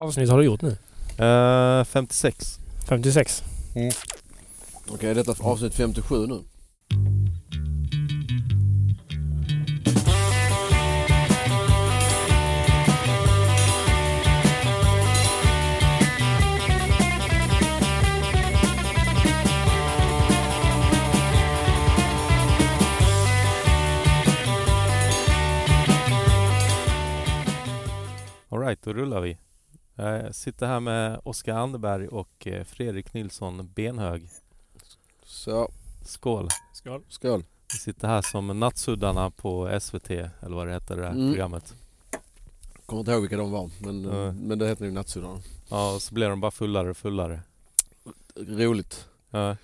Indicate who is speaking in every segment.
Speaker 1: avsnitt har du gjort nu?
Speaker 2: Eh, 56.
Speaker 1: 56.
Speaker 3: Okej, detta är avsnitt 57 nu.
Speaker 2: Alright, då rullar vi. Jag sitter här med Oskar Anderberg och eh, Fredrik Nilsson Benhög.
Speaker 3: Så,
Speaker 2: Skål!
Speaker 1: Skål.
Speaker 3: skål.
Speaker 2: Vi sitter här som nattsuddarna på SVT, eller vad det hette det där
Speaker 3: Mm.
Speaker 2: programmet.
Speaker 3: Kommer inte ihåg vilka de var, men,
Speaker 2: Nej.
Speaker 3: men det heter nu Nattsuddarna.
Speaker 2: Ja, och så blev de bara fullare och fullare.
Speaker 3: Roligt.
Speaker 2: Ja.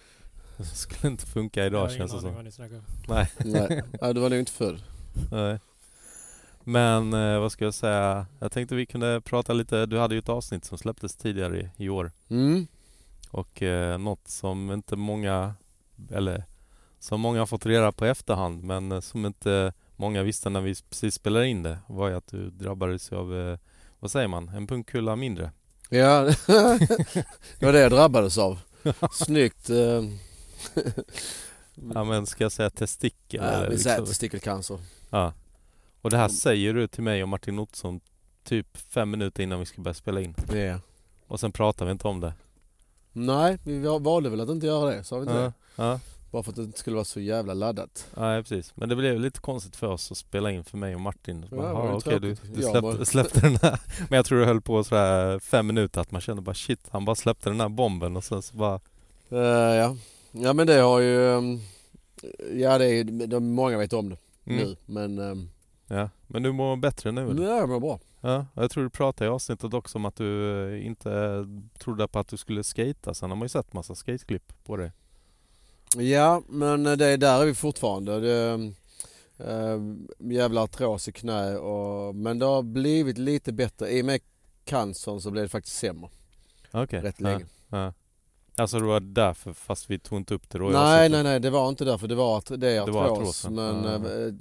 Speaker 2: Det skulle inte funka idag känns det som.
Speaker 3: Nej, Nej, du var nog inte född.
Speaker 2: Nej. Men eh, vad ska jag säga? Jag tänkte vi kunde prata lite. Du hade ju ett avsnitt som släpptes tidigare i, i år
Speaker 3: Mm.
Speaker 2: och eh, något som inte många eller som många har fått reda på i efterhand men eh, som inte många visste när vi precis spelade in det var ju att du drabbades av eh, vad säger man? En pungkula mindre.
Speaker 3: Ja, det var det jag drabbades av. Snyggt. eh,
Speaker 2: Ja men ska jag säga testikel?
Speaker 3: Ja, Mm.
Speaker 2: eller
Speaker 3: vi
Speaker 2: liksom?
Speaker 3: säger testikelcancer.
Speaker 2: ja. Och det här säger du till mig och Martin Olsson typ fem minuter innan vi ska börja spela in.
Speaker 3: Ja.
Speaker 2: Och sen pratar vi inte om det.
Speaker 3: Nej, vi valde väl att inte göra det, sa vi inte
Speaker 2: Ja,
Speaker 3: det?
Speaker 2: ja.
Speaker 3: Bara för att det inte skulle vara så jävla laddat.
Speaker 2: Nej precis, men det blev lite konstigt för oss att spela in för mig och Martin.
Speaker 3: Ja,
Speaker 2: Bara,
Speaker 3: det var
Speaker 2: "Jaha,
Speaker 3: ju
Speaker 2: okej, du,
Speaker 3: tråkigt."
Speaker 2: du
Speaker 3: Ja,
Speaker 2: släppte,
Speaker 3: bara-
Speaker 2: släppte den här. Men jag tror det höll på sådär fem minuter att man kände bara shit, han bara släppte den här bomben och sen så bara
Speaker 3: Eh, ja. ja, men det har ju... ehm, ja, det är, de, många vet om det
Speaker 2: mm.
Speaker 3: nu, men... Um,
Speaker 2: Ja, men du mår bättre nu eller?
Speaker 3: nej, jag mår bra.
Speaker 2: Ja, och jag tror du pratade i avsnittet också om att du eh, inte eh, trodde på att du skulle skata. Sen har man ju sett massa skateklipp på dig.
Speaker 3: Ja, men det är där är vi fortfarande. Det, um, jävla artros i knä och... Men det har blivit lite bättre. I och med cancern så blev det faktiskt sämre
Speaker 2: Okej.
Speaker 3: rätt
Speaker 2: ja,
Speaker 3: länge.
Speaker 2: Ja. Alltså det var därför, fast vi tog inte upp det då. i
Speaker 3: nej,
Speaker 2: avsnittet.
Speaker 3: nej, nej, det var inte därför. Det var att det är
Speaker 2: Det var
Speaker 3: artros.
Speaker 2: artrosen.
Speaker 3: men
Speaker 2: Ja.
Speaker 3: eh,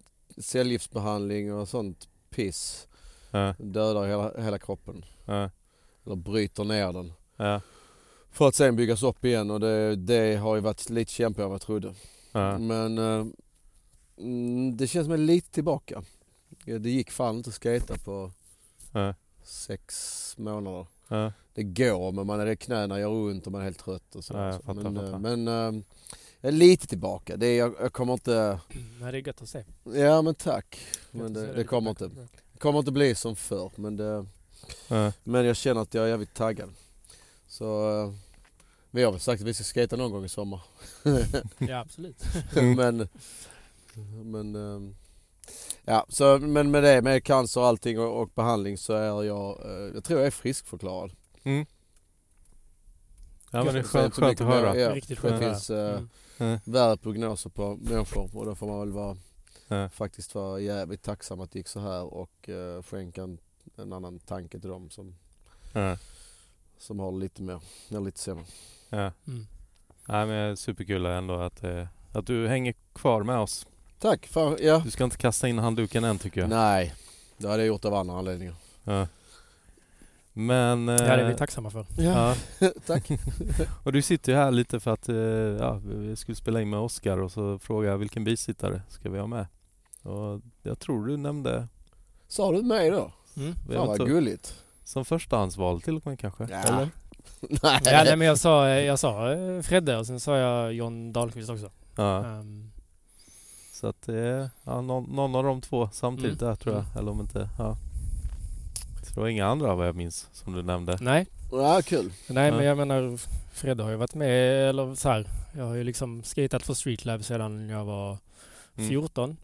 Speaker 3: cellgiftsbehandling och sånt piss
Speaker 2: Ja,
Speaker 3: dödar hela, hela kroppen.
Speaker 2: ja,
Speaker 3: Eller bryter ner den.
Speaker 2: ja,
Speaker 3: För att sen byggas upp igen och det, det har ju varit lite kämpigare än vad jag trodde.
Speaker 2: ja.
Speaker 3: Men eh, mm, det känns som att jag är lite tillbaka. Ja, Det gick fan inte att skata på
Speaker 2: Nej.
Speaker 3: sex månader.
Speaker 2: ja.
Speaker 3: Det går men man är knäna gör ont och man är helt trött och så.
Speaker 2: Ja, jag
Speaker 3: också.
Speaker 2: fattar,
Speaker 3: men
Speaker 2: fattar.
Speaker 3: eh, men eh, jag är lite tillbaka. Det är, jag, jag kommer inte...
Speaker 1: Nej, Mm, det är gött att se.
Speaker 3: Ja men tack.
Speaker 1: Gött
Speaker 3: Men
Speaker 1: att se
Speaker 3: det, det
Speaker 1: lite
Speaker 3: kommer
Speaker 1: back
Speaker 3: inte,
Speaker 2: typ.
Speaker 1: to back.
Speaker 3: kommer inte bli som förr. Men, det,
Speaker 2: ja.
Speaker 3: men jag känner att jag är jävligt taggad. Så eh, vi har väl sagt att vi ska skata någon gång i sommar.
Speaker 1: Ja, absolut.
Speaker 2: Mm.
Speaker 3: men, men, ehm, ja, så, men med det, med cancer och allting och, och behandling så är jag, eh, jag tror jag är friskförklarad.
Speaker 2: Mm. ja men det är
Speaker 3: Jag ska
Speaker 2: skönt, skönt
Speaker 3: inte säga så
Speaker 2: att
Speaker 3: mycket
Speaker 2: höra.
Speaker 3: mer. Ja,
Speaker 1: Riktigt
Speaker 3: det
Speaker 1: skönt.
Speaker 3: finns, eh,
Speaker 1: Mm.
Speaker 3: Värre prognoser på människor och då får man väl vara,
Speaker 2: Ja.
Speaker 3: faktiskt vara jävligt tacksam att det gick så här och eh, skänka en, en annan tanke till dem som,
Speaker 2: Ja.
Speaker 3: som har det lite mer, eller lite sämre.
Speaker 2: Ja,
Speaker 1: Mm.
Speaker 2: nej men superkul ändå att, eh, att du hänger kvar med oss.
Speaker 3: Tack, fan, ja.
Speaker 2: Du ska inte kasta in handduken än tycker jag.
Speaker 3: Nej, det hade jag gjort av andra anledningar.
Speaker 2: Ja. Men... eh,
Speaker 1: Ja, det är vi tacksamma för.
Speaker 2: ja.
Speaker 3: tack.
Speaker 2: Och du sitter ju här lite för att eh, ja, vi skulle spela in med Oscar och så frågade jag vilken bisittare ska vi ha med? Och jag tror du nämnde
Speaker 3: Sa du mig då?
Speaker 1: Mm.
Speaker 2: jag
Speaker 3: Fan
Speaker 2: vet
Speaker 3: vad
Speaker 2: inte,
Speaker 3: gulligt.
Speaker 2: som förstahandsval till och med kanske?
Speaker 3: Ja.
Speaker 2: Eller?
Speaker 3: Nej.
Speaker 1: Ja, nej, men jag sa, jag sa eh, Fredde och sen sa jag John Dahlqvist också.
Speaker 2: Ja.
Speaker 1: Ehm,
Speaker 2: Så att det är ja, någon, någon av de två samtidigt
Speaker 1: Mm.
Speaker 2: där tror jag. Eller om inte... Ja. Så det var inga andra vad jag minns som du nämnde.
Speaker 1: nej,
Speaker 3: Ja, kul.
Speaker 1: nej
Speaker 2: Ja.
Speaker 1: men jag menar Fredde har ju varit med eller så här. Jag har ju liksom skatat för Streetlab sedan jag var
Speaker 2: Mm.
Speaker 1: 14.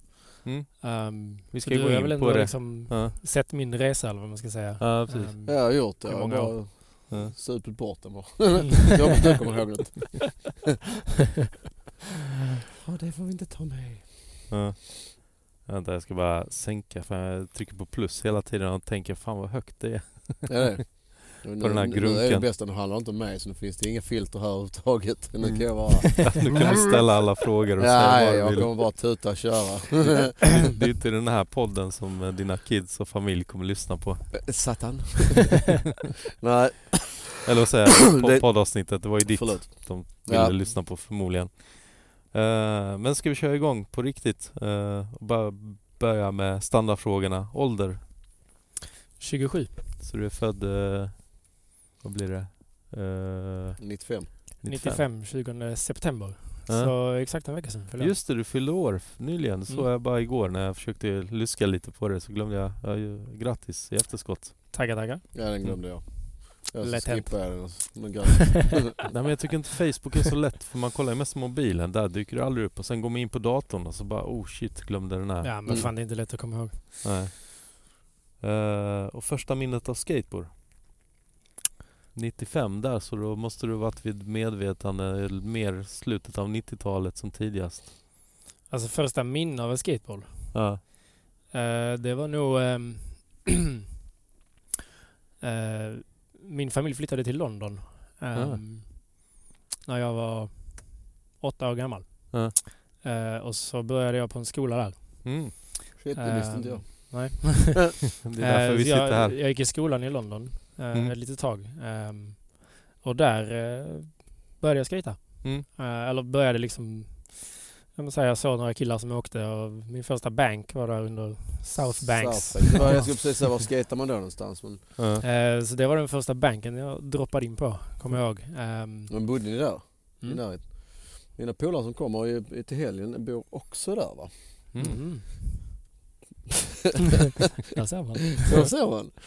Speaker 2: Mm.
Speaker 1: Ehm,
Speaker 2: Vi
Speaker 1: så
Speaker 2: ska
Speaker 1: du
Speaker 2: gå
Speaker 1: har
Speaker 2: in
Speaker 1: väl
Speaker 2: på
Speaker 1: ändå
Speaker 2: det.
Speaker 1: liksom
Speaker 3: Mm.
Speaker 2: Ja,
Speaker 1: sett min resa eller vad man ska säga.
Speaker 2: ja precis.
Speaker 1: Ehm,
Speaker 3: Ja, jag har gjort det.
Speaker 1: Hur
Speaker 3: Jag har
Speaker 1: många
Speaker 3: bara
Speaker 2: Ja.
Speaker 3: supit bort den bara. jag jag kommer ihåg något. Ja, det får vi inte ta med.
Speaker 2: Ja. Vänta, jag ska bara sänka för jag trycker på plus hela tiden och tänker fan vad högt det är.
Speaker 3: Ja, det är det.
Speaker 2: på den här
Speaker 3: Nu är det
Speaker 2: grunken.
Speaker 3: bäst att den handlar inte om mig så nu finns det inga filter här överhuvudtaget. Nu kan
Speaker 1: Mm.
Speaker 3: jag bara...
Speaker 2: Du kan ställa alla frågor och
Speaker 3: Ja,
Speaker 2: säga vad
Speaker 3: jag
Speaker 2: du vill.
Speaker 3: kommer bara tuta och köra.
Speaker 2: Det är inte den här podden som eh, dina kids och familj kommer lyssna på.
Speaker 3: Satan. Nej,
Speaker 2: Eller vad säger jag?
Speaker 3: Det-
Speaker 2: Po- Poddavsnittet, det var ju ditt
Speaker 3: förlåt.
Speaker 2: de ville
Speaker 3: Ja.
Speaker 2: lyssna på förmodligen. Eh, men ska vi köra igång på riktigt? Eh, och bara börja med standardfrågorna. Ålder.
Speaker 1: 27.
Speaker 2: Så du är född, eh, vad blir det? Eh,
Speaker 3: 95.
Speaker 1: 95, 20 september.
Speaker 2: Ja.
Speaker 1: Så exakt en vecka sedan. förlåt.
Speaker 2: Just det, du fyllde år f- nyligen. Så
Speaker 1: Mm.
Speaker 2: jag bara igår när jag försökte luska lite på det så glömde jag. Ja, ju- grattis i efterskott.
Speaker 1: Taggar, taggar.
Speaker 3: Ja, den glömde jag. Jag
Speaker 1: Lätt hänt.
Speaker 3: skippade den. och så- Men gud.
Speaker 2: Nej men jag tycker inte Facebook är så lätt för man kollar ju mest på mobilen. Där dyker det aldrig upp och sen går man in på datorn och så bara oh shit, glömde den här.
Speaker 1: Ja, men
Speaker 3: Mm.
Speaker 1: fan det är inte lätt att komma ihåg.
Speaker 2: Nej. Eh, och första minnet av skateboard? 95 där, så då måste du varit vid medvetande eller mer slutet av 90-talet som tidigast.
Speaker 1: Alltså första minne av en skateboard.
Speaker 2: Ja.
Speaker 1: Eh, det var nog... ehm, eh, min familj flyttade till London. ehm, När jag var åtta år gammal.
Speaker 2: Ja.
Speaker 1: Eh, och så började jag på en skola där.
Speaker 2: Mm.
Speaker 3: Shit, det visste inte jag.
Speaker 1: Nej.
Speaker 2: Det är därför
Speaker 1: Eh,
Speaker 2: vi
Speaker 1: så jag,
Speaker 2: sitter här.
Speaker 1: Jag gick i skolan i London eh,
Speaker 2: Mm.
Speaker 1: ett litet tag. Ehm, och där eh, började jag skejta.
Speaker 2: Mm.
Speaker 1: Eh, eller började liksom... Jag, måste säga, jag såg några killar som åkte och min första bank var där under South Banks.
Speaker 3: South Banks. Ja, jag skulle precis säga, var skejtar man då någonstans? Men,
Speaker 2: Ja.
Speaker 1: Eh, så det var den första banken jag droppade in på, kommer jag ihåg. Ehm,
Speaker 3: men bodde ni där? I
Speaker 1: mm.
Speaker 3: närheten? Mina polare som kommer i, till helgen bor också där va?
Speaker 2: Mm.
Speaker 1: Mm. Där ser man.
Speaker 3: Så ser man.
Speaker 2: typ.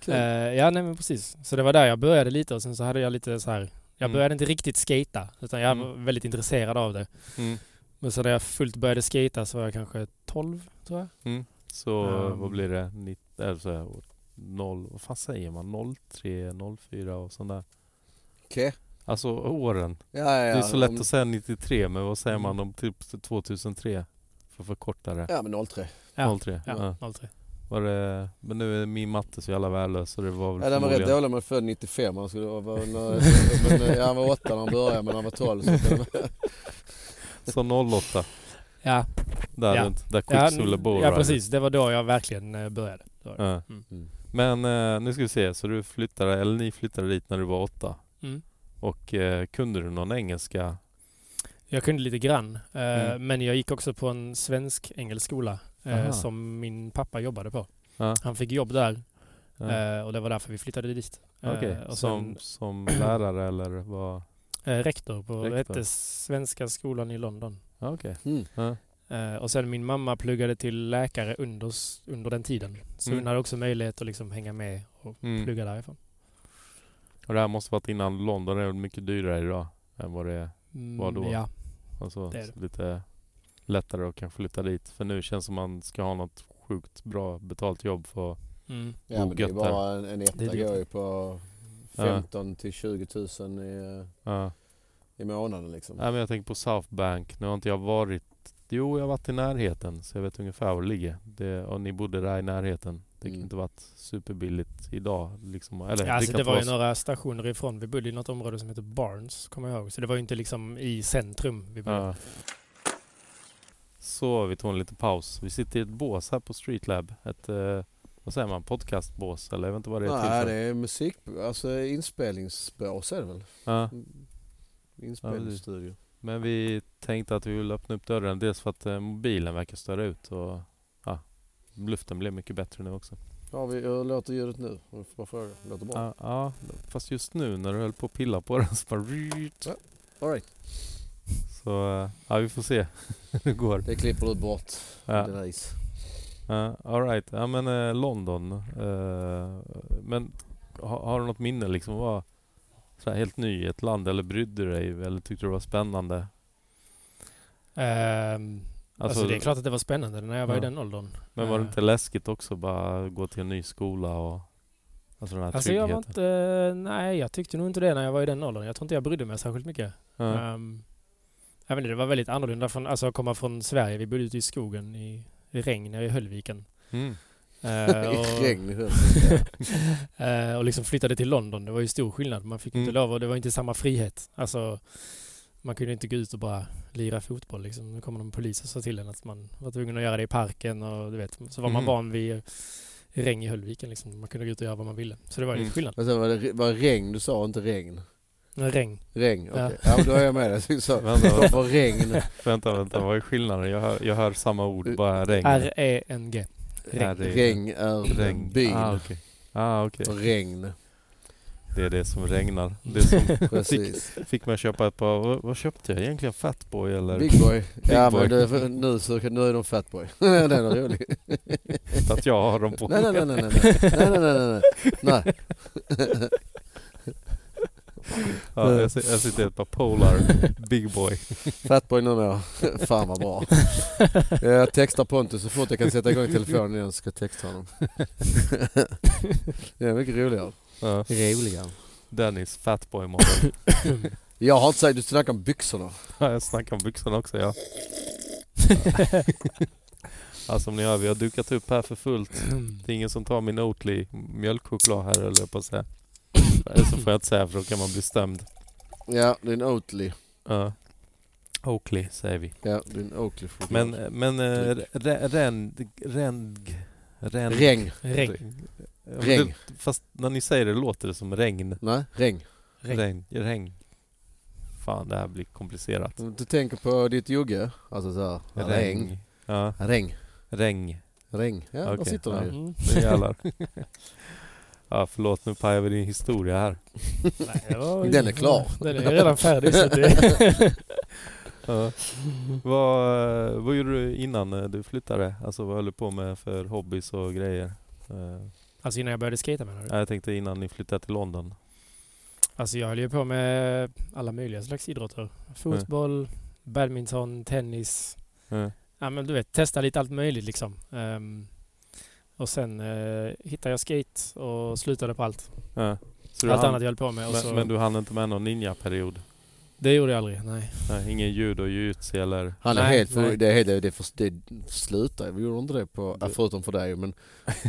Speaker 3: Kul.
Speaker 1: Eh, ja, nej men precis. Så det var där jag började lite och sen så hade jag lite så här. Jag
Speaker 2: Mm.
Speaker 1: började inte riktigt skata utan jag var
Speaker 2: Mm.
Speaker 1: väldigt intresserad av det.
Speaker 2: Mm.
Speaker 1: Men så när jag fullt började skata så var jag kanske 12 tror jag.
Speaker 2: Mm. Så
Speaker 1: Ehm.
Speaker 2: vad blir det? 90, eller så här, år- noll, vad fan säger man? 03, 04 och sånt där.
Speaker 3: Okej.
Speaker 2: Alltså åren.
Speaker 3: Ja, ja, ja.
Speaker 2: det är så lätt
Speaker 3: Om- Mm.
Speaker 2: att säga 93 men vad säger man om typ 2003? För att förkorta det.
Speaker 3: Ja men 03.
Speaker 1: Ja.
Speaker 2: 03. Ja.
Speaker 1: Ja, 03.
Speaker 2: Var det, men nu är min matte så jävla värdelös så det var väl
Speaker 3: Ja, den var rätt
Speaker 2: förmodligen-
Speaker 3: dålig, man född 95. Han, skulle, vara- när, men, eh, ja, han var 8 när han började men han var 12. Så Mm. det var-
Speaker 2: Så 08,
Speaker 1: Ja,
Speaker 2: där
Speaker 1: Ja.
Speaker 2: runt, där
Speaker 1: ja,
Speaker 2: Quicksilver Bowl
Speaker 1: ja
Speaker 2: Rider.
Speaker 1: precis. Det var då jag verkligen eh, började. Det var det.
Speaker 2: Ja.
Speaker 1: Mm.
Speaker 3: Mm.
Speaker 2: Men eh, nu ska vi se, så du flyttade, eller ni flyttade dit när du var åtta.
Speaker 1: Mm.
Speaker 2: Och eh, kunde du någon engelska?
Speaker 1: Jag kunde lite grann. eh,
Speaker 2: Mm.
Speaker 1: Men jag gick också på en svensk-engelsk skola eh,
Speaker 2: Aha.
Speaker 1: som min pappa jobbade på.
Speaker 2: Ja.
Speaker 1: Han fick jobb där
Speaker 2: Ja.
Speaker 1: eh, och det var därför vi flyttade dit. Eh,
Speaker 2: Okej,
Speaker 1: och
Speaker 2: som,
Speaker 1: sen-
Speaker 2: som lärare eller vad?
Speaker 1: Eh, rektor på,
Speaker 2: Rektor.
Speaker 1: det hette Svenska skolan i London.
Speaker 2: Ja, Okej.
Speaker 3: Mm.
Speaker 2: Ja.
Speaker 1: Eh, och sen min mamma pluggade till läkare under, s- under den tiden. Så
Speaker 2: Mm.
Speaker 1: hon hade också möjlighet att liksom hänga med och
Speaker 2: Mm.
Speaker 1: plugga därifrån.
Speaker 2: Och det här måste varit innan London, det är väl mycket dyrare idag än vad det är.
Speaker 1: Mm,
Speaker 2: Vad då?
Speaker 1: Ja.
Speaker 2: Alltså,
Speaker 1: Det är det.
Speaker 2: så lite lättare att kanske flytta dit. För nu känns det som man ska ha något sjukt bra betalt jobb för att
Speaker 1: Mm.
Speaker 3: Ja men det är
Speaker 2: Ogött
Speaker 3: bara en, en etta
Speaker 1: Det är dyrt.
Speaker 3: går ju på 15 till 20 000 i, eh,
Speaker 2: ja.
Speaker 3: i månaden liksom.
Speaker 2: Nej men jag tänker på South Bank. Nu har inte jag varit... Jo, jag har varit i närheten. Så jag vet ungefär var det ligger. Det, och ni bodde där i närheten. Det kan
Speaker 3: Mm.
Speaker 2: inte varit superbilligt idag. Liksom. Eller,
Speaker 1: ja alltså
Speaker 2: kan
Speaker 1: det
Speaker 2: inte
Speaker 1: var ju
Speaker 2: vara så-
Speaker 1: några stationer ifrån. Vi bodde i något område som heter Barnes, kommer jag ihåg. Så det var ju inte liksom i centrum. Vi bodde.
Speaker 2: Ja. Så, vi tog en liten paus. Vi sitter i ett bås här på Streetlab. Ett, eh, vad säger man? Podcastbås? Eller jag vet inte vad det är till
Speaker 3: Nej
Speaker 2: för.
Speaker 3: det är musik, alltså inspelningsbås är det väl?
Speaker 2: Ja.
Speaker 3: Inspelningsstudio.
Speaker 2: Men vi tänkte att vi ville öppna upp dörren. Dels för att eh, mobilen verkar större ut och ja, luften blev mycket bättre nu också.
Speaker 3: Ja, vi, hur låter ljudet nu? Jag får bara fråga. Låter bra?
Speaker 2: Ja, ja, fast just nu när du höll på att pilla på den så bara ryt.
Speaker 3: All right.
Speaker 2: Så eh, ja, vi får se hur det går.
Speaker 3: Det klipper du bort.
Speaker 2: Ja,
Speaker 3: Det är nice.
Speaker 2: ja, all right. Ja men eh, London. eh, men ha, har du något minne liksom? Var så här helt ny i ett land eller brydde du dig eller tyckte du det var spännande?
Speaker 1: Ehm, alltså, det är klart att det var spännande när jag var i
Speaker 2: Ja.
Speaker 1: den åldern.
Speaker 2: Men var det
Speaker 1: eh.
Speaker 2: inte läskigt också bara gå till en ny skola och alltså den här
Speaker 1: Alltså jag
Speaker 2: tryggheten?
Speaker 1: var inte, nej jag tyckte nog inte det när jag var i den åldern. Jag tror inte jag brydde mig särskilt mycket.
Speaker 2: Ja,
Speaker 1: Ehm, jag vet inte, det var väldigt annorlunda från, alltså att komma från Sverige. Vi bodde ute i skogen i, i regn nere i Höllviken.
Speaker 2: mm.
Speaker 1: Eh, och,
Speaker 3: I regn liksom. i huvudet.
Speaker 1: eh, och liksom flyttade till London. Det var ju stor skillnad. Man fick inte
Speaker 2: Mm.
Speaker 1: lov och det var inte samma frihet. Alltså, man kunde inte gå ut och bara lira fotboll liksom. Nu kommer de polis och sa till en att man var tvungen att göra det i parken och du vet. Så var man
Speaker 2: Mm.
Speaker 1: van vid regn i Höllviken liksom. Man kunde gå ut och göra vad man ville. Så det var ju
Speaker 2: Mm.
Speaker 1: lite skillnad.
Speaker 3: Vad sa du, var det var det regn du sa, inte regn?
Speaker 1: Men Regn.
Speaker 3: Regn, okej.
Speaker 1: Ja.
Speaker 3: Ja, men då är jag med dig. Så- Så,
Speaker 2: Vänta,
Speaker 3: det var regn.
Speaker 2: Vänta, vänta, vad är skillnaden? Jag hör, jag hör samma ord, bara regn.
Speaker 1: R-E-N-G. Regn.
Speaker 2: R-
Speaker 3: Regn är
Speaker 2: regn.
Speaker 3: bin.
Speaker 2: Ah, okej. Ah, okej.
Speaker 3: Och regn,
Speaker 2: Det är det som regnar. Det som
Speaker 3: precis.
Speaker 2: fick mig att köpa ett par, vad, vad köpte jag egentligen? Fatboy eller?
Speaker 3: Big boy. Ja
Speaker 2: boy.
Speaker 3: men du, nu, så, nu är de fatboy. Den är rolig.
Speaker 2: Inte att jag har dem på
Speaker 3: Nej nej nej nej nej. nej nej nej nej nej.
Speaker 2: Ja, jag, sit- jag sitter i ett par Polar Big Boy.
Speaker 3: Fatboy numera. Fan vad bra. Jag textar Pontus så fort jag kan sätta igång telefonen igen så ska jag texta honom. Det är mycket roligare.
Speaker 2: Ja.
Speaker 3: Roligare.
Speaker 2: Dennis Fatboy model.
Speaker 3: Jag har inte sagt, du snackar om byxorna.
Speaker 2: Ja, jag snackar om byxorna också ja. ja. Som ni hör, vi har dukat upp här för fullt.
Speaker 3: Mm.
Speaker 2: Det är ingen som tar min Oatly mjölkchoklad här höll jag på att säga. Eller så får jag inte säga för då kan man bli stämd.
Speaker 3: Ja, det är en Oatly.
Speaker 2: Ja. Oakley säger vi.
Speaker 3: Ja, det är en Oatly-choklad.
Speaker 2: Men, men eh, re- rend, rend, rend,
Speaker 3: Regn.
Speaker 1: Regn.
Speaker 2: Ja, men
Speaker 3: Regn.
Speaker 2: Det, fast när ni säger det låter det som regn.
Speaker 3: Nej, regn.
Speaker 1: Regn.
Speaker 2: Regn. regn. Fan det här blir komplicerat.
Speaker 3: Om Du tänker på ditt jugge, alltså så här, regn.
Speaker 2: Ja,
Speaker 3: Regn.
Speaker 2: regn.
Speaker 3: Regn. Ja, där
Speaker 2: Okej,
Speaker 3: sitter den ju.
Speaker 1: Mm.
Speaker 2: Nu jävlar. ja, förlåt nu pajar vi din historia här.
Speaker 1: Nej, det var-
Speaker 3: Den är klar.
Speaker 1: Den är redan färdig. Så det...
Speaker 2: Ja. vad, eh, vad gjorde du innan eh, du flyttade? Alltså vad höll du på med för hobbys och grejer? Eh,
Speaker 1: alltså innan jag började skata menar du?
Speaker 2: jag tänkte innan ni flyttade till London.
Speaker 1: Alltså jag höll ju på med alla möjliga slags idrotter.
Speaker 2: Mm.
Speaker 1: Fotboll, badminton, tennis.
Speaker 2: Ja.
Speaker 1: Ja men du vet, testa lite allt möjligt liksom. Ehm, och sen eh, hittade jag skate och slutade på allt.
Speaker 2: Ja. Så du
Speaker 1: Allt
Speaker 2: hann,
Speaker 1: annat jag höll på med. Och
Speaker 3: Alltså-
Speaker 1: så,
Speaker 2: men, men du hann inte med någon ninja-period?
Speaker 1: Det gjorde jag aldrig, nej.
Speaker 2: Nej, ingen judo, jujutsu eller?
Speaker 3: Han är
Speaker 1: Nej,
Speaker 3: helt för,
Speaker 1: nej.
Speaker 3: det, är helt- det, är för, det slutar vi gjorde inte det på, ja, förutom för dig men,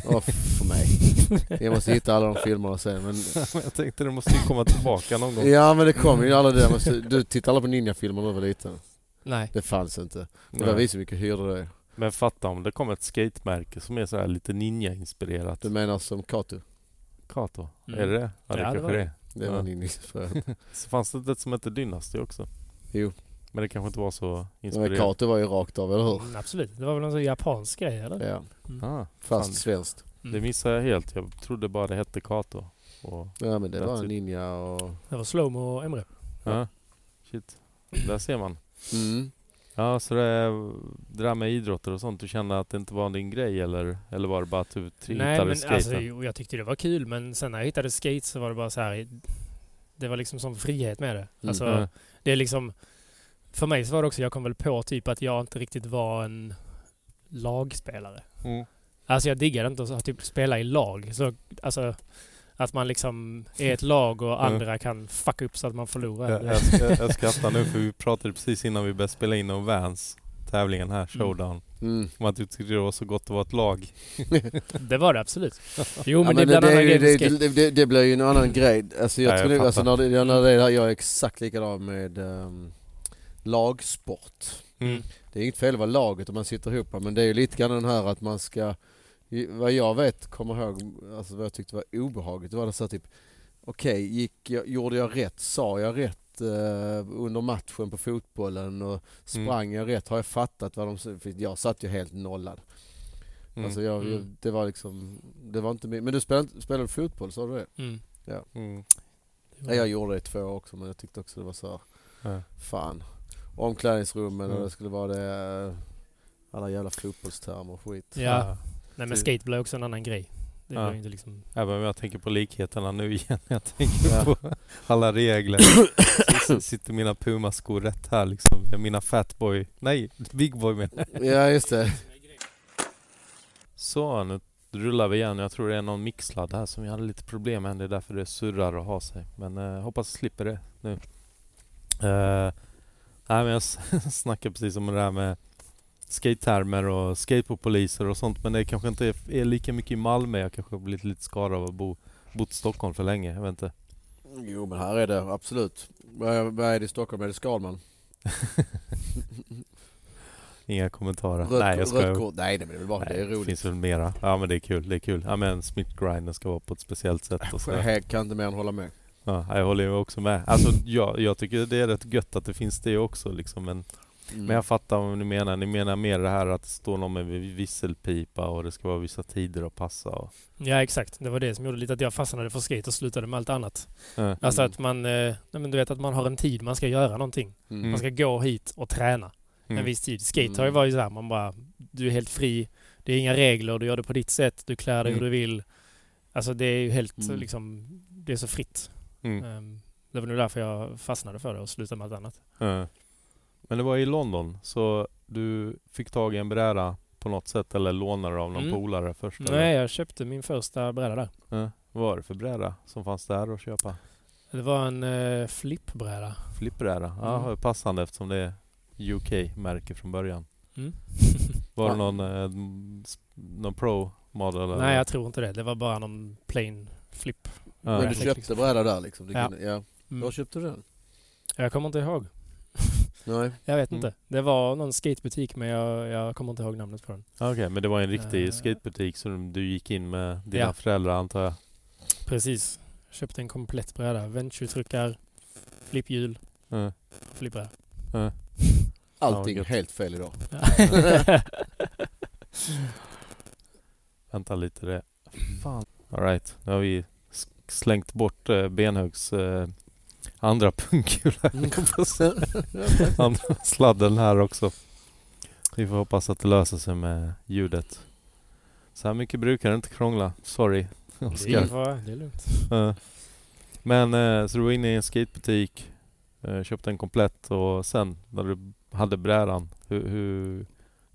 Speaker 3: och för mig. Jag måste hitta alla de filmerna sen men,
Speaker 2: jag tänkte det måste ju komma tillbaka någon gång.
Speaker 3: ja men det kom ju alla det där, men så- du tittade alla på ninjafilmer när du var liten?
Speaker 1: Nej.
Speaker 3: Det fanns inte. Det var vi som gick och hyrde det.
Speaker 2: Men fatta om det kom ett skatemärke som är så här lite ninja-inspirerat.
Speaker 3: Du menar som Kato?
Speaker 2: Kato,
Speaker 1: Mm.
Speaker 2: är det det? Ja, det
Speaker 1: Ja, det
Speaker 2: kanske
Speaker 1: var
Speaker 2: det
Speaker 1: det.
Speaker 2: är.
Speaker 3: Det var
Speaker 2: Ja.
Speaker 3: ninjafilmen.
Speaker 2: Så fanns det ett som hette Dynasty också?
Speaker 3: Jo.
Speaker 2: Men det kanske inte var så
Speaker 3: Men
Speaker 2: inspirerat.
Speaker 3: Kato var ju rakt av, eller hur?
Speaker 1: Mm, absolut. Det var väl någon sån japansk grej eller? Mm.
Speaker 3: Ja.
Speaker 2: Ah,
Speaker 3: Fast
Speaker 2: Fan.
Speaker 3: svenskt.
Speaker 2: det missade jag helt. Jag trodde bara det hette Kato. Och,
Speaker 3: Ja men det
Speaker 2: That's
Speaker 3: var
Speaker 2: it.
Speaker 3: ninja och...
Speaker 1: Det var slowmo och Emre.
Speaker 2: ja. Shit, där ser man.
Speaker 3: Mm.
Speaker 2: Ja, så det, det där med idrotter och sånt. Du kände att det inte var din grej eller, eller var det bara att du
Speaker 1: Nej
Speaker 2: hittade
Speaker 1: men
Speaker 2: skaten?
Speaker 1: alltså, jo, jag tyckte det var kul men sen när jag hittade skate så var det bara så här. Det var liksom som frihet med det. Alltså,
Speaker 2: Mm. Ja.
Speaker 1: Det är liksom... För mig så var det också, jag kom väl på typ att jag inte riktigt var en lagspelare.
Speaker 2: Mm.
Speaker 1: Alltså jag diggade inte att så- typ spela i lag. Så, alltså, att man liksom är ett lag och
Speaker 2: Mm.
Speaker 1: andra kan fucka upp så att man förlorar.
Speaker 2: Jag, jag,
Speaker 3: alltså,
Speaker 2: sk- jag skrattar nu för vi pratade precis innan vi började spela in om Vans tävlingen här, showdown.
Speaker 3: Mm.
Speaker 2: Om att du tyckte det var så gott att vara ett lag.
Speaker 1: Det var det absolut. Jo
Speaker 3: Ja,
Speaker 1: men det är bland
Speaker 3: det,
Speaker 1: annat
Speaker 3: ju-
Speaker 1: grejer med
Speaker 3: det,
Speaker 1: skate.
Speaker 3: det, det, det blir ju en annan grej. Alltså jag
Speaker 2: Ja, Mm. jag
Speaker 3: tror nog, alltså
Speaker 2: fattar.
Speaker 3: när det, när det är, där, jag är exakt likadan med ehm, lagsport.
Speaker 1: Mm.
Speaker 3: Det är inget fel att vara laget om man sitter ihop men det är ju lite grann den här att man ska, i- vad jag vet, kommer ihåg, alltså vad jag tyckte var obehagligt, det var det så här typ, okej, gick jag, gjorde jag rätt, sa jag rätt eh, under matchen på fotbollen och sprang jag rätt, har jag fattat vad de, sa? För jag satt ju helt nollad.
Speaker 2: Mm.
Speaker 3: Alltså jag, jag,
Speaker 1: Mm.
Speaker 3: det var liksom, det var inte min- men du spelade, spelade fotboll, sa du det?
Speaker 1: Mm.
Speaker 2: Mm.
Speaker 3: Ja, jag gjorde det i två år också men jag tyckte också det var så här,
Speaker 2: Ja.
Speaker 3: fan. Omklädningsrummen och
Speaker 2: Mm.
Speaker 3: det skulle vara det, eh, alla jävla fotbollstermer och skit.
Speaker 1: Ja. Nej
Speaker 3: typ.
Speaker 1: men
Speaker 2: Ty-
Speaker 1: skate blev också en annan grej. Det
Speaker 2: Ja.
Speaker 1: var ju inte liksom...
Speaker 2: Även om jag tänker på likheterna nu igen. Jag tänker
Speaker 3: Ja.
Speaker 2: på alla regler. Så sitter mina Puma-skor rätt här liksom. Ja, Mina Fatboy, nej Big Boy menar jag.
Speaker 3: Ja just det.
Speaker 2: Så nu rullar vi igen. Jag tror det är någon mixladd här som jag hade lite problem med. Det är därför det surrar och har sig. Men eh, hoppas jag slipper det nu. Eh, nej men jag s- snackade precis om det där med skate-termer och skateboardpoliser och sånt men det kanske inte är, är lika mycket i Malmö. Jag kanske har blivit lite skadad av att bo bott i Stockholm för länge. Jag vet inte.
Speaker 3: Jo men här är det absolut. Vad är- vad är det i Stockholm? Är det Skalman?
Speaker 2: Inga kommentarer.
Speaker 3: Rött-
Speaker 2: Nej jag skojar.
Speaker 3: rött kort? Nej nej, men det är väl bara,
Speaker 2: Nej,
Speaker 3: det är
Speaker 2: det
Speaker 3: roligt.
Speaker 2: finns väl mera. Ja men det är kul, det är kul. Ja men smittgrinden ska vara på ett speciellt sätt och så.
Speaker 3: Jag kan inte mer än hålla med.
Speaker 2: Ja, jag håller ju också med. Alltså jag, jag tycker det är rätt gött att det finns det också liksom. Men,
Speaker 3: Mm.
Speaker 2: men jag fattar vad ni menar. Ni menar mer det här att det står någon med visselpipa och det ska vara vissa tider att passa och...
Speaker 1: Ja exakt, det var det som gjorde lite att jag fastnade för skate och slutade med allt annat.
Speaker 2: Ja.
Speaker 1: Alltså
Speaker 3: Mm.
Speaker 1: att man, eh, nej men du vet att man har en tid man ska göra någonting.
Speaker 3: Mm.
Speaker 1: Man ska gå hit och träna en
Speaker 2: Mm.
Speaker 1: viss tid. Skate har ju varit så här, man bara, du är helt fri, det är inga regler, du gör det på ditt sätt, du klär dig
Speaker 2: Mm.
Speaker 1: hur du vill. Alltså det är ju helt
Speaker 3: Mm.
Speaker 1: liksom, det är så fritt.
Speaker 2: Mm.
Speaker 1: Ehm, Det var nog därför jag fastnade för det och slutade med allt annat.
Speaker 2: Ja. Men det var i London, så du fick tag i en bräda på något sätt eller lånade av någon
Speaker 1: Mm.
Speaker 2: polare först? eller?
Speaker 1: Nej, jag köpte min första bräda där.
Speaker 2: Ja. Vad var det för bräda som fanns där att köpa?
Speaker 1: Det var en eh, flippbräda.
Speaker 2: Flippbräda? Ja,
Speaker 1: Mm.
Speaker 2: det är passande eftersom det är UK-märke från början.
Speaker 1: Mm.
Speaker 2: Var det
Speaker 3: Ja.
Speaker 2: någon, eh, m- s- någon Pro Model? eller?
Speaker 1: Nej, jag tror inte det. Det var bara någon plain flip.
Speaker 2: Ja.
Speaker 3: Men du
Speaker 1: Verkligen,
Speaker 3: köpte
Speaker 1: liksom.
Speaker 3: bräda där liksom? Du
Speaker 1: Ja.
Speaker 3: Kunde, ja.
Speaker 1: Mm.
Speaker 3: Var köpte du den?
Speaker 1: Jag kommer inte ihåg.
Speaker 3: Nej.
Speaker 1: Jag vet
Speaker 2: Mm.
Speaker 1: inte. Det var någon skatebutik men jag, jag kommer inte ihåg namnet på den.
Speaker 2: Okej, men det var en riktig
Speaker 1: Eh.
Speaker 2: skatebutik som du gick in med dina
Speaker 1: Ja.
Speaker 2: föräldrar antar jag?
Speaker 1: Precis. Köpte en komplett bräda. Venture-truckar, flipphjul,
Speaker 2: Ja.
Speaker 1: flippbräda.
Speaker 3: Allting
Speaker 2: Ja,
Speaker 3: är
Speaker 2: gött.
Speaker 3: helt fel idag.
Speaker 2: Vänta lite det. Fan. Alright, nu har vi s- slängt bort eh, Benhögs eh, andra pungkula.
Speaker 1: Mm.
Speaker 2: andra sladden här också. Vi får hoppas att det löser sig med ljudet. Så här mycket brukar det inte krångla. Sorry.
Speaker 1: det,
Speaker 2: Oskar.
Speaker 1: är ingen fara. det är lugnt.
Speaker 2: Ja. Men eh, så du var inne i en skatebutik, eh, köpte en komplett och sen när du hade brädan, hur, hur,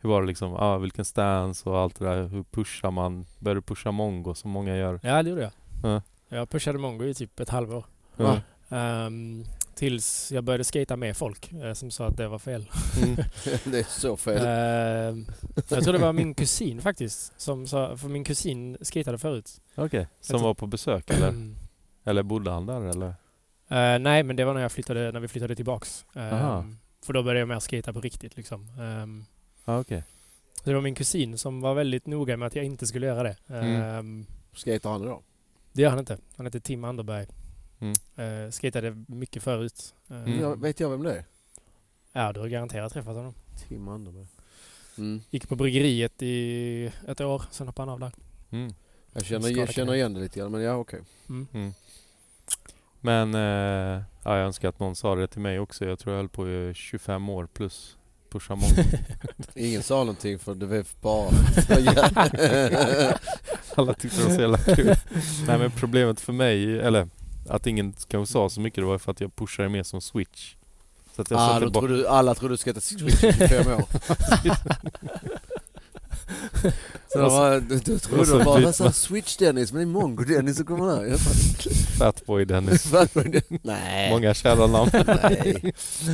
Speaker 2: hur var det liksom? Ah, vilken stance och allt det där. Hur pushar man? Började du pusha mongo som många gör?
Speaker 1: Ja, det gjorde jag.
Speaker 2: Ja.
Speaker 1: Jag pushade mongo i typ ett halvår.
Speaker 2: Mm.
Speaker 3: Va?
Speaker 1: Ehm, tills jag började skata med folk eh, som sa att det var fel.
Speaker 2: Mm.
Speaker 3: det är så fel.
Speaker 1: Ehm, jag tror det var min kusin faktiskt. Som sa, för min kusin skatade förut. Ehm,
Speaker 2: Okej, som
Speaker 1: tror-
Speaker 2: var på besök eller? Eller bodde han där eller?
Speaker 1: Eh, nej, men det var när, jag flyttade, när vi flyttade tillbaks. Ehm,
Speaker 2: Aha.
Speaker 1: för då började jag med att skata på riktigt liksom. Ehm,
Speaker 2: Ah, Okej.
Speaker 1: det var min kusin som var väldigt noga med att jag inte skulle göra det.
Speaker 2: Mm.
Speaker 1: Ehm,
Speaker 3: Skejtar han idag?
Speaker 1: Det gör han inte. Han heter Tim Anderberg.
Speaker 2: Mm.
Speaker 1: Eh, skatade mycket förut. Ehm,
Speaker 2: Mm.
Speaker 3: Jag, vet jag vem det är?
Speaker 1: Ja, du har garanterat träffat honom.
Speaker 3: Tim Anderberg. Mm.
Speaker 1: Gick på bryggeriet i ett år, sen hoppade han av där.
Speaker 2: Mm.
Speaker 3: Jag känner,
Speaker 1: Skada
Speaker 3: jag känner
Speaker 1: knä.
Speaker 3: igen det lite grann men ja okej.
Speaker 2: Men eh, ja, jag önskar att någon sa det till mig också. Jag tror jag höll på i 25 år plus pusha mongo.
Speaker 3: Ingen sa någonting för det var bara...
Speaker 2: Alla tyckte det var så jävla kul. Nej men problemet för mig, eller att ingen kanske sa så mycket, det var för att jag pushade mer som switch. Så att jag
Speaker 3: ah,
Speaker 2: satte
Speaker 3: då
Speaker 2: bara-
Speaker 3: trodde, du- alla trodde du skejtade switch i 25 år. Så de var, du, du
Speaker 2: och
Speaker 3: trodde
Speaker 2: Alltså, så
Speaker 3: de bara,
Speaker 2: byter
Speaker 3: vad sa
Speaker 2: man.
Speaker 3: switch Dennis? Men det är mongo Dennis som kommer här. Jag
Speaker 2: Fatboy Dennis.
Speaker 3: bara, "Vad är det?" Nej.
Speaker 2: Många kära namn.
Speaker 3: Nej.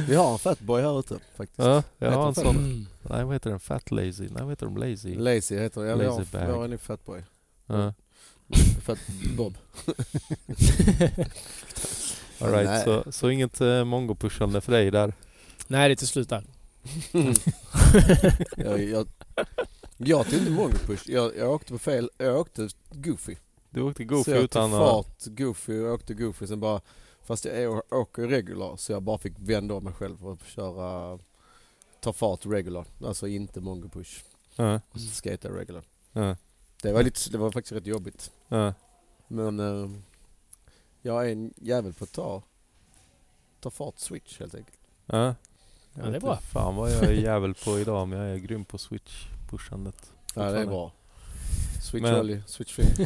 Speaker 3: Vi har en Mm. fatboy här ute faktiskt.
Speaker 2: Ja, jag
Speaker 3: Heter
Speaker 2: har en
Speaker 3: de
Speaker 2: sån. Nej vad heter den? Fat Lazy? Nej vad heter de? Lazy?
Speaker 3: Lazy heter det. Ja, vi har-
Speaker 2: Lazybag.
Speaker 3: vi har en ny fatboy.
Speaker 2: Ja.
Speaker 3: Fat Bob.
Speaker 2: All right,
Speaker 3: Nej.
Speaker 2: så, så inget eh, mongo-pushande för dig där.
Speaker 1: Nej, det är till slut där.
Speaker 3: jag, jag, jag tog inte många push. Jag, jag åkte på fel, jag åkte goofy.
Speaker 2: Du åkte goofy
Speaker 3: så jag
Speaker 2: utan eh,
Speaker 3: tog
Speaker 2: att...
Speaker 3: fart, goofy och åkte goofy sen bara, fast jag är- åker regular så jag bara fick vända om mig själv och köra, ta fart regular. Alltså inte många push.
Speaker 2: Ja,
Speaker 3: Och så skata regular.
Speaker 2: Mm. ja,
Speaker 3: Det var, lite, det var faktiskt rätt jobbigt.
Speaker 2: ja.
Speaker 3: Men eh, jag är en jävel på att ta, ta fart switch helt enkelt.
Speaker 2: ja.
Speaker 1: Ja,
Speaker 2: Jag
Speaker 1: det är
Speaker 2: vet
Speaker 1: bra.
Speaker 2: inte Fan vad jag är jävel på idag, men jag är grym på switch-pushandet.
Speaker 3: Ja det är
Speaker 2: Fortfarande.
Speaker 3: bra. Switch
Speaker 2: Men-
Speaker 3: early, switch free.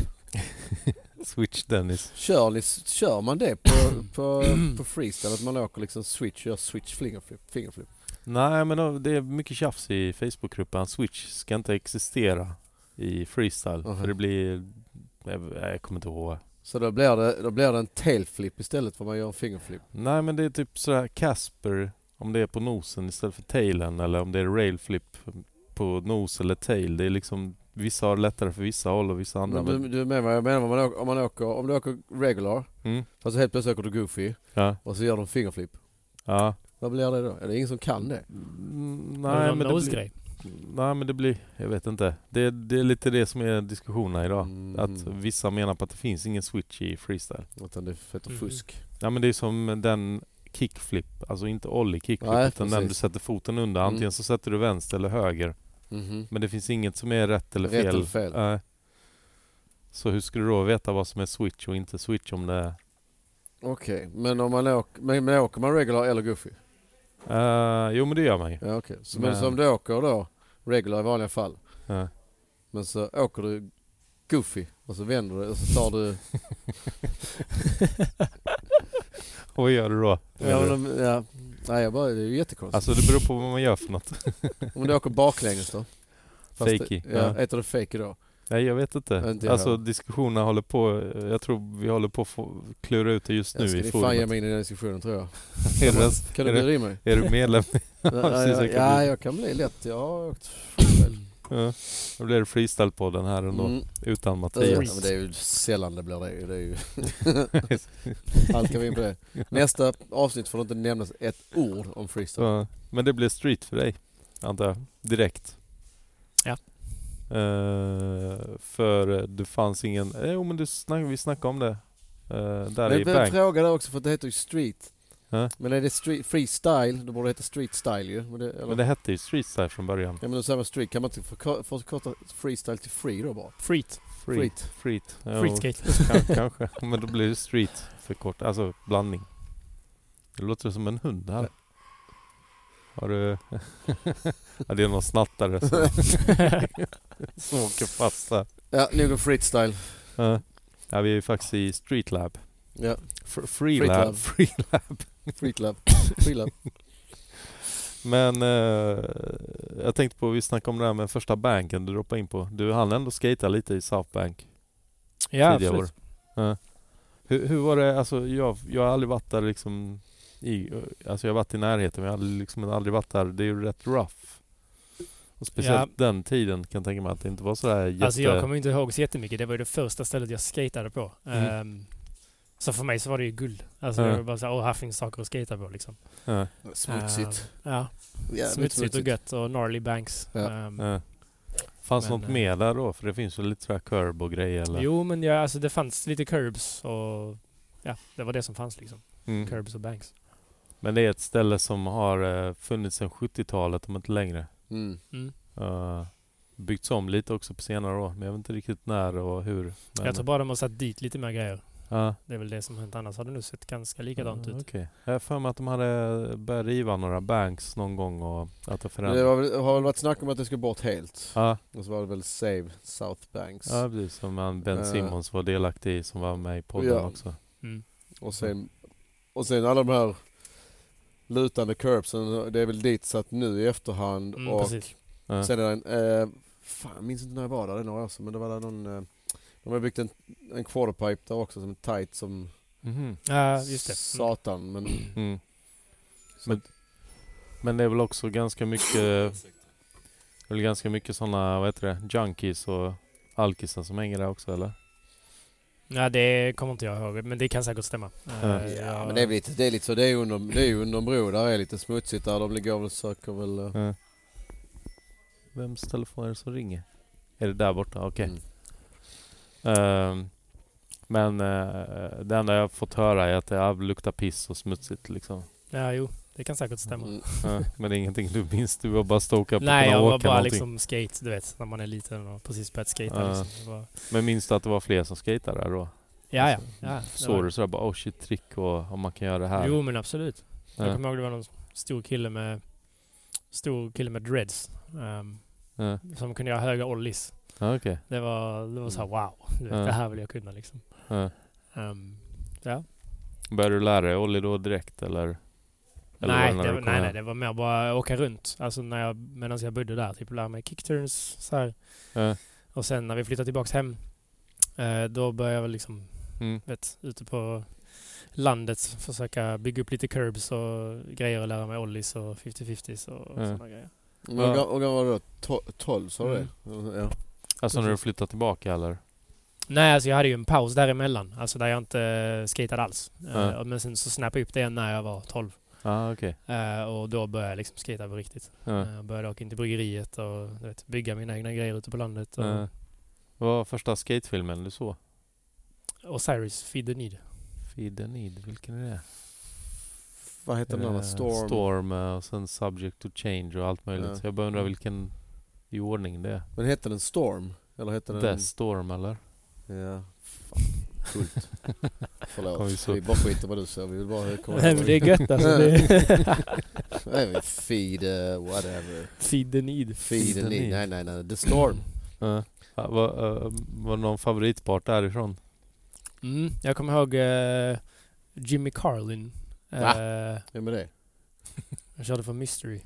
Speaker 2: Switch Dennis.
Speaker 3: Kör, ni- kör man det på, på, på freestyle? Att man åker liksom switch, gör switch, fingerflip, fingerflip?
Speaker 2: Nej men då- det är mycket tjafs i Facebookgruppen. Switch ska inte existera i freestyle.
Speaker 3: Mhm.
Speaker 2: För det blir... Jag, jag kommer inte ihåg.
Speaker 3: Så då blir det, då blir det en tailflip istället för att man gör en fingerflip.
Speaker 2: Nej men det är typ sådär Casper. Om det är på nosen istället för tailen eller om det är railflip på nose eller tail. Det är liksom, vissa har lättare för vissa håll och vissa andra.
Speaker 3: Du,
Speaker 2: Men,
Speaker 3: du är med vad jag menar? Om, man åker, om, man åker, om du åker regular,
Speaker 2: mm,
Speaker 3: fast så helt plötsligt åker du goofy
Speaker 2: ja,
Speaker 3: och så gör du en fingerflip.
Speaker 2: ja.
Speaker 3: Vad blir det då? Är det ingen som kan det?
Speaker 2: Mm,
Speaker 1: Var det
Speaker 2: Nej
Speaker 1: någon
Speaker 2: men det blir,
Speaker 1: nosegrej?
Speaker 2: nej men det blir, jag vet inte. Det, det är lite det som är diskussionerna idag.
Speaker 3: Mm,
Speaker 2: Att vissa menar på att det finns ingen switch i freestyle.
Speaker 3: Utan det heter
Speaker 1: Mhm.
Speaker 3: fusk.
Speaker 2: Ja men det är som den kickflip, alltså inte ollie kickflip
Speaker 3: Nej,
Speaker 2: utan
Speaker 3: precis.
Speaker 2: den du sätter foten under.
Speaker 3: Mm.
Speaker 2: Antingen så sätter du vänster eller höger.
Speaker 3: Mhm.
Speaker 2: Mm-hmm. Men det finns inget som är rätt eller
Speaker 3: Rätt
Speaker 2: fel.
Speaker 3: eller fel.
Speaker 2: Nej. Så hur skulle du då veta vad som är switch och inte switch om det är...
Speaker 3: Okej, men om man åker, men, men åker man regular eller goofy?
Speaker 2: Eh, jo men det gör man ju.
Speaker 3: Ja okej. Så, men
Speaker 2: Men-
Speaker 3: så om du åker då regular i vanliga fall.
Speaker 2: Ja.
Speaker 3: Men så åker du goofy och så vänder du och så tar du...
Speaker 2: Och vad gör du då?
Speaker 3: ja, men, om- ja, nej jag bara, det är ju jättekonstigt.
Speaker 2: Alltså det beror på vad man gör för något.
Speaker 3: Om du åker baklänges då? Fast det-
Speaker 2: Fakey,
Speaker 3: Ja,
Speaker 2: ja.
Speaker 3: Heter det fakey då?
Speaker 2: Nej jag vet inte.
Speaker 3: Inte jag
Speaker 2: alltså
Speaker 3: heller.
Speaker 2: diskussionerna håller på. Jag tror vi håller på att få klura ut det just nu
Speaker 3: jag ska
Speaker 2: i
Speaker 3: ni fan ge
Speaker 2: forumet.
Speaker 3: mig in i den diskussionen tror jag.
Speaker 2: Är du,
Speaker 3: Kan du
Speaker 2: är det-
Speaker 3: bjuda in mig?
Speaker 2: är du medlem?
Speaker 3: Ja,
Speaker 2: precis,
Speaker 3: ja,
Speaker 2: jag kan
Speaker 3: ja,
Speaker 2: bli-
Speaker 3: jag kan bli lätt. Jag har åkt freestyle.
Speaker 2: Ja. Då blir det freestyle-podden här ändå.
Speaker 3: Mm,
Speaker 2: Utan
Speaker 3: det, är-
Speaker 2: Mattias.
Speaker 3: men det är ju sällan det blir det. det är ju Allt kan vi in på det. Nästa avsnitt får det inte nämnas ett ord om freestyle.
Speaker 2: Ja, men det blir street för dig, antar jag. Direkt.
Speaker 1: Ja.
Speaker 2: Eh, för det fanns ingen... eh, Jo men du snack, vi snackade om det. eh, där
Speaker 3: Men
Speaker 2: i
Speaker 3: jag vill
Speaker 2: Bang.
Speaker 3: fråga där också för att det heter ju street.
Speaker 2: Ja.
Speaker 3: Men är det street, freestyle, då borde det heta street style ju. Men det, eller,
Speaker 2: Men det hette ju street style från början.
Speaker 3: Ja men då säger man street, kan man inte förko- förkorta freestyle till free då bara?
Speaker 1: Freet.
Speaker 2: Freet. Freet. Ja,
Speaker 1: Freetskate.
Speaker 2: kan- kanske. Men då blir det street för kort. Alltså blandning. Det låter som en hund här. Har du... ja, det är någon snattare som, som åker fast här.
Speaker 3: Ja, nog om freestyle.
Speaker 2: Ja. ja, vi är faktiskt i street lab.
Speaker 3: Ja,
Speaker 2: Fr- Free
Speaker 3: Free
Speaker 2: lab.
Speaker 3: lab.
Speaker 2: Free lab.
Speaker 3: freetlab. freelab.
Speaker 2: Men eh, jag tänkte på, vi snackade om det här med första banken du droppade in på. Du hann ändå skata lite i South Bank
Speaker 1: ja,
Speaker 2: tidigare
Speaker 1: absolut.
Speaker 2: år. Ja. Hur, hur var det, alltså jag, jag har aldrig varit där liksom i, alltså jag har varit i närheten men jag har aldrig- liksom aldrig varit där. Det är ju rätt rough. Och speciellt den tiden kan jag tänka mig att det inte var sådär jätte...
Speaker 1: Alltså jag kommer inte ihåg så jättemycket. Det var ju det första stället jag skatade på.
Speaker 2: Mm.
Speaker 1: Ehm, så för mig så var det ju guld. Alltså
Speaker 2: Ja.
Speaker 1: det var bara såhär, åh här finns saker att skata på liksom.
Speaker 2: Ja,
Speaker 3: Smutsigt.
Speaker 1: Ehm, ja,
Speaker 3: Jävligt
Speaker 1: smutsigt och gött och gnarly banks.
Speaker 3: Ja.
Speaker 1: Ehm,
Speaker 2: ja. Fanns
Speaker 1: Men,
Speaker 2: något
Speaker 1: eh,
Speaker 2: mer där då? För det finns ju lite sådär curb och grejer eller?
Speaker 1: Jo men ja, alltså det fanns lite curbs och ja, det var det som fanns liksom.
Speaker 2: Mm.
Speaker 1: Curbs och banks.
Speaker 2: Men det är ett ställe som har eh, funnits sedan 70-talet om inte längre.
Speaker 3: Mm.
Speaker 1: Mm.
Speaker 2: Uh, byggts om lite också på senare år. Men jag vet inte riktigt när och hur. Men,
Speaker 1: Jag tror bara de har satt dit lite mer grejer.
Speaker 2: Ja,
Speaker 1: Det är väl det som hänt. Annars hade det nog sett ganska likadant
Speaker 2: ja,
Speaker 1: ut.
Speaker 2: okej. Jag har för mig att de hade börjat riva några banks någon gång och att det
Speaker 3: Det
Speaker 2: förändrats.
Speaker 3: var, väl- har väl varit snack om att det ska bort helt.
Speaker 2: Ja,
Speaker 3: Och så var det väl Save South Banks.
Speaker 2: ja, precis. Som han Ben
Speaker 3: Eh.
Speaker 2: Simmons var delaktig i som var med i podden
Speaker 3: Ja.
Speaker 2: också.
Speaker 1: Mm.
Speaker 3: Och, sen, och sen alla de här lutande curbsen, det är väl dit satt nu i efterhand.
Speaker 1: Mm,
Speaker 3: och
Speaker 1: precis.
Speaker 2: Ja.
Speaker 3: sen är det en, eh, fan jag minns inte när jag var där, det är några år sedan, men det var där någon, eh, de har byggt en, en quarterpipe där också som är tight som Mm.
Speaker 2: Mhm.
Speaker 1: Ja, just det. Mm.
Speaker 3: satan. Men,
Speaker 2: Mm.
Speaker 3: så
Speaker 2: Men-
Speaker 3: att-
Speaker 2: Men det är väl också ganska mycket Det är väl ganska mycket sådana, vad heter det, junkies och alkisar som hänger där också eller?
Speaker 1: Ja, det kommer inte jag ihåg. Men det kan säkert stämma.
Speaker 2: Ja.
Speaker 1: Ehm,
Speaker 3: ja, men det är väl lite, det är lite så, det är ju under, det är ju under en bro, där är lite smutsigt där, de ligger och söker väl... eh,
Speaker 2: Vems telefon är det som ringer? Är det där borta? Okej.
Speaker 3: Mm.
Speaker 2: Ehm, men eh, det enda jag har fått höra är att det här luktar piss och smutsigt liksom.
Speaker 1: Ja, jo. Det kan säkert stämma.
Speaker 3: Mm.
Speaker 2: Eh, men det är ingenting du minns? Du var bara stokad på att
Speaker 1: Nej,
Speaker 2: kunna
Speaker 1: jag
Speaker 2: åka
Speaker 1: var bara
Speaker 2: någonting.
Speaker 1: liksom skate, du vet, när man är liten och precis börjat skate.
Speaker 2: Ja.
Speaker 1: Liksom. Det var-
Speaker 2: Men minns du att det var fler som skejtade där då?
Speaker 1: Ja, ja. ja det
Speaker 2: Såg
Speaker 1: var-
Speaker 2: du sådär bara oh shit trick och om man kan göra det här? Eh,
Speaker 1: Jo, men absolut.
Speaker 2: Ja.
Speaker 1: Jag kommer ihåg det var någon stor kille med stor kille med dreads. ehm,
Speaker 2: Ja.
Speaker 1: som kunde göra höga ollies.
Speaker 2: eh, Ja, okej.
Speaker 1: Det var, det var så här wow. Du vet,
Speaker 2: Ja.
Speaker 1: Det här vill jag kunna liksom.
Speaker 2: Ja.
Speaker 1: Ehm, ja.
Speaker 2: Började du lära dig ollie då direkt eller? Eller
Speaker 1: Nej,
Speaker 2: var det när
Speaker 1: det
Speaker 2: du
Speaker 1: var,
Speaker 2: kom
Speaker 1: nej,
Speaker 2: hem?
Speaker 1: nej, det var mer bara åka runt. Alltså när jag, medan jag bodde där. Typ lära mig kickturns så här.
Speaker 2: Ja.
Speaker 1: Och sen när vi flyttade tillbaks hem. eh, då började jag väl liksom
Speaker 2: Mm.
Speaker 1: vet, ute på landet försöka bygga upp lite curbs och grejer och lära mig ollies och 50-50s och
Speaker 2: Ja.
Speaker 1: sådana grejer.
Speaker 3: Men
Speaker 2: Ja.
Speaker 3: hur gam- hur gammal var du då? To- 12 sa du det? Ja.
Speaker 2: Alltså när du flyttade tillbaka eller?
Speaker 1: Nej, alltså jag hade ju en paus däremellan. Alltså där jag inte eh, skatade alls. Eh,
Speaker 2: Ja.
Speaker 1: Men sen så snappade jag upp det igen när jag var 12.
Speaker 2: Ah, okej.
Speaker 1: Eh, och då började jag liksom skata på riktigt.
Speaker 2: Ja.
Speaker 1: Eh, Jag började åka in till bryggeriet och du vet, bygga mina egna grejer ute på landet. Och,
Speaker 2: Eh, Vad var första skatefilmen du såg?
Speaker 1: Osiris Feed the Need.
Speaker 2: Feed the Need, vilken är det?
Speaker 3: Vad hette den andra?
Speaker 2: Eh,
Speaker 3: Storm?
Speaker 2: Storm eh, och sen Subject to Change och allt möjligt.
Speaker 3: Ja.
Speaker 2: Så jag bara undrar vilken i ordning det är.
Speaker 3: Men hette den Storm? Eller hette den...
Speaker 2: The Storm eller?
Speaker 3: Ja. Fan. Coolt.
Speaker 2: Kom vi
Speaker 3: Förlåt.
Speaker 2: så-
Speaker 3: Vi bara skiter vad du säger. Vi vill bara komma
Speaker 1: Nej men det är gött alltså.
Speaker 3: Nej, men Feed eh, whatever.
Speaker 1: Feed the Need.
Speaker 3: Feed
Speaker 2: Feed
Speaker 3: the
Speaker 2: the
Speaker 3: need.
Speaker 2: need.
Speaker 3: Nej, nej, nej. The Storm.
Speaker 2: Eh, va- va- eh, Var det någon favoritpart därifrån?
Speaker 1: Mm, jag kommer ihåg eh, Jimmy Carlin. Eh,
Speaker 3: Vem är det?
Speaker 1: Han körde för Mystery.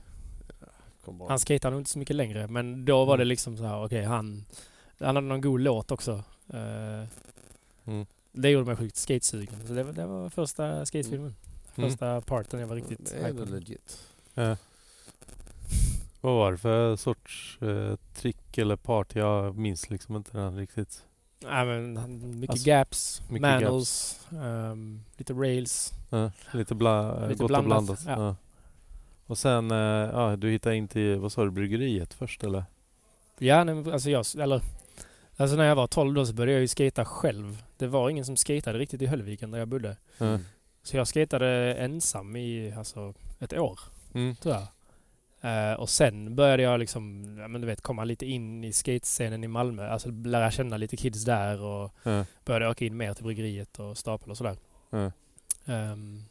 Speaker 3: Kom bara.
Speaker 1: Han skejtade nog inte så mycket längre men då
Speaker 2: Mm.
Speaker 1: var det liksom så här, okej han... Han hade någon god låt också. Eh,
Speaker 2: Mm.
Speaker 1: Det gjorde mig sjukt skatesugen. Så det, var- det var första skatefilmen.
Speaker 2: Mm.
Speaker 1: Första parten jag var riktigt
Speaker 3: Det är
Speaker 1: hype
Speaker 3: väl
Speaker 1: på.
Speaker 3: legit.
Speaker 2: Vad var det för sorts eh, trick eller part? Jag minns liksom inte den riktigt.
Speaker 1: Nej men han- mycket
Speaker 2: Alltså,
Speaker 1: gaps,
Speaker 2: mycket
Speaker 1: manuals, ehm, lite rails.
Speaker 2: Eh, lite bla-
Speaker 1: Lite
Speaker 2: gott och
Speaker 1: blandat,
Speaker 2: blandat.
Speaker 1: ja.
Speaker 2: Ja. Och sen, eh, ja, du hittade in till, vad sa du, bryggeriet först eller?
Speaker 1: Ja, nej, men alltså jag... Eller, alltså när jag var 12 då så började jag ju skata själv. Det var ingen som skatade riktigt i Höllviken där jag bodde.
Speaker 2: Eh,
Speaker 3: Mm.
Speaker 1: Så jag skatade ensam i alltså, ett år,
Speaker 2: Mm.
Speaker 1: tror jag. Eh, och sen började jag liksom, ja, men du vet, komma lite in i skatescenen i Malmö. Alltså lära känna lite kids där och
Speaker 2: Eh,
Speaker 1: började åka in mer till bryggeriet och stapel och sådär.
Speaker 2: eh,
Speaker 1: Ehm,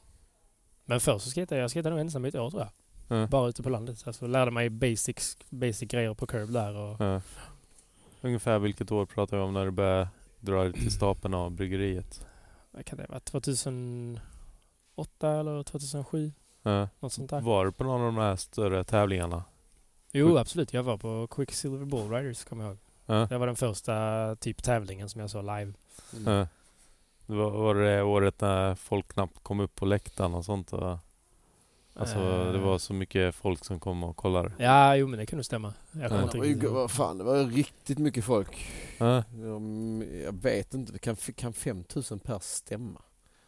Speaker 1: men först så skatade jag, jag skatade nog ensam i ett år tror jag.
Speaker 2: eh.
Speaker 1: Bara ute på landet. Alltså lärde mig basics, basic grejer på curb där och
Speaker 2: Ja. Ungefär vilket år pratar vi om när du börjar dra ut till stapeln av bryggeriet?
Speaker 1: vad kan det vara, 2008 eller 2007?
Speaker 2: Ja.
Speaker 1: Något sånt där.
Speaker 2: Var du på någon av de här större tävlingarna?
Speaker 1: Jo, absolut. Jag var på Quicksilver Ball Riders, kommer jag ihåg.
Speaker 2: Ja.
Speaker 1: Det var den första typ tävlingen som jag såg live.
Speaker 3: Mm.
Speaker 2: Ja. Eh, Det var, var det året när folk knappt kom upp på läktaren och sånt? Och, alltså
Speaker 1: Eh,
Speaker 2: det var så mycket folk som kom och kollade.
Speaker 1: Ja, jo men det kunde stämma. Jag kommer
Speaker 2: Ja.
Speaker 1: inte
Speaker 3: Det var ju,
Speaker 1: riktigt ihåg.
Speaker 3: vad fan, det var ju riktigt mycket folk.
Speaker 2: Ja.
Speaker 3: Jag, jag vet inte, det kan, kan 5000 per stämma?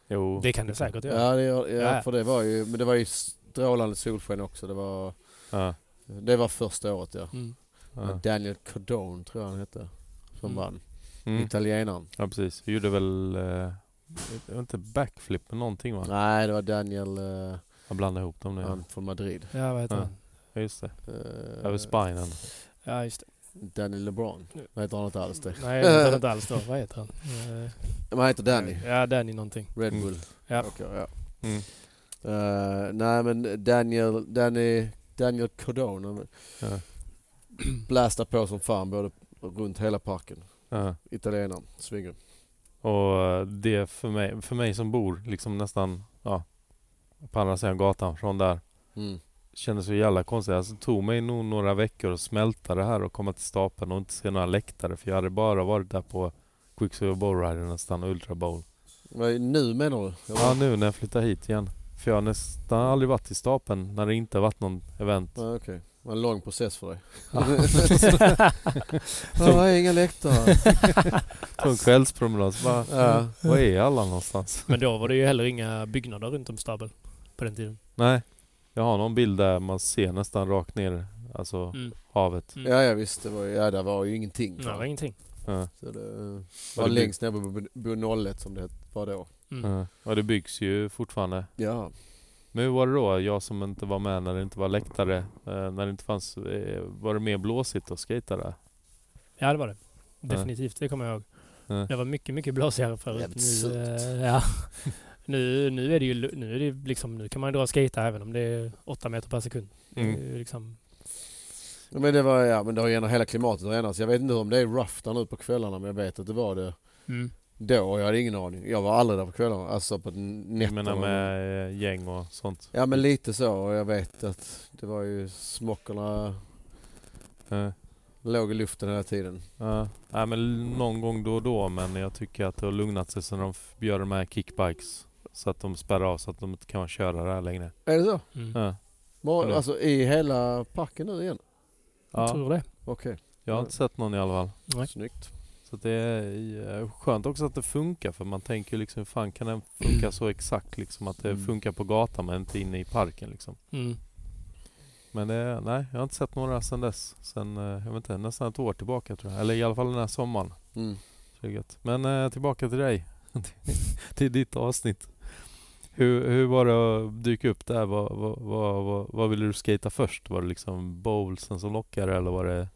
Speaker 2: Jo.
Speaker 1: Det kan det säkert göra.
Speaker 3: Ja, det, gör- ja,
Speaker 1: Ja.
Speaker 3: för det var ju, men det var ju strålande solsken också. Det var,
Speaker 2: Ja.
Speaker 3: det var första året ja.
Speaker 1: Mm.
Speaker 2: Ja.
Speaker 3: Daniel Codone tror jag han hette, som
Speaker 1: Mm.
Speaker 3: vann.
Speaker 2: Mm.
Speaker 3: Italienaren.
Speaker 2: ja precis. Du gjorde väl, eh, det var inte backflip men någonting va?
Speaker 3: Nej, det var Daniel, eh,
Speaker 2: Jag blandade ihop dem nu.
Speaker 3: han från Madrid.
Speaker 1: Ja, vad heter
Speaker 2: Ja.
Speaker 1: han?
Speaker 2: Ja, just det.
Speaker 3: Eh,
Speaker 2: Över spinen.
Speaker 1: Ja, just det.
Speaker 3: Daniel LeBron. Nej, heter han inte alls det.
Speaker 1: Nej, jag vet inte alls då. Vad heter han? Eh,
Speaker 3: Men han heter Danny.
Speaker 1: Ja, Danny någonting.
Speaker 3: Red
Speaker 2: Mm.
Speaker 3: Bull.
Speaker 1: Ja.
Speaker 3: Okej, ja.
Speaker 2: Mm.
Speaker 3: Eh, nej men Daniel, Danny, Daniel Codone han
Speaker 2: Ja.
Speaker 3: blastar på som fan både runt hela parken.
Speaker 2: Ja.
Speaker 3: Italienaren, svingar.
Speaker 2: Och eh, det för mig, för mig som bor liksom nästan ja, på andra sidan gatan från där
Speaker 3: Mm.
Speaker 2: kändes så jävla konstigt. Alltså det tog mig nog några veckor att smälta det här och komma till stapeln och inte se några läktare för jag hade bara varit där på Quicksilver Bowl Rider nästan och Ultra Bowl.
Speaker 3: Vad är- Nu menar du?
Speaker 2: Ja nu när jag flyttar hit igen. För jag har nästan aldrig varit i stapeln när det inte varit någon event.
Speaker 3: Ja, Okej, det var en lång process för dig.
Speaker 2: Ja, det
Speaker 3: inga läktare.
Speaker 2: På en kvällspromenad så bara,
Speaker 3: Ja.
Speaker 2: var är alla någonstans?
Speaker 1: Men då var det ju heller inga byggnader runt om Stabel på den tiden.
Speaker 2: Nej. Jag har någon bild där man ser nästan rakt ner, alltså
Speaker 1: Mm.
Speaker 2: havet.
Speaker 1: Mm.
Speaker 3: ja, ja visst, det var, ju- ja, det var ju ingenting.
Speaker 1: Nej, det var ingenting.
Speaker 2: Ja.
Speaker 3: Så det eh,
Speaker 2: Var
Speaker 3: var
Speaker 2: det
Speaker 3: längst ner på Bo- Bo 01 som det var då.
Speaker 1: Mm.
Speaker 2: Ja. Och det byggs ju fortfarande.
Speaker 3: Ja,
Speaker 2: Men hur var det då? Jag som inte var med när det inte var läktare, eh, när det inte fanns, eh, var det mer blåsigt att skejta där?
Speaker 1: Ja, det var det. Definitivt, det kommer jag ihåg.
Speaker 2: Ja.
Speaker 1: Det var mycket, mycket blåsigare förut.
Speaker 3: Jävligt
Speaker 1: Nu,
Speaker 3: surt.
Speaker 1: eh, ja. nu, nu är det ju lu- nu är det ju liksom, nu kan man ju dra och skata även om det är åtta meter per sekund.
Speaker 2: Mm.
Speaker 1: Det är ju liksom,
Speaker 3: Ja, men det var, ja men det har ju ändrat, hela klimatet har ändrats. Jag vet inte om det är rough där nu på kvällarna men jag vet att det var det
Speaker 1: mm.
Speaker 3: då och jag hade ingen aning. Jag var aldrig där på kvällarna, alltså på
Speaker 2: Jag
Speaker 3: nätterna.
Speaker 2: menar med eh, gäng och sånt.
Speaker 3: Ja men lite så och jag vet att det var ju smockorna
Speaker 2: Eh,
Speaker 3: låg i luften hela tiden.
Speaker 2: ja. Nej men l- någon gång då och då men jag tycker att det har lugnat sig sen de f- gör de här kickbikes. Så att de spärrar av så att de inte kan köra det här längre.
Speaker 3: Är det så?
Speaker 1: Mm.
Speaker 2: Ja.
Speaker 3: Bara-
Speaker 2: Eller?
Speaker 3: Alltså i hela parken nu igen?
Speaker 1: Jag
Speaker 2: Ja,
Speaker 1: tror det.
Speaker 3: Okej,
Speaker 2: jag har inte sett någon i alla fall.
Speaker 1: Nej.
Speaker 3: snyggt.
Speaker 2: Så det är eh, skönt också att det funkar för man tänker ju liksom hur fan kan den funka så exakt liksom att det
Speaker 3: Mm.
Speaker 2: funkar på gatan men inte inne i parken liksom.
Speaker 1: Mm.
Speaker 2: Men det, nej, jag har inte sett några sedan dess. Sen, eh, jag vet inte, nästan ett år tillbaka tror jag. Eller i alla fall den här sommaren.
Speaker 3: Mm.
Speaker 2: Så det är gött. Men eh, tillbaka till dig. till ditt avsnitt. Hur, hur var det att dyka upp där? Vad, vad, vad, vad, vad ville du skata först? Var det liksom bowlsen som lockade eller var det...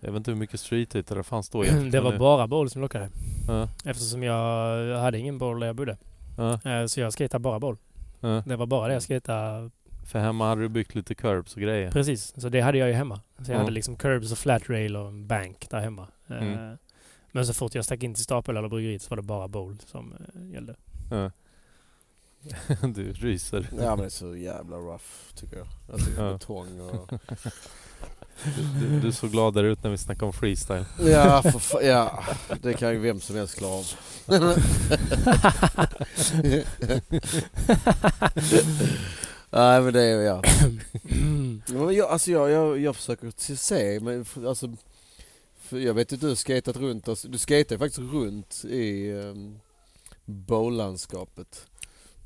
Speaker 2: Jag vet inte hur mycket streethitter Oh, det fanns då egentligen,
Speaker 1: Det
Speaker 2: men-
Speaker 1: var bara boll som lockade.
Speaker 2: Ja,
Speaker 1: Eftersom jag hade ingen boll där jag bodde.
Speaker 2: ja,
Speaker 1: Eh, Så jag skejtade bara boll.
Speaker 2: ja.
Speaker 1: Det var bara det jag skejtade.
Speaker 2: För hemma hade du byggt lite curbs och grejer.
Speaker 1: Precis. Så det hade jag ju hemma. Så jag
Speaker 2: Ja.
Speaker 1: hade liksom curbs och flat rail och en bank där hemma. Eh,
Speaker 2: Mm.
Speaker 1: Men så fort jag stack in till stapel eller bryggeriet så var det bara boll som eh, gällde.
Speaker 2: Ja. du ryser.
Speaker 3: Ja men det är så jävla rough tycker jag. Alltså
Speaker 2: Ja.
Speaker 3: betong och...
Speaker 2: Du, du såg glad där ut när vi snackade om freestyle.
Speaker 3: Ja, för fa- ja, det kan ju vem som helst klara av. Nej men det är ja.
Speaker 1: Mm.
Speaker 3: Men jag, alltså jag, jag, jag försöker se- se, men f- alltså, för jag vet att du har skatat runt, alltså, du skatar ju faktiskt runt i um, bowlandskapet.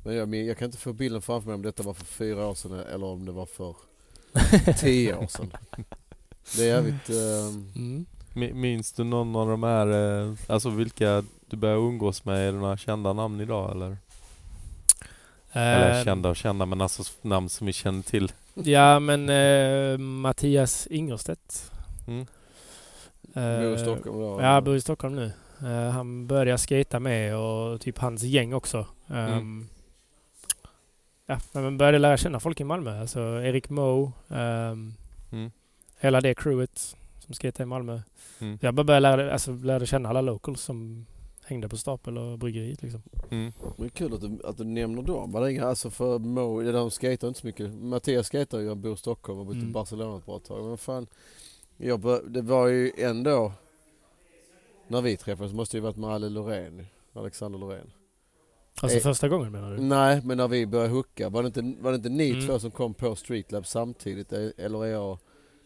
Speaker 3: Men jag, men jag kan inte få bilden framför mig om detta var för fyra år sedan eller om det var för tio år sedan. Det är jävligt... ehm,
Speaker 1: Mm.
Speaker 2: Mi- Minns du någon av de här, eh, alltså vilka du börjar umgås med? Är det några kända namn idag eller? Eller
Speaker 1: Eh,
Speaker 2: kända och kända men alltså s- namn som vi känner till.
Speaker 1: Ja men eh, Mattias Ingerstedt.
Speaker 2: Mm.
Speaker 1: Eh,
Speaker 3: Bor i Stockholm då?
Speaker 1: Ja, bor i Stockholm nu. Eh, han började jag skata med och typ hans gäng också. Ehm,
Speaker 2: Mm.
Speaker 1: Ja, nej, men började lära känna folk i Malmö. Alltså Erik Moe, ehm,
Speaker 2: Mm.
Speaker 1: hela det crewet som skatade i Malmö.
Speaker 2: Mm.
Speaker 1: Jag bara började lära, alltså, lärde känna alla locals som hängde på stapel och bryggeriet liksom.
Speaker 2: Mm.
Speaker 3: Men kul att du, att du nämner dem. Var det inga, alltså för Mo, det där de skejtar inte så mycket. Mattias skejtar ju, han bor i Stockholm och bott i
Speaker 1: Mm.
Speaker 3: Barcelona ett bra tag. Men fan, jag bör, det var ju ändå, när vi träffades måste det ju varit med Ale Loreen, Alexander Loreen.
Speaker 1: Alltså
Speaker 3: Eh.
Speaker 1: första gången menar du?
Speaker 3: Nej, men när vi började hooka, var det inte, var det inte ni
Speaker 1: Mm.
Speaker 3: två som kom på Streetlab samtidigt? eh, Eller är jag...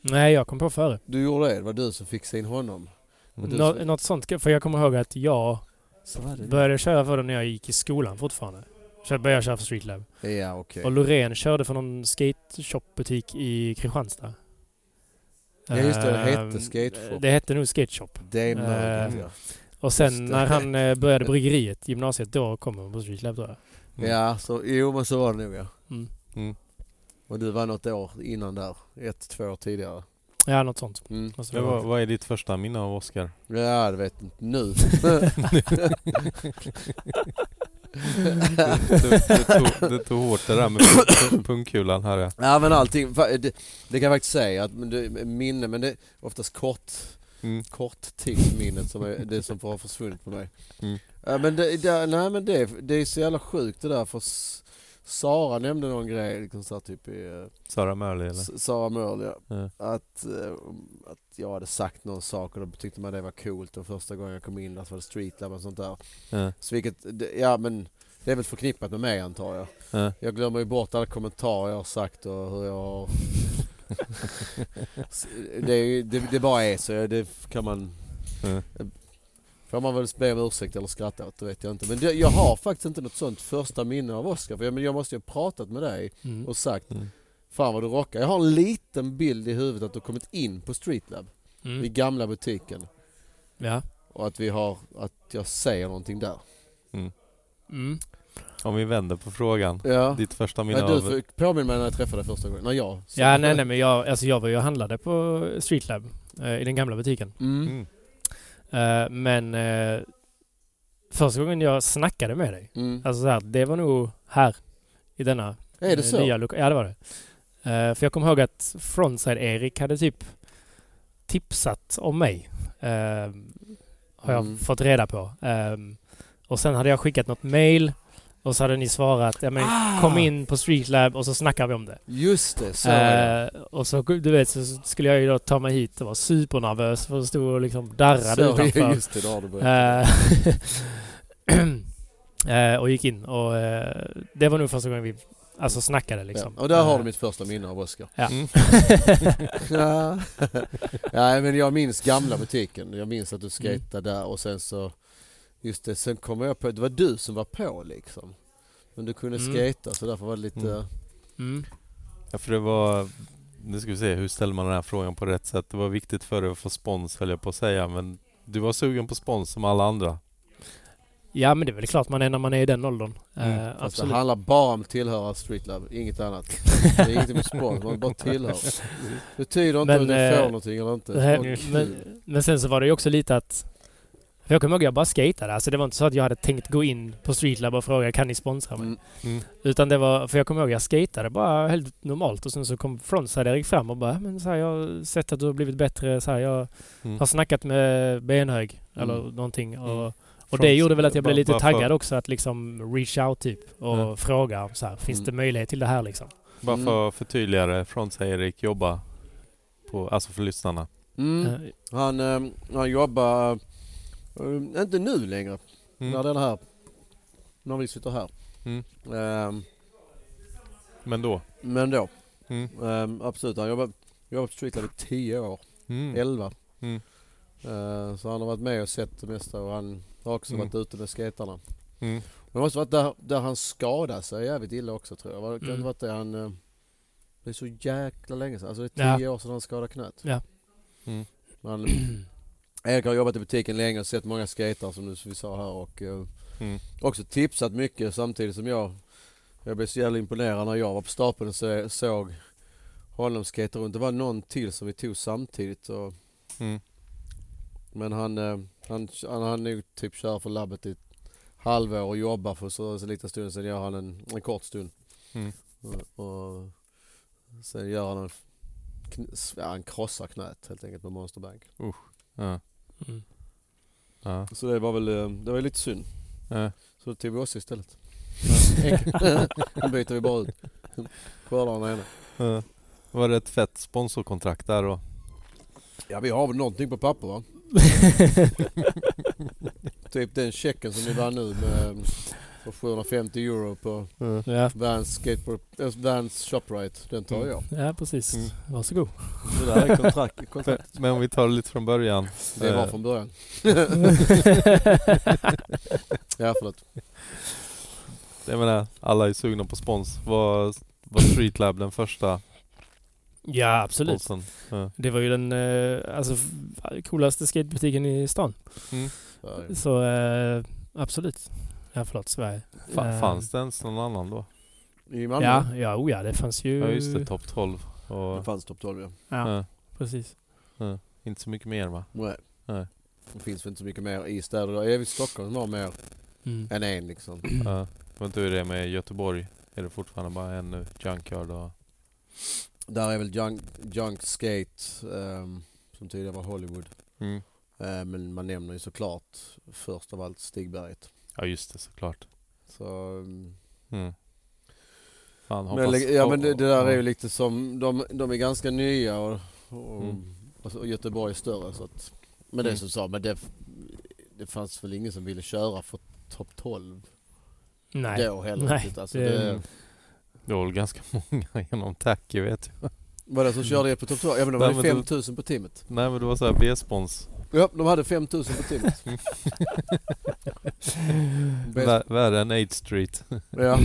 Speaker 1: Nej, jag kom på före.
Speaker 3: Du gjorde det, det var du som fixade in honom.
Speaker 2: Mm.
Speaker 3: du
Speaker 1: Nå-
Speaker 3: som-
Speaker 1: något sånt. För jag kommer ihåg att jag
Speaker 3: Så var det.
Speaker 1: började köra för den när jag gick i skolan fortfarande. Så jag började köra för Streetlab.
Speaker 3: Ja, okej.
Speaker 1: Och Loreen körde för någon skateshopbutik i Kristianstad.
Speaker 3: Ja, just det. Det hette
Speaker 1: Ehm,
Speaker 3: skateshop.
Speaker 1: Det hette nog skateshop.
Speaker 3: Det är
Speaker 1: Eh,
Speaker 3: möjligt, ja.
Speaker 1: Och
Speaker 3: Just
Speaker 1: sen
Speaker 3: det.
Speaker 1: när han eh, började bryggeriet, gymnasiet, då kom han på Streetlab tror jag.
Speaker 2: Mm.
Speaker 3: Ja, så, jo men så var det nog ja.
Speaker 1: Mm.
Speaker 2: Mm.
Speaker 3: Och du var något år innan där. Ett, två år tidigare.
Speaker 1: Ja, något sånt.
Speaker 3: Mm.
Speaker 1: Måste
Speaker 2: Men
Speaker 1: det
Speaker 2: vad,
Speaker 1: vara.
Speaker 2: vad är ditt första minne av Oscar?
Speaker 3: Ja, det vet inte nu.
Speaker 2: Det, det, tog, det tog hårt det där med pung- pung- pungkulan här ja.
Speaker 3: ja, men allting. fa- Det, det kan jag faktiskt säga. Att, men det, minne, men det är oftast kort,
Speaker 2: Mm.
Speaker 3: korttidsminnet som är det som har försvunnit på mig.
Speaker 2: Mm.
Speaker 3: Ja, men det, det, nej, men det, det är så jävla sjukt det där. För S- Sara nämnde någon grej, liksom så här, typ i... eh,
Speaker 2: Sara Mörli eller?
Speaker 3: S- Sara Mörl, ja.
Speaker 2: Ja.
Speaker 3: Att, eh, att jag hade sagt någon sak och då tyckte man det var coolt. Och första gången jag kom in där så var det streetlab och sånt där.
Speaker 2: Ja.
Speaker 3: Så vilket, det- ja men det är väl förknippat med mig antar jag.
Speaker 2: Ja.
Speaker 3: Jag glömmer ju bort alla kommentarer jag har sagt och hur jag har... S- det, är ju- det, det bara är så, ja, det kan man...
Speaker 2: Ja.
Speaker 3: Får man väl be om ursäkt eller skratta åt, det vet jag inte. Men det, jag har faktiskt inte något sånt första minne av Oscar. För jag, men jag måste ju ha pratat med dig
Speaker 1: Mm.
Speaker 3: och sagt
Speaker 2: Mm.
Speaker 3: Fan vad du rockar. Jag har en liten bild i huvudet att du har kommit in på Streetlab. I
Speaker 1: Mm.
Speaker 3: gamla butiken.
Speaker 1: Ja.
Speaker 3: Och att vi har, att jag säger någonting där.
Speaker 1: Mm.
Speaker 2: Om vi vänder på frågan.
Speaker 3: Ja.
Speaker 2: Ditt första minne
Speaker 3: Men du
Speaker 2: av...
Speaker 3: får- påminn mig när jag träffade dig första gången. När jag sa-
Speaker 1: Ja, nej, nej, men jag, alltså jag var ju och handlade på Streetlab eh, i den gamla butiken.
Speaker 3: Mm.
Speaker 2: Mm.
Speaker 1: Eh, men eh, första gången jag snackade med dig,
Speaker 3: Mm.
Speaker 1: alltså så här, det var nog här i denna
Speaker 3: Är det
Speaker 1: Eh,
Speaker 3: så?
Speaker 1: Nya loka- ja, det var det. Eh, för jag kommer ihåg att Frontside-Erik hade typ tipsat om mig. Eh, har jag
Speaker 3: Mm.
Speaker 1: fått reda på. Eh, och sen hade jag skickat något mail och så hade ni svarat ja, men, kom in på Streetlab och så snackar vi om det.
Speaker 3: Ah! Just det, så är det.
Speaker 1: Eh, och så du vet så skulle jag ju då ta mig hit och var supernervös för att stå och liksom
Speaker 3: Så-
Speaker 1: darrade utanför.
Speaker 3: Just det, då har du berättat.
Speaker 1: Eh, eh, och gick in och eh, det var nog första gången vi Alltså snackade liksom.
Speaker 3: Ja. Och där har du mitt första minne av Oskar.
Speaker 1: Ja.
Speaker 2: Mm.
Speaker 3: Ja. Nej men jag minns gamla butiken. Jag minns
Speaker 1: Mm.
Speaker 3: att du skejtade där och sen så... Just det, sen kom jag på det var du som var på liksom. Men du kunde
Speaker 1: Mm.
Speaker 3: skejta så därför var det lite...
Speaker 2: Mm.
Speaker 1: Mm.
Speaker 2: Ja, för det var... Nu ska vi se, hur ställer man den här frågan på rätt sätt? Det var viktigt för dig att få spons höll jag på att säga, men du var sugen på spons som alla andra.
Speaker 1: ja men det är väl klart man är när man är i den åldern.
Speaker 2: Mm.
Speaker 1: Eh,
Speaker 3: Fast
Speaker 1: absolut.
Speaker 3: det handlar bara om tillhöra Streetlab, inget annat. Det är inget med sport, man bara tillhör. Det tyder inte
Speaker 1: Men,
Speaker 3: om du får
Speaker 1: eh,
Speaker 3: någonting eller inte.
Speaker 1: Nej,
Speaker 3: Och-
Speaker 1: men, men sen så var det ju också lite att... för Jag kommer ihåg att jag bara skatade. Alltså det var inte så att jag hade tänkt gå in på Streetlab och fråga kan ni sponsra mig?
Speaker 3: Mm.
Speaker 2: Mm.
Speaker 1: Utan det var... För jag kommer ihåg att jag skatade bara helt normalt och sen så kom frontside Erik fram och bara men så här, jag har sett att du har blivit bättre. Så här, jag
Speaker 2: Mm.
Speaker 1: har snackat med Benhög eller
Speaker 3: Mm.
Speaker 1: någonting. Och,
Speaker 2: Mm.
Speaker 1: och det
Speaker 2: Från-
Speaker 1: gjorde väl att jag blev
Speaker 2: bara-
Speaker 1: lite
Speaker 2: bara för- Mm.
Speaker 1: taggad också att liksom reach out typ och
Speaker 2: Ja.
Speaker 1: fråga så här, finns
Speaker 3: Mm.
Speaker 1: det möjlighet till det här liksom?
Speaker 2: Bara
Speaker 3: Mm.
Speaker 2: för att förtydliga det, från sig Erik jobba på, alltså för lyssnarna.
Speaker 3: Mm.
Speaker 1: Eh,
Speaker 3: Han, eh, han jobbar, eh, inte nu längre,
Speaker 2: Mm.
Speaker 3: när den här, när vi sitter här.
Speaker 2: Mm.
Speaker 3: Eh,
Speaker 2: Men då.
Speaker 3: Men då,
Speaker 2: Mm.
Speaker 3: eh, absolut. Han jobbar, jobbar på Streetlab i 10 år,
Speaker 2: Mm.
Speaker 3: 11.
Speaker 2: Mm.
Speaker 3: Eh, Så han har varit med och sett det mesta och han har också
Speaker 2: Mm.
Speaker 3: varit ute med skaterna.
Speaker 2: Mm.
Speaker 3: Men det måste varit där, där han skadade sig jävligt illa också tror jag. Var- Kan det
Speaker 1: Mm.
Speaker 3: varit det han... eh, Det är så jäkla länge sedan. Alltså det är
Speaker 1: Ja.
Speaker 3: tio år sedan han skadade knät.
Speaker 1: Ja.
Speaker 2: Mm.
Speaker 3: Men Erik har jobbat i butiken länge och sett många skater som du- som vi sa här och eh,
Speaker 2: Mm.
Speaker 3: också tipsat mycket samtidigt som jag jag blev så jävla imponerad när jag var på stapeln och så- såg honom skata runt. Det var någon till som vi tog samtidigt. Och,
Speaker 2: Mm.
Speaker 3: men han, eh, han, han, han nu typ kör för labbet i ett halvår och jobbar för så, så liten stund. Sen gör han en, en kort stund.
Speaker 2: Mm.
Speaker 3: Och, och sen gör han en, f- kn, s- ja, han krossar knät helt enkelt med Monsterbank.
Speaker 2: Ja.
Speaker 1: Mm.
Speaker 2: Ja.
Speaker 3: Så det var väl, eh, det var lite synd.
Speaker 2: Ja.
Speaker 3: Så då tog vi oss istället. Enkelt. Den byter vi bara ut. Skördar den ena.
Speaker 2: Ja. Det var ett fett sponsorkontrakt där då.
Speaker 3: Ja vi har väl någonting på papper va? Typ den checken som vi vann nu med eh, för 750 euro på
Speaker 1: ja.
Speaker 3: Vans skateboard, äh, Vans Shoprite. Den tar jag.
Speaker 1: ja, precis.
Speaker 2: Mm.
Speaker 1: Varsågod.
Speaker 3: Det där är kontrakt. kontrakt.
Speaker 2: Men om vi tar det lite från början.
Speaker 3: Det var
Speaker 2: Eh,
Speaker 3: från början. Ja förlåt.
Speaker 2: Jag menar, alla är sugna på spons. Var, var Streetlab den första
Speaker 1: ja, absolut.
Speaker 2: sponsorn? Ja.
Speaker 1: Det var ju den eh, alltså, f- coolaste skatebutiken i stan.
Speaker 3: Sverige.
Speaker 1: Så eh, absolut. Ja, förlåt. Sverige.
Speaker 2: Fa-
Speaker 1: Eh,
Speaker 2: Fanns det ens någon annan då?
Speaker 3: I Malmö.
Speaker 1: Ja, ja, oh ja, det fanns ju...
Speaker 2: Ja just det, topp 12.
Speaker 3: Det
Speaker 2: Och,
Speaker 3: fanns topp 12 ja.
Speaker 1: Ja,
Speaker 2: eh,
Speaker 1: precis.
Speaker 2: inte så mycket mer va?
Speaker 3: Nej.
Speaker 2: Nej.
Speaker 3: Det finns väl inte så mycket mer i städer. Det är väl Stockholm som har mer
Speaker 1: Mm.
Speaker 3: än en liksom.
Speaker 2: Ja. Men hur är det med Göteborg? Är det fortfarande bara en nu? Junkyard och...
Speaker 3: Där är väl Junk, junk Skate ehm, som tidigare var Hollywood.
Speaker 2: Mm.
Speaker 3: Eh, Men man nämner ju såklart först av allt Stigberget.
Speaker 2: Ja just det såklart.
Speaker 3: Så, mm.
Speaker 2: Mm. Fan,
Speaker 3: men, li- ja, men det, det där är ju lite som, de, de är ganska nya och, och,
Speaker 2: Mm.
Speaker 3: och, så- och Göteborg är större. Så att, men det
Speaker 2: Mm.
Speaker 3: som sa, men det, det fanns väl ingen som ville köra för topp 12
Speaker 1: Nej.
Speaker 3: då heller.
Speaker 1: Nej,
Speaker 3: riktigt. Alltså,
Speaker 1: det-
Speaker 3: det,
Speaker 2: Det var väl ganska många genom Tacky vet jag.
Speaker 3: var det som körde er på topp 12? Ja men de
Speaker 2: Nej,
Speaker 3: hade
Speaker 2: men
Speaker 3: 5000 på timmet.
Speaker 2: Nej men det var såhär B-spons.
Speaker 3: Ja, de hade 5000 på timmet. Bäst-
Speaker 2: Vär- Värre än 8 Street.
Speaker 3: ja,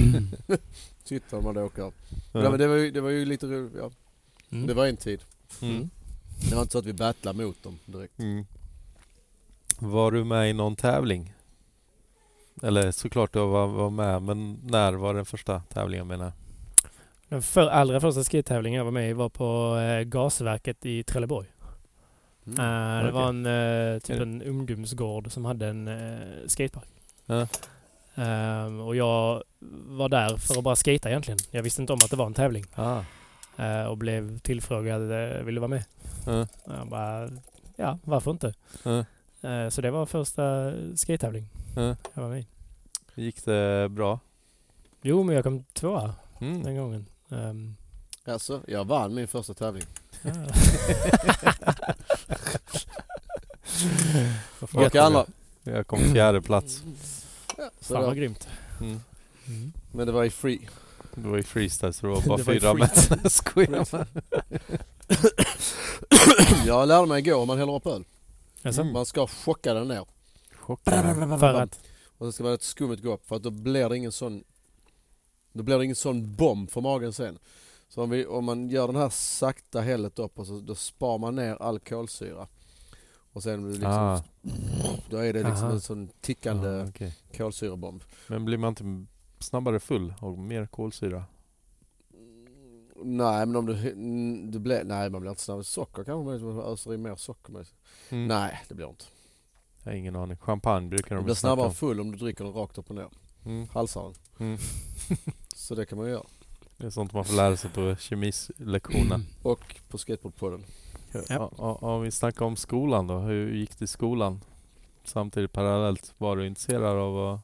Speaker 3: sitter man och åker. Ja, men det var ju, det var ju lite roligt, ja.
Speaker 1: Mm.
Speaker 3: Det var en tid.
Speaker 2: Mm.
Speaker 3: Det var inte så att vi battlade mot dem direkt.
Speaker 2: Mm. Var du med i någon tävling? Eller såklart du var, var med, men när var den första tävlingen menar jag?
Speaker 1: Den för, allra första skidtävlingen jag var med i var på eh, Gasverket i Trelleborg.
Speaker 3: Mm.
Speaker 1: Eh,
Speaker 2: okej.
Speaker 1: Det var en, eh, typ
Speaker 2: Är det-
Speaker 1: en ungdomsgård som hade en eh, skatepark.
Speaker 2: Ja.
Speaker 1: Ehm, och jag var där för att bara skata egentligen. Jag visste inte om att det var en tävling.
Speaker 2: Ah.
Speaker 1: Eh, och blev tillfrågad, eh, vill du vara med?
Speaker 2: Ja.
Speaker 1: Och Jag bara, ja varför inte?
Speaker 2: Ja.
Speaker 1: Eh, så det var första skate-tävling
Speaker 2: Ja.
Speaker 1: jag var med i.
Speaker 2: Gick det bra?
Speaker 1: Jo men jag kom tvåa
Speaker 2: Mm.
Speaker 1: den gången. Ehm,
Speaker 3: Alltså, jag vann min första tävling.
Speaker 1: ja.
Speaker 2: Fan,
Speaker 3: Och andra.
Speaker 2: Jag kom fjärde plats.
Speaker 3: Ja, så
Speaker 1: Fan vad
Speaker 3: där.
Speaker 1: grymt.
Speaker 2: Mm.
Speaker 1: Mm.
Speaker 3: Men det var i free.
Speaker 2: Det var ju freestyle så det var bara
Speaker 1: Det var ju
Speaker 2: fyra
Speaker 1: freestyle.
Speaker 2: meter. Jag skojar.
Speaker 3: Jag lärde mig igår hur man häller upp öl.
Speaker 1: Alltså,
Speaker 2: Mm.
Speaker 3: Man ska chocka den ner.
Speaker 2: Chockad.
Speaker 1: För att,
Speaker 3: Och det ska vara att skummet går upp för att då blir det ingen sån Då blir det ingen sån bomb för magen sen. Så om, vi, om man gör den här sakta hället upp och så då spar man ner all kolsyra. Och sen blir det liksom,
Speaker 2: Ah,
Speaker 3: då är det liksom
Speaker 1: Aha.
Speaker 3: en sån tickande
Speaker 2: ja, okej.
Speaker 3: kolsyrebomb.
Speaker 2: Men blir man inte snabbare full av mer kolsyra?
Speaker 3: Nej men om du, mm, du blir, nej man blir inte snabb. Socker kanske man- man öser i mer socker. Men,
Speaker 2: Mm.
Speaker 3: Nej det blir inte.
Speaker 2: Jag har ingen aning. Champagne brukar
Speaker 3: Du
Speaker 2: de
Speaker 3: blir
Speaker 2: väl snacka
Speaker 3: snabbare
Speaker 2: om.
Speaker 3: full om du dricker den rakt upp och ner.
Speaker 2: Mm.
Speaker 3: Halsar den.
Speaker 2: Mm.
Speaker 3: Så det kan man göra.
Speaker 2: Det är sånt man får lära sig på kemislektionen.
Speaker 3: Och på skateboardpodden.
Speaker 1: Ja.
Speaker 2: O- o- Om vi snackar om skolan då, hur gick det i skolan? Samtidigt parallellt, var du intresserad av att-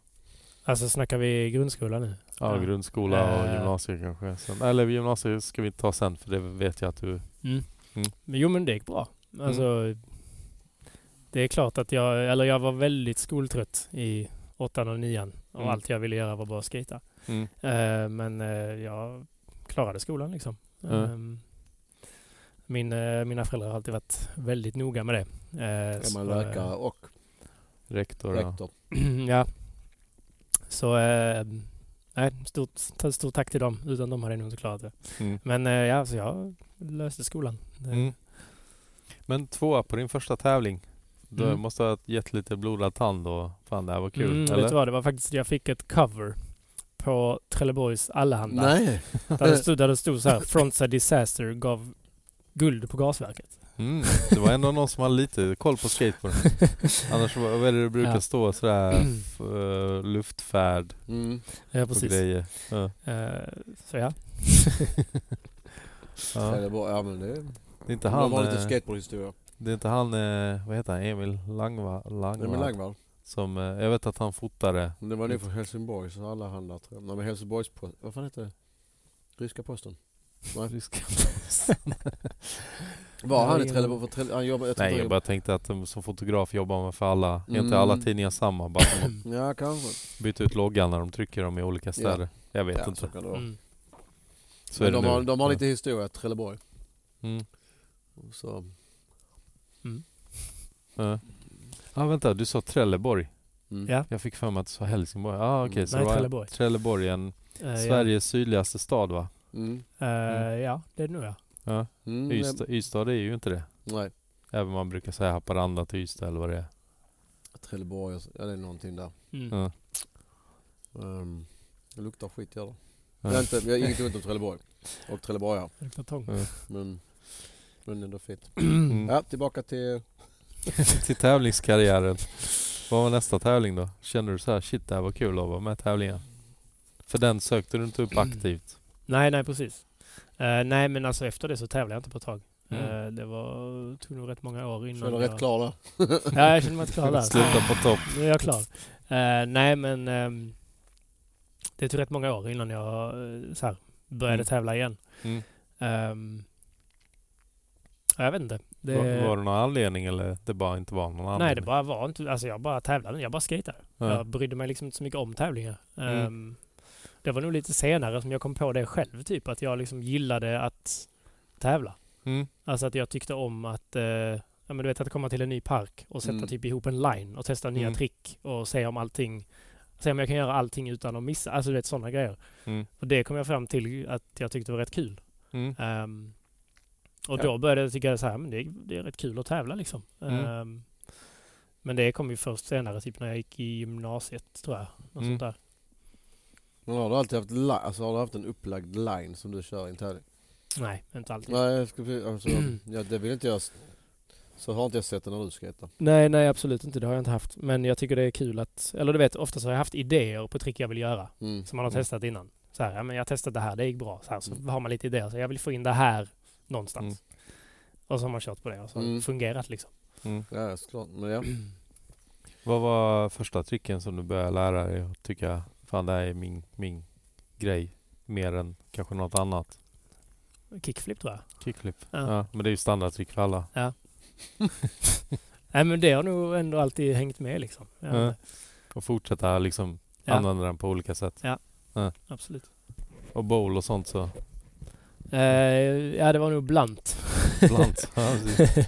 Speaker 1: alltså snackar vi grundskola nu?
Speaker 2: ja,
Speaker 1: Ja.
Speaker 2: grundskola och
Speaker 1: Eh.
Speaker 2: gymnasiet kanske? Sen, eller gymnasiet ska vi ta sen för det vet jag att du...
Speaker 1: Men jo men det gick bra.
Speaker 2: Mm.
Speaker 1: Alltså, Det är klart att jag, eller jag var väldigt skoltrött i åttan och nian. Och
Speaker 2: Mm.
Speaker 1: allt jag ville göra var bara skita.
Speaker 2: Mm.
Speaker 1: Eh, men eh, jag klarade skolan liksom.
Speaker 2: Ja.
Speaker 1: Ehm, min, eh, mina föräldrar har alltid varit väldigt noga med det. Eh,
Speaker 3: Är
Speaker 1: så,
Speaker 3: man läkare och
Speaker 2: Rektor, ja.
Speaker 3: rektor.
Speaker 1: ja. Så, eh, nej, stort, ta- stort tack till dem. Utan dem hade jag nog inte klarat det.
Speaker 2: Mm.
Speaker 1: Men eh, ja, så jag löste skolan. Eh, Det-
Speaker 2: Mm. Men tvåa på din första tävling. Du
Speaker 1: Mm.
Speaker 2: måste ha gett lite blodad tand och fan det här var kul.
Speaker 1: Mm, vet du
Speaker 2: eller?
Speaker 1: vad? Det var faktiskt, jag fick ett cover på Trelleborgs Allehanda.
Speaker 3: Nej.
Speaker 1: Där det stod, där det stod så här, Frontsa Disaster gav guld på gasverket.
Speaker 2: Mm. Det var ändå någon som hade lite koll på skateboard. Annars var vad är det det brukar
Speaker 1: Ja.
Speaker 2: stå sådär f- eh, luftfärd
Speaker 3: Mm.
Speaker 1: Ja,
Speaker 2: och
Speaker 1: precis.
Speaker 2: grejer. Ja.
Speaker 1: Eh, så ja.
Speaker 3: Ja.
Speaker 2: Ja.
Speaker 3: det var, ja men det är
Speaker 2: Det är inte
Speaker 3: han,
Speaker 2: han,
Speaker 3: var lite
Speaker 2: eh,
Speaker 3: skateboardhistoria.
Speaker 2: det är inte han eh, vad heter han, Emil Langva, Langva,
Speaker 3: Emil Langvall.
Speaker 2: som, eh, jag vet att han fotade.
Speaker 3: Men Det var nog från Helsingborg så alla handlar tror jag. Nej men Helsingborgs post, vad fan heter det? Ryska posten? Var
Speaker 1: Ja,
Speaker 3: han i
Speaker 1: ingen-
Speaker 3: Trelleborg? För Trelle- Han jobbade, jag tror
Speaker 2: Nej
Speaker 3: inte
Speaker 2: jag
Speaker 3: han
Speaker 2: bara tänkte att eh, som fotograf jobbar man för alla, är
Speaker 3: Mm.
Speaker 2: inte alla tidningar samma? Bara att de
Speaker 3: jobbade- Ja kanske.
Speaker 2: byter ut loggan när de trycker dem i olika städer. Jag vet
Speaker 3: Ja,
Speaker 2: inte.
Speaker 3: så kan det vara.
Speaker 1: Mm.
Speaker 2: Så är
Speaker 3: Men
Speaker 2: det
Speaker 3: de,
Speaker 2: nu.
Speaker 3: har, de har lite historia, Trelleborg.
Speaker 2: Mm.
Speaker 3: Så.
Speaker 2: Ja. Ah, vänta, du sa Trelleborg.
Speaker 3: Mm.
Speaker 1: Ja.
Speaker 2: Jag fick för mig att du sa Helsingborg. Ah, okej,
Speaker 3: Mm.
Speaker 2: så
Speaker 1: Nej,
Speaker 2: det var
Speaker 1: Trelleborg.
Speaker 2: Trelleborg är en
Speaker 1: Eh,
Speaker 2: Sveriges sydligaste stad va?
Speaker 3: Mm.
Speaker 1: Ja, Eh, ja det är det nog ja.
Speaker 2: Ja.
Speaker 3: Mm.
Speaker 2: Ystad, Ystad är ju inte det.
Speaker 3: Nej.
Speaker 2: Även om man brukar säga Haparanda till Ystad eller vad det är.
Speaker 3: Trelleborg, ja det är någonting där.
Speaker 1: Mm.
Speaker 2: Ja.
Speaker 3: Ehm, det luktar skit gör det.
Speaker 2: Ja.
Speaker 3: Jag har, inte, jag har inget ont om Trelleborg. Och Trelleborgare.
Speaker 1: Det är Kartong.
Speaker 2: Ja.
Speaker 3: Men, men ändå fint.
Speaker 2: Mm.
Speaker 3: Ja, tillbaka till
Speaker 2: till tävlingskarriären. Vad var nästa tävling då? Kände du så här, shit det här var kul att vara med i tävlingen? För den sökte du inte upp aktivt.
Speaker 1: Nej, nej precis. Eh, nej men alltså efter det så tävlade jag inte på ett tag.
Speaker 2: Mm.
Speaker 1: Eh, det var, tog nog rätt många år innan.
Speaker 3: Känner du rätt klar där?
Speaker 1: Ja, jag känner mig rätt klar där.
Speaker 2: Sluta på topp.
Speaker 1: Nu är jag klar. Eh, nej men ehm, det tog rätt många år innan jag eh, så här, började
Speaker 2: Mm.
Speaker 1: tävla igen.
Speaker 2: Mm.
Speaker 1: Ehm, ja, jag vet inte. Det,
Speaker 2: Var, var det någon anledning eller det bara inte var någon anledning?
Speaker 1: nej det bara var inte, alltså jag bara tävlade, jag bara skejtade.
Speaker 2: Ja.
Speaker 1: Jag brydde mig liksom inte så mycket om tävlingar.
Speaker 2: Mm.
Speaker 1: Ehm, det var nog lite senare som jag kom på det själv, typ att jag liksom gillade att tävla.
Speaker 2: Mm.
Speaker 1: Alltså att jag tyckte om att, eh, ja men du vet att komma till en ny park och sätta
Speaker 3: Mm.
Speaker 1: typ ihop en line och testa nya
Speaker 2: Mm.
Speaker 1: trick och se om allting, se om jag kan göra allting utan att missa, alltså du vet sådana grejer.
Speaker 2: Mm.
Speaker 1: Och det kom jag fram till att jag tyckte var rätt kul.
Speaker 2: Mm.
Speaker 1: Ehm, och
Speaker 2: Ja.
Speaker 1: då började jag tycka så här, men det, är- det är rätt kul att tävla liksom.
Speaker 2: Mm.
Speaker 1: Ehm, men det kom ju först senare, typ när jag gick i gymnasiet tror jag. Något
Speaker 2: Mm.
Speaker 1: sånt där.
Speaker 3: Men har du alltid haft, li- alltså, har du haft en upplagd line som du kör i en
Speaker 1: Mm.
Speaker 3: tävling?
Speaker 1: Nej, inte alltid.
Speaker 3: Nej, jag ska, precis- alltså, ja, det vill inte jag. s- Så har inte jag sett det när du skejtar.
Speaker 1: Nej, nej absolut inte. Det har jag inte haft. Men jag tycker det är kul att, eller du vet, ofta så har jag haft idéer på trick jag vill göra.
Speaker 3: Mm.
Speaker 1: Som man har
Speaker 2: Mm.
Speaker 1: testat innan. Så här, ja men jag har testat det här, det gick bra. Så, här, så har man lite idéer, så jag vill få in det här någonstans. Och så har man kört på det och så har det
Speaker 3: Mm.
Speaker 1: fungerat liksom.
Speaker 2: Mm.
Speaker 3: Ja, såklart. Men ja.
Speaker 2: Vad var första tricken som du började lära dig och tycka, fan det här är min, min grej. Mer än kanske något annat.
Speaker 1: Kickflip tror jag.
Speaker 2: Kickflip.
Speaker 1: Ja.
Speaker 2: Ja, men det är ju standardtrick för alla.
Speaker 1: Nej men det har nog ändå alltid hängt med liksom. Ja,
Speaker 2: Ja. Och fortsätta liksom
Speaker 1: Ja.
Speaker 2: använda den på olika sätt.
Speaker 1: Absolut.
Speaker 2: Och bowl och sånt så.
Speaker 1: Eh, ja, det var nog blunt.
Speaker 2: Blunt. ja, precis.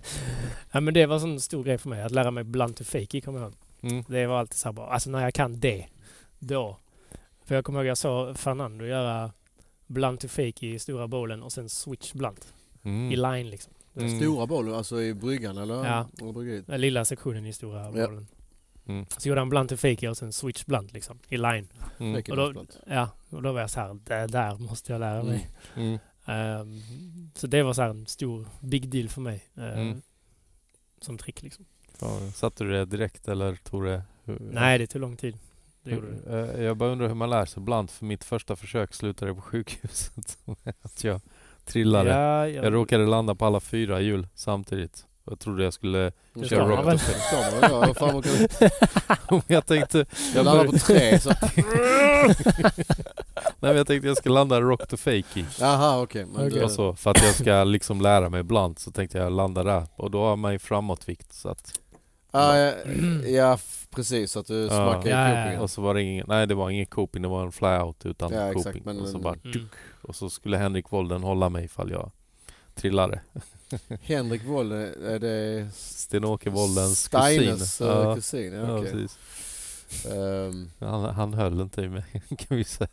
Speaker 1: ja, men det var en sån stor grej för mig. Att lära mig blunt och fakie, kommer jag ihåg.
Speaker 2: Mm.
Speaker 1: Det var alltid så här bara, alltså när jag kan det, då. För jag kommer ihåg jag såg Fernando göra blunt to fake i stora bowlen och sen switch blunt i
Speaker 2: Mm.
Speaker 1: line liksom. Den
Speaker 2: Mm.
Speaker 3: Stora bollen, alltså i bryggan eller?
Speaker 1: Ja.
Speaker 3: eller bryggeriet.
Speaker 1: Den lilla sektionen i stora
Speaker 3: Ja.
Speaker 1: bowlen.
Speaker 2: Mm.
Speaker 1: Så gjorde han blunt to fake och sen switch blunt liksom i line.
Speaker 2: Mm.
Speaker 3: Mycket
Speaker 1: Och då-
Speaker 3: gott.
Speaker 1: Ja, och då var jag så här, det där måste jag lära mig.
Speaker 2: Mm.
Speaker 1: Ehm, så det var så här en stor big deal för mig. ehm,
Speaker 2: Mm.
Speaker 1: Som trick liksom.
Speaker 2: Fan, Satte du det direkt eller tog det? hur-
Speaker 1: Nej, det tog lång tid. Det gjorde det.
Speaker 2: Hur- eh, Jag bara undrar hur man lär sig bland för mitt första försök slutade på sjukhuset med att jag trillade.
Speaker 1: Ja, jag,
Speaker 2: Jag råkade landa på alla fyra hjul samtidigt. Jag trodde jag skulle...
Speaker 3: Det
Speaker 1: ska man
Speaker 3: ska man
Speaker 1: väl.
Speaker 3: väl? Ska man väl göra? Vad fan, man kan
Speaker 2: jag tänkte...
Speaker 3: Jag landar på tre så...
Speaker 2: Nej men jag tänkte jag skulle landa rock to fakey.
Speaker 3: Jaha okej. men
Speaker 1: Okej.
Speaker 2: Det var
Speaker 3: du-
Speaker 2: så. För att jag ska liksom lära mig bland så tänkte jag landa där. Och då har man ju framåtvikt så att...
Speaker 3: Ja, ja, ja f- precis, att du
Speaker 2: Ja.
Speaker 3: smackar
Speaker 1: Ja, ja,
Speaker 3: i
Speaker 1: ja.
Speaker 3: kopingen.
Speaker 2: Och så var det ingen... Nej det var ingen coping, det var en flyout utan
Speaker 3: Ja, exakt,
Speaker 2: coping.
Speaker 3: men-
Speaker 2: och, så bara,
Speaker 1: mm.
Speaker 2: och så skulle Henrik Wolden hålla mig ifall jag trillade.
Speaker 3: Henrik Wolle, är det
Speaker 2: Sten-Åke Woldens kusin.
Speaker 3: Steines eh,
Speaker 2: Ja,
Speaker 3: kusin? Ja,
Speaker 2: ja,
Speaker 3: okej.
Speaker 2: precis.
Speaker 3: Ehm,
Speaker 2: Han, han höll inte i mig kan vi säga.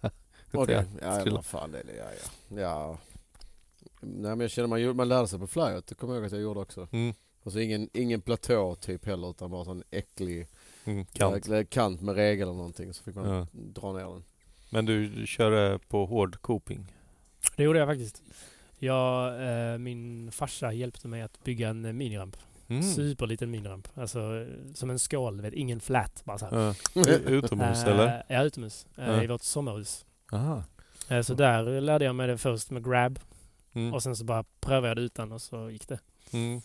Speaker 3: Okej,
Speaker 2: Jag
Speaker 3: ja, ja,
Speaker 2: skulle-
Speaker 3: vad fan det är det, ja, ja. ja. Nej men jag känner man, gjorde- man lärde sig på flyet, det kommer jag ihåg att jag gjorde också.
Speaker 2: Mm.
Speaker 3: Och så ingen, ingen platå typ heller utan bara sån äcklig
Speaker 2: Mm, kant.
Speaker 3: eller kant med regel eller någonting så fick man
Speaker 2: Ja.
Speaker 3: dra ner den.
Speaker 2: Men du, du körde på hård coping?
Speaker 1: Det gjorde jag faktiskt. Jag, eh, min farsa hjälpte mig att bygga en eh, miniramp.
Speaker 2: Mm.
Speaker 1: Superliten miniramp. Alltså eh, som en skal, du vet, ingen flat. Bara så här.
Speaker 2: Ja. U- Utomhus
Speaker 1: Eh,
Speaker 2: eller?
Speaker 1: Ja, utomhus. eh,
Speaker 2: Ja.
Speaker 1: I vårt sommarhus.
Speaker 2: Aha.
Speaker 1: Eh, så där lärde jag mig det först med grab
Speaker 2: Mm.
Speaker 1: och sen så bara prövade jag det utan och så gick det.
Speaker 2: Mm.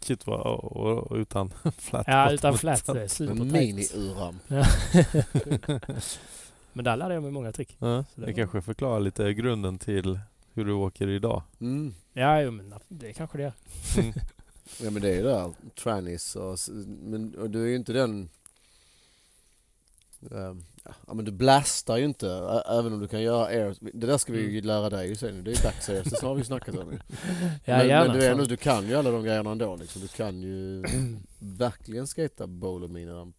Speaker 2: Shit vad, och, och, och utan flat
Speaker 1: Ja,
Speaker 2: bottom.
Speaker 1: utan flat. Det är
Speaker 3: En
Speaker 1: supertajt.
Speaker 3: mini-uram.
Speaker 1: Men där lärde jag mig många trick. Så
Speaker 2: Ja,
Speaker 1: det
Speaker 2: det
Speaker 1: var-
Speaker 2: kanske förklarar lite grunden till hur du åker idag.
Speaker 3: Mm.
Speaker 1: Ja, jo, men det kanske det är.
Speaker 3: Ja men det är ju där, trannies och, s- men, och du är ju inte den... ehm, ja men du blastar ju inte, ä- även om du kan göra air... Det där ska vi
Speaker 2: Mm.
Speaker 3: ju lära dig ju sen, det är ju backsairs, det har vi ju snackat om ju.
Speaker 1: Ja,
Speaker 3: men,
Speaker 1: gärna.
Speaker 3: men du, är
Speaker 1: fan.
Speaker 3: ändå, du kan ju alla de grejerna ändå liksom. Du kan ju verkligen skata bowl och miniramp.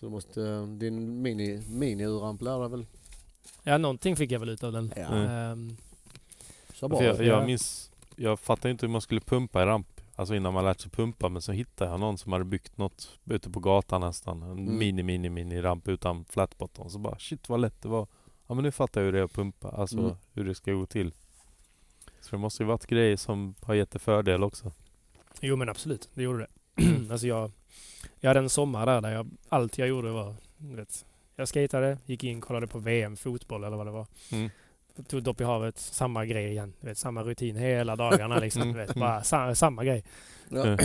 Speaker 3: Så du måste, eh, din mini, mini-uramp lär dig väl?
Speaker 1: Ja, någonting fick jag väl ut av den.
Speaker 3: Ja.
Speaker 2: Mm.
Speaker 1: Ehm,
Speaker 3: Så
Speaker 2: För jag,
Speaker 3: bra.
Speaker 2: jag minns, jag fattade inte hur man skulle pumpa i ramp. Alltså innan man lärt sig pumpa. Men så hittade jag någon som hade byggt något ute på gatan nästan. En
Speaker 3: Mm.
Speaker 2: mini, mini, mini ramp utan flat bottom. Så bara shit vad lätt det var. Ja men nu fattar jag hur det är att pumpa. Alltså
Speaker 3: Mm.
Speaker 2: hur det ska gå till. Så det måste ju varit grejer som har gett dig fördel också.
Speaker 1: Jo men absolut, det gjorde det. alltså jag, jag hade en sommar där, där jag, allt jag gjorde var, du vet, jag skatade, gick in, kollade på VM, fotboll eller vad det var.
Speaker 2: Mm.
Speaker 1: Tog ett dopp i havet, samma grej igen. Du vet, samma rutin hela dagarna liksom.
Speaker 2: Mm.
Speaker 1: Du vet, bara sa, samma grej.
Speaker 3: Ja.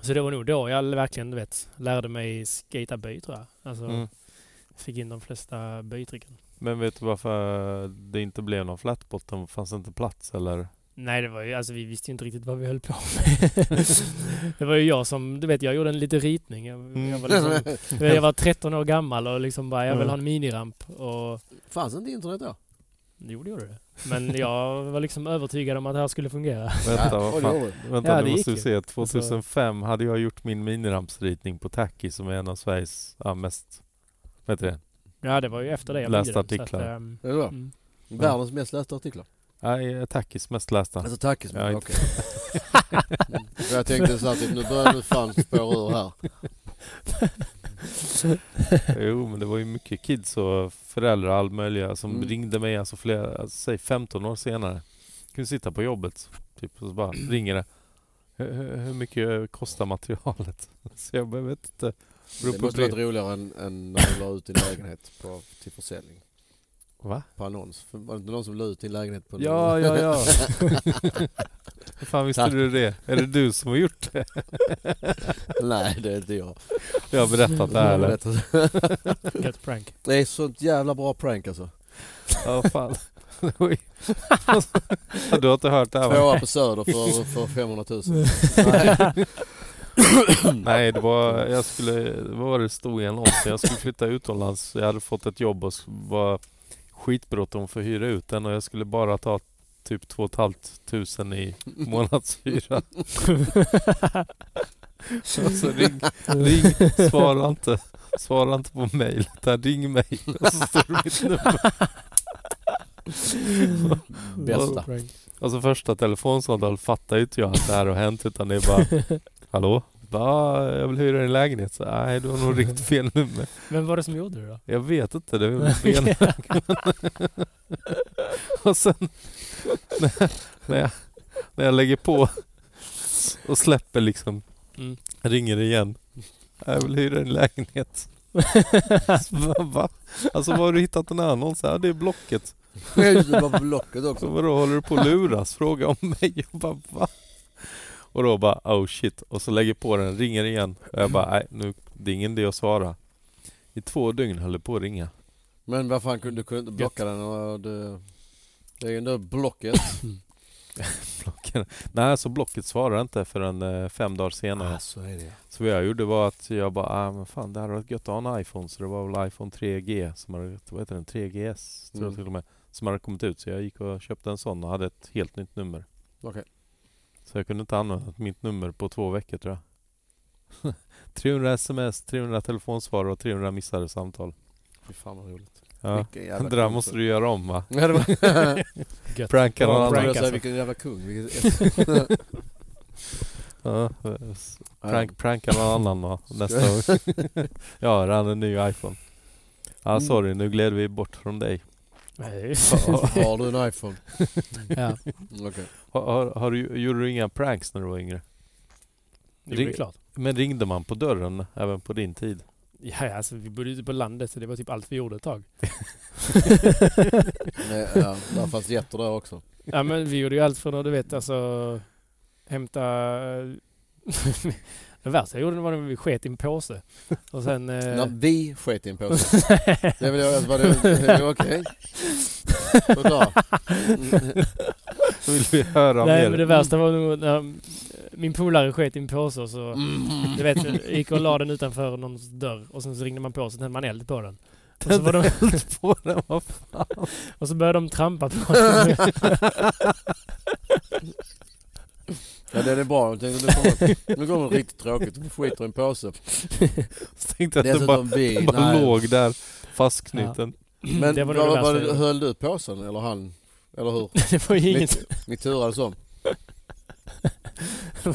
Speaker 1: Så det var nog då jag verkligen du vet, lärde mig skata böj tror jag. Alltså,
Speaker 2: Mm.
Speaker 1: Fick in de flesta böjtricken.
Speaker 2: Men vet du varför det inte blev någon flat bottom? Fanns det inte plats eller?
Speaker 1: Nej, det var ju, alltså vi visste ju inte riktigt vad vi höll på med. det var ju jag som, du vet, jag gjorde en liten ritning. Jag, jag var liksom, Du vet, Jag var 13 år gammal och liksom bara, jag vill
Speaker 2: Mm.
Speaker 1: ha en miniramp. Och
Speaker 3: Fanns inte internet då?
Speaker 1: jo, det gjorde det. Men jag var liksom övertygad om att det här skulle fungera.
Speaker 2: Vänta, vad
Speaker 3: Oj,
Speaker 2: fan? Mm.
Speaker 3: oj.
Speaker 2: Vänta
Speaker 1: Ja,
Speaker 2: nu
Speaker 1: det
Speaker 2: måste du
Speaker 1: gick
Speaker 2: se. 2005 hade jag gjort min minirampsritning på Tacky som är en av Sveriges ja, mest... Vad heter det?
Speaker 1: Ja, det var ju efter det jag
Speaker 2: Läste
Speaker 1: byggde den, så
Speaker 2: artiklar.
Speaker 1: att, ehm,
Speaker 3: Är det bra?
Speaker 1: mm.
Speaker 3: Världens mest lästa artiklar.
Speaker 2: Nej, Tackys mest lästa.
Speaker 3: Alltså tack så
Speaker 2: Ja,
Speaker 3: mycket,
Speaker 2: inte-
Speaker 3: okej. Mm. För Jag tänkte såhär typ, nu börjar du fan spåra ur här.
Speaker 2: jo, men det var ju mycket kids och föräldrar och all möjliga som
Speaker 3: Mm.
Speaker 2: ringde mig alltså flera, alltså, säg 15 år senare. Kunde sitta på jobbet, typ, och så bara ringer det. Hur, hur- hur mycket kostar materialet? Så jag bara, vet inte. Beror
Speaker 3: Det
Speaker 2: på
Speaker 3: måste
Speaker 2: det.
Speaker 3: varit roligare än, än när du la ut din lägenhet på, till försäljning.
Speaker 2: Va?
Speaker 3: På annons. För Var det inte någon som la ut din lägenhet på
Speaker 2: Ja, ja, ja. Hur fan visste
Speaker 3: Tack.
Speaker 2: du det? Är det du som har gjort det?
Speaker 3: Nej det är inte jag.
Speaker 2: Jag har berättat det här eller?
Speaker 1: Get prank.
Speaker 3: Det är sånt jävla bra prank alltså.
Speaker 2: Ja, fan. Oj. Ja, du har inte hört det här va?
Speaker 3: Tvåa på Söder för, för 500 000.
Speaker 2: Nej, det var, jag skulle, vad var det stod i annonsen? Jag skulle flytta utomlands. Jag hade fått ett jobb och s- var skitbråttom för att hyra ut den och jag skulle bara ta typ 2 tusen i månadshyra. alltså ring, ring, svara inte. Svara inte på mejl. Ring mig och så står det mitt nummer.
Speaker 3: Bästa.
Speaker 2: Alltså första telefonsamtal fattar ju inte jag att det här har hänt utan det är bara Hallå? Va, jag vill hyra din lägenhet. Så, Nej, du har nog ringt fel nummer.
Speaker 1: Vem var det som gjorde det då?
Speaker 2: Jag vet inte, det var fel. och sen när jag, när, jag, när jag lägger på och släpper liksom,
Speaker 1: Mm.
Speaker 2: ringer det igen. Jag vill hyra din lägenhet. Så bara, Va? Alltså var har du hittat den här annonsen? Ja, det är Blocket.
Speaker 3: Just det, var på Blocket
Speaker 2: Så
Speaker 3: också.
Speaker 2: vadå, håller du på att luras? Fråga om mig. Jag bara va? Och då bara oh shit. Och så lägger jag på den, ringer igen. Och jag bara nej, nu, det är ingen idé att svara. I två dygn höll jag på att ringa.
Speaker 3: Men vad fan kunde du kunde inte blocka den? Och det, det är ju ändå Blocket.
Speaker 2: Blocken. Nej, så Blocket svarade inte förrän eh, fem dagar senare.
Speaker 3: Ah, så är det.
Speaker 2: Så vad jag gjorde var att jag bara, ah, men fan det hade varit gött att ha en iPhone. Så det var väl iPhone 3G, som hade, vad heter den? 3GS tror jag
Speaker 3: Mm.
Speaker 2: till och med. Som hade kommit ut. Så jag gick och köpte en sån och hade ett helt nytt nummer.
Speaker 3: Okej.
Speaker 2: Så jag kunde inte använda mitt nummer på två veckor tror jag. 300 sms, 300 telefonsvar och 300 missade samtal.
Speaker 3: Fy fan vad roligt.
Speaker 2: Ja.
Speaker 3: Vilken
Speaker 2: Det
Speaker 3: jävla
Speaker 2: där
Speaker 3: kung,
Speaker 2: måste
Speaker 3: så.
Speaker 2: du göra om va?
Speaker 3: Ja, det var...
Speaker 1: Gött.
Speaker 2: Pranka någon
Speaker 1: Ja,
Speaker 2: annan.
Speaker 1: prank.
Speaker 3: Jag
Speaker 1: alltså.
Speaker 3: säga, vilken jävla kung. Vilket...
Speaker 2: Ja, s- prank, pranka någon annan va? Nästa gång. ja, det är en ny iPhone. Ja,
Speaker 3: Mm.
Speaker 2: sorry, nu gled vi bort från dig.
Speaker 1: Nej.
Speaker 3: Har du en iPhone? Mm,
Speaker 1: ja,
Speaker 3: Okej.
Speaker 2: Har, har, har du, gjorde du inga pranks när du var yngre?
Speaker 1: det är
Speaker 2: Ring-
Speaker 1: klart.
Speaker 2: Men ringde man på dörren även på din tid?
Speaker 1: Ja, alltså, vi bodde ute på landet så det var typ allt vi gjorde ett tag.
Speaker 3: Nej, ja, där fanns getter där också.
Speaker 1: Ja men vi gjorde ju allt från att du vet alltså hämta... eh, Det värsta jag gjorde var när vi sket i en påse. Och sen... eh,
Speaker 3: När vi sket i en påse. Det vill jag... Var det... Okej. Sådär.
Speaker 2: Vill vi höra
Speaker 1: Nej
Speaker 2: mer?
Speaker 1: men det värsta var nog när min polare sket i en påse och
Speaker 3: Mm.
Speaker 1: så... Mm. Du vet, gick och la den utanför någons dörr och sen så ringde man på och så tände man eld på den. Och så, var de,
Speaker 2: Tänd på den, vad fan?
Speaker 1: och så började de trampa på den.
Speaker 3: Ja det är bra, jag tänkte nu kommer, nu kommer något riktigt tråkigt, vi skiter i en påse.
Speaker 2: Så tänkte jag att det bara
Speaker 3: Dessutom vi,
Speaker 2: Den bara
Speaker 3: nej.
Speaker 2: låg där fastknuten.
Speaker 3: Men
Speaker 1: Det var nog
Speaker 3: vad-
Speaker 1: det
Speaker 3: vad-
Speaker 1: värsta.
Speaker 3: höll du påsen eller han? Eller hur?
Speaker 1: Det var ju inget...
Speaker 3: Ni turades om?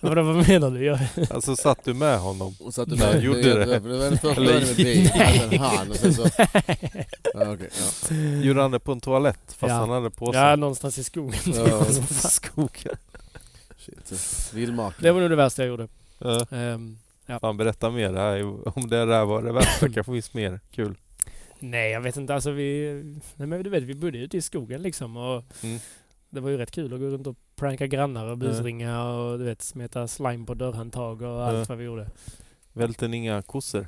Speaker 1: Vadå, vad menar du? Jag,
Speaker 2: Alltså satt du med honom?
Speaker 3: Så att du
Speaker 2: Nej,
Speaker 3: bara-
Speaker 2: gjorde det.
Speaker 3: Det var den första
Speaker 2: Eller
Speaker 3: början med vi, sen han och sen så... Ja, okej, ja.
Speaker 2: Gjorde han det på en toalett fast
Speaker 1: Ja.
Speaker 2: han hade på sig?
Speaker 1: ja, någonstans i skogen.
Speaker 3: Ja.
Speaker 2: Skogen.
Speaker 3: Shit. Vildmarken.
Speaker 1: Det var nog det värsta jag gjorde.
Speaker 2: Ja.
Speaker 1: Ehm,
Speaker 2: Fan berätta mer. Det här, är- om det där var det värsta kanske finns mer. Kul.
Speaker 1: Nej, jag vet inte. Alltså vi... Nej, men du vet, vi bodde ute i skogen liksom och
Speaker 2: Mm.
Speaker 1: det var ju rätt kul att gå runt och pranka grannar och busringa och du vet, smeta slime på dörrhandtag och allt
Speaker 2: Mm.
Speaker 1: vad vi gjorde.
Speaker 2: Välte ni inga kossor?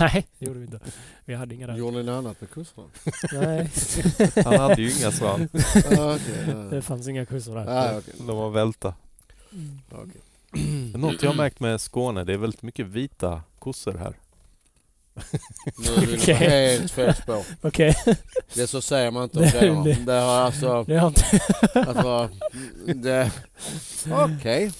Speaker 1: Nej, det gjorde vi inte. Vi hade inga där.
Speaker 3: Gjorde ni något annat med kossorna?
Speaker 1: Nej,
Speaker 2: Han hade ju inga sa han.
Speaker 3: Ja, Ah, okej,
Speaker 1: det
Speaker 3: ja.
Speaker 1: fanns inga kossor där.
Speaker 3: eh, Ja, okej.
Speaker 2: De var välta.
Speaker 1: Mm.
Speaker 3: Okej.
Speaker 2: Något jag har märkt med Skåne, det är väldigt mycket vita kossor här.
Speaker 3: Nu är vi på
Speaker 1: Okej.
Speaker 3: helt fel spår.
Speaker 1: Okej,
Speaker 3: Det så säger man inte om grejerna. Det har alltså...
Speaker 1: det har inte...
Speaker 3: Alltså, det... Okej.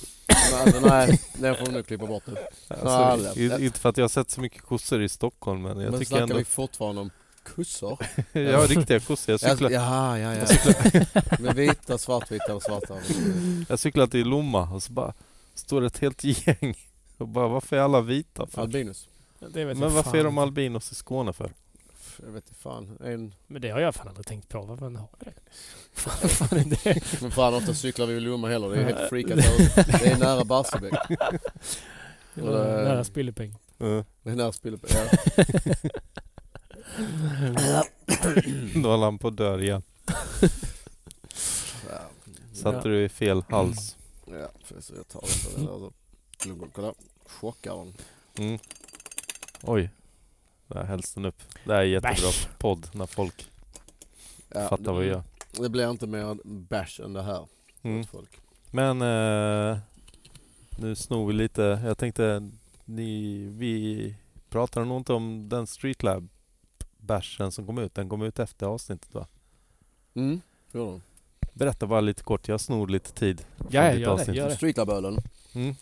Speaker 3: Men Alltså, nej, den får vi nu klippa bort nu.
Speaker 2: Alltså,
Speaker 3: Ja,
Speaker 2: i- inte för att jag har sett så mycket kossor i Stockholm men jag
Speaker 3: Men
Speaker 2: tycker
Speaker 3: snackar
Speaker 2: ändå...
Speaker 3: vi fortfarande om kussor?
Speaker 2: jag har riktiga kossor. Jag
Speaker 3: Jag,
Speaker 2: cyklar,
Speaker 3: jaha, ja, ja. Med vita, svartvita och svarta.
Speaker 2: Jag cyklade till Lomma och så bara står ett helt gäng och bara varför är alla vita för?
Speaker 3: Albinus.
Speaker 1: Det vet jag
Speaker 2: Men varför
Speaker 1: fan
Speaker 2: är de
Speaker 1: inte.
Speaker 2: albinos i Skåne för?
Speaker 3: Jag vet inte fan. En,
Speaker 1: Men det har jag fan aldrig tänkt på. Varför har det? Fan, fan är det?
Speaker 3: men fan ofta cyklar vi i Lomma heller. Det är helt freakat. över- Det är nära Barsebäck.
Speaker 1: Det
Speaker 3: Och eh,
Speaker 1: var
Speaker 3: det-
Speaker 1: nära Spillepeng.
Speaker 3: Det är nära Spillebäck. Ja.
Speaker 2: Då höll han på att dö igen.
Speaker 3: Ja.
Speaker 2: Satte
Speaker 1: Ja.
Speaker 2: du i fel hals.
Speaker 3: Ja, för så jag tar det där så. Lugn, Kolla. Chockar den.
Speaker 2: Mm. Oj. Där hälls den upp. Det här är jättebra
Speaker 1: Bärs.
Speaker 2: podd när folk
Speaker 3: Ja,
Speaker 2: fattar vad vi gör.
Speaker 3: Det blir inte mer bash än det här.
Speaker 2: Mm.
Speaker 3: Folk.
Speaker 2: Men eh, nu snor vi lite. Jag tänkte ni, vi pratade nog inte om den Streetlab bärsen som kom ut. Den kom ut efter avsnittet va?
Speaker 3: Mm, det gjorde de.
Speaker 2: Berätta bara lite kort, jag snor lite tid. från
Speaker 1: Ja,
Speaker 2: ditt
Speaker 1: gör det,
Speaker 2: avsnitt.
Speaker 1: gör det.
Speaker 3: Streetlab-ölen.
Speaker 2: Mm.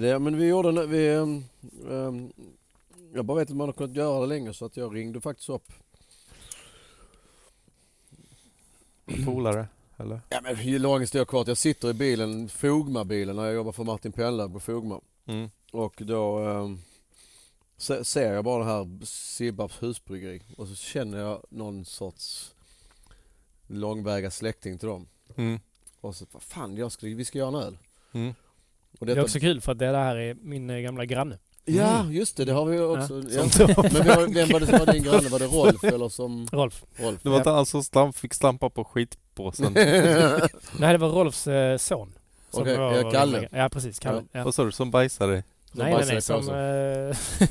Speaker 3: Det, men vi gjorde, en- vi, ehm, ehm, jag bara vet inte om man har kunnat göra det länge så att jag ringde faktiskt upp.
Speaker 2: Polare, eller?
Speaker 3: Ja men hur lång historia kort, jag sitter i bilen, Fogma-bilen, när jag jobbar för Martin Pelle på Fogma.
Speaker 2: Mm.
Speaker 3: Och då ehm, se, ser jag bara det här Sibbarps husbryggeri och så känner jag någon sorts långväga släkting till dem.
Speaker 2: Mm.
Speaker 3: Och så, vad fan, jag ska, vi ska göra en öl.
Speaker 2: Mm.
Speaker 3: Och
Speaker 1: Det
Speaker 3: detta-
Speaker 1: är också kul för att det här är min eh, gamla granne.
Speaker 3: Ja,
Speaker 2: Mm.
Speaker 3: just det, det har vi ju också.
Speaker 1: Ja,
Speaker 3: Ja.
Speaker 1: som då-
Speaker 3: Men vi har, vem var det som var din granne? Var det Rolf eller som
Speaker 1: Rolf.
Speaker 3: Rolf?
Speaker 2: Det var inte han som stamp, fick stampa på skitpåsen.
Speaker 1: Nej, det var Rolfs eh, son. som
Speaker 3: Okej,
Speaker 1: var-
Speaker 3: jag Kalle.
Speaker 1: Ja, precis. Kalle. Ja.
Speaker 2: Vad sa du? Som bajsade?
Speaker 1: Nej, nej, nej.
Speaker 3: bajsade på
Speaker 1: Som... Eh,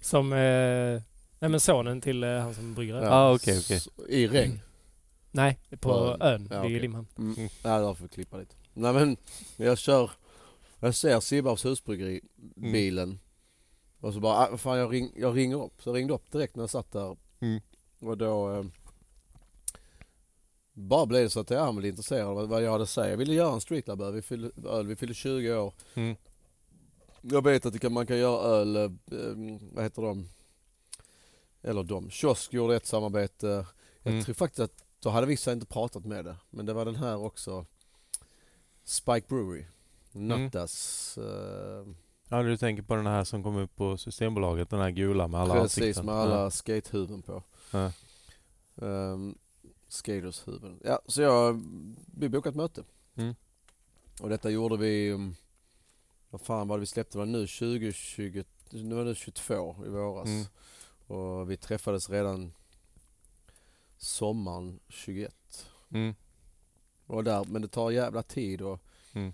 Speaker 1: som eh, nej, men sonen till eh, han som brygger öl.
Speaker 2: Ah, okej, okej.
Speaker 3: S- I regn.
Speaker 1: Nej, på
Speaker 3: På ön.
Speaker 1: ön
Speaker 3: Ja,
Speaker 1: vid
Speaker 3: okej.
Speaker 1: Limhamn.
Speaker 3: Mm. Nej, där får vi klippa lite. Nej men, jag kör, jag ser Sibbarps husbryggeri,
Speaker 2: Mm.
Speaker 3: bilen. Och så bara, ah, fan jag, ring, jag ringer upp. Så jag ringde upp direkt när jag satt där.
Speaker 2: Mm.
Speaker 3: Och då, eh, bara blev det så att jag blev intresserad av vad jag hade att säga. Jag ville göra en streetlab-öl, vi fyllde- öl, vi fyllde 20 år.
Speaker 2: Mm.
Speaker 3: Jag vet att det kan, man kan göra öl, eh, eh, vad heter de? Eller de, Kiosk gjorde ett samarbete. Jag
Speaker 2: Mm.
Speaker 3: tror faktiskt att, då hade vissa inte pratat med det. Men det var den här också. Spike Brewery. Nattas. eh,
Speaker 2: Ja, du tänker på den här som kom ut på Systembolaget, den här gula med alla
Speaker 3: precis,
Speaker 2: ansikten.
Speaker 3: med alla skatehuvuden på.
Speaker 2: Ja.
Speaker 3: Um, Skatershuvuden. Ja, så jag, vi bokade ett möte.
Speaker 2: Mm.
Speaker 3: Och detta gjorde vi, um, vad fan var det vi släppte, det var nu 2020, nu var det 22 i våras.
Speaker 2: Mm.
Speaker 3: Och vi träffades redan sommaren 21.
Speaker 2: Ja. Mm.
Speaker 3: Och där, men det tar jävla tid och
Speaker 2: Mm.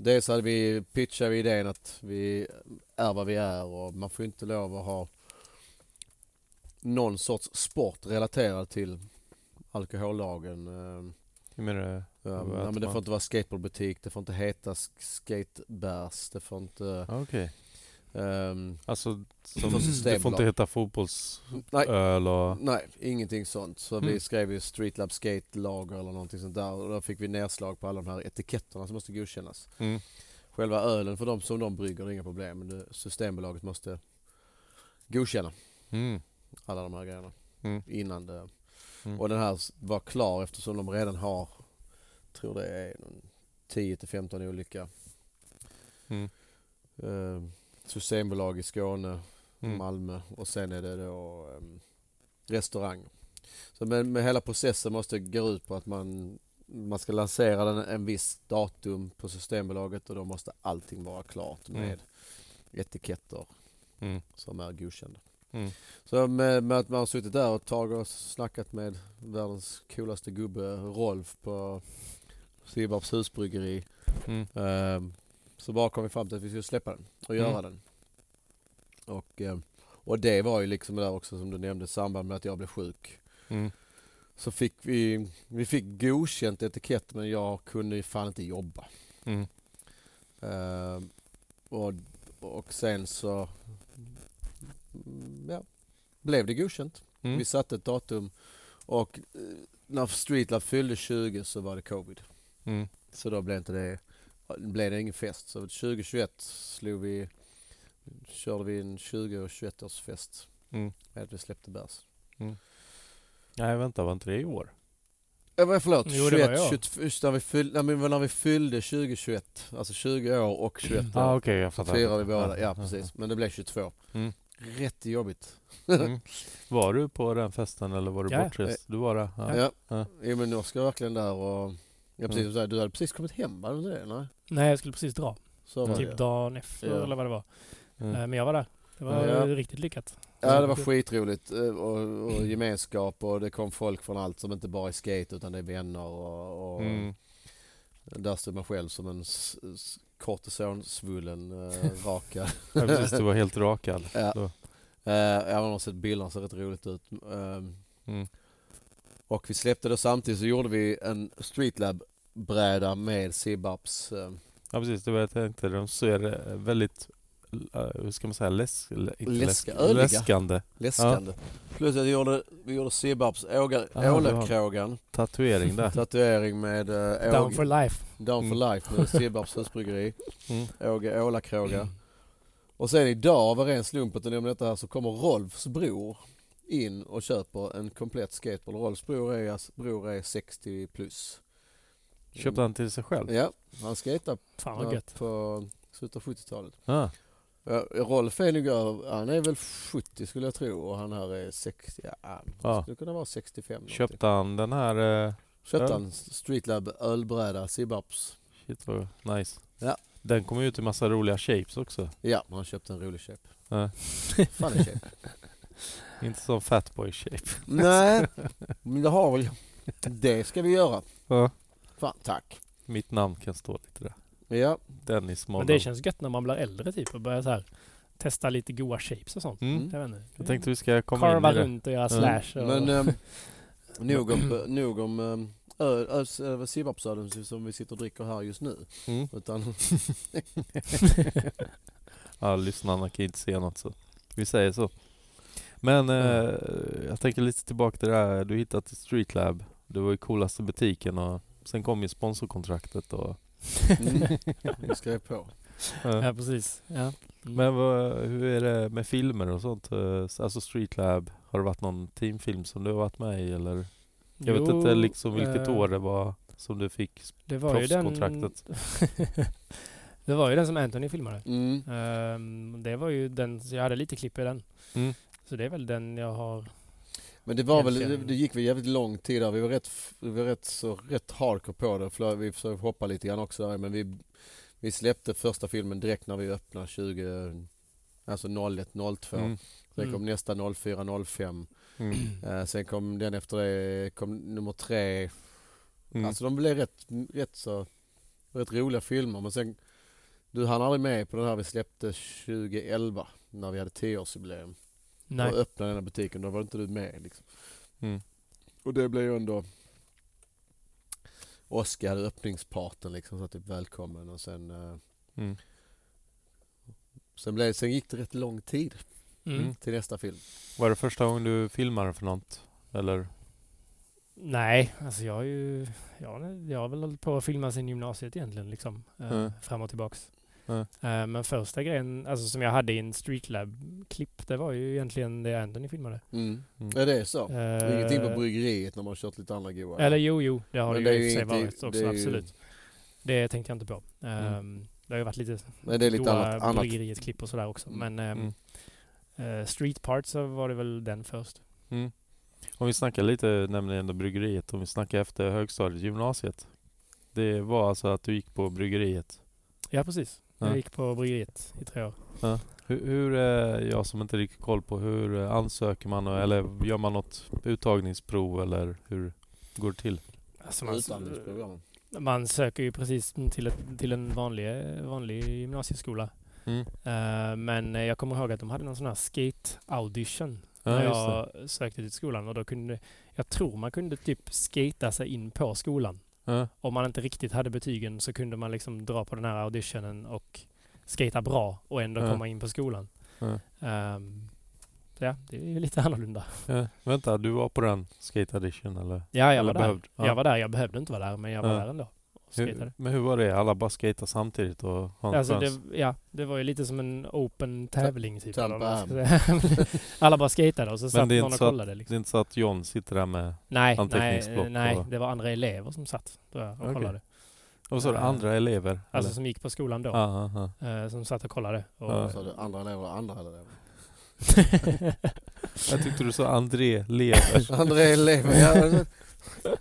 Speaker 3: Dels hade vi, pitchade vi idén att vi är vad vi är och man får inte lov att ha någon sorts sport relaterad till alkohollagen. eh,
Speaker 2: Hur menar du?
Speaker 3: Ja,
Speaker 2: Vad
Speaker 3: nej,
Speaker 2: äter
Speaker 3: men det
Speaker 2: man?
Speaker 3: får inte vara skateboardbutik, det får inte heta sk- skatebärs, det får inte...
Speaker 2: Ja, Okej.
Speaker 3: ehm,
Speaker 2: Alltså,
Speaker 3: Från
Speaker 2: som, du får
Speaker 3: Systembolaget.
Speaker 2: inte heta fotbollsöl
Speaker 3: nej,
Speaker 2: och...
Speaker 3: nej, ingenting sånt. Så vi
Speaker 2: Mm.
Speaker 3: skrev ju Streetlab Skate Lager eller någonting sånt där och då fick vi nedslag på alla de här etiketterna som måste godkännas.
Speaker 2: Mm.
Speaker 3: Själva ölen för dem som de brygger, det är inga problem. Men det, Systembolaget måste godkänna
Speaker 2: Mm.
Speaker 3: alla de här grejerna
Speaker 2: Mm.
Speaker 3: innan det...
Speaker 2: Mm.
Speaker 3: Och den här s- var klar eftersom de redan har, tror det är någon 10 till 15 olika
Speaker 2: Mm.
Speaker 3: eh, Systembolag i Skåne,
Speaker 2: Mm.
Speaker 3: Malmö och sen är det då eh, restaurang. Så men, men hela processen måste gå ut på att man, man ska lansera den en viss datum på Systembolaget och då måste allting vara klart med
Speaker 2: Mm.
Speaker 3: etiketter
Speaker 2: Mm.
Speaker 3: som är godkända.
Speaker 2: Mm.
Speaker 3: Så med, med att man har suttit där och tagit och snackat med världens coolaste gubbe Rolf på Sibbarps husbryggeri
Speaker 2: Mm.
Speaker 3: Ehm, Så bara kom vi fram till att vi skulle släppa den och göra
Speaker 2: Mm.
Speaker 3: den. Och, ehm, och det var ju liksom där också som du nämnde i samband med att jag blev sjuk.
Speaker 2: Mm.
Speaker 3: Så fick vi, vi fick godkänt etikett men jag kunde ju fan inte jobba.
Speaker 2: Mm.
Speaker 3: Ehm, och, och sen så mm, ja, blev det godkänt.
Speaker 2: Mm.
Speaker 3: Vi satte ett datum och eh, när Streetlab fyllde 20 så var det covid.
Speaker 2: Mm.
Speaker 3: Så då blev inte det, blev det ingen fest. Så 2021 slog vi, körde vi en 20 och 21 års fest
Speaker 2: Mm.
Speaker 3: med att vi släppte bärs.
Speaker 2: Nej, vänta, var inte det i år?
Speaker 3: Äh, vad- förlåt,
Speaker 1: Jo, det var
Speaker 3: 21,
Speaker 1: jag.
Speaker 3: 22, just när, vi fyllde, när, vi, när vi fyllde 2021, alltså 20 år och 21 år.
Speaker 2: Ja,
Speaker 1: Mm.
Speaker 2: ah, okej, jag
Speaker 3: Så
Speaker 2: fattar.
Speaker 3: firade vi båda, ja precis. Men det blev 22.
Speaker 2: Mm.
Speaker 3: Rätt jobbigt.
Speaker 2: Mm. Var du på den festen eller var du
Speaker 1: Ja.
Speaker 2: bortrest? Du var där? Ja.
Speaker 3: Ja. ja.
Speaker 2: Ja.
Speaker 3: Jo, men Oskar var verkligen där och, ja precis,
Speaker 2: Mm.
Speaker 3: som du sa, du hade precis kommit hem, var du inte det? Nej?
Speaker 1: Nej, jag skulle precis dra.
Speaker 3: Så var
Speaker 1: typ
Speaker 3: det.
Speaker 1: dagen efter
Speaker 3: Ja.
Speaker 1: eller vad det var.
Speaker 2: Mm.
Speaker 1: Eh, Men jag var där. Det var
Speaker 3: Ja.
Speaker 1: eh, riktigt lyckat.
Speaker 3: Ja det var skitroligt eh, och, och gemenskap och det kom folk från allt som inte bara är skate utan det är vänner och, och
Speaker 2: Mm.
Speaker 3: där stod man själv som en s- s- kortisonsvullen eh, raka.
Speaker 2: Ja, precis, du var helt rakad.
Speaker 3: Ja.
Speaker 2: Då.
Speaker 3: Eh, jag har sett bilderna ser rätt roligt ut. Eh,
Speaker 2: Mm.
Speaker 3: och vi släppte det samtidigt så gjorde vi en streetlab bräda med Sibbarps. eh,
Speaker 2: Ja precis, det var jag tänkte. De ser eh, väldigt eh, hur ska man säga, läsk, lä- inte
Speaker 3: Läska-
Speaker 2: läsk,
Speaker 3: öliga.
Speaker 2: läskande
Speaker 3: Läskande. Plus att vi gjorde, vi gjorde Sibbarps åga-
Speaker 2: Ja, det var det.
Speaker 3: ålakrågan.
Speaker 2: tatuering där.
Speaker 3: Tatuering med eh,
Speaker 1: Down
Speaker 3: åg,
Speaker 1: for life.
Speaker 3: Down for life med Sibbarps husbryggeri.
Speaker 2: Mm.
Speaker 3: Åge ålakråga. Och sen idag, av en ren slump att jag nämnde detta här, så kommer Rolfs bror in och köper en komplett skateboard. Rolfs bror är, hans bror är 60 plus.
Speaker 2: Köpte han till sig själv?
Speaker 3: Ja, han skejtade
Speaker 1: Fan vad
Speaker 3: på,
Speaker 1: gött.
Speaker 3: på slutet av 70-talet.
Speaker 2: Ja.
Speaker 3: Ja, Rolf är nog över, han är väl 70 skulle jag tro och han här är 60, ja, han
Speaker 2: Ja.
Speaker 3: skulle kunna vara 65. någonting.
Speaker 2: Köpte han den här? eh,
Speaker 3: Köpte
Speaker 2: öl?
Speaker 3: han Streetlab ölbräda, Sibbarps.
Speaker 2: Shit vad nice.
Speaker 3: Ja.
Speaker 2: Den kommer ut i massa roliga shapes också.
Speaker 3: Ja, han köpte en rolig shape.
Speaker 2: Ja.
Speaker 3: Fan en shape.
Speaker 2: Inte som fatboy shape.
Speaker 3: Nej, men det har väl, det ska vi göra.
Speaker 2: Ja.
Speaker 3: Fan, tack.
Speaker 2: Mitt namn kan stå lite där.
Speaker 3: Ja,
Speaker 2: Dennis
Speaker 1: Men
Speaker 2: Mollow.
Speaker 1: det känns gött när man blir äldre typ och börjar så här testa lite goa shapes och sånt.
Speaker 2: mm.
Speaker 3: Mm.
Speaker 1: Jag vet inte.
Speaker 2: Jag tänkte vi ska komma in
Speaker 1: Karva
Speaker 2: i det.
Speaker 1: runt och göra
Speaker 2: Mm.
Speaker 1: slash. Och...
Speaker 3: men um, nog om, nog om um, Sibbarpsölen som vi sitter och dricker här just nu.
Speaker 2: Mm.
Speaker 3: Utan,
Speaker 2: Ja, lyssnarna kan inte se något så vi säger så. Men eh, jag tänker lite tillbaka till det här. Du hittade till Streetlab. Det var ju coolaste butiken och sen kom ju sponsorkontraktet och...
Speaker 3: mm, vi skrev på.
Speaker 2: eh.
Speaker 1: Ja precis. Ja.
Speaker 2: Men vad, hur är det med filmer och sånt? Eh, Alltså Streetlab, har det varit någon teamfilm som du har varit med i eller? Jag vet
Speaker 1: Jo,
Speaker 2: inte liksom vilket
Speaker 1: eh,
Speaker 2: år det var som du fick
Speaker 1: Det var ju den...
Speaker 2: proffskontraktet.
Speaker 1: det var ju den som Anthony filmade.
Speaker 3: Mm.
Speaker 1: Ehm, det var ju den, så jag hade lite klipp i den.
Speaker 2: Mm.
Speaker 1: Så det är väl den jag har.
Speaker 3: Men det var väl, det,
Speaker 1: Egentligen.
Speaker 3: det gick väl jävligt lång tid där. Vi var rätt, f- vi var rätt, så, rätt hardcore på det. Flö- Vi försökte hoppa lite grann också där. Men vi, vi släppte första filmen direkt när vi öppnade 20, alltså 01, 02.
Speaker 2: Mm.
Speaker 3: Sen
Speaker 1: Mm.
Speaker 3: kom nästa 04, 05.
Speaker 2: Mm.
Speaker 3: Eh, sen kom den efter det, kom nummer tre.
Speaker 2: Mm.
Speaker 3: Alltså de blev rätt, rätt så, rätt roliga filmer. Men sen, du hann aldrig med på den här vi släppte 2011. När vi hade 10-årsjubileum.
Speaker 1: Nej.
Speaker 3: Och öppnade den här butiken. Då var inte du med liksom.
Speaker 2: Mm.
Speaker 3: Och det blev ju ändå Oskar hade öppningsparten liksom, så typ välkommen och sen eh,
Speaker 2: Mm.
Speaker 3: sen, blev, sen gick det rätt lång tid
Speaker 1: Mm.
Speaker 2: Mm.
Speaker 3: till nästa film.
Speaker 2: Var det första gången du filmade för något? Eller?
Speaker 1: Nej, alltså jag har ju... Jag, har- jag har väl hållit på att filma sen gymnasiet egentligen liksom. eh,
Speaker 2: Mm.
Speaker 1: Fram och tillbaks.
Speaker 2: Mm.
Speaker 1: Eh, men första grejen, alltså som jag hade i en Streetlab-klipp, det var ju egentligen det Anthony filmade.
Speaker 3: Mm.
Speaker 2: Mm.
Speaker 3: Ja det är så.
Speaker 1: Uh,
Speaker 3: Ingenting på bryggeriet när man har kört lite andra goa.
Speaker 1: Eller jo, jo, det har
Speaker 3: Men
Speaker 1: det
Speaker 3: det är
Speaker 1: ju i och
Speaker 3: ju
Speaker 1: för sig varit
Speaker 3: inte-
Speaker 1: också,
Speaker 3: det är ju-
Speaker 1: absolut. Det tänkte jag inte på. Ehm,
Speaker 2: Mm.
Speaker 1: Det har ju varit lite
Speaker 3: Men det är lite
Speaker 1: goa
Speaker 3: annat. annat.
Speaker 1: bryggeriet-klipp och sådär också.
Speaker 3: Mm.
Speaker 1: Men ehm, eh, Street Part så var det väl den först.
Speaker 2: Mm. Om vi snackar lite, nämligen ändå bryggeriet, om vi snackar efter högstadiet, gymnasiet. Det var alltså att du gick på bryggeriet.
Speaker 1: Ja, precis.
Speaker 2: Ja.
Speaker 1: Jag gick på bryggeriet i tre år.
Speaker 2: Hur, hur eh, jag som inte riktigt koll på, hur eh, ansöker man och- eller gör man något uttagningsprov eller hur går det till?
Speaker 1: Alltså man,
Speaker 3: Utandningsprogram.
Speaker 1: man söker ju precis till, ett, till en vanlig, vanlig gymnasieskola.
Speaker 2: Mm.
Speaker 1: Eh, men eh, jag kommer ihåg att de hade någon sån här skate-audition när
Speaker 2: just det.
Speaker 1: jag sökte till skolan. Och då kunde, jag tror man kunde typ skata sig in på skolan.
Speaker 2: Ja,
Speaker 1: om man inte riktigt hade betygen så kunde man liksom dra på den här auditionen och skata bra och ändå
Speaker 2: Ja.
Speaker 1: komma in på skolan.
Speaker 2: Ja.
Speaker 1: Ehm, så ja, det är ju lite annorlunda.
Speaker 2: ja. Vänta, du var på den skate edition eller?
Speaker 1: Ja, jag
Speaker 2: eller
Speaker 1: var där.
Speaker 2: behövde- ja.
Speaker 1: Jag var där. Jag behövde inte vara där, men jag var
Speaker 2: Ja.
Speaker 1: där ändå. Och skatade.
Speaker 2: hur, men hur var det? Alla bara skejtade samtidigt och har en
Speaker 1: Alltså
Speaker 2: chans?
Speaker 1: det, ja, det var ju lite som en open tävling typ.
Speaker 3: Tampa
Speaker 1: eller vad man ska säga. Alla bara skatade och så satt
Speaker 2: det är
Speaker 1: någon
Speaker 2: inte
Speaker 1: och
Speaker 2: så att-
Speaker 1: kollade. Liksom.
Speaker 2: Det är inte så att John sitter där med...
Speaker 1: Nej,
Speaker 2: anteckningsblock
Speaker 1: nej, nej,
Speaker 2: och-
Speaker 1: det var andra elever som satt tror jag, och
Speaker 2: Okej.
Speaker 1: kollade.
Speaker 2: Och så är det
Speaker 1: Ja.
Speaker 2: andra elever?
Speaker 1: Alltså som gick på skolan då.
Speaker 2: eller? Ja, ja,
Speaker 1: eh, som satt och kollade. Och,
Speaker 2: Ja.
Speaker 3: Så Alltså, det andra elever, andra elever.
Speaker 2: ja. Jag tyckte du sa André lever.
Speaker 3: André lever, ja.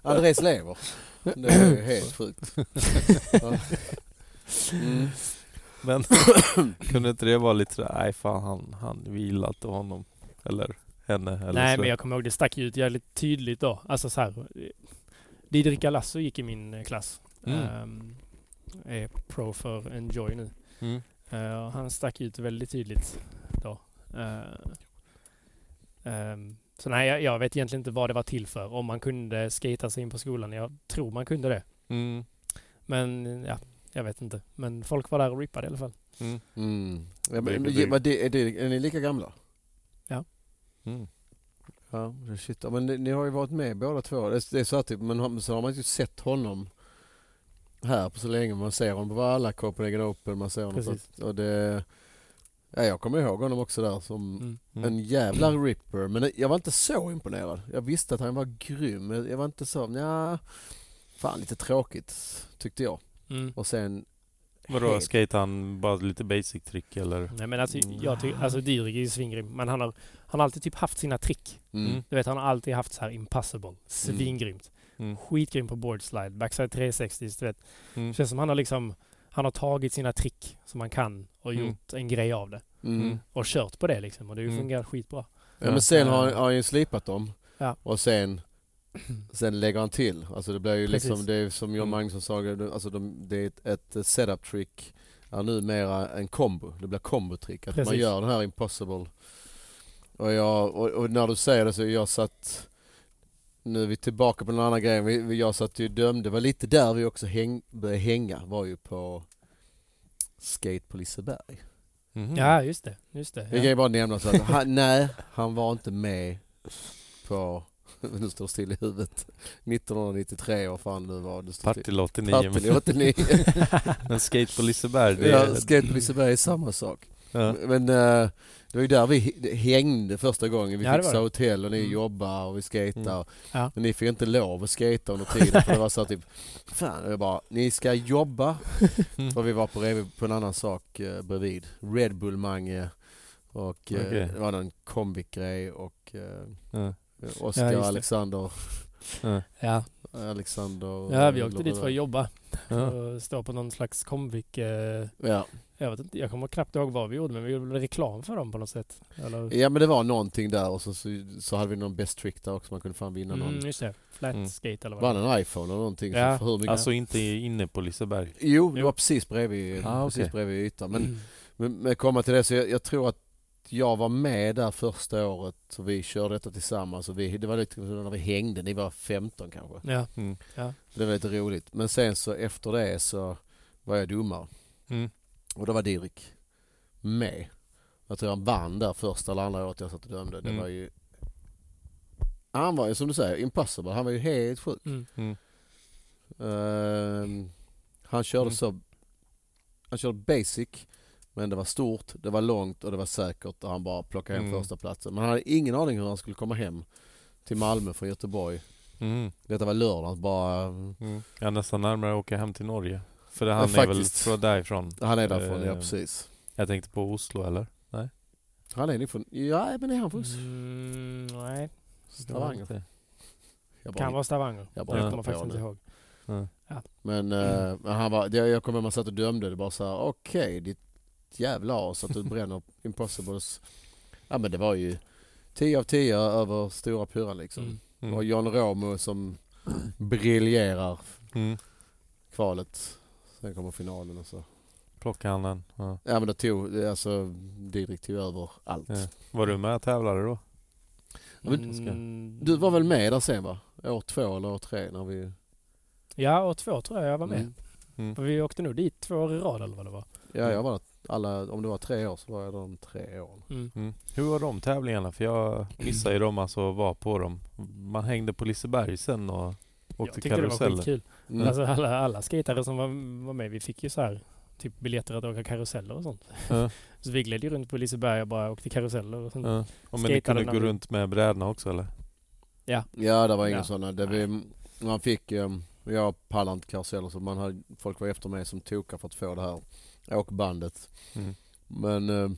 Speaker 3: Andrés lever. Det är ju helt sjukt. Ja. Mm.
Speaker 2: Men kunde inte det vara lite sådär, nej fan han, han vi gillar inte honom. Eller henne. Eller
Speaker 1: Nej,
Speaker 2: så.
Speaker 1: men jag kommer ihåg det stack ut jävligt tydligt då. Alltså så här. eh, Didrika Lasso gick i min eh, klass.
Speaker 2: Mm.
Speaker 1: Ehm, är pro för Enjoy nu.
Speaker 2: Mm.
Speaker 1: Eh, och han stack ut väldigt tydligt då. Eh, ehm, så nej, jag, jag vet egentligen inte vad det var till för. Om man kunde skata sig in på skolan. Jag tror man kunde det.
Speaker 2: Mm.
Speaker 1: Men ja, Jag vet inte. Men folk var där och rippade i alla fall.
Speaker 2: Mm.
Speaker 3: Mm. Ja,
Speaker 2: Blir-
Speaker 3: men, men,
Speaker 2: blir-
Speaker 3: men det, är, det, är ni lika gamla?
Speaker 2: Mm.
Speaker 3: Ja, shit. Ja, men ni, ni har ju varit med båda två. Det, det är så här, typ, men har- så har man ju sett honom här på så länge. Man ser honom på alla Copenhagen Open. Man ser honom på,
Speaker 1: Precis.
Speaker 3: och det, ja, jag kommer ihåg honom också där som
Speaker 1: Mm.
Speaker 2: Mm.
Speaker 3: en jävla ripper. Men jag var inte så imponerad. Jag visste att han var grym. men Jag var inte så, ja, fan lite tråkigt tyckte jag.
Speaker 1: Mm.
Speaker 3: Och sen,
Speaker 2: Vadå,
Speaker 3: Helt.
Speaker 2: skate han bara lite basic trick eller?
Speaker 1: Nej men alltså,
Speaker 2: Mm.
Speaker 1: jag tycker, alltså Dyrig är ju svingrym. Men han har, han har alltid typ haft sina trick.
Speaker 3: mm.
Speaker 2: Mm.
Speaker 1: Du vet, han har alltid haft så här impossible. Svingrymt.
Speaker 2: Mm.
Speaker 1: Skitgrym på boardslide, backside 360, du vet.
Speaker 2: Mm.
Speaker 1: Känns som han har liksom, han har tagit sina trick som han kan och
Speaker 2: Mm.
Speaker 1: gjort en grej av det.
Speaker 3: Mm.
Speaker 2: Mm.
Speaker 1: Och kört på det liksom och det har ju
Speaker 2: Mm.
Speaker 1: fungerat skitbra.
Speaker 3: Ja, men sen har han, har han ju slipat dem
Speaker 1: Ja.
Speaker 3: och sen, sen lägger han till. Alltså det blir ju
Speaker 1: Precis.
Speaker 3: liksom, det är som John
Speaker 2: Mm.
Speaker 3: Magnusson sa, det- alltså de, det är ett, ett setup trick är numera en kombo. Det blir kombotrick. Att man
Speaker 1: Precis.
Speaker 3: gör den här impossible. Och, jag, och, och när du säger det så jag satt, nu är vi tillbaka på den andra grejen, vi, vi, jag satt ju och dömde, det var lite där vi också häng, började hänga, var ju på Skate på Liseberg.
Speaker 2: Mhm.
Speaker 1: Ja just det, just det.
Speaker 3: Jag Mm. kan
Speaker 1: Ja.
Speaker 3: ju bara nämna så att han, nej, han var inte med på, nu står det still i huvudet, 1993 vad fan nu var det. stod still.
Speaker 2: Partille 89.
Speaker 3: Partille 89.
Speaker 2: Men skate på Liseberg, det
Speaker 3: ja,
Speaker 2: är...
Speaker 3: Skate på Liseberg är samma sak.
Speaker 2: Ja.
Speaker 3: Men eh, det var ju där vi h- hängde första gången. Vi
Speaker 1: Ja, det
Speaker 3: fixade
Speaker 1: var det.
Speaker 3: hotell och ni
Speaker 1: Mm.
Speaker 3: jobbade och vi skatade.
Speaker 2: Mm.
Speaker 1: Ja.
Speaker 3: Men ni fick inte lov att skata under tiden för det var så här typ, fan, och jag bara, ni ska jobba
Speaker 2: Mm.
Speaker 3: För vi var på, rev- på en annan sak eh, bredvid. Red Bull Mange och eh,
Speaker 2: Okej.
Speaker 3: det var någon kombikgrej och eh,
Speaker 2: Ja.
Speaker 3: Oskar
Speaker 1: Ja, just det.
Speaker 3: Alexander.
Speaker 1: Ja.
Speaker 3: Alexander. eh,
Speaker 1: ja, vi åkte dit för att jobba
Speaker 2: Ja.
Speaker 1: och stå på någon slags komvik. Eh,
Speaker 3: Ja.
Speaker 1: jag vet inte, jag kommer knappt ihåg vad vi gjorde men vi gjorde väl reklam för dem på något sätt. Eller,
Speaker 3: ja men det var någonting där och så, så, så hade vi någon best trick där också man kunde fan vinna
Speaker 1: mm,
Speaker 3: någon.
Speaker 1: just det. Flat
Speaker 2: Mm.
Speaker 1: skate eller vad
Speaker 3: Vann
Speaker 1: det
Speaker 3: en iPhone eller någonting.
Speaker 1: Ja.
Speaker 3: Så för hur mycket?
Speaker 2: Alltså inte inne på Liseberg.
Speaker 3: jo, det
Speaker 1: Jo.
Speaker 3: var precis bredvid,
Speaker 2: Ah,
Speaker 3: precis
Speaker 2: okej.
Speaker 3: bredvid ytan. Men,
Speaker 1: Mm.
Speaker 3: men, men komma till det så jag, jag tror att jag var med där första året och vi körde detta tillsammans och vi, det var lite när vi hängde, ni var 15 kanske.
Speaker 1: Ja,
Speaker 2: Mm.
Speaker 3: Det var lite roligt. Men sen så efter det så var jag domare.
Speaker 2: Mm.
Speaker 3: Och då var Dirk med. Jag tror han vann där första eller andra året jag satt och dömde. Det
Speaker 2: Mm.
Speaker 3: var ju... Han var ju som du säger, impossible. Han var ju helt sjuk.
Speaker 1: mm.
Speaker 3: Ehm, han körde
Speaker 2: Mm.
Speaker 3: så... Han körde basic. Men det var stort, det var långt och det var säkert och han bara plockade hem
Speaker 2: Mm.
Speaker 3: första platsen. Men han hade ingen aning hur han skulle komma hem till Malmö från Göteborg.
Speaker 2: Mm.
Speaker 3: Detta var lördagen, bara...
Speaker 2: Mm. Jag är nästan närmare att åka hem till Norge. För det, han är väl
Speaker 3: faktiskt.
Speaker 2: från därifrån?
Speaker 3: Han är därifrån, ja
Speaker 2: Ehm.
Speaker 3: precis.
Speaker 2: Jag tänkte på Oslo eller?
Speaker 3: Han är nog från... Ja, men är han från
Speaker 1: Mm, nej,
Speaker 3: Stavanger?
Speaker 2: Det var inte.
Speaker 3: Jag
Speaker 1: kan
Speaker 3: bara,
Speaker 1: vara Stavanger.
Speaker 3: jag bara
Speaker 1: Jag
Speaker 2: Ja.
Speaker 1: kommer
Speaker 3: hittar på
Speaker 1: faktiskt inte
Speaker 3: nu.
Speaker 1: ihåg.
Speaker 3: Men eh, men han var... det- Jag kommer ihåg man satt och dömde det bara så här, okej ditt jävla as att du bränner Impossibles. Ja men det var ju 10 av 10 över stora pyran liksom.
Speaker 1: Mm.
Speaker 3: Och
Speaker 2: Mm.
Speaker 3: Jan Romo som briljerar
Speaker 2: Mm.
Speaker 3: kvalet. Sen kommer finalen och så.
Speaker 2: Plockade han den. Ja.
Speaker 3: Ja men det tog, alltså Didrik tog över allt.
Speaker 2: Ja. Var du med och tävlade då?
Speaker 3: men-
Speaker 1: Mm.
Speaker 3: Du var väl med där sen va? År två eller år tre när vi...
Speaker 1: Ja, och två tror jag jag var med.
Speaker 3: Mm.
Speaker 1: För Vi åkte nog dit två år i rad eller vad det var.
Speaker 3: Ja jag var där alla, om det var tre år så var jag där de tre åren.
Speaker 1: Mm.
Speaker 2: Mm. Hur var de tävlingarna? För jag missade ju dem alltså och var på dem. Man hängde på Liseberg sen och
Speaker 1: Jag
Speaker 2: åkte
Speaker 1: tyckte det var
Speaker 2: karuseller.
Speaker 1: skitkul.
Speaker 3: Mm.
Speaker 1: Alltså alla, alla skatare som var, var med, vi fick ju så här typ biljetter att åka karuseller och sånt.
Speaker 2: Ja.
Speaker 1: Så vi gled ju runt på Liseberg och bara åkte karuseller och sånt.
Speaker 2: Ja. Och men
Speaker 1: Skatade
Speaker 2: ni kunde
Speaker 1: när vi-
Speaker 2: gå runt med brädorna också eller?
Speaker 3: Ja, det var inga
Speaker 1: Ja.
Speaker 3: sådana. Det vi, man fick, eh, jag pallar inte karuseller så man hade, folk var efter mig som tokar för att få det här åkbandet.
Speaker 2: Mm.
Speaker 3: Men eh,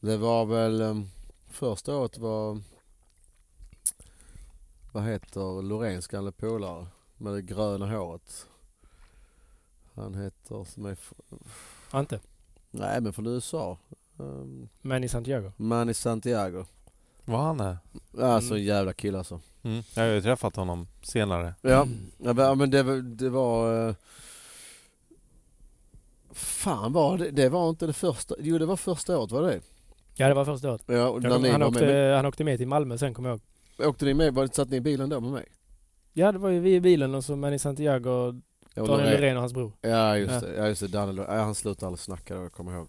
Speaker 3: det var väl eh, första året var, vad heter Lorens gamla polare med det gröna håret? Han heter, som är, fr-
Speaker 1: Ante,
Speaker 3: nej men från USA. Eh,
Speaker 1: men i Santiago.
Speaker 3: Manny Santiago.
Speaker 2: Var han är?
Speaker 3: Alltså
Speaker 1: Mm.
Speaker 3: en jävla kille alltså.
Speaker 2: Mm. Jag har ju träffat honom senare.
Speaker 3: Ja, ja men- ja, men det, var- det var... eh, Fan var det, det var inte det första, jo det var första året var det
Speaker 1: Ja, det var första året.
Speaker 3: Ja, och
Speaker 1: Jag
Speaker 3: när
Speaker 1: kom,
Speaker 3: ni
Speaker 1: han,
Speaker 3: var
Speaker 1: åkte,
Speaker 3: med.
Speaker 1: han åkte med till Malmö sen kommer jag ihåg.
Speaker 3: Men Åkte ni med, var, satt ni i bilen då med mig?
Speaker 1: Ja, det var ju vi i bilen och så men i Santiago Daniel Loreen och hans bror.
Speaker 3: Ja just
Speaker 2: Ja.
Speaker 3: det, ja, just det. Daniel, ja, han slutade aldrig snacka då, jag kommer ihåg.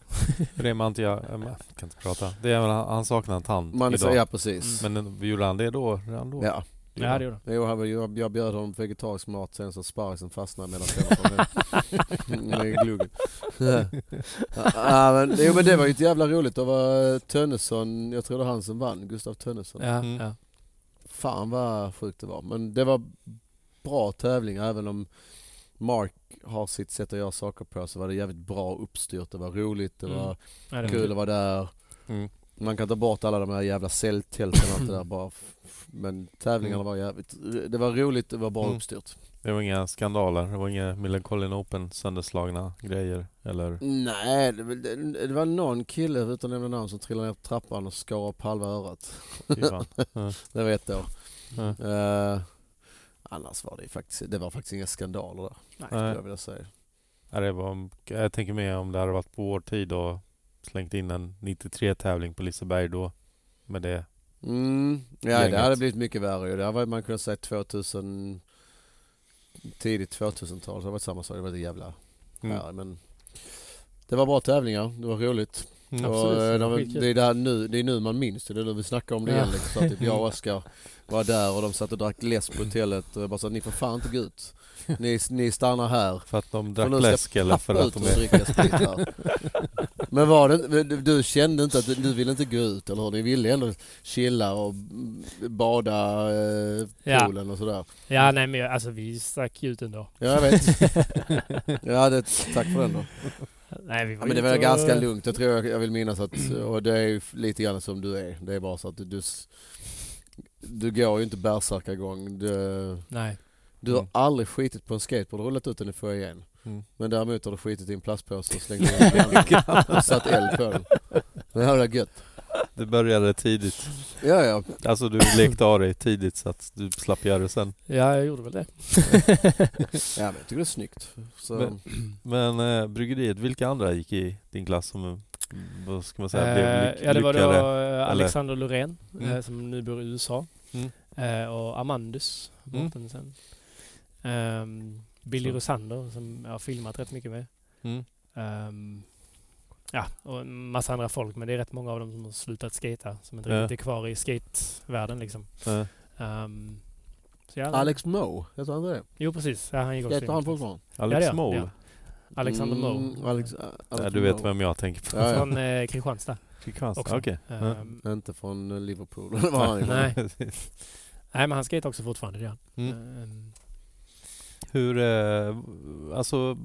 Speaker 2: Rehman, jag, jag kan inte prata. Det är väl, han han saknar en tand
Speaker 3: Man,
Speaker 2: idag.
Speaker 3: ja precis.
Speaker 2: Men eh, gjorde han det då? Redan då?
Speaker 3: Ja.
Speaker 1: Ja, det gjorde han.
Speaker 3: Jo, han- jag, jag bjöd honom vegetarisk mat sen så sparrisen fastnade mellan tänderna med gluggen. ja, men, jo men det var ju ett jävla roligt. Det var Tönnesson, jag tror det var han som vann, Gustav Tönnesson.
Speaker 1: Ja,
Speaker 2: Mm.
Speaker 1: ja.
Speaker 3: Fan vad sjukt det var. Men det var bra tävling även om Mark har sitt sätt att göra saker på så var det jävligt bra uppstyrt, det var roligt, det
Speaker 1: Mm.
Speaker 3: var
Speaker 1: Nej, det var
Speaker 3: kul att vara där.
Speaker 2: Mm.
Speaker 3: Man kan ta bort alla de här jävla celltälten och allt det där bara. f- f- Men tävlingarna var jävligt, det var roligt, det var bra
Speaker 2: Mm.
Speaker 3: uppstyrt.
Speaker 2: Det var inga skandaler, det var inga Millencolin Open sönderslagna grejer eller?
Speaker 3: Nej, det, var- det, det var någon kille, utan att nämna namn, som trillade ner på trappan och skar upp halva örat.
Speaker 2: Fy fan.
Speaker 3: Det var ett år.
Speaker 2: Ja.
Speaker 3: Eh, annars var det ju faktiskt, det var faktiskt inga skandaler där, skulle
Speaker 2: Nej.
Speaker 3: jag vilja säga.
Speaker 2: Ja, det var, jag tänker mer om det hade varit på vår tid och slängt in en 93-tävling på Liseberg då. Med det.
Speaker 3: Mm, ja, det
Speaker 2: Gänget.
Speaker 3: hade blivit mycket värre ju. Det hade man kunnat säga 2000, tidigt 2000-tal, så det var samma sak. Det var ett jävla
Speaker 2: Mm.
Speaker 3: värre, men det var bra tävlingar, det var roligt.
Speaker 2: Mm.
Speaker 1: Absolut,
Speaker 3: Och, eh,
Speaker 1: det
Speaker 3: det,
Speaker 1: var
Speaker 3: var-
Speaker 1: skitkul.
Speaker 3: det, är det, här nu, det är nu man minns det, det är nu vi snackar om det
Speaker 1: Ja.
Speaker 3: igen. Liksom, så att typ jag och Oskar var där och de satt och drack läsk på hotellet och jag bara sa ni får fan inte gå ut. Ni, ni stannar här.
Speaker 2: För att de
Speaker 3: För nu
Speaker 2: drack
Speaker 3: ska
Speaker 2: läsk eller för
Speaker 3: pappa
Speaker 2: att
Speaker 3: ut
Speaker 2: de
Speaker 3: och
Speaker 2: är...
Speaker 3: dricka sprit här. Men var det inte- du- du kände inte att du, du ville inte gå ut eller hur? Ni ville ändå chilla och mm, bada eh,
Speaker 1: Ja.
Speaker 3: poolen och sådär.
Speaker 1: ja, nej men jag- alltså vi stack ju ut ändå.
Speaker 3: Ja jag vet. Ja, det, tack för den då.
Speaker 1: nej, vi
Speaker 3: Ja,
Speaker 1: var
Speaker 3: men det
Speaker 1: ute
Speaker 3: var
Speaker 1: och-
Speaker 3: ganska lugnt. Jag tror jag, jag vill minnas att, och det är ju lite grann som du är. Det är bara så att du, du, s- du går ju inte bärsärkagång. Du,
Speaker 1: Nej.
Speaker 3: du har
Speaker 2: Mm.
Speaker 3: aldrig skitit på en skateboard och rullat ut den i foajén.
Speaker 2: Mm.
Speaker 3: Men däremot har du skitit i en plastpåse och slängt ner den och satt eld på den. Det här är gött.
Speaker 2: Det började tidigt.
Speaker 3: Ja, ja.
Speaker 2: Alltså du lekte av dig tidigt så att du slapp göra det sen.
Speaker 1: Ja, jag gjorde väl det.
Speaker 3: ja men jag tycker det är snyggt. Så,
Speaker 2: Men- Men eh, bryggeriet, vilka andra gick i din klass som, eh, vad ska man säga, blev
Speaker 1: Eh,
Speaker 2: lyck-
Speaker 1: ja, det var då
Speaker 2: lyckade?
Speaker 1: eh, Alexander Loreen
Speaker 2: Mm.
Speaker 1: eh, som nu bor i USA.
Speaker 2: Mm.
Speaker 1: Eh, och Amandus,
Speaker 2: Mm.
Speaker 1: Mårtensson. sen. Ehm, Billy
Speaker 2: Så.
Speaker 1: Rosander som jag har filmat rätt mycket med.
Speaker 2: Mm.
Speaker 1: Ehm, ja, och en massa andra folk. Men det är rätt många av dem som har slutat skata. Som inte
Speaker 2: Ja.
Speaker 1: riktigt är kvar i skatevärlden liksom.
Speaker 2: Eh,
Speaker 1: Ehm, så ja,
Speaker 3: Alex Moe, heter han det?
Speaker 1: Jo, precis. Ja, han gick också
Speaker 3: Heter
Speaker 1: in.
Speaker 3: han fortfarande?
Speaker 1: Ja, det
Speaker 2: Alex
Speaker 1: gör-
Speaker 2: Mole.
Speaker 1: ja. Alexander Moe.
Speaker 3: Mm, Alex, Alex
Speaker 2: Ja, du vet
Speaker 3: Moe.
Speaker 2: vem jag tänker på.
Speaker 3: Ja, ja.
Speaker 1: Från eh, Kristianstad.
Speaker 2: Kristianstad.
Speaker 1: Också.
Speaker 2: Okej. Ja.
Speaker 1: Ehm,
Speaker 3: Inte från eh, Liverpool, det var han ju.
Speaker 1: Nej. nej, men han skejtar också fortfarande. Det gör han.
Speaker 2: Mm.
Speaker 1: Ehm,
Speaker 2: Hur, eh, alltså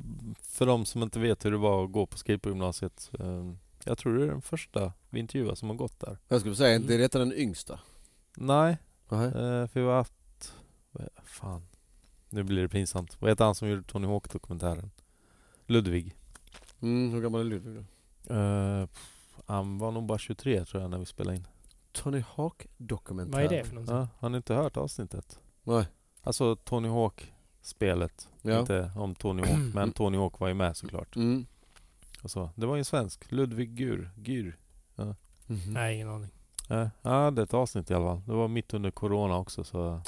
Speaker 2: för de som inte vet hur det var att gå på skateboardgymnasiet. Eh, jag tror du är den första vi intervjuar som har gått där.
Speaker 3: Jag skulle säga, inte är detta den yngsta?
Speaker 2: Nej,
Speaker 3: Nej.
Speaker 2: eh, för vi har haft, vad- fan, nu blir det pinsamt. Vad heter han som gjorde Tony Hawk-dokumentären? Ludvig.
Speaker 3: Mm, hur gammal är Ludvig då?
Speaker 2: Eh, pff, han var nog bara 23 tror jag när vi spelade in.
Speaker 3: Tony Hawk-dokumentär.
Speaker 1: vad är det för någonting?
Speaker 2: Ja, Mm. har ni inte hört avsnittet?
Speaker 3: Nej.
Speaker 2: Alltså Tony Hawk-spelet.
Speaker 3: Ja.
Speaker 2: Inte om Tony Hawk, men Tony Hawk var ju med såklart.
Speaker 3: Mm.
Speaker 2: Och så. Det var ju en svensk, Ludvig Gyr. Gyr.
Speaker 3: Mhm.
Speaker 1: Nej, ingen aning.
Speaker 2: Ja, Eh, ja, det är ett avsnitt i alla fall. Det var mitt under corona också så...
Speaker 3: Ah,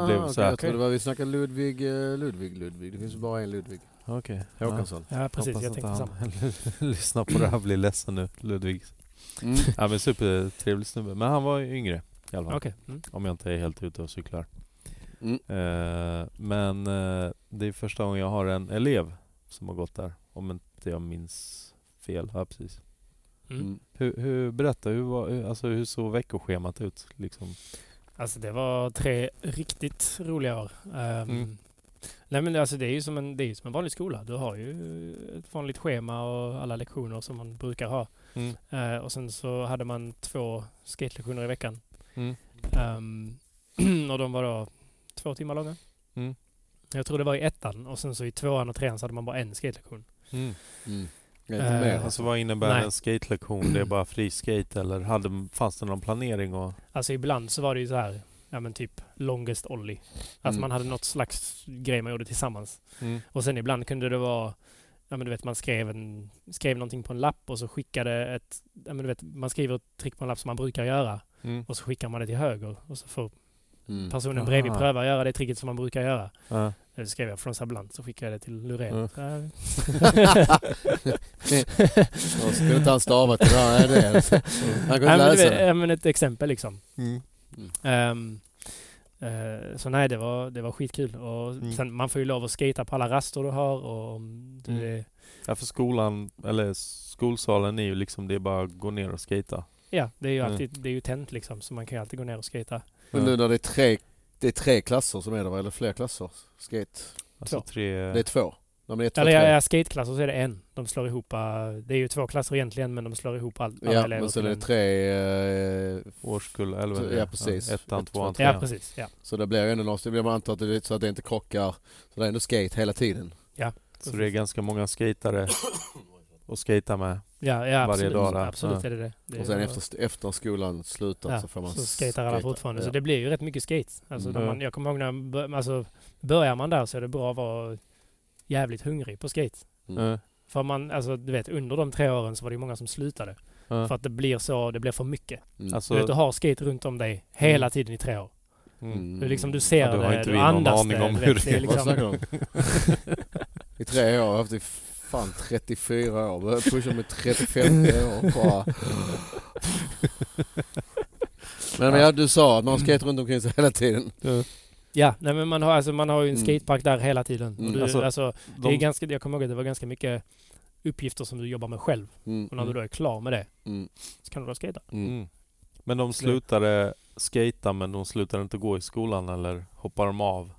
Speaker 2: Det blev
Speaker 3: okej,
Speaker 2: så här.
Speaker 3: Jag trodde det var vi snackade Ludvig, eh, Ludvig, Ludvig. Det finns bara en Ludvig.
Speaker 2: Okej.
Speaker 3: Håkansson.
Speaker 1: Ja, precis. Jag tänkte samma.
Speaker 2: Lyssna på det här, blir ledsen nu, Ludvig.
Speaker 3: Mm.
Speaker 2: Ja men supertrevlig snubbe. Men han var ju yngre i alla fall.
Speaker 1: Okej. Mm.
Speaker 2: Om jag inte är helt ute och cyklar.
Speaker 3: Mm.
Speaker 2: Eh, men eh, det är första gången jag har en elev som har gått där. Om inte jag minns fel. Ja, precis.
Speaker 1: Mm.
Speaker 3: Mm.
Speaker 2: Hur, hur, berätta, hur, var, hur- alltså, hur såg veckoschemat ut? Liksom?
Speaker 1: Alltså det var tre riktigt roliga år. Ehm,
Speaker 2: Mm.
Speaker 1: Nej men alltså det är ju som en, det är ju som en vanlig skola. Du har ju ett vanligt schema och alla lektioner som man brukar ha.
Speaker 2: Mm.
Speaker 1: Eh, och sen så hade man två skatelektioner i veckan.
Speaker 2: Mm.
Speaker 1: Ehm, och de var då två timmar långa.
Speaker 2: Mm.
Speaker 1: Jag tror det var i ettan och sen så i tvåan och trean så hade man bara en skatelektion.
Speaker 2: Mm.
Speaker 3: Mm. Jag är
Speaker 1: Eh,
Speaker 3: inte med.
Speaker 2: Alltså vad innebär
Speaker 1: Nej.
Speaker 2: en skatelektion? Det är bara fri skate eller hade, fanns det någon planering? Och,
Speaker 1: Alltså ibland så var det ju så här, ja men typ longest ollie. Alltså
Speaker 3: Mm.
Speaker 1: man hade något slags grej man gjorde tillsammans. Och sen ibland kunde det vara, ja men du vet man skrev, en, skrev någonting på en lapp och så skickade ett, ja men du vet man skriver ett trick på en lapp som man brukar göra
Speaker 2: Mm.
Speaker 1: och så skickar man det till höger och så får
Speaker 3: Mm.
Speaker 1: personen
Speaker 2: Aha.
Speaker 1: bredvid pröva att göra det tricket som man brukar göra.
Speaker 2: Ja.
Speaker 1: Eh, Eller så skrev jag från Sablant så skickade jag det till
Speaker 2: Ja.
Speaker 1: Lurén.
Speaker 3: Mm.
Speaker 1: Ja.
Speaker 3: Jag skulle inte han stava till det här. Det är det. Han kunde
Speaker 1: Nej, men, eh,
Speaker 3: läsa
Speaker 1: det-
Speaker 3: det.
Speaker 1: ja, men ett exempel liksom.
Speaker 2: Mm.
Speaker 1: Ehm, eh, så nej, det var, det var skitkul. Och
Speaker 2: Mm.
Speaker 1: sen, man får ju lov att skata på alla raster du har. Och om du
Speaker 2: Mm.
Speaker 1: är,
Speaker 2: Ja, för skolan, eller skolsalen är ju liksom, det är bara att gå ner och skata.
Speaker 1: ja, det är ju
Speaker 2: Mm.
Speaker 1: alltid det är ju tänt liksom, så man kan ju alltid gå ner och skata.
Speaker 3: Men nu när det är tre, det är tre klasser som är där va? eller fler klasser? Skate.
Speaker 2: Alltså
Speaker 1: Två.
Speaker 2: tre...
Speaker 3: Det är två. De är ett, två,
Speaker 1: Eller ja,
Speaker 3: tre.
Speaker 1: ja, skateklasser så är det en. De slår ihop, eh, det är ju två klasser egentligen, men de slår ihop all, alla
Speaker 3: Ja,
Speaker 1: elever.
Speaker 3: men så
Speaker 1: till
Speaker 3: det är
Speaker 1: en-
Speaker 3: tre. eh,
Speaker 2: Årskull 11.
Speaker 3: Ja, precis.
Speaker 2: Ettan,
Speaker 3: Ett,
Speaker 2: tvåan,
Speaker 3: två,
Speaker 1: Ja,
Speaker 2: trean.
Speaker 1: precis. Ja.
Speaker 3: Så det blir ju ändå någonstans, det blir man antar att det är så att det inte krockar. Så det är ändå skate hela tiden.
Speaker 2: Så det är ganska många skatare att skata med.
Speaker 1: ja, ja,
Speaker 2: varje
Speaker 1: absolut.
Speaker 2: dag där.
Speaker 1: absolut
Speaker 2: Ja.
Speaker 1: är det det. det är
Speaker 3: Och sen
Speaker 1: ju-
Speaker 3: efter, efter skolan slutar
Speaker 1: Ja,
Speaker 3: så får man
Speaker 1: så skatar alla
Speaker 3: skata.
Speaker 1: fortfarande. Så
Speaker 3: Ja.
Speaker 1: det blir ju rätt mycket skate. Alltså,
Speaker 3: Mm.
Speaker 1: när man, jag kommer ihåg när jag bör, alltså, börjar man där så är det bra att vara jävligt hungrig på skate.
Speaker 2: Mm.
Speaker 1: För man, alltså du vet, under de tre åren så var det ju många som slutade.
Speaker 2: Ja.
Speaker 1: För att det blir så, det blir för mycket.
Speaker 3: Mm.
Speaker 1: Du vet, du
Speaker 2: Alltså,
Speaker 1: har skate runt om dig hela tiden i tre år.
Speaker 2: mm.
Speaker 1: Du liksom, du ser
Speaker 2: Ja, du har
Speaker 1: det,
Speaker 2: inte
Speaker 1: du
Speaker 2: vi någon
Speaker 1: andas
Speaker 2: aning
Speaker 1: det.
Speaker 2: om
Speaker 1: du
Speaker 2: hur
Speaker 1: vet,
Speaker 2: det
Speaker 1: det
Speaker 2: är.
Speaker 1: är
Speaker 3: Vad snackar
Speaker 1: liksom,
Speaker 3: du om? I tre år, jag har haft i f- fan 34 år. Började pusha med 35 år bara. Men ja, du sa att man skate runt omkring sig hela tiden.
Speaker 1: ja, nej, men man har, alltså, man har ju en
Speaker 3: Mm.
Speaker 1: skatepark där hela tiden.
Speaker 3: Mm.
Speaker 1: Och du,
Speaker 2: Alltså,
Speaker 1: alltså,
Speaker 2: de,
Speaker 1: det är ganska, jag kommer ihåg att det var ganska mycket uppgifter som du jobbar med själv.
Speaker 3: Mm,
Speaker 1: Och när du då är klar med det
Speaker 3: mm,
Speaker 1: så kan du då skata.
Speaker 3: mm.
Speaker 2: mm. Men de slutade skata men de slutade inte gå i skolan eller hoppar de av?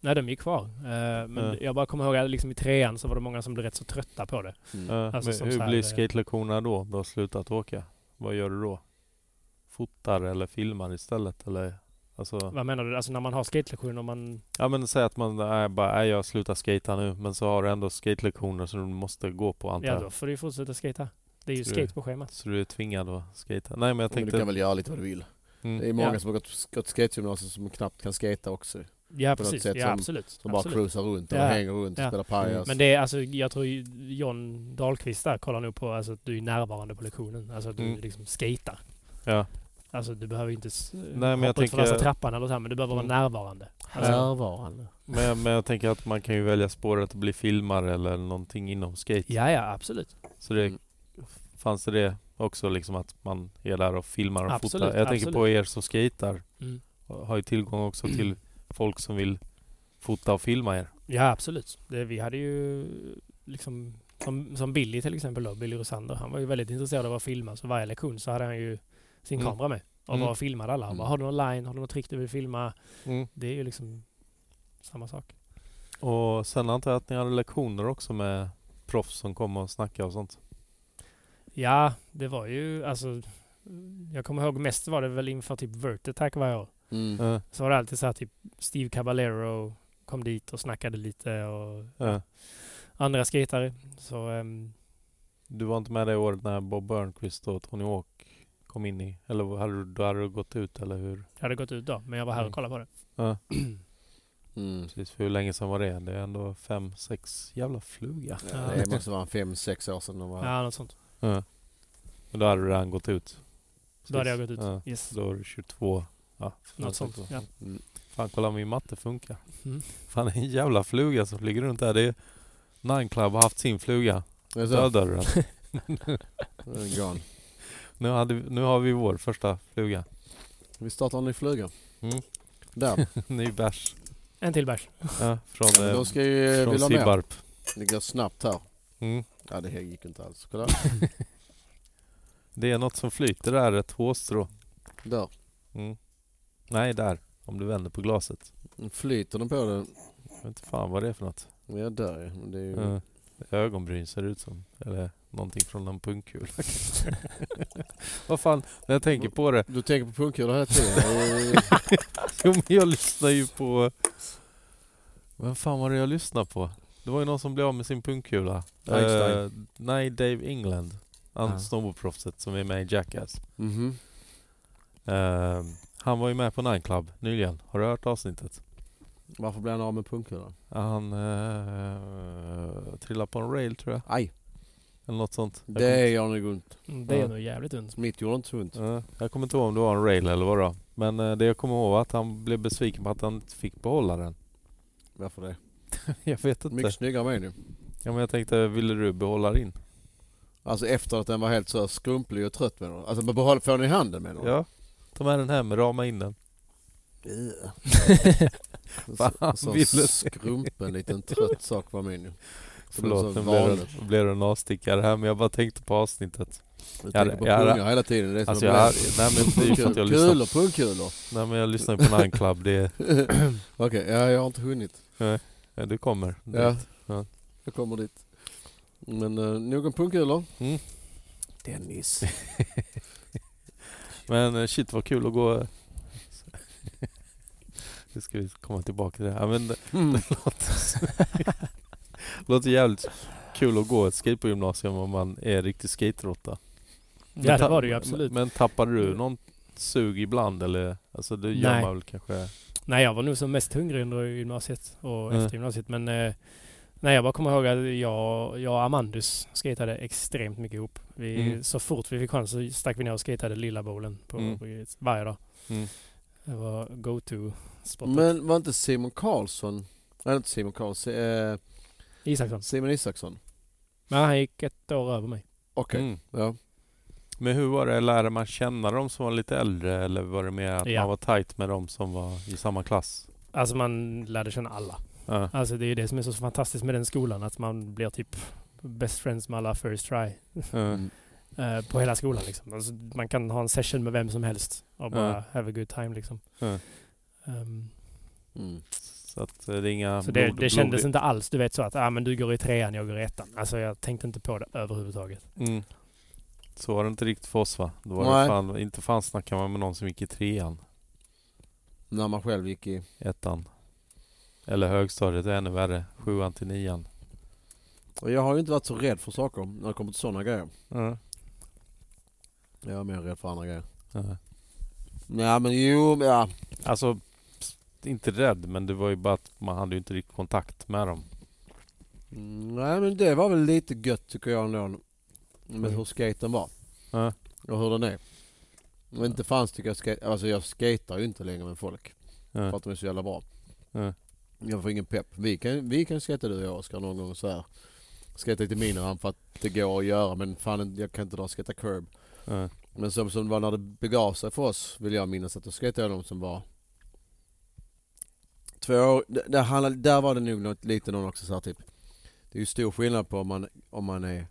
Speaker 1: Nej, de är ju kvar. Eh, men
Speaker 2: Ja.
Speaker 1: jag bara kommer ihåg att liksom, i trean så var det många som blev rätt så trötta på det.
Speaker 3: Mm.
Speaker 2: Eh,
Speaker 1: Alltså, som
Speaker 2: men
Speaker 1: så
Speaker 2: hur
Speaker 1: här,
Speaker 2: blir
Speaker 1: eh,
Speaker 2: skatelektionerna då? Du har slutat åka. Vad gör du då? Fotar eller filmar istället eller? Alltså,
Speaker 1: Vad menar du? Alltså när man har skatelektioner och man...
Speaker 2: ja men säg att man är bara, nej jag slutar skata nu men så har du ändå skatelektioner som du måste gå på antar
Speaker 1: Ja,
Speaker 2: jag.
Speaker 1: då får du ju fortsätta skata. Det är ju
Speaker 2: Tror
Speaker 1: skate på schemat.
Speaker 2: Så du är tvingad att skata? Nej men jag
Speaker 3: Men du
Speaker 2: tänkte...
Speaker 3: kan väl göra lite vad du vill.
Speaker 2: mm.
Speaker 3: Det är många
Speaker 1: Ja.
Speaker 3: som har gått, gått skategymnasiet som knappt kan skata också.
Speaker 1: Ja
Speaker 3: på något
Speaker 1: precis,
Speaker 3: sätt
Speaker 1: ja
Speaker 3: som-
Speaker 1: absolut.
Speaker 3: Som bara
Speaker 1: absolut.
Speaker 3: cruisar runt och
Speaker 1: Ja.
Speaker 3: hänger runt och
Speaker 1: Ja.
Speaker 3: spelar pajas.
Speaker 1: Men det är alltså, jag tror ju John Dahlqvist där kollar nog på alltså, att du är närvarande på lektionen. Alltså att du
Speaker 2: Mm.
Speaker 1: liksom skater.
Speaker 2: Ja.
Speaker 1: Alltså du behöver ju inte s-
Speaker 2: men jag
Speaker 1: hoppa ut från
Speaker 2: tänker-
Speaker 1: värsta trappan eller så här, men du behöver vara
Speaker 2: Mm.
Speaker 1: närvarande. Alltså,
Speaker 3: Närvarande.
Speaker 2: Men, jag- men jag tänker att man kan ju välja spåret att bli filmare eller någonting inom skate.
Speaker 1: Ja, ja absolut.
Speaker 2: Så det
Speaker 3: Mm.
Speaker 2: fanns det det också liksom att man är där och filmar och
Speaker 1: Absolut,
Speaker 2: fotar. Jag tänker
Speaker 1: absolut.
Speaker 2: på er som skater
Speaker 1: Mm.
Speaker 2: har ju tillgång också till folk som vill fota och filma er.
Speaker 1: Ja, absolut. Det, vi hade ju liksom som, som Billy till exempel då, Billy Rosander. Han var ju väldigt intresserad av att filma. Så varje lektion så hade han ju sin
Speaker 2: Mm.
Speaker 1: kamera med. Och
Speaker 2: Mm.
Speaker 1: bara filmade alla. Och bara,
Speaker 3: Mm.
Speaker 1: har du någon line? Har du något trick du vill filma? Det är ju liksom samma sak.
Speaker 2: Och sen antar jag att ni hade lektioner också med proffs som kom och snackade och sånt.
Speaker 1: Ja, det var ju alltså. Jag kommer ihåg mest var det väl inför typ Vert Attack varje år.
Speaker 3: Mm.
Speaker 2: Ja,
Speaker 1: Så var det alltid så här typ Steve Caballero kom dit och snackade lite och
Speaker 2: ja.
Speaker 1: andra skatare. Så ehm,
Speaker 2: Du var inte med det året när Bob Burnquist och Tony Hawk kom in i, eller hade du, då hade du gått ut eller hur?
Speaker 1: jag hade gått ut då, men jag var här
Speaker 2: Mm.
Speaker 1: och kollade på det.
Speaker 3: Mm.
Speaker 2: Precis, för hur länge sedan var det? Det är ändå fem, sex jävla fluga.
Speaker 3: Ja, det måste vara fem, sex år sedan de var
Speaker 1: Ja, något sånt.
Speaker 2: Ja. Men då hade du redan gått ut.
Speaker 1: Då hade jag gått ut.
Speaker 2: Ja.
Speaker 1: Yes.
Speaker 2: Då var du 22. Ja,
Speaker 1: Något sånt. Ja.
Speaker 2: Fan kolla min matte funkar.
Speaker 1: Mm.
Speaker 2: Fan det är en jävla fluga som flyger runt där. Det är Nine Club har haft sin fluga.
Speaker 3: Det är så.
Speaker 2: Dödade du den?
Speaker 3: Nu är den gone.
Speaker 2: Nu, hade, vi- nu har vi vår första fluga.
Speaker 3: Vi startar en ny fluga.
Speaker 2: Mm.
Speaker 3: Där.
Speaker 2: Ny bärs.
Speaker 1: En till bärs.
Speaker 2: Ja, från eh,
Speaker 3: De ska ju
Speaker 2: från
Speaker 3: vilja ha mer.
Speaker 2: Sibbarp.
Speaker 3: Det går snabbt här.
Speaker 2: Mm.
Speaker 3: Ja det här gick inte alls. Kolla.
Speaker 2: Det är något som flyter där, ett hårstrå.
Speaker 3: Där.
Speaker 2: Mm. Nej, där. Om du vänder på glaset.
Speaker 3: Nu Flyter den på den?
Speaker 2: Jag vet inte fan vad det är för något.
Speaker 3: Ja där ja. Men Det är ju...
Speaker 2: Mm. Ögonbryn ser det ut som. Eller någonting från någon punkkula. Vad fan, när jag tänker på det.
Speaker 3: Du tänker på pungkulor hela tiden? Det är ju-
Speaker 2: Jo men jag lyssnar ju på... Vem fan var det jag lyssnade på? Det var ju någon som blev av med sin punkkula.
Speaker 3: Einstein.
Speaker 2: Eh, nej, Dave England. Han
Speaker 3: Ah.
Speaker 2: snowboardproffset som är med i Jackass.
Speaker 3: Mhm.
Speaker 2: Eh, han var ju med på Nine Club nyligen. Har du hört avsnittet?
Speaker 3: Varför blir han av med pungkulan?
Speaker 2: Ja, Han uh, trillade på en rail tror jag.
Speaker 3: Aj.
Speaker 2: Eller något sånt. Jag kommer
Speaker 3: Det gör nog ont.
Speaker 1: Mm, Det är
Speaker 2: Ja.
Speaker 1: nog jävligt ont.
Speaker 3: Mitt gjorde inte så ont.
Speaker 2: Ja, jag kommer inte ihåg om det var en rail eller vad det var. Men eh, det jag kommer ihåg var att han blev besviken på att han inte fick behålla den.
Speaker 3: Varför det?
Speaker 2: Jag vet inte.
Speaker 3: Mycket snyggare meny.
Speaker 2: Ja, men jag tänkte, ville du behålla din?
Speaker 3: Alltså efter att den var helt så här skrumplig och trött menar du? Alltså man behåller, får den i handen menar du?
Speaker 2: Ja. Ta med den hem, rama in den.
Speaker 3: Ja.
Speaker 2: Fan,
Speaker 3: En sån
Speaker 2: ville-
Speaker 3: skrumpen liten trött sak var menyn.
Speaker 2: Förlåt,
Speaker 3: så
Speaker 2: nu blev
Speaker 3: vanligt.
Speaker 2: det, blev det en avstickare här, men jag bara tänkte på avsnittet.
Speaker 3: Du
Speaker 2: Ja,
Speaker 3: tänker på
Speaker 2: ja, det-
Speaker 3: pungar hela tiden. Det är
Speaker 2: Alltså
Speaker 3: alltså,
Speaker 2: jag,
Speaker 3: jag...
Speaker 2: nej men det är ju för att jag lyssnar,
Speaker 3: Kulor, pungkulor.
Speaker 2: nej, men jag lyssnar ju på Nine Club, det är,
Speaker 3: Okej, ja, jag har inte hunnit.
Speaker 2: ja, du kommer.
Speaker 3: Ja.
Speaker 2: Ja.
Speaker 3: Jag kommer dit. Men uh, nog om pungkulor.
Speaker 2: Mm.
Speaker 3: Dennis.
Speaker 2: Men eh, shit vad kul att gå... Nu ska vi komma tillbaka till det. Ja, men det
Speaker 3: Mm.
Speaker 2: låter, låter jävligt kul att gå ett skateboardgymnasium om man är riktig skateråtta.
Speaker 1: Ja,
Speaker 2: Men
Speaker 1: det
Speaker 2: ta-
Speaker 1: var det ju absolut.
Speaker 2: Men tappade du någon sug ibland eller? Alltså det gör
Speaker 1: Nej.
Speaker 2: man väl kanske?
Speaker 1: Nej, jag var nog som mest hungrig under gymnasiet och
Speaker 2: Mm.
Speaker 1: efter gymnasiet. Men eh, nej, jag bara kommer ihåg att jag, jag och Amandus skatade extremt mycket ihop. Vi,
Speaker 2: Mm.
Speaker 1: Så fort vi fick chans så stack vi ner och skatade lilla bowlen på,
Speaker 2: Mm.
Speaker 1: på Gryts varje dag.
Speaker 2: Mm.
Speaker 1: Det var go-to-spotet.
Speaker 3: Men var inte Simon Karlsson, nej inte Simon Karlsson, eh,
Speaker 1: Isaksson.
Speaker 3: Simon Isaksson?
Speaker 1: Men han gick ett år över mig.
Speaker 3: Okej,
Speaker 2: Mm.
Speaker 3: ja.
Speaker 2: Men hur var det, lärde man känna de som var lite äldre eller var det mer att
Speaker 1: Ja.
Speaker 2: man var tight med de som var i samma klass?
Speaker 1: Alltså man lärde känna alla.
Speaker 2: Ja.
Speaker 1: Alltså det är ju det som är så fantastiskt med den skolan, att man blir typ best friends med alla first try.
Speaker 2: Ja.
Speaker 1: eh, på hela skolan liksom. Alltså, man kan ha en session med vem som helst och bara have a good time liksom.
Speaker 2: Ja.
Speaker 1: Ehm,
Speaker 3: Mm.
Speaker 2: Så att eh, det är inga
Speaker 1: så det,
Speaker 2: blod-
Speaker 1: det kändes
Speaker 2: blodig-
Speaker 1: inte alls, du vet så att ah, men du går i trean, jag går i ettan. Alltså jag tänkte inte på det överhuvudtaget.
Speaker 2: Mm. Så var det inte riktigt för oss va? Då var
Speaker 3: Nej.
Speaker 2: det fan, inte fan snackar man med någon som gick i trean,
Speaker 3: När man själv gick i,
Speaker 2: ettan. Eller högstadiet är ännu värre, sjuan till nian.
Speaker 3: och jag har ju inte varit så rädd för saker när det kommer till sådana grejer.
Speaker 2: Mm.
Speaker 3: Jag är mer rädd för andra grejer.
Speaker 2: Ja.
Speaker 3: Ja men jo, men ja.
Speaker 2: Alltså, s- inte rädd men det var ju bara att man hade ju inte riktigt kontakt med dem.
Speaker 3: Mm, Nej men det var väl lite gött tycker jag ändå. Med
Speaker 2: Mm.
Speaker 3: hur skaten var.
Speaker 2: Ja.
Speaker 3: Och hur den är. Men inte fanns tycker jag skate, alltså jag skater ju inte längre med folk.
Speaker 2: Ja.
Speaker 3: För att de är så jävla bra.
Speaker 2: Ja.
Speaker 3: Jag får ingen pepp. Vi kan, vi kan skata du och jag Oskar någon gång så här. Skata lite mindre än för att det går att göra men fan jag kan inte dra och skata curb.
Speaker 2: Ja.
Speaker 3: Men som, som det var när det begav sig för oss vill jag minnas att då skejtade jag de som var två år. D- Där, handlade, där var det nog något, lite någon också så här typ. Det är ju stor skillnad på om man, om man är,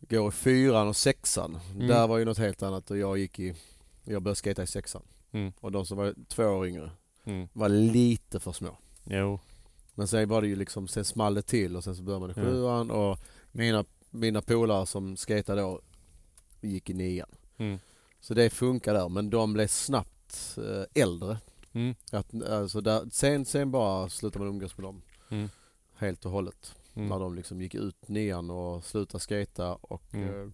Speaker 3: går i fyran och sexan.
Speaker 2: Mm.
Speaker 3: Där var ju något helt annat och jag gick i, jag började skejta i sexan.
Speaker 2: Mm.
Speaker 3: Och de som var två år yngre
Speaker 2: Mm.
Speaker 3: var lite för små.
Speaker 2: Jo.
Speaker 3: Men sen var det ju liksom, sen small det till och sen så började man i
Speaker 2: Mm.
Speaker 3: sjuan och mina, mina polare som skejtade då gick i nian.
Speaker 2: Mm.
Speaker 3: Så det funkar där, men de blev snabbt eh, äldre.
Speaker 2: Mm.
Speaker 3: Att, alltså där, sen, sen bara slutade man umgås med dem.
Speaker 2: Mm.
Speaker 3: Helt och hållet. När
Speaker 2: Mm.
Speaker 3: de liksom gick ut nian och slutade skata och...
Speaker 2: Mm.
Speaker 3: Eh,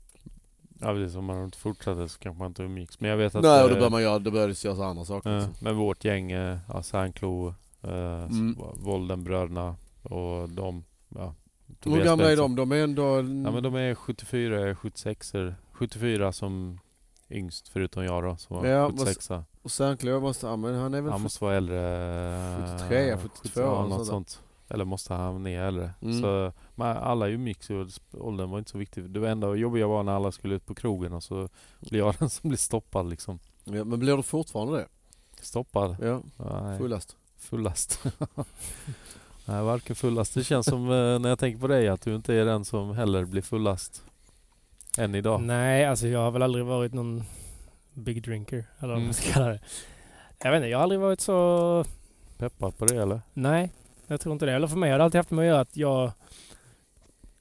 Speaker 2: Ja precis, om man inte fortsatte så kanske man inte umgicks. Men jag vet att...
Speaker 3: nej, och då
Speaker 2: eh,
Speaker 3: började man göra, då började det göras andra saker.
Speaker 2: Ja,
Speaker 3: liksom.
Speaker 2: men vårt gäng, eh, ja, Särnklo, eh,
Speaker 3: Mm.
Speaker 2: Voldenbröderna och de, ja.
Speaker 3: Hur
Speaker 2: Tobias
Speaker 3: gamla är
Speaker 2: Bengtsson.
Speaker 3: de? De är ändå...
Speaker 2: Ja men de är 74, 76 74 som yngst förutom jag då som var
Speaker 3: Ja, vad s-
Speaker 2: 76
Speaker 3: Och Sernklöv måste... Ja, men han är väl...
Speaker 2: Han måste vara äldre... eh,
Speaker 3: 73, ja, 72,
Speaker 2: ja,
Speaker 3: något
Speaker 2: något sånt. Eller måste han ner äldre.
Speaker 3: Mm.
Speaker 2: Så, men alla är ju mix och åldern var inte så viktig. Det enda jobbiga var när alla skulle ut på krogen och så
Speaker 3: Mm.
Speaker 2: blir jag den som blir stoppad liksom.
Speaker 3: ja, men blir du fortfarande det?
Speaker 2: Stoppad?
Speaker 3: Ja,
Speaker 2: Nej.
Speaker 3: fullast.
Speaker 2: Fullast. Nej, varken fullast. Det känns som eh, när jag tänker på dig att du inte är den som heller blir fullast. Än idag.
Speaker 1: Nej, alltså jag har väl aldrig varit någon big drinker, eller vad
Speaker 2: Mm.
Speaker 1: man ska kalla det. Jag vet inte, jag har aldrig varit så...
Speaker 2: Peppad på det eller?
Speaker 1: Nej, jag tror inte det. Eller för mig har det alltid haft med att göra att jag...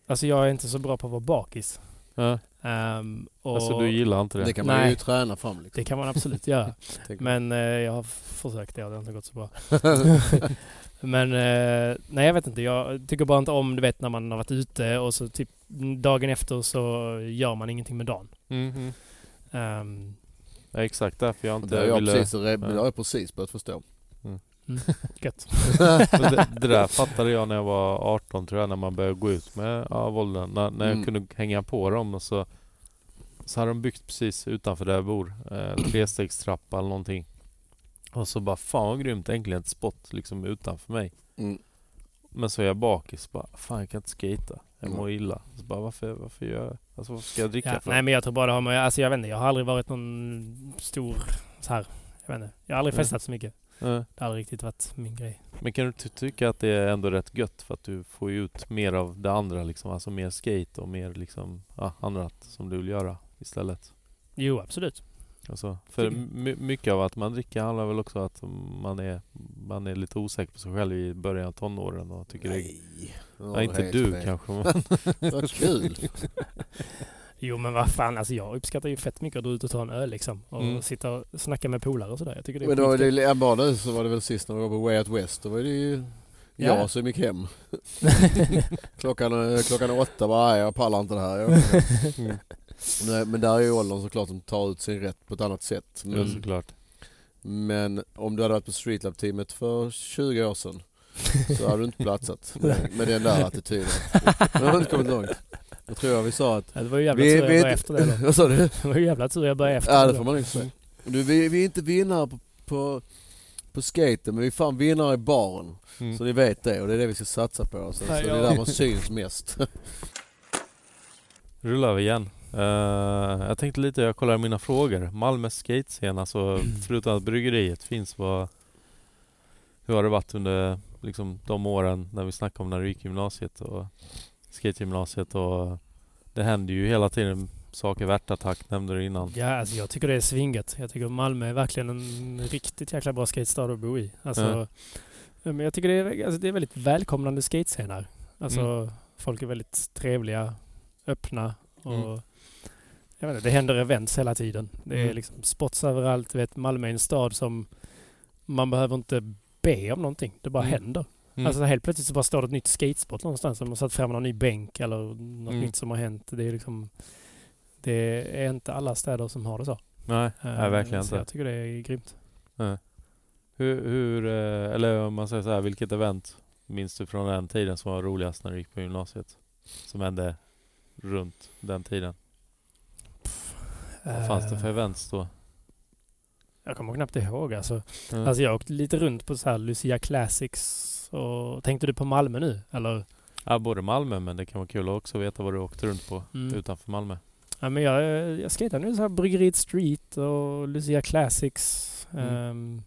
Speaker 1: Alltså jag är inte så bra på att vara bakis.
Speaker 2: Ja.
Speaker 1: Ehm, och
Speaker 2: Alltså du gillar inte det?
Speaker 3: Det kan man
Speaker 1: Nej.
Speaker 3: ju träna fram liksom.
Speaker 1: det kan man absolut göra.
Speaker 3: tänker jag.
Speaker 1: Men eh, jag har f- försökt det och det har inte gått så bra. Men eh, nej jag vet inte. Jag tycker bara inte om du vet när man har varit ute och så typ dagen efter så gör man ingenting med dagen.
Speaker 2: Mhm.
Speaker 1: Ehm,
Speaker 2: Ja, exakt därför jag
Speaker 3: Och
Speaker 2: inte
Speaker 3: Det har jag,
Speaker 2: ville...
Speaker 3: precis, re- det har jag precis börjat förstå.
Speaker 1: gött.
Speaker 2: Men det, det där fattade jag när jag var 18 tror jag, när man började gå ut med ja, Volden. När, när jag
Speaker 3: Mm.
Speaker 2: kunde hänga på dem och så, så hade de byggt precis utanför där jag bor, eh, trestegstrappa eller någonting. Och så bara fan vad grymt, äntligen ett spott liksom utanför mig.
Speaker 3: Mm.
Speaker 2: Men så är jag bakis bara, fan jag kan inte skata. Jag
Speaker 3: Mm.
Speaker 2: mår illa. Så bara varför, varför gör jag? Alltså varför ska jag dricka
Speaker 1: Ja,
Speaker 2: för?
Speaker 1: nej men jag tror bara det har med, alltså jag vet inte, jag har aldrig varit någon stor så här, jag vet inte, jag har aldrig
Speaker 2: Nej.
Speaker 1: festat så mycket.
Speaker 2: Ja.
Speaker 1: Det har aldrig riktigt varit min grej.
Speaker 2: Men kan du ty- tycka att det är ändå rätt gött för att du får ju ut mer av det andra liksom? Alltså mer skate och mer liksom, ja, annat som du vill göra istället?
Speaker 1: Jo, absolut.
Speaker 2: Alltså, för
Speaker 1: Tycker
Speaker 2: my- mycket av att man dricker handlar väl också om att man är, man är lite osäker på sig själv i början av tonåren och tycker det är...
Speaker 3: Ja,
Speaker 2: Ja, inte du kanske men...
Speaker 3: Vad kul.
Speaker 1: Jo men vad fan, alltså jag uppskattar ju fett mycket att dra ut och ta en öl liksom. Och
Speaker 2: Mm.
Speaker 1: sitta och snacka med polare och sådär. Jag tycker det är
Speaker 3: Men då var
Speaker 1: skitkul.
Speaker 3: det, ja, bara nu så var det väl sist när vi var på Way Out West. Då var det ju jag
Speaker 1: Ja.
Speaker 3: som gick hem. klockan, eh, klockan åtta bara, nej jag pallar inte det här. Jag åker hem. nej, men där är ju åldern såklart som tar ut sin rätt på ett annat sätt. Men,
Speaker 2: Ja, såklart.
Speaker 3: men om du hade varit på Streetlab-teamet för 20 år sedan så hade du inte platsat med, med den där attityden. Men jag har inte kommit långt. Då tror jag vi sa att...
Speaker 1: Ja, det var ju jävla
Speaker 3: Vi-
Speaker 1: tur jag
Speaker 3: vi-
Speaker 1: började efter det då.
Speaker 3: Vad sa du?
Speaker 1: Det var ju jävla tur jag började efter
Speaker 3: Ja
Speaker 1: det
Speaker 3: det
Speaker 1: då.
Speaker 3: får man inte säga. Du, vi, vi är inte vinnare på, på, på skaten men vi är fan vinnare i baren.
Speaker 2: Mm.
Speaker 3: Så ni vet det och det är det vi ska satsa på. alltså. Så, så
Speaker 1: Ja,
Speaker 3: det
Speaker 1: ja.
Speaker 3: är där man syns mest.
Speaker 2: Rullar vi igen. Eh, jag tänkte lite, jag kollar mina frågor. Malmö skatescen, alltså förutom att bryggeriet finns, vad... Hur har det varit under liksom, de åren när vi snackade om när du gick gymnasiet och skategymnasiet och... Det händer ju hela tiden saker. Värtattack nämnde du innan.
Speaker 1: Ja, alltså jag tycker det är svinget. Jag tycker Malmö är verkligen en riktigt jäkla bra skatestad att bo i. Alltså,
Speaker 2: Ja.
Speaker 1: Men jag tycker det är, alltså, det är väldigt välkomnande skatescener. Alltså,
Speaker 2: Mm.
Speaker 1: folk är väldigt trevliga, öppna och
Speaker 2: Mm.
Speaker 1: jag vet inte, det händer events hela tiden. Det är
Speaker 2: Mm.
Speaker 1: liksom spots överallt. Du Vet, Malmö är en stad som man behöver inte be om någonting. Det bara
Speaker 2: Mm.
Speaker 1: händer.
Speaker 2: Mm.
Speaker 1: Alltså helt plötsligt så bara står det ett nytt skatespot någonstans. De har satt fram någon ny bänk eller något
Speaker 2: Mm.
Speaker 1: nytt som har hänt. Det är liksom... Det är inte alla städer som har det så.
Speaker 2: Nej, nej,
Speaker 1: Eh,
Speaker 2: verkligen
Speaker 1: så
Speaker 2: inte.
Speaker 1: Jag tycker det är grymt.
Speaker 2: Hur, hur, eh, eller om man säger så här, vilket event minns du från den tiden som var roligast när du gick på gymnasiet? Som hände runt den tiden? Vad fanns det för
Speaker 1: Eh,
Speaker 2: events då?
Speaker 1: Jag kommer knappt ihåg alltså.
Speaker 2: Mm.
Speaker 1: Alltså jag åkte lite runt på så här Lucia Classics och... Tänkte du på Malmö nu? Eller?
Speaker 2: ja, både Malmö, men det kan vara kul att också veta vad du åkte runt på
Speaker 1: Mm.
Speaker 2: utanför Malmö.
Speaker 1: Ja, men jag, jag skejtade nu så här Bryggeriet Street och Lucia Classics.
Speaker 2: Mm.
Speaker 1: Ehm,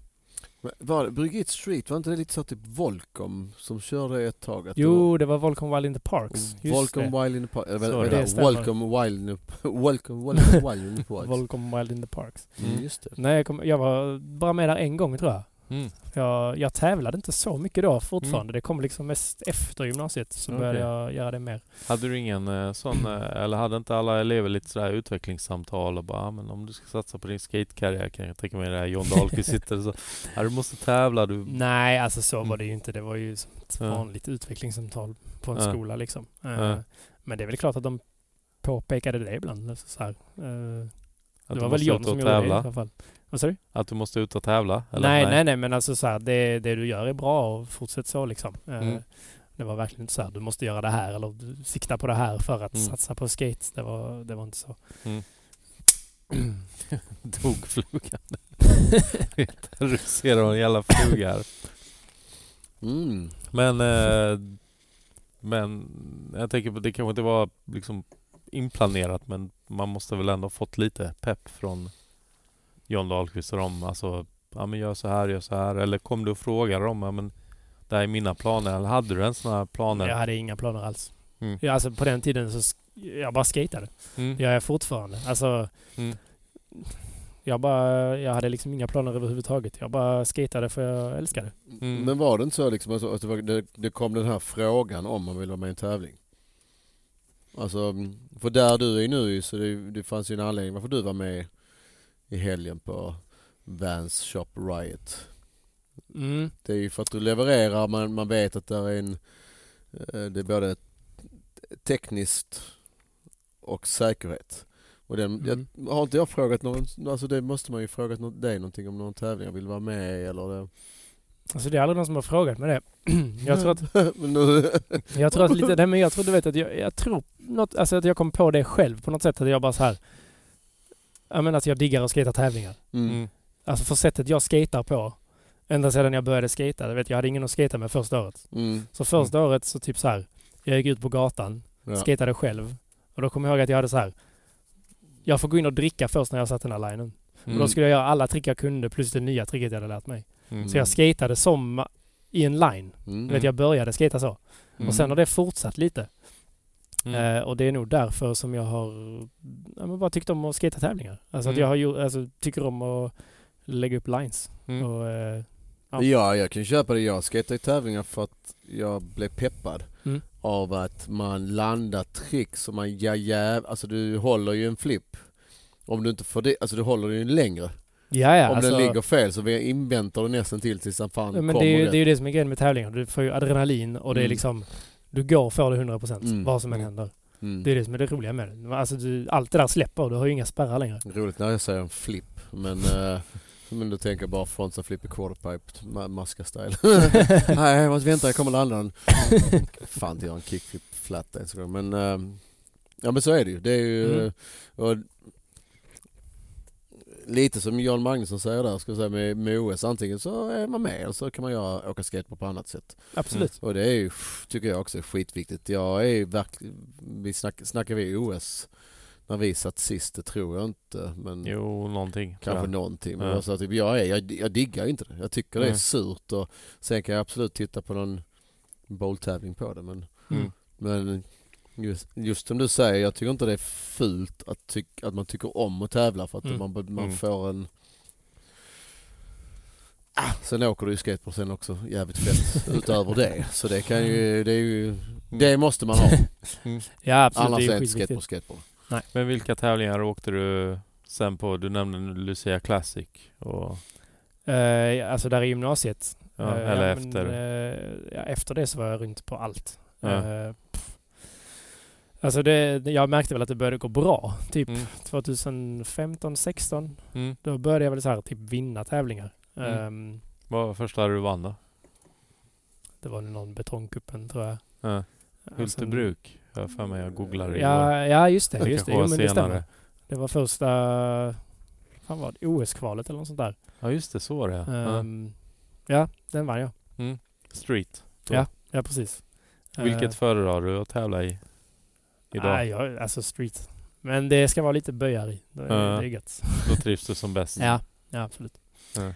Speaker 3: Men Var det, Brigitte Street, var inte det lite så typ Volcom som körde ett tag? Att det
Speaker 1: jo, det var Volcom Wild in the Parks.
Speaker 3: var-
Speaker 2: Mm.
Speaker 1: Just
Speaker 3: Volcom
Speaker 1: det.
Speaker 3: Mm. Wild in the Park. Eller
Speaker 2: Så
Speaker 3: vad
Speaker 2: det
Speaker 3: heter det?
Speaker 1: stämmer.
Speaker 3: Volcom Wild in the Volcom Volcom Wild in the Park.
Speaker 1: Volcom Wild in the Parks.
Speaker 3: Mm, just
Speaker 2: Typ.
Speaker 3: det.
Speaker 1: Nej, jag, kom, jag var bara med där en gång tror jag.
Speaker 2: Mm.
Speaker 1: Jag, jag tävlade inte så mycket då fortfarande. Det kom liksom mest efter gymnasiet så
Speaker 2: Okej.
Speaker 1: började jag göra det mer.
Speaker 2: Hade du ingen eh, sån, eh, eller hade inte alla elever lite sådär utvecklingssamtal och bara, "Ah, men om du ska satsa på din skatekarriär kan jag tänka mig det här John Dahlqvist sitter och så, ja du måste tävla, du...
Speaker 1: Nej, alltså så var det ju inte. Det var ju som ett
Speaker 2: Mm. Ja.
Speaker 1: vanligt utvecklingssamtal på en
Speaker 2: Ja.
Speaker 1: skola liksom. Eh,
Speaker 2: Ja.
Speaker 1: Men det är väl klart att de påpekade det ibland. Alltså, så här. Eh,
Speaker 2: att
Speaker 1: det var
Speaker 2: du
Speaker 1: väl
Speaker 2: måste
Speaker 1: John
Speaker 2: ut och
Speaker 1: som gjorde det i
Speaker 2: tävla.
Speaker 1: alla fall. Vad sa du?
Speaker 2: Att du måste ut och tävla? Eller?
Speaker 1: Nej, nej, nej, men alltså så här, det, det du gör är bra och fortsätt så liksom. Eh,
Speaker 2: Mm.
Speaker 1: Det var verkligen inte så här, du måste göra det här eller du sikta på det här för att
Speaker 2: Mm.
Speaker 1: satsa på skate. Det var, det var inte så.
Speaker 2: Tog flugan. Terroriserar hon jävla fluga här.
Speaker 3: Mm.
Speaker 2: Men, eh, men jag tänker på det kanske inte var liksom inplanerat men man måste väl ändå ha fått lite pepp från John Dahlqvist och dem. Alltså, ja men gör så här, gör så här. Eller kom du och frågade dem, ja men det här är mina planer. Eller hade du en sån här planer?
Speaker 1: Jag hade inga planer alls.
Speaker 2: Mm.
Speaker 1: Ja, alltså på den tiden så sk- jag bara skatade.
Speaker 2: Mm.
Speaker 1: Det gör jag fortfarande. Alltså,
Speaker 2: Mm.
Speaker 1: jag, bara, jag hade liksom inga planer överhuvudtaget. Jag bara skatade för jag älskade det.
Speaker 2: Mm.
Speaker 3: Men var det inte så liksom, alltså, att det, var, det, det kom den här frågan om man vill vara med i en tävling? Alltså, mm, för där du är nu så det, det fanns ju en anledning varför du var med i helgen på Vans Shop Riot.
Speaker 2: Mm.
Speaker 3: Det är ju för att du levererar, man, man vet att där är en, eh, det är både tekniskt och säkerhet. Och den,
Speaker 1: Mm.
Speaker 3: jag, har inte jag frågat någon, alltså det måste man ju frågat nå- dig någonting om någon tävling jag vill vara med i eller det.
Speaker 1: Alltså det är aldrig någon som har frågat mig det. Jag tror att,
Speaker 3: Men nu,
Speaker 1: jag tror att lite, nej men jag tror du vet att jag, jag tror något, alltså att jag kom på det själv på något sätt att jag bara så här. Jag menar att jag diggar att skejta tävlingar.
Speaker 3: mm.
Speaker 2: Mm.
Speaker 1: Alltså för sättet jag skatar på. Ända sedan jag började skata. Du vet, jag hade ingen att skata med första året.
Speaker 3: Mm.
Speaker 1: Så första året så typ så här. Jag gick ut på gatan,
Speaker 3: Ja.
Speaker 1: skatade själv. Och då kommer jag ihåg att jag hade så här. Jag får gå in och dricka först när jag satt den här linen. Och
Speaker 2: Mm.
Speaker 1: då skulle jag göra alla trick jag kunde plus det nya tricket jag hade lärt mig.
Speaker 2: Mm.
Speaker 1: Så jag skatade som i en line.
Speaker 3: Mm.
Speaker 1: Du vet, jag började skata så.
Speaker 2: Mm.
Speaker 1: Och sen har det fortsatt lite.
Speaker 2: Mm.
Speaker 1: Eh, och det är nog därför som jag har ja, men bara tyckt om att skata tävlingar. Alltså att
Speaker 2: Mm.
Speaker 1: jag har gjort, alltså, tycker om att lägga upp lines.
Speaker 2: Mm.
Speaker 1: Och, eh, Ja.
Speaker 3: Ja, jag kan köpa det. Jag skejtar i tävlingar för att jag blev peppad
Speaker 1: Mm.
Speaker 3: av att man landar trick som man, ja, ja, alltså du håller ju en flipp. Om du inte får det, alltså du håller den ju längre.
Speaker 1: ja, ja,
Speaker 3: Om
Speaker 1: alltså,
Speaker 3: den ligger fel så vi inväntar du nästan till tills den fan
Speaker 1: ja, men
Speaker 3: kommer
Speaker 1: det, är ju,
Speaker 3: rätt.
Speaker 1: det är ju det som är grejen med tävlingar. Du får ju adrenalin och det är
Speaker 3: Mm.
Speaker 1: liksom du går för det 100 procent
Speaker 3: Mm.
Speaker 1: vad som än
Speaker 2: Mm.
Speaker 1: händer.
Speaker 3: Mm.
Speaker 1: Det är det som är det roliga med det. Alltså, du, allt det där släpper. Du har ju inga spärrar längre.
Speaker 3: Roligt när jag säger en flipp, men, eh, men då tänker jag bara frontside flip i quarterpipe, ma- maska-style. Nej, jag måste vänta, jag kommer landa den. Fan, jag har en kickflip flat ens en gång. Men, eh, ja men så är det ju. Det är ju
Speaker 1: Mm.
Speaker 3: och, lite som Jan Magnusson säger där, ska jag säga, med, med OS. Antingen så är man med eller så kan man göra, åka skateboard på annat sätt.
Speaker 1: Absolut.
Speaker 3: Och det är ju, tycker jag också är skitviktigt. Jag är ju verkligen, vi snack, snackar vi OS när vi satt sist, det tror jag inte. Men
Speaker 2: Jo, någonting. tror
Speaker 3: Kanske
Speaker 2: jag.
Speaker 3: någonting. Men
Speaker 2: Ja.
Speaker 3: alltså, typ, jag, är, jag, jag diggar inte det. Jag tycker det är
Speaker 2: Nej.
Speaker 3: surt och sen kan jag absolut titta på någon bowltävling på det. Men,
Speaker 1: Mm.
Speaker 3: men just, just som du säger, jag tycker inte det är fult att, tyck, att man tycker om att tävla för att
Speaker 1: Mm.
Speaker 3: man, man
Speaker 2: Mm.
Speaker 3: får en... Ah, sen åker du ju skateboard sen också jävligt fett utöver det. Så det kan ju, det är ju, det måste man ha.
Speaker 1: Ja, absolut.
Speaker 3: Annars
Speaker 1: det
Speaker 3: är
Speaker 1: är
Speaker 3: inte
Speaker 1: skitviktigt.
Speaker 3: skateboard skateboard.
Speaker 2: Men vilka tävlingar åkte du sen på? Du nämnde nu Lucia Classic och...
Speaker 1: Eh, alltså där i gymnasiet.
Speaker 2: Ja,
Speaker 1: Eh,
Speaker 2: eller
Speaker 1: ja, men,
Speaker 2: efter.
Speaker 1: eh, ja, efter det så var jag runt på allt.
Speaker 2: Ja.
Speaker 1: Eh, pff. alltså det, jag märkte väl att det började gå bra. Typ
Speaker 2: Mm.
Speaker 1: 2015, 16.
Speaker 2: Mm.
Speaker 1: Då började jag väl så här typ vinna tävlingar.
Speaker 2: Mm.
Speaker 1: Ehm,
Speaker 2: Vad var första du vann då?
Speaker 1: det var någon betongkuppen tror jag.
Speaker 2: Ja.
Speaker 1: Alltså,
Speaker 2: Hultebruk, har jag för mig. Jag googlar igår.
Speaker 1: Ja, ja just
Speaker 2: Det
Speaker 1: det. Just det.
Speaker 2: kanske
Speaker 1: Jo,
Speaker 2: var
Speaker 1: men det stämmer.
Speaker 2: senare.
Speaker 1: Det var första fan var det, OS-kvalet eller något sånt där.
Speaker 2: Ja, just det. Så var det ja.
Speaker 1: Ehm, ja, den vann jag.
Speaker 2: Street.
Speaker 1: Ja, precis. Eh,
Speaker 2: Vilket föredrar du att tävla i? Idag?
Speaker 1: Nej, jag, alltså street. Men det ska vara lite böjar i. Det,
Speaker 2: Ja.
Speaker 1: det är gött.
Speaker 2: Då trivs du som bäst?
Speaker 1: Ja, ja absolut.
Speaker 2: Ja.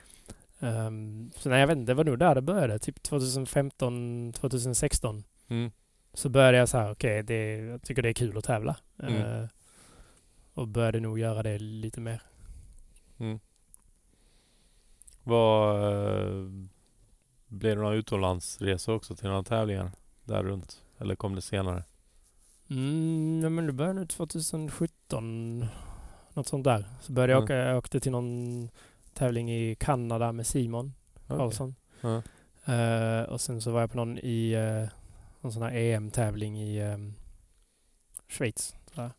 Speaker 1: Ehm, så nej, jag vet inte, det var nog där det började. Typ 2015, 2016.
Speaker 2: Mm. så
Speaker 1: Så började jag så här, okej, det- jag tycker det är kul att tävla.
Speaker 2: Mm.
Speaker 1: Eh, och började nog göra det lite mer.
Speaker 2: Vad... eh, Blev det några utomlandsresor också till några tävlingar? Där runt? Eller kom det senare?
Speaker 1: Mm, ja, men det började nu 2017. Något sånt där. Så började jag
Speaker 2: Mm.
Speaker 1: åka, jag åkte till någon tävling i Kanada med Simon Karlsson.
Speaker 2: Ja.
Speaker 1: Eh, och sen så var jag på någon i eh, någon sån här EM-tävling i eh, Schweiz. tror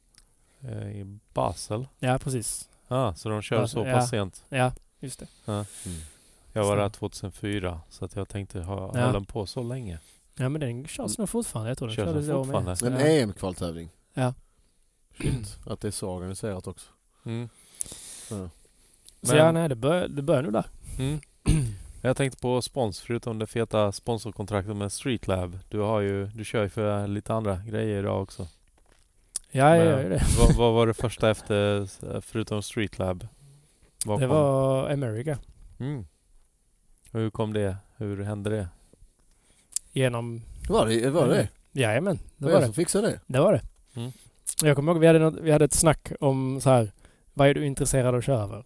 Speaker 1: jag.
Speaker 2: Eh, I Basel?
Speaker 1: Ja, precis.
Speaker 2: Ja, så de kör
Speaker 1: Basel,
Speaker 2: så
Speaker 1: ja.
Speaker 2: pass sent?
Speaker 1: Ja, just det.
Speaker 2: Jag
Speaker 1: Så.
Speaker 2: var där 2004 så att jag tänkte, ha,
Speaker 1: Ja.
Speaker 2: höll den på så länge?
Speaker 1: Ja, men den körs nog fortfarande. Jag tror den
Speaker 2: Mm. Körs den
Speaker 1: kördes i år med.
Speaker 2: fortfarande?
Speaker 3: En
Speaker 1: Ja.
Speaker 3: EM-kvaltävling.
Speaker 1: Ja.
Speaker 3: Shit, att det är så organiserat också.
Speaker 2: Mm.
Speaker 1: Så
Speaker 2: Men-
Speaker 1: ja, nej, det började, det började nog där.
Speaker 2: Mm. Jag tänkte på spons, förutom det feta sponsorkontraktet med Streetlab. Du, har ju, du kör ju för lite andra grejer idag också.
Speaker 1: Ja, jag
Speaker 2: Men
Speaker 1: gör ju det.
Speaker 2: Vad, vad var det första efter, förutom Streetlab? Vad
Speaker 1: Det
Speaker 2: kom-
Speaker 1: var America.
Speaker 2: Mm. Hur kom det? Hur hände det?
Speaker 1: Genom...
Speaker 3: Var det var det? det?
Speaker 1: Jajamän, det
Speaker 3: Var
Speaker 1: var
Speaker 3: jag
Speaker 1: det.
Speaker 3: som fixade det?
Speaker 1: Det var det.
Speaker 2: Mm.
Speaker 1: Jag kommer ihåg vi hade, något, vi hade ett snack om så här. Vad är du intresserad av att köra för?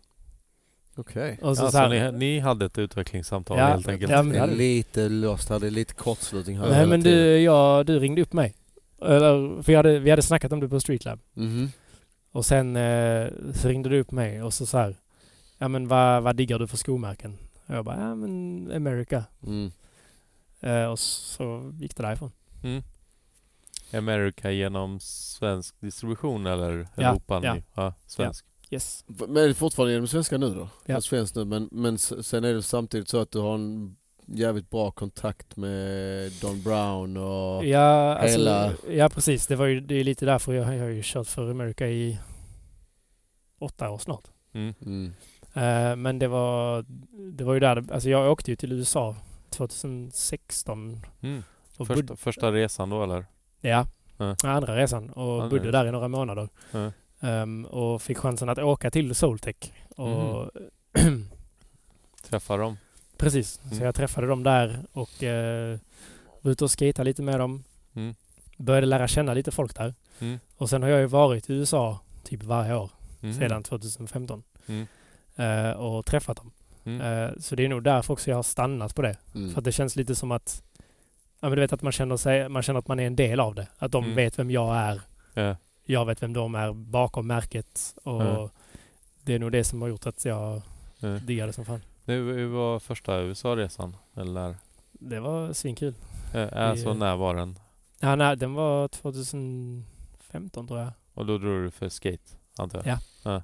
Speaker 3: Okej.
Speaker 1: Och så,
Speaker 2: Alltså,
Speaker 1: så här,
Speaker 2: ni, ni hade ett utvecklingssamtal
Speaker 1: Ja,
Speaker 2: helt enkelt?
Speaker 1: ja,
Speaker 2: Ja,
Speaker 1: men-
Speaker 3: Jag är lite lost här, det är lite kortslutning här
Speaker 1: Nej
Speaker 3: hela
Speaker 1: men
Speaker 3: tiden.
Speaker 1: du, jag, du ringde upp mig. Eller, för jag hade, vi hade snackat om det på Streetlab.
Speaker 3: Mhm.
Speaker 1: Och sen eh, så ringde du upp mig och så så här. Ja men vad, vad diggar du för skomärken? Och jag bara, ja men America.
Speaker 3: Mm.
Speaker 1: Eh, och så gick det därifrån.
Speaker 2: America genom svensk distribution eller
Speaker 1: Ja,
Speaker 2: Europa?
Speaker 1: ja.
Speaker 2: Ja. ja svensk.
Speaker 1: Yes.
Speaker 3: Men är det fortfarande genom svenska nu då?
Speaker 1: Ja.
Speaker 3: Ja. Svensk nu, men, men s- sen är det samtidigt så att du har en jävligt bra kontakt med Don Brown och...
Speaker 1: Ja, alltså,
Speaker 3: Hela-
Speaker 1: ja precis. Det var ju det är lite därför jag, jag har ju kört för America i åtta år snart.
Speaker 2: Mm.
Speaker 3: Mm.
Speaker 1: Eh, men det var, det var ju där, det- alltså jag åkte ju till USA 2016.
Speaker 2: Mm.
Speaker 1: Och bud-
Speaker 2: Första, första resan då eller?
Speaker 1: ja,
Speaker 2: Ja.
Speaker 1: andra resan och
Speaker 2: Andra
Speaker 1: bodde där i några månader.
Speaker 2: Ja.
Speaker 1: Ehm, och fick chansen att åka till Soltech.
Speaker 2: Mhm.
Speaker 1: Och
Speaker 2: Träffa dem?
Speaker 1: Precis, så
Speaker 2: Mm.
Speaker 1: jag träffade dem där och eh, var ute och skejtade lite med dem.
Speaker 2: Mm.
Speaker 1: Började lära känna lite folk där.
Speaker 2: Mm.
Speaker 1: Och sen har jag ju varit i USA typ varje år
Speaker 2: Mm.
Speaker 1: sedan 2015.
Speaker 2: Mm.
Speaker 1: Eh, och träffat dem.
Speaker 2: Mm.
Speaker 1: Eh, så det är nog därför också jag har stannat på det.
Speaker 3: Mm.
Speaker 1: För att det känns lite som att Ja men du vet att man känner, sig, man känner att man är en del av det. Att de
Speaker 2: Mm.
Speaker 1: vet vem jag är.
Speaker 2: Ja.
Speaker 1: Jag vet vem de är bakom märket. Och
Speaker 2: Ja.
Speaker 1: det är nog det som har gjort att jag
Speaker 2: Ja.
Speaker 1: diggar det som fan.
Speaker 2: Nu hur var första USA-resan? Eller?
Speaker 1: Det var svinkul.
Speaker 2: Eh, Alltså
Speaker 1: Det-
Speaker 2: när var den?
Speaker 1: Ja, nej, den var 2015 tror jag.
Speaker 2: Och då drog du för skate, antar jag?
Speaker 1: Ja.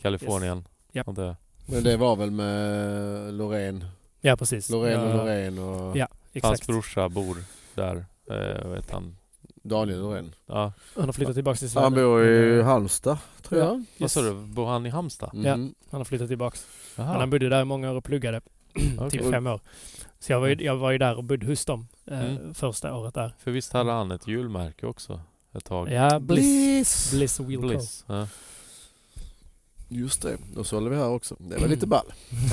Speaker 2: Kalifornien,
Speaker 1: Japp.
Speaker 2: antar jag?
Speaker 3: Men det var väl med Loreen?
Speaker 1: Ja, precis.
Speaker 3: Loreen och
Speaker 1: ja,
Speaker 3: Loreen och
Speaker 1: Ja,
Speaker 2: Hans
Speaker 1: Exakt.
Speaker 2: brorsa bor där, eh, vet han?
Speaker 3: Daniel Loreen.
Speaker 2: Ja.
Speaker 1: Han har flyttat tillbaka till Sverige.
Speaker 3: Han bor
Speaker 1: Men,
Speaker 3: i
Speaker 1: eh,
Speaker 3: Halmstad tror
Speaker 1: Ja.
Speaker 3: jag.
Speaker 2: Vad sa
Speaker 1: yes.
Speaker 2: du, bor han i Halmstad?
Speaker 1: Ja.
Speaker 3: Mhm.
Speaker 1: Han har flyttat tillbaka. Men
Speaker 2: Jaha.
Speaker 1: han bodde där i många år och pluggade. Typ
Speaker 2: Okej.
Speaker 1: fem år. Så jag var ju, jag var ju där och bodde hos dem eh,
Speaker 2: Mm.
Speaker 1: första året där.
Speaker 2: För visst hade han ett julmärke också? Ett tag?
Speaker 1: Ja, Bliss.
Speaker 3: Bliss!
Speaker 1: Bliss Wheel Co.
Speaker 2: Bliss. Ja.
Speaker 3: Just det, då sålde vi här också. Det var lite ball.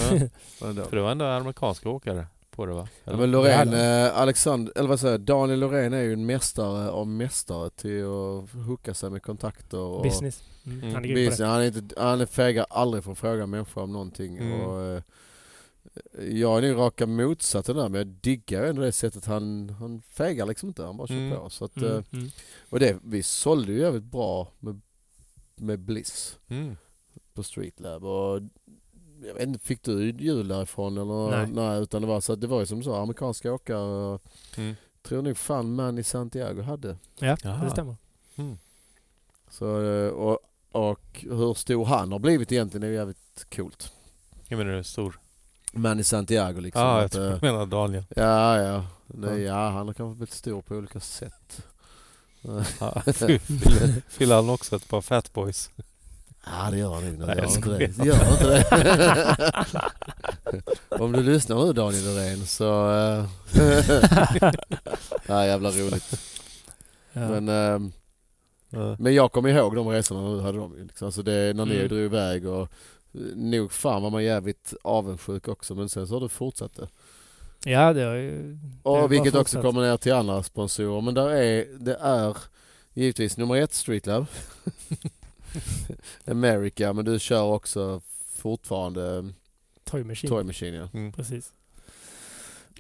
Speaker 2: Ja.
Speaker 3: var det då.
Speaker 2: För det var ändå amerikanska åkare på det va?
Speaker 3: Ja, men Loreen, eh, Alexander, eller vad säger jag, Daniel Loreen är ju en mästare av mästare till att hooka sig med kontakter och
Speaker 1: Business. Mm.
Speaker 2: Mm.
Speaker 1: Han är grym på
Speaker 3: business.
Speaker 1: det.
Speaker 3: Han, är inte, han fegar aldrig för att fråga människor om någonting.
Speaker 2: Mm.
Speaker 3: Och, eh, jag är nog raka motsatsen där men jag diggar ändå det sättet han, han fegar liksom inte. Han bara kör
Speaker 2: Mm.
Speaker 3: på. Så att, eh,
Speaker 1: Mm. Mm.
Speaker 3: och det, vi sålde ju jävligt bra med, med Bliss
Speaker 2: Mm.
Speaker 3: på Streetlab och jag vet inte, fick du jul därifrån eller?
Speaker 1: Nej.
Speaker 3: utan det var så att det var ju som så, amerikanska åkare,
Speaker 2: Mm.
Speaker 3: tror nog fan man i Santiago hade.
Speaker 1: Ja,
Speaker 2: Jaha.
Speaker 1: det stämmer.
Speaker 2: Mm.
Speaker 3: Så, eh, och, och hur stor han har blivit egentligen är ju jävligt coolt.
Speaker 2: Jag menar du är stor?
Speaker 3: Man i Santiago liksom.
Speaker 2: Ja, ah, jag
Speaker 3: att,
Speaker 2: tror
Speaker 3: eh,
Speaker 2: jag menar Daniel.
Speaker 3: ja, ja. Nej, ja, han har kanske blivit stor på olika sätt.
Speaker 2: Ja, fy- fyller- Fyller han också ett par fatboys?
Speaker 3: Ja det gör han
Speaker 2: Nej,
Speaker 3: nog. Gör
Speaker 2: jag
Speaker 3: inte det.
Speaker 2: skojar.
Speaker 3: Gör inte det. Om du lyssnar nu Daniel Norén så... eh, ja jävla roligt.
Speaker 1: Ja.
Speaker 3: Men, eh,
Speaker 2: Ja.
Speaker 3: men jag kommer ihåg de resorna nu hade de ju liksom. Alltså det, när ni
Speaker 1: Mm.
Speaker 3: drog iväg och eh, nog fan var man jävligt avundsjuk också men sen så har du fortsatt det.
Speaker 1: ja, det har ju... Det är bara
Speaker 3: Och vilket också
Speaker 1: fortsatt.
Speaker 3: kommer ner till andra sponsorer men där är, det är givetvis nummer ett Streetlab. America men du kör också fortfarande
Speaker 1: Toy Machine.
Speaker 3: Toy Machine ja.
Speaker 2: Mm.
Speaker 1: Precis.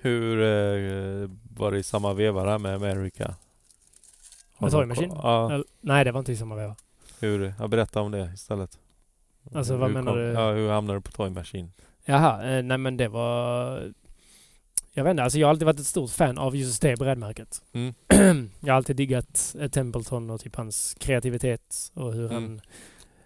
Speaker 2: Hur eh, var det i samma veva där med America? Har
Speaker 1: Med Toy
Speaker 2: du-
Speaker 1: Machine?
Speaker 2: Ja,
Speaker 1: Eller- Nej, det var inte i samma veva.
Speaker 2: hur, ja, berätta om det istället.
Speaker 1: Alltså, vad
Speaker 2: hur
Speaker 1: menar du?
Speaker 2: Ja, hur hamnade du på Toy Machine?
Speaker 1: Jaha, eh, nej men det var... Jag vet inte, alltså jag har alltid varit ett stort fan av just det brädmärket.
Speaker 2: Mm.
Speaker 1: jag har alltid diggat eh, Templeton och typ hans kreativitet och hur
Speaker 2: Mm.
Speaker 1: han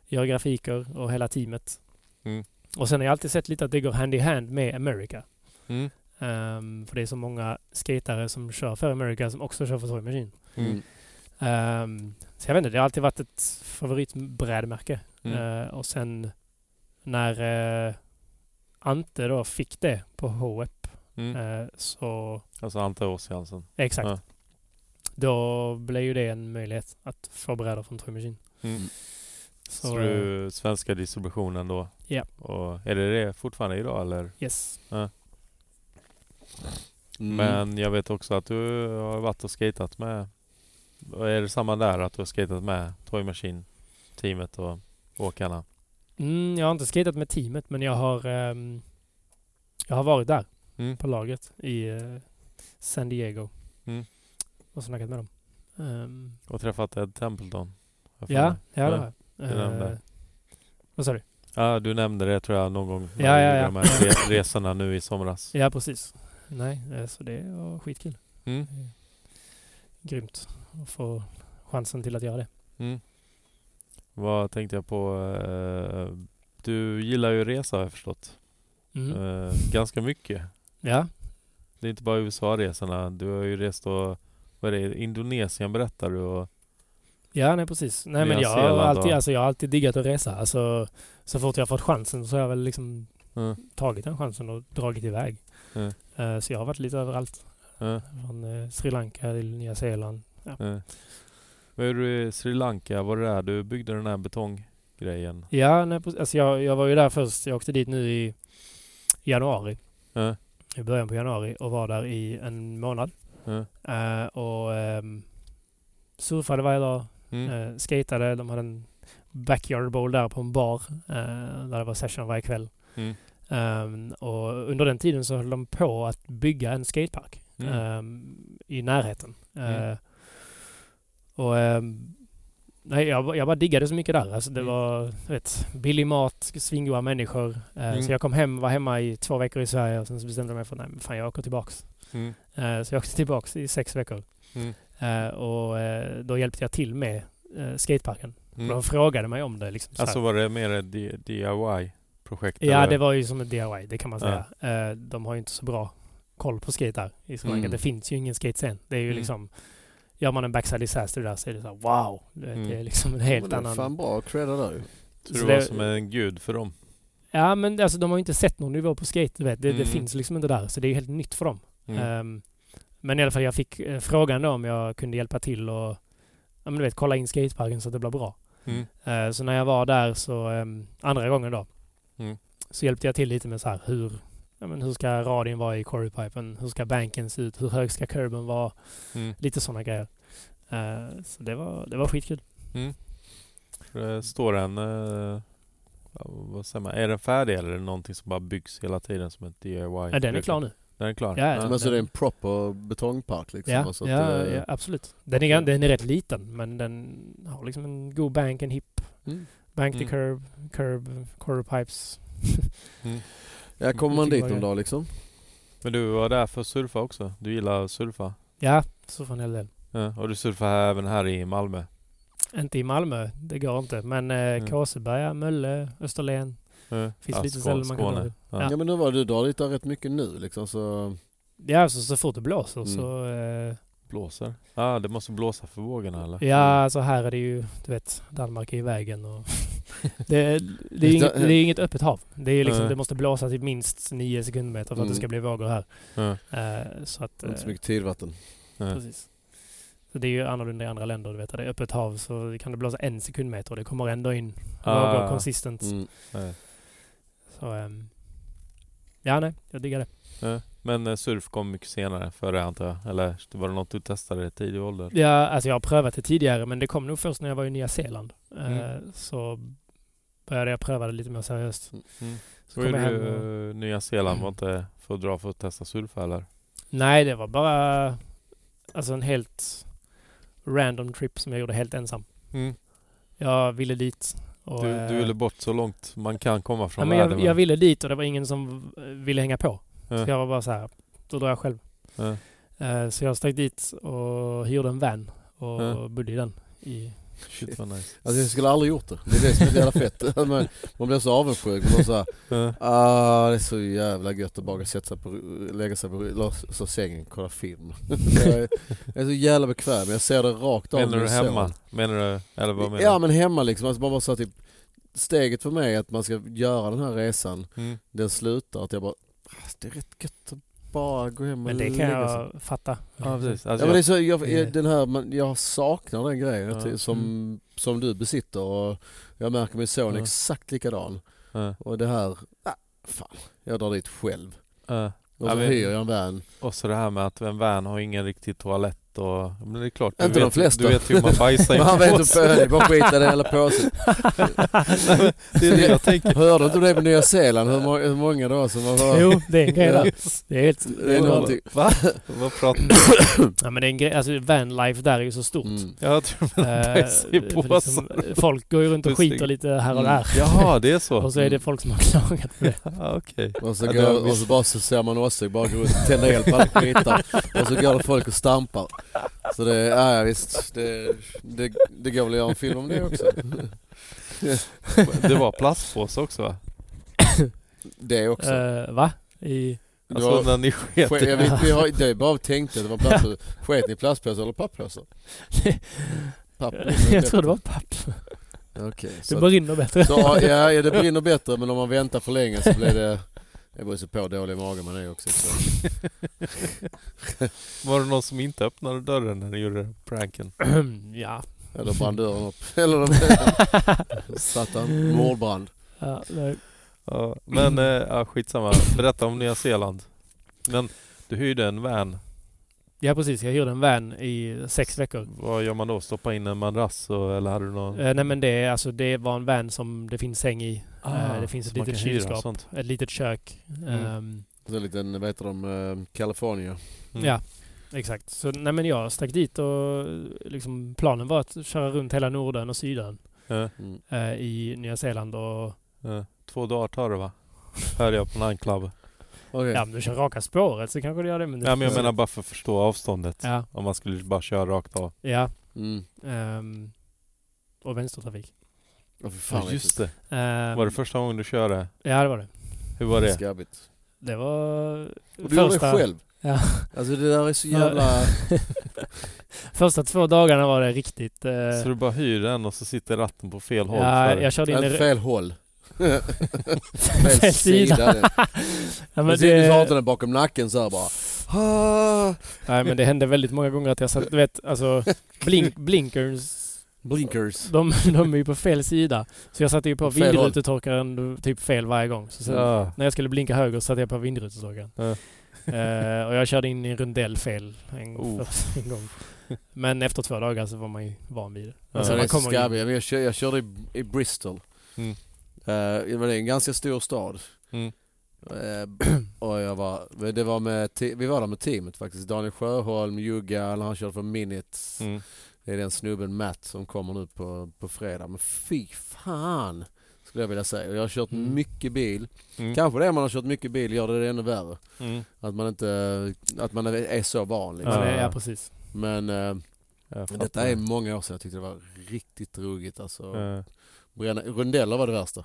Speaker 1: gör grafiker och hela teamet.
Speaker 2: Mm.
Speaker 1: Och sen har jag alltid sett lite att det går hand i hand med America.
Speaker 2: Mm.
Speaker 1: Ehm, för det är så många skatare som kör för America som också kör för Toy Machine.
Speaker 2: Mm.
Speaker 1: Ehm, så jag vet inte, det har alltid varit ett favoritbrädmärke.
Speaker 2: Mm.
Speaker 1: Eh, och sen när eh, Ante då fick det på HEP
Speaker 2: Mm.
Speaker 1: eh, så
Speaker 2: Alltså Ante Åsjansen.
Speaker 1: exakt.
Speaker 2: Ja.
Speaker 1: Då blev ju det en möjlighet att få brädor från Toy Machine.
Speaker 2: Mm.
Speaker 1: Så, eh,
Speaker 2: Så, du svenska distributionen då?
Speaker 1: Ja.
Speaker 2: Och är det det fortfarande idag eller?
Speaker 1: yes.
Speaker 3: Mm.
Speaker 2: Men jag vet också att du har varit och skatat med och Är det samma där att du har skatat med Toy Machine teamet och åkarna?
Speaker 1: Mm, jag har inte skatat med teamet men jag har ehm, jag har varit där
Speaker 2: Mm.
Speaker 1: på laget i eh, San Diego.
Speaker 2: Mm.
Speaker 1: Och snackat med dem. Ehm,
Speaker 2: Och träffat Ed Templeton? Jag får
Speaker 1: ja,
Speaker 2: med.
Speaker 1: ja, det
Speaker 2: Ja,
Speaker 1: har jag.
Speaker 2: det nämnde.
Speaker 1: Eh, Vad sa du?
Speaker 2: Ja, du nämnde det tror jag någon gång när
Speaker 1: Ja,
Speaker 2: vi
Speaker 1: ja,
Speaker 2: gjorde
Speaker 1: ja.
Speaker 2: de här re- resorna nu i somras.
Speaker 1: Ja, precis. Nej, eh, så det var skitkul.
Speaker 2: Mm.
Speaker 1: grymt att få chansen till att göra det.
Speaker 2: Mm. Vad tänkte jag på? eh, Du gillar ju resa har jag förstått.
Speaker 1: Mm.
Speaker 2: Eh, Ganska mycket.
Speaker 1: Ja,
Speaker 2: Det är inte bara USA-resorna. Du har ju rest och vad är det, Indonesien berättar du och
Speaker 1: Ja, nej precis. Nej men
Speaker 2: Nya
Speaker 1: jag har,
Speaker 2: Zeeland
Speaker 1: alltid,
Speaker 2: och-
Speaker 1: alltså, jag har alltid diggat att resa. Alltså, så fort jag har fått chansen så har jag väl liksom
Speaker 2: Ja.
Speaker 1: tagit den chansen och dragit iväg.
Speaker 2: Ja.
Speaker 1: Eh, så jag har varit lite överallt.
Speaker 2: Ja,
Speaker 1: Från eh, Sri Lanka till Nya Zeeland.
Speaker 2: ja. Men eh. är du i Sri Lanka, var det där du byggde den här betonggrejen?
Speaker 1: Ja, nej, precis. alltså, jag, jag var ju där först. Jag åkte dit nu i januari.
Speaker 2: Ja,
Speaker 1: I början på januari och var där i en månad.
Speaker 2: ja.
Speaker 1: Eh, och ehm, surfade varje dag.
Speaker 2: Mm.
Speaker 1: Eh, skatade. De hade en backyard bowl där på en bar. Eh, där det var session varje kväll.
Speaker 2: Mm.
Speaker 1: Ehm, och under den tiden så höll de på att bygga en skatepark
Speaker 2: Mm.
Speaker 1: ehm, i närheten. Eh,
Speaker 2: Mm.
Speaker 1: och ehm, nej, jag, jag bara diggade så mycket där. Alltså, det
Speaker 2: Mm.
Speaker 1: var du vet, billig mat, svingoda människor. Eh,
Speaker 2: Mm.
Speaker 1: Så jag kom hem, var hemma i två veckor i Sverige och sen så bestämde jag mig för nej, men fan jag åker tillbaks.
Speaker 2: Mm.
Speaker 1: Eh, så jag åkte tillbaks i sex veckor.
Speaker 2: Mm.
Speaker 1: Eh, och eh, då hjälpte jag till med eh, skateparken.
Speaker 2: Mm.
Speaker 1: De frågade mig om det. Liksom, så här.
Speaker 2: Alltså var det mer ett D- DIY-projekt?
Speaker 1: Ja,
Speaker 2: eller?
Speaker 1: det var ju som ett DIY, det kan man säga. Eh, de har ju inte så bra koll på skate där i Sri Lanka.
Speaker 3: Mm.
Speaker 1: Det finns ju ingen skatescen. Det är ju
Speaker 2: Mm.
Speaker 1: liksom, gör man en backside disaster där så är det så här, wow! Det,
Speaker 2: Mm.
Speaker 1: det är liksom en helt
Speaker 3: det är
Speaker 1: annan...
Speaker 3: fan bra credda där ju.
Speaker 1: så
Speaker 2: Så du var
Speaker 1: det-
Speaker 2: som en gud för dem?
Speaker 1: Ja, men alltså, de har ju inte sett någon nivå på skate, du vet. Det,
Speaker 2: Mm.
Speaker 1: det finns liksom inte där, så det är ju helt nytt för dem.
Speaker 2: Mm.
Speaker 1: Ehm, men i alla fall, jag fick eh, frågan då om jag kunde hjälpa till och ja, men du vet, kolla in skateparken så att det blir bra.
Speaker 2: Mm.
Speaker 1: Eh, Så när jag var där så, ehm, andra gången då,
Speaker 2: Mm.
Speaker 1: så hjälpte jag till lite med så här hur, ja, men hur ska radien vara i corrypipen? Hur ska banken se ut? Hur hög ska curben vara?
Speaker 2: Mm.
Speaker 1: Lite sådana grejer. Eh, Så det var, det var skitkul.
Speaker 2: Det står en... eh, vad säger man? Är den färdig eller är det någonting som bara byggs hela tiden som ett DIY?
Speaker 1: Ja, den är klar nu.
Speaker 2: Den är klar?
Speaker 1: Ja, ja.
Speaker 3: Men så det är en proper betongpark liksom.
Speaker 1: Ja,
Speaker 3: alltså att
Speaker 1: ja,
Speaker 3: det-
Speaker 1: ja, absolut. Den är, gan- den är rätt liten men den har liksom en god bank, en hip,
Speaker 3: Mm.
Speaker 1: bank to
Speaker 2: Mm.
Speaker 1: curb, curb, corrypipes.
Speaker 3: ja, kommer man
Speaker 1: Tycker
Speaker 3: dit
Speaker 1: jag
Speaker 3: någon
Speaker 1: är-
Speaker 3: dag liksom?
Speaker 2: Men du var där för att surfa också? Du gillar att surfa?
Speaker 1: Ja, så får en hel del.
Speaker 2: Ja. Och du surfar här, även här i Malmö?
Speaker 1: Inte i Malmö, det går inte. Men eh,
Speaker 3: Mm.
Speaker 1: Kåseberga, Mölle, Österlen.
Speaker 2: Ja.
Speaker 1: Finns
Speaker 2: Ja,
Speaker 1: lite
Speaker 2: Skå-
Speaker 1: ställen man kan dra
Speaker 2: Skåne.
Speaker 1: till.
Speaker 3: Ja.
Speaker 2: Ja.
Speaker 3: men nu var du drar dit där rätt mycket nu liksom så...
Speaker 1: Ja, alltså, så fort det blåser
Speaker 3: Mm.
Speaker 1: så... Eh,
Speaker 2: Blåser? Ja, ah, det måste blåsa för vågorna eller?
Speaker 1: ja, alltså här är det ju, du vet, Danmark är i vägen och... det, det, är
Speaker 3: Just
Speaker 1: inget,
Speaker 3: det.
Speaker 1: det är inget öppet hav. Det, är liksom,
Speaker 2: Nej.
Speaker 1: det måste blåsa till minst nio sekundmeter för att det
Speaker 3: Mm.
Speaker 1: ska bli vågor här.
Speaker 2: Ja.
Speaker 1: Eh, så att...
Speaker 3: Inte så
Speaker 1: Eh,
Speaker 3: mycket tidvatten.
Speaker 1: precis. Så det är ju annorlunda i andra länder, du vet. Där det är öppet hav så kan det blåsa en sekundmeter och det kommer ändå in vågor
Speaker 2: Ah.
Speaker 1: konsistent.
Speaker 3: Mm.
Speaker 2: Ja.
Speaker 1: Så... ehm, ja, nej. Jag diggar det.
Speaker 2: Ja. Men eh, surf kom mycket senare för det antar jag? Eller var det något du testade i tidig ålder?
Speaker 1: Ja, alltså jag har prövat det tidigare men det kom nog först när jag var i Nya Zeeland. Eh,
Speaker 2: Mm.
Speaker 1: Så började jag pröva det lite mer seriöst.
Speaker 2: Mm.
Speaker 1: Så
Speaker 2: Var
Speaker 1: kom jag
Speaker 2: är
Speaker 1: hem
Speaker 2: du
Speaker 1: och...
Speaker 2: eh, Nya Zeeland? Var inte för att dra för att testa surfa eller?
Speaker 1: Nej, det var bara alltså en helt random trip som jag gjorde helt ensam. Jag ville dit. Mm. Och,
Speaker 2: Du, du ville
Speaker 1: eh,
Speaker 2: bort så långt man kan komma
Speaker 1: ja,
Speaker 2: från
Speaker 1: men jag,
Speaker 2: världen?
Speaker 1: jag
Speaker 2: va?
Speaker 1: ville dit och det var ingen som eh, ville hänga på.
Speaker 2: Ja.
Speaker 1: Så jag var bara så här, då drar jag själv.
Speaker 2: Ja.
Speaker 1: Eh, Så jag stack dit och hyrde en van och
Speaker 2: Ja.
Speaker 1: bodde i den. I,
Speaker 2: Shit vad nice.
Speaker 3: Alltså jag skulle aldrig gjort det. Det är det som är så jävla fett. Men man blir så avundsjuk. Man så här,
Speaker 2: Ja.
Speaker 3: ah, det är så jävla gött att bara sätta sig på, lägga sig på eller så sängen kolla film. jag, är, jag är så jävla bekväm. Jag ser det rakt av.
Speaker 2: Menar
Speaker 3: min
Speaker 2: du
Speaker 3: son.
Speaker 2: hemma? Menar du, eller vad menar
Speaker 3: Ja
Speaker 2: du?
Speaker 3: men hemma liksom. Alltså man bara så här, typ, steget för mig är att man ska göra den här resan.
Speaker 2: Mm.
Speaker 3: Den slutar att jag bara, ah, det är rätt gött att bara gå hem och
Speaker 1: men det kan
Speaker 3: lägga
Speaker 2: Alltså,
Speaker 3: sig.
Speaker 1: jag fatta.
Speaker 2: Ja precis.
Speaker 3: Ja,
Speaker 2: Alltså,
Speaker 3: men det är
Speaker 2: jag,
Speaker 3: så, jag,
Speaker 1: Eh.
Speaker 3: jag, den här, man, jag saknar den grejen
Speaker 2: Ja.
Speaker 3: till- som,
Speaker 1: Mm.
Speaker 3: som du besitter och jag märker min son är
Speaker 2: Ja.
Speaker 3: exakt likadan.
Speaker 2: ja,
Speaker 3: Och det här, ah, fan, jag drar dit själv.
Speaker 2: ja.
Speaker 3: Och
Speaker 2: Ja,
Speaker 3: så
Speaker 2: men-
Speaker 3: hyr jag en van.
Speaker 2: Och så det här med att en van har ingen riktig toalett och... Men det är klart, du
Speaker 3: Inte de
Speaker 2: vet,
Speaker 3: flesta.
Speaker 2: Du vet hur man bajsar i
Speaker 3: Men han
Speaker 2: en
Speaker 3: vet
Speaker 2: påse.
Speaker 3: inte på det, är bara skita i det hela påsen.
Speaker 2: Det är det jag tänker.
Speaker 3: Hörde du inte det med Nya Zeeland? Hur, må, hur många då som var
Speaker 1: Jo, det är en grej
Speaker 3: Ja.
Speaker 1: där. Det är helt...
Speaker 3: Det är typ. någonting.
Speaker 2: Va? Vad pratar du
Speaker 1: Ja, men det är en grej. Alltså vanlife där är ju så stort.
Speaker 3: Mm.
Speaker 2: Jag tror
Speaker 1: Eh,
Speaker 2: bajs i
Speaker 1: för
Speaker 2: påsar.
Speaker 1: folk går ju runt och
Speaker 2: Precis.
Speaker 1: skiter lite här och
Speaker 3: Mm.
Speaker 1: där.
Speaker 2: Jaha, det är så? Mm.
Speaker 1: Och så är det folk som har klagat på det.
Speaker 2: Ja, Okej.
Speaker 3: Och så,
Speaker 2: Ja, det
Speaker 3: går,
Speaker 2: var-
Speaker 3: och så bara så ser man Åsig bara gå runt och tända eld på alla skitar. Och så går det folk och stampar. Så det, ja ja, visst. Det, det, det går väl att göra en film om det också.
Speaker 2: Det var plastpåse också va?
Speaker 3: Det också.
Speaker 1: Eh, va? I...
Speaker 3: Det
Speaker 2: Alltså
Speaker 3: var-
Speaker 2: när ni sket
Speaker 3: Ske- Jag vet, vi har, det är bara tänkt att det var plastpåse. Sket ni i plastpåse eller pappåse? Papper är
Speaker 1: Jag tror det
Speaker 3: bättre.
Speaker 1: var papp.
Speaker 3: Okej,
Speaker 1: Det
Speaker 3: så, att-
Speaker 1: brinner bättre.
Speaker 3: så ja, ja, det brinner bättre men om man väntar för länge så blir det... Det beror ju på hur dålig mage man är också. Så.
Speaker 2: Var det någon som inte öppnade dörren när ni gjorde pranken?
Speaker 1: ja.
Speaker 3: Eller brann dörren upp. Eller de Satan, mordbrand.
Speaker 1: ja nej.
Speaker 2: Ja, men eh, ja, skitsamma. Berätta om Nya Zeeland. Men du hyrde en van.
Speaker 1: ja, precis. Jag hyrde en van i sex veckor.
Speaker 2: Vad gör man då? Stoppa in en madrass och, eller hade du någon?
Speaker 1: Eh, nej men det, är- alltså, det var en van som det finns säng i. eh, det finns ett
Speaker 2: så Ah, man
Speaker 1: litet
Speaker 2: kan hyra
Speaker 1: kylskåp.
Speaker 2: sånt.
Speaker 1: Ett litet kök.
Speaker 2: Mm.
Speaker 1: Ehm,
Speaker 3: Så en liten, vad heter de, eh, California.
Speaker 2: Mm.
Speaker 1: Ja, exakt. Så nej men jag stack dit och liksom, planen var att köra runt hela Norden och Syden
Speaker 2: Ja,
Speaker 3: Mm.
Speaker 1: eh, i Nya Zeeland och
Speaker 2: ja. eh, Två dagar tar det va? Hörde jag på Nightclub.
Speaker 3: Okej.
Speaker 1: ja, men du kör raka spåret så kanske du gör det. Men det
Speaker 2: Mm. Ja men jag menar bara för att förstå avståndet.
Speaker 1: Ja,
Speaker 2: Om man skulle bara köra rakt av.
Speaker 1: ja.
Speaker 3: Mm.
Speaker 1: ehm, och vänstertrafik.
Speaker 3: Åh, fy fan,
Speaker 2: Ja, just det.
Speaker 1: Ehm,
Speaker 2: Var det första gången du körde?
Speaker 1: Ja, det var det.
Speaker 2: Hur var det?
Speaker 3: Skabbigt.
Speaker 1: Det var
Speaker 3: Och du gjorde det
Speaker 1: första-
Speaker 3: själv?
Speaker 1: Ja.
Speaker 3: Alltså det där är så
Speaker 1: Ja.
Speaker 3: jävla...
Speaker 1: Första två dagarna var det riktigt... eh,
Speaker 2: Så du bara hyr den och så sitter ratten på fel håll?
Speaker 1: ja,
Speaker 2: för-
Speaker 1: jag körde in
Speaker 3: Inte
Speaker 1: i...
Speaker 3: fel håll.
Speaker 1: Fel sida.
Speaker 3: fel sida. det.
Speaker 1: Ja,
Speaker 3: Men
Speaker 1: men
Speaker 3: det... Du har
Speaker 1: det,
Speaker 3: inte den bakom nacken så här bara. Ah,
Speaker 1: nej, men det hände väldigt många gånger att jag satt... Du vet, alltså blink, blinkers...
Speaker 3: blinkers.
Speaker 1: De, de är ju på fel sida. Så jag satte ju på
Speaker 3: Åt fel håll.
Speaker 1: vindrutetorkaren typ fel varje gång. Så sen,
Speaker 2: Ja.
Speaker 1: När jag skulle blinka höger satte jag på vindrutetorkaren.
Speaker 2: Ja.
Speaker 1: Eh, och jag körde in i en rundell fel en,
Speaker 2: Oh.
Speaker 1: för, en gång. Men efter två dagar så var man ju van vid det.
Speaker 3: Alltså,
Speaker 1: man
Speaker 3: det är så
Speaker 1: kommer ju-
Speaker 3: skabbigt. Jag, kör, jag körde i, i Bristol.
Speaker 2: Mm.
Speaker 3: Eh, det var en ganska stor stad.
Speaker 2: Mm.
Speaker 3: Eh, och jag var, det var med, te- vi var där med teamet faktiskt. Daniel Sjöholm, Juggan, han körde för Minutes.
Speaker 2: Mm.
Speaker 3: Det är den snubben Matt som kommer nu på, på fredag. Men fy fan skulle jag vilja säga. Och Jag har kört
Speaker 1: Mm.
Speaker 3: mycket bil.
Speaker 2: Mm.
Speaker 3: Kanske det man har kört mycket bil gör det ännu värre.
Speaker 2: Mm.
Speaker 3: Att man inte, att man är så van liksom.
Speaker 1: Ja, det,
Speaker 2: Ja.
Speaker 1: ja, precis.
Speaker 3: Men eh,
Speaker 2: Jag
Speaker 3: men
Speaker 2: fattar. Eh,
Speaker 3: detta är många år sedan jag tyckte det var riktigt roligt alltså.
Speaker 2: Ja.
Speaker 3: Bränna, rundeller var det värsta.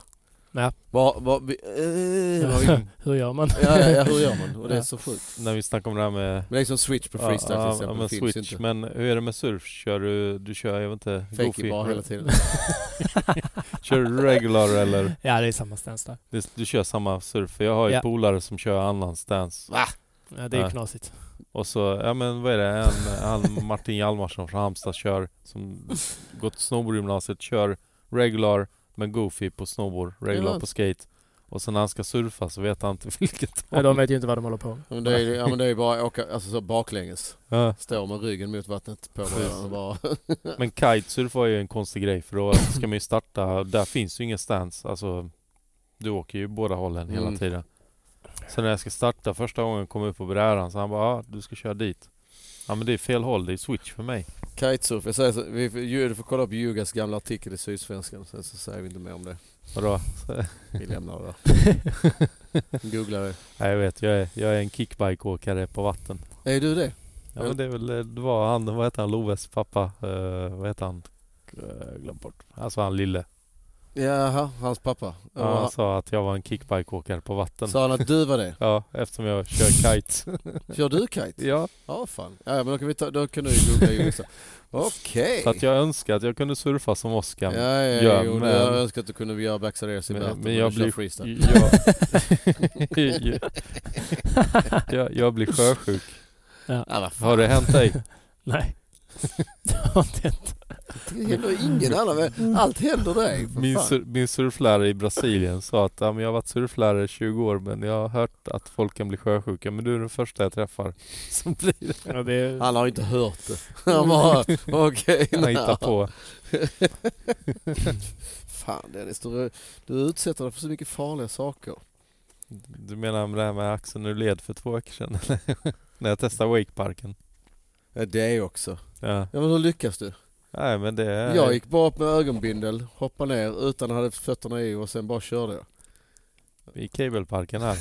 Speaker 1: Ja.
Speaker 3: Var, var, vi, eh, var vi, ja,
Speaker 1: Hur gör man?
Speaker 3: ja, ja, hur gör man? Och det är
Speaker 1: Ja.
Speaker 3: så sjukt.
Speaker 2: När vi snackade om det här med
Speaker 3: Men det är som switch på freestyle till exempel.
Speaker 2: men
Speaker 3: det finns ju
Speaker 2: switch.
Speaker 3: inte.
Speaker 2: Men hur är det med surf? Kör du, du kör, jag vet inte,
Speaker 3: Fake bara hela tiden.
Speaker 2: Kör du regular eller?
Speaker 1: ja, det är samma stance där.
Speaker 2: Du, du kör samma surf? För jag har ju
Speaker 1: Ja.
Speaker 2: polare som kör annan stance.
Speaker 1: Ja, det är
Speaker 2: Ja.
Speaker 1: knasigt.
Speaker 2: Och så, ja men vad är det, en, han Martin Hjalmarsson från Halmstad kör, som gått snowboardgymnasiet, kör regular men goofy på snowboard, regular
Speaker 3: Ja.
Speaker 2: på skate. Och sen när han ska surfa så vet han inte vilket
Speaker 1: Ja, de vet ju inte vad de håller på med.
Speaker 3: Ja, men det är ju ja, men det är ju bara att åka alltså, så baklänges.
Speaker 2: Ja.
Speaker 3: Står med ryggen mot vattnet på
Speaker 2: Precis.
Speaker 3: varandra och bara.
Speaker 2: Men kitesurf var ju en konstig grej för då ska man ju starta, där finns ju ingen stance. Alltså, du åker ju båda hållen hela
Speaker 3: Mm.
Speaker 2: tiden. Så när jag ska starta första gången kom jag upp på brädan så han bara ah, du ska köra dit. Ja men det är fel håll, det är switch för mig.
Speaker 3: Kitesurf, jag säger så, vi, ju- du får kolla upp Jugas gamla artikel i Sydsvenskan sen så säger vi inte mer om det.
Speaker 2: Vadå?
Speaker 3: Vi lämnar det där. Googla det.
Speaker 2: Nej jag vet, jag är, jag är en kickbike-åkare på vatten.
Speaker 3: Är du det?
Speaker 2: Ja men det är väl, eh, det var han, vad heter han, Loves pappa, eh, vad heter han? Eh, Glöm bort. Alltså han lille.
Speaker 3: Jaha, hans pappa.
Speaker 2: Ja, han
Speaker 3: Ja,
Speaker 2: sa att jag var en kickbike-åkare på vatten.
Speaker 3: Sa han att du var det?
Speaker 2: Ja, eftersom jag kör kite.
Speaker 3: Kör du kite?
Speaker 2: ja.
Speaker 3: Ja fan. Ja men då kan, vi ta, då kan du ju googla Jugas. Okej.
Speaker 2: Så att jag önskar att jag kunde surfa som Oskar.
Speaker 3: Ja, ja, ja,
Speaker 2: Ja,
Speaker 3: jo,
Speaker 2: men-
Speaker 3: jag önskar att du kunde göra backside airs i
Speaker 2: Men-
Speaker 3: Berta,
Speaker 2: men jag
Speaker 3: du
Speaker 2: blir- Mm.
Speaker 3: kör freestyle.
Speaker 2: jag, jag, jag blir sjösjuk.
Speaker 3: Ja, vad
Speaker 2: Har det hänt dig?
Speaker 1: Nej. Det har inte hänt.
Speaker 3: Det händer ingen annan. men Allt händer dig. för
Speaker 2: Min,
Speaker 3: fan.
Speaker 2: sur, min surflärare i Brasilien sa att ja, men jag har varit surflärare i 20 år men jag har hört att folk kan bli sjösjuka men du är den första jag träffar som blir det.
Speaker 1: Ja, det,
Speaker 3: Han har inte hört det. Han bara, okej.
Speaker 2: Han hittar på.
Speaker 3: Fan Dennis, du, du utsätter dig för så mycket farliga saker.
Speaker 2: Du menar med det här med axeln ur led för två veckor sedan? När jag testade wakeparken?
Speaker 3: Ja, det också.
Speaker 2: Ja.
Speaker 3: Ja men hur lyckas du?
Speaker 2: Nej men det är...
Speaker 3: Jag gick bara upp med ögonbindel, hoppade ner utan att ha fötterna i och sen bara körde jag.
Speaker 2: I cableparken här.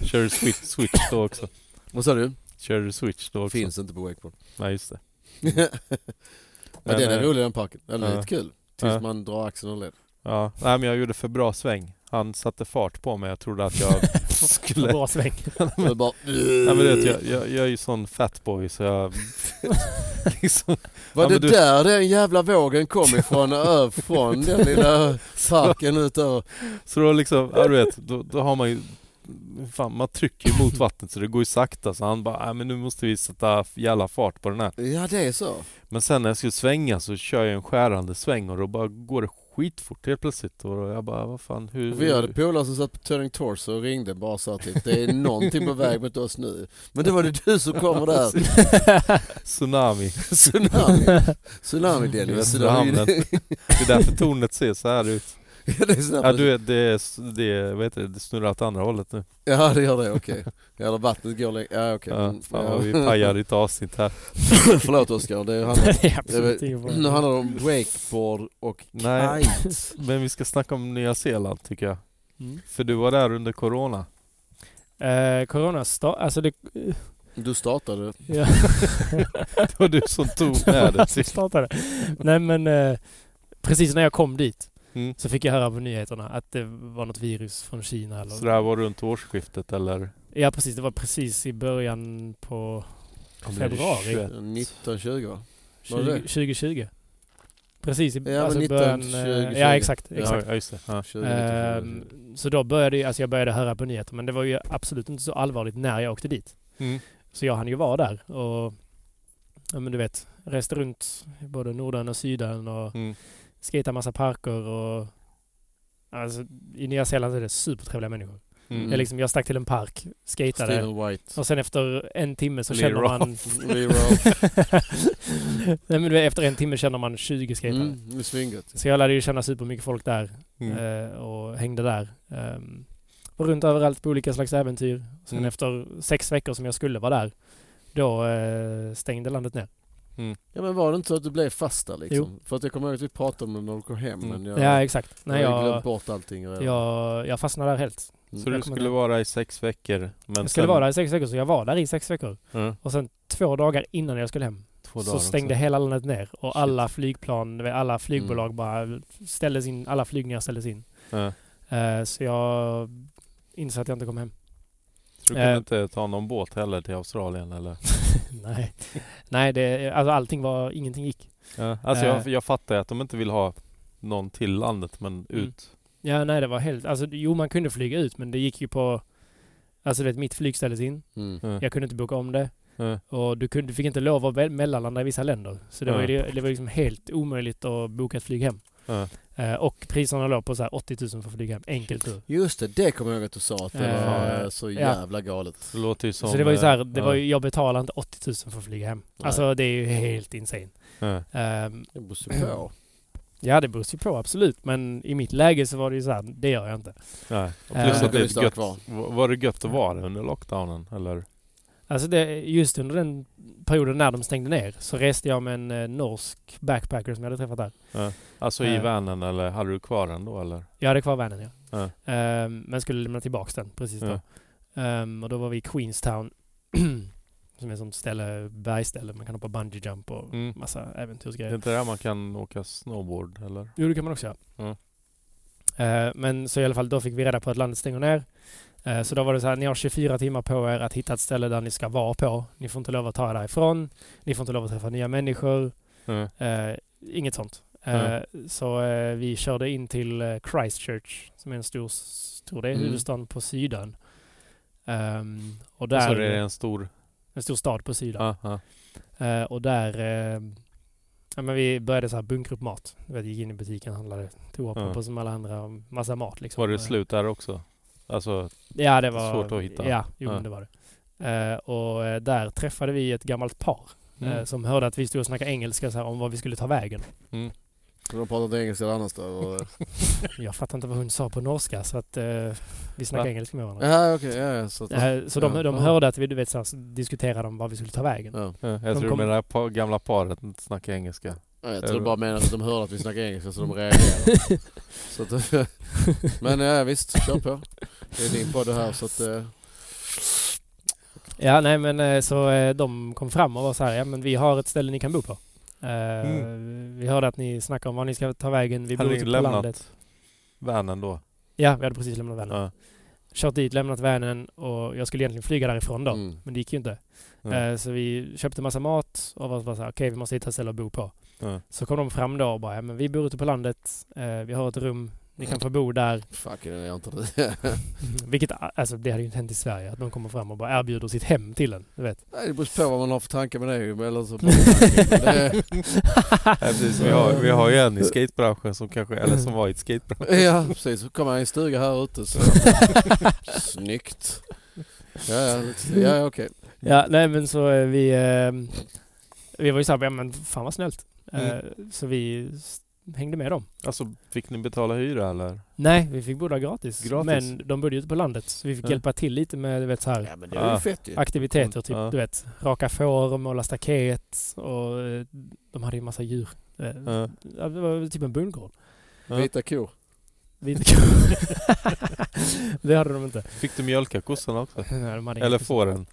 Speaker 2: Kör du switch, switch då också?
Speaker 3: Vad sa du?
Speaker 2: Kör du switch då också?
Speaker 3: Finns inte på wakeboard.
Speaker 2: Nej just det.
Speaker 3: Men
Speaker 2: Men,
Speaker 3: den är
Speaker 2: eh,
Speaker 3: rolig den parken. Den är
Speaker 2: ja.
Speaker 3: lite kul. Tills
Speaker 2: Ja.
Speaker 3: man drar axeln ur led.
Speaker 2: Ja, nej men jag gjorde för bra sväng. Han satte fart på mig. Jag trodde att jag skulle...
Speaker 1: Bra sväng.
Speaker 3: Och bara,
Speaker 2: Ja, men du vet, jag, jag, jag är ju sån fatboy så jag... liksom,
Speaker 3: Var
Speaker 2: Ja,
Speaker 3: det
Speaker 2: men du-
Speaker 3: där den jävla vågen kom ifrån? ö, från den lilla parken ut över?
Speaker 2: så då liksom, ja, du vet, då, då har man ju... Fan, man trycker ju mot vattnet så det går ju sakta så han bara, "Nej, men nu måste vi sätta jävla fart på den här.
Speaker 3: Ja det är så.
Speaker 2: Men sen när jag skulle svänga så kör jag en skärande sväng och då bara går det skitfort helt plötsligt och då jag bara, vad fan hur...
Speaker 3: Vi hade polare som satt på Turning Torso och ringde bara så här typ, det är någonting på väg mot oss nu. Men det var det du som kommer där.
Speaker 2: Tsunami
Speaker 3: Tsunami. Tsunami
Speaker 2: i
Speaker 3: Dennis.
Speaker 2: Västra
Speaker 3: Tsunami.
Speaker 2: hamnen. Det är därför tornet ser så här ut.
Speaker 3: Ja det är snabbt.
Speaker 2: Ja, du vet, det, är- det, är- vad heter det, det snurrar åt andra hållet nu.
Speaker 3: Ja det gör det, okej. Ja eller vattnet går längre, ja okej.
Speaker 2: Ja,
Speaker 3: Mm,
Speaker 2: fan
Speaker 3: ja.
Speaker 2: vad vi pajar i ett avsnitt här.
Speaker 3: Förlåt Oskar, det handlar,
Speaker 1: det är
Speaker 3: det
Speaker 1: absolut
Speaker 3: är-
Speaker 1: ingen
Speaker 3: nu
Speaker 1: fara.
Speaker 3: handlar det om wakeboard och
Speaker 2: Nej.
Speaker 3: kite.
Speaker 2: Men vi ska snacka om Nya Zeeland tycker jag.
Speaker 1: Mm.
Speaker 2: För du var där under Corona.
Speaker 1: Eh, corona sta- alltså det...
Speaker 3: Du startade.
Speaker 1: Ja.
Speaker 2: Det var du som tog med
Speaker 1: som
Speaker 2: det. till-
Speaker 1: startade. Nej men eh, precis när jag kom dit
Speaker 2: Mm.
Speaker 1: så fick jag höra på nyheterna att det var något virus från Kina. Eller...
Speaker 2: Så det här var runt årsskiftet eller?
Speaker 1: Ja precis, det var precis i början på februari
Speaker 3: 1920 va? Var det
Speaker 1: 20, 2020. Precis i
Speaker 3: men
Speaker 1: alltså
Speaker 3: 19,
Speaker 1: början... eh,
Speaker 3: 2020.
Speaker 1: Ja exakt.
Speaker 2: Ja,
Speaker 1: exakt.
Speaker 2: ja just det. Ja.
Speaker 3: 20,
Speaker 1: Ehm, så då började ju- alltså jag började höra på nyheter men det var ju absolut inte så allvarligt när jag åkte dit.
Speaker 2: Mm.
Speaker 1: Så jag hann ju vara där och ja, men du vet, reste runt i både Norden och Syden och
Speaker 2: Mm.
Speaker 1: skejta massa parker och alltså, i Nya Zeeland är det supertrevliga människor.
Speaker 2: Mm.
Speaker 1: Jag, liksom, jag stack till en park, skejtade
Speaker 3: Steven White.
Speaker 1: och sen efter en timme så
Speaker 2: Lee
Speaker 1: känner
Speaker 2: Roth.
Speaker 1: man...
Speaker 3: Lee Roth.
Speaker 1: Nej, men du vet, efter en timme känner man 20 skejtare.
Speaker 3: Mm, det är svingött.
Speaker 1: Så jag lärde ju känna supermycket folk där
Speaker 2: Mm.
Speaker 1: eh, och hängde där. Ehm, var runt överallt på olika slags äventyr. Sen
Speaker 2: Mm.
Speaker 1: efter sex veckor som jag skulle vara där, då eh, stängde landet ner.
Speaker 3: Ja men var det inte så att du blev fast där liksom? För att jag kommer ihåg att vi pratade om det när du kom hem
Speaker 2: Mm.
Speaker 3: men jag,
Speaker 1: Ja, exakt. Nej,
Speaker 3: jag, har glömt
Speaker 1: jag,
Speaker 3: bort allting. redan.
Speaker 1: jag, jag fastnade där helt.
Speaker 2: Så du
Speaker 1: Jag kommer
Speaker 2: skulle
Speaker 1: ihåg.
Speaker 2: vara i sex veckor? Men
Speaker 1: Jag skulle
Speaker 2: sen-
Speaker 1: vara där i sex veckor, så jag var där i sex veckor.
Speaker 2: Ja,
Speaker 1: Och sen två dagar innan jag skulle hem
Speaker 2: två dagar
Speaker 1: så stängde
Speaker 2: också.
Speaker 1: hela landet ner och
Speaker 2: Shit. Mm.
Speaker 1: alla flygplan, du vet, alla flygbolag bara ställdes in, alla flygningar ställdes in.
Speaker 2: Ja.
Speaker 1: Eh, så jag insåg att jag inte kom hem.
Speaker 2: Så du kunde
Speaker 1: Eh.
Speaker 2: inte ta någon båt heller till Australien eller?
Speaker 1: Nej, Nej det, alltså allting var, ingenting gick.
Speaker 2: Ja. Alltså
Speaker 1: Eh. Mm.
Speaker 2: jag, jag fattar ju att de inte vill ha någon till landet men ut.
Speaker 1: Ja, nej det var helt, alltså jo man kunde flyga ut men det gick ju på, alltså du vet mitt flyg ställdes in.
Speaker 3: Mm.
Speaker 2: Ja.
Speaker 1: Jag kunde inte boka om det.
Speaker 2: Ja.
Speaker 1: Och du, kunde, du fick inte lov att be- mellanlanda i vissa länder. Så det var, ju, det var liksom helt omöjligt att boka ett flyg hem.
Speaker 2: Ja.
Speaker 1: Eh, och priserna låg på så här 80 000 för flyg hem, enkelt tur.
Speaker 3: Just det, det kommer jag ihåg att du sa att det var
Speaker 1: Eh,
Speaker 3: eh, så
Speaker 1: ja.
Speaker 3: jävla galet.
Speaker 2: Det låter ju som...
Speaker 1: så det var ju så här,
Speaker 2: eh,
Speaker 1: det
Speaker 2: ja.
Speaker 1: var ju, jag betalade inte 80 000 för att flyga hem.
Speaker 3: Nej.
Speaker 1: Alltså det är ju helt insane.
Speaker 2: Ja.
Speaker 1: Ehm,
Speaker 3: Det beror sig på.
Speaker 1: ja det beror ju på absolut, men i mitt läge så var det ju så här, det gör jag inte.
Speaker 2: Nej. Och
Speaker 1: Eh.
Speaker 2: plus
Speaker 1: Så
Speaker 2: att det
Speaker 3: kunde
Speaker 2: är
Speaker 3: vi
Speaker 2: ett
Speaker 3: stanna
Speaker 2: gött,
Speaker 3: kvar.
Speaker 2: var var det gött att vara där under lockdownen eller?
Speaker 1: Alltså det, just under den perioden när de stängde ner så reste jag med en eh, norsk backpacker som jag hade träffat där.
Speaker 2: Alltså i
Speaker 1: Eh.
Speaker 2: vanen eller hade du kvar den då eller?
Speaker 1: Jag hade kvar vanen ja.
Speaker 2: Ja.
Speaker 1: Ehm, men skulle lämna tillbaks den precis då.
Speaker 2: Ja.
Speaker 1: Ehm, och då var vi i Queenstown. som är ett sånt ställe, bergsställe. Man kan hoppa bungee jump och
Speaker 2: Mm.
Speaker 1: massa
Speaker 2: Det
Speaker 1: äventyrsgrejer.
Speaker 2: är inte där man kan åka snowboard eller?
Speaker 1: Jo, det kan man också göra.
Speaker 2: Ja.
Speaker 1: Eh, men så i alla fall, då fick vi reda på att landet stänger ner. Eh, så då var det så här, ni har 24 timmar på er att hitta ett ställe där ni ska vara på. Ni får inte lov att ta er därifrån. Ni får inte lov att träffa nya människor.
Speaker 2: Ja.
Speaker 1: Eh, inget sånt. Eh,
Speaker 2: Ja.
Speaker 1: Så eh, vi körde in till eh, Christchurch, som är en stor, stor det är
Speaker 3: Mm.
Speaker 1: huvudstaden på Syden. Ehm, och där,
Speaker 2: Så Alltså, det är en stor... Ah,
Speaker 1: en stor stad på Syden.
Speaker 2: Ja, ja.
Speaker 1: Eh, och där... Eh, ja, men vi började så här bunkra upp mat. Du vet, gick in i butiken, handlade toapapper
Speaker 2: Ja.
Speaker 1: som alla andra. och Massa mat liksom.
Speaker 2: Var det
Speaker 1: Eh,
Speaker 2: slut där också? Alltså,
Speaker 1: Ja, det var...
Speaker 2: Svårt att hitta.
Speaker 1: Ja, jo,
Speaker 2: Ja.
Speaker 1: det var det. Eh, och eh, där träffade vi ett gammalt par.
Speaker 2: mm.
Speaker 1: Eh, som hörde att vi stod och snackade engelska så här, om var vi skulle ta vägen.
Speaker 3: De har pratat engelska eller annars där.
Speaker 1: Jag fattar inte vad hon sa på norska så att eh, vi snackade
Speaker 2: Va?
Speaker 1: engelska med varandra.
Speaker 3: Ja okej, ja, ja, så att,
Speaker 1: Eh, så de,
Speaker 3: Ja.
Speaker 1: de hörde att vi du vet, så här, s- diskuterade om var vi skulle ta vägen.
Speaker 3: ja.
Speaker 2: Ja, Eh, jag tror
Speaker 1: kom-
Speaker 2: du menar det pa- gamla paret inte snackar engelska.
Speaker 3: Ja, Jag tror bara menar att de hörde att vi snackade engelska så de reagerade. så att, men ja visst, kör på. Det är din podd det här så att... eh,
Speaker 1: Ja, nej men eh, så eh, de kom fram och var så här, ja men vi har ett ställe ni kan bo på. Eh, Vi hörde att ni snackar om var ni ska ta vägen, vi
Speaker 2: Hade
Speaker 1: bor
Speaker 2: ni
Speaker 1: typ på
Speaker 2: lämnat?
Speaker 1: landet.
Speaker 2: Vänen då?
Speaker 1: Ja, vi hade precis lämnat Vänern.
Speaker 2: Ja.
Speaker 1: Kört dit, lämnat Vänern och jag skulle egentligen flyga därifrån då.
Speaker 3: Mm.
Speaker 1: Men det gick ju inte.
Speaker 2: Ja.
Speaker 1: Eh, så vi köpte massa mat och var bara såhär, okej vi måste hitta ett ställe att bo på.
Speaker 2: Ja.
Speaker 1: Så kom de fram då och bara, ja men vi bor ute på landet, eh, vi har ett rum, ni kan få bo där.
Speaker 3: Fuck, det är inte det.
Speaker 1: Vilket, alltså det hade ju inte hänt i Sverige, att de kommer fram och bara erbjuder sitt hem till en. Du vet.
Speaker 3: Nej, det beror på vad man har för tankar med det. Eller så
Speaker 2: Ja, precis. Vi, har, vi har ju en i skatebranschen som kanske, eller som var i ett skatebransch.
Speaker 3: ja, precis. Så kommer jag i en stuga här ute. Så. Snyggt. Ja, ja, lite- ja ja, okej.
Speaker 1: Ja, nej men så eh, vi, eh, vi var ju såhär, ja men fan vad snällt. Eh, Så vi s- hängde med dem.
Speaker 2: Alltså fick ni betala hyra eller?
Speaker 1: Nej, vi fick bo där gratis.
Speaker 2: Gratis?
Speaker 1: Men de bodde ju ute på landet, så vi fick
Speaker 2: Ja.
Speaker 1: hjälpa till lite med du vet, så här,
Speaker 3: Ja, men det är ju
Speaker 2: Ah.
Speaker 3: fett ju.
Speaker 1: aktiviteter, typ
Speaker 2: Ja.
Speaker 1: du vet, raka får, måla staket och eh, de hade ju massa djur. Eh,
Speaker 2: Ja.
Speaker 1: ja, Det var typ en bondgård.
Speaker 3: Vita kor.
Speaker 1: Vita kor. det hade de inte.
Speaker 2: Fick du mjölka kossorna också?
Speaker 1: Nej, de hade
Speaker 2: Eller
Speaker 1: inget.
Speaker 2: fåren?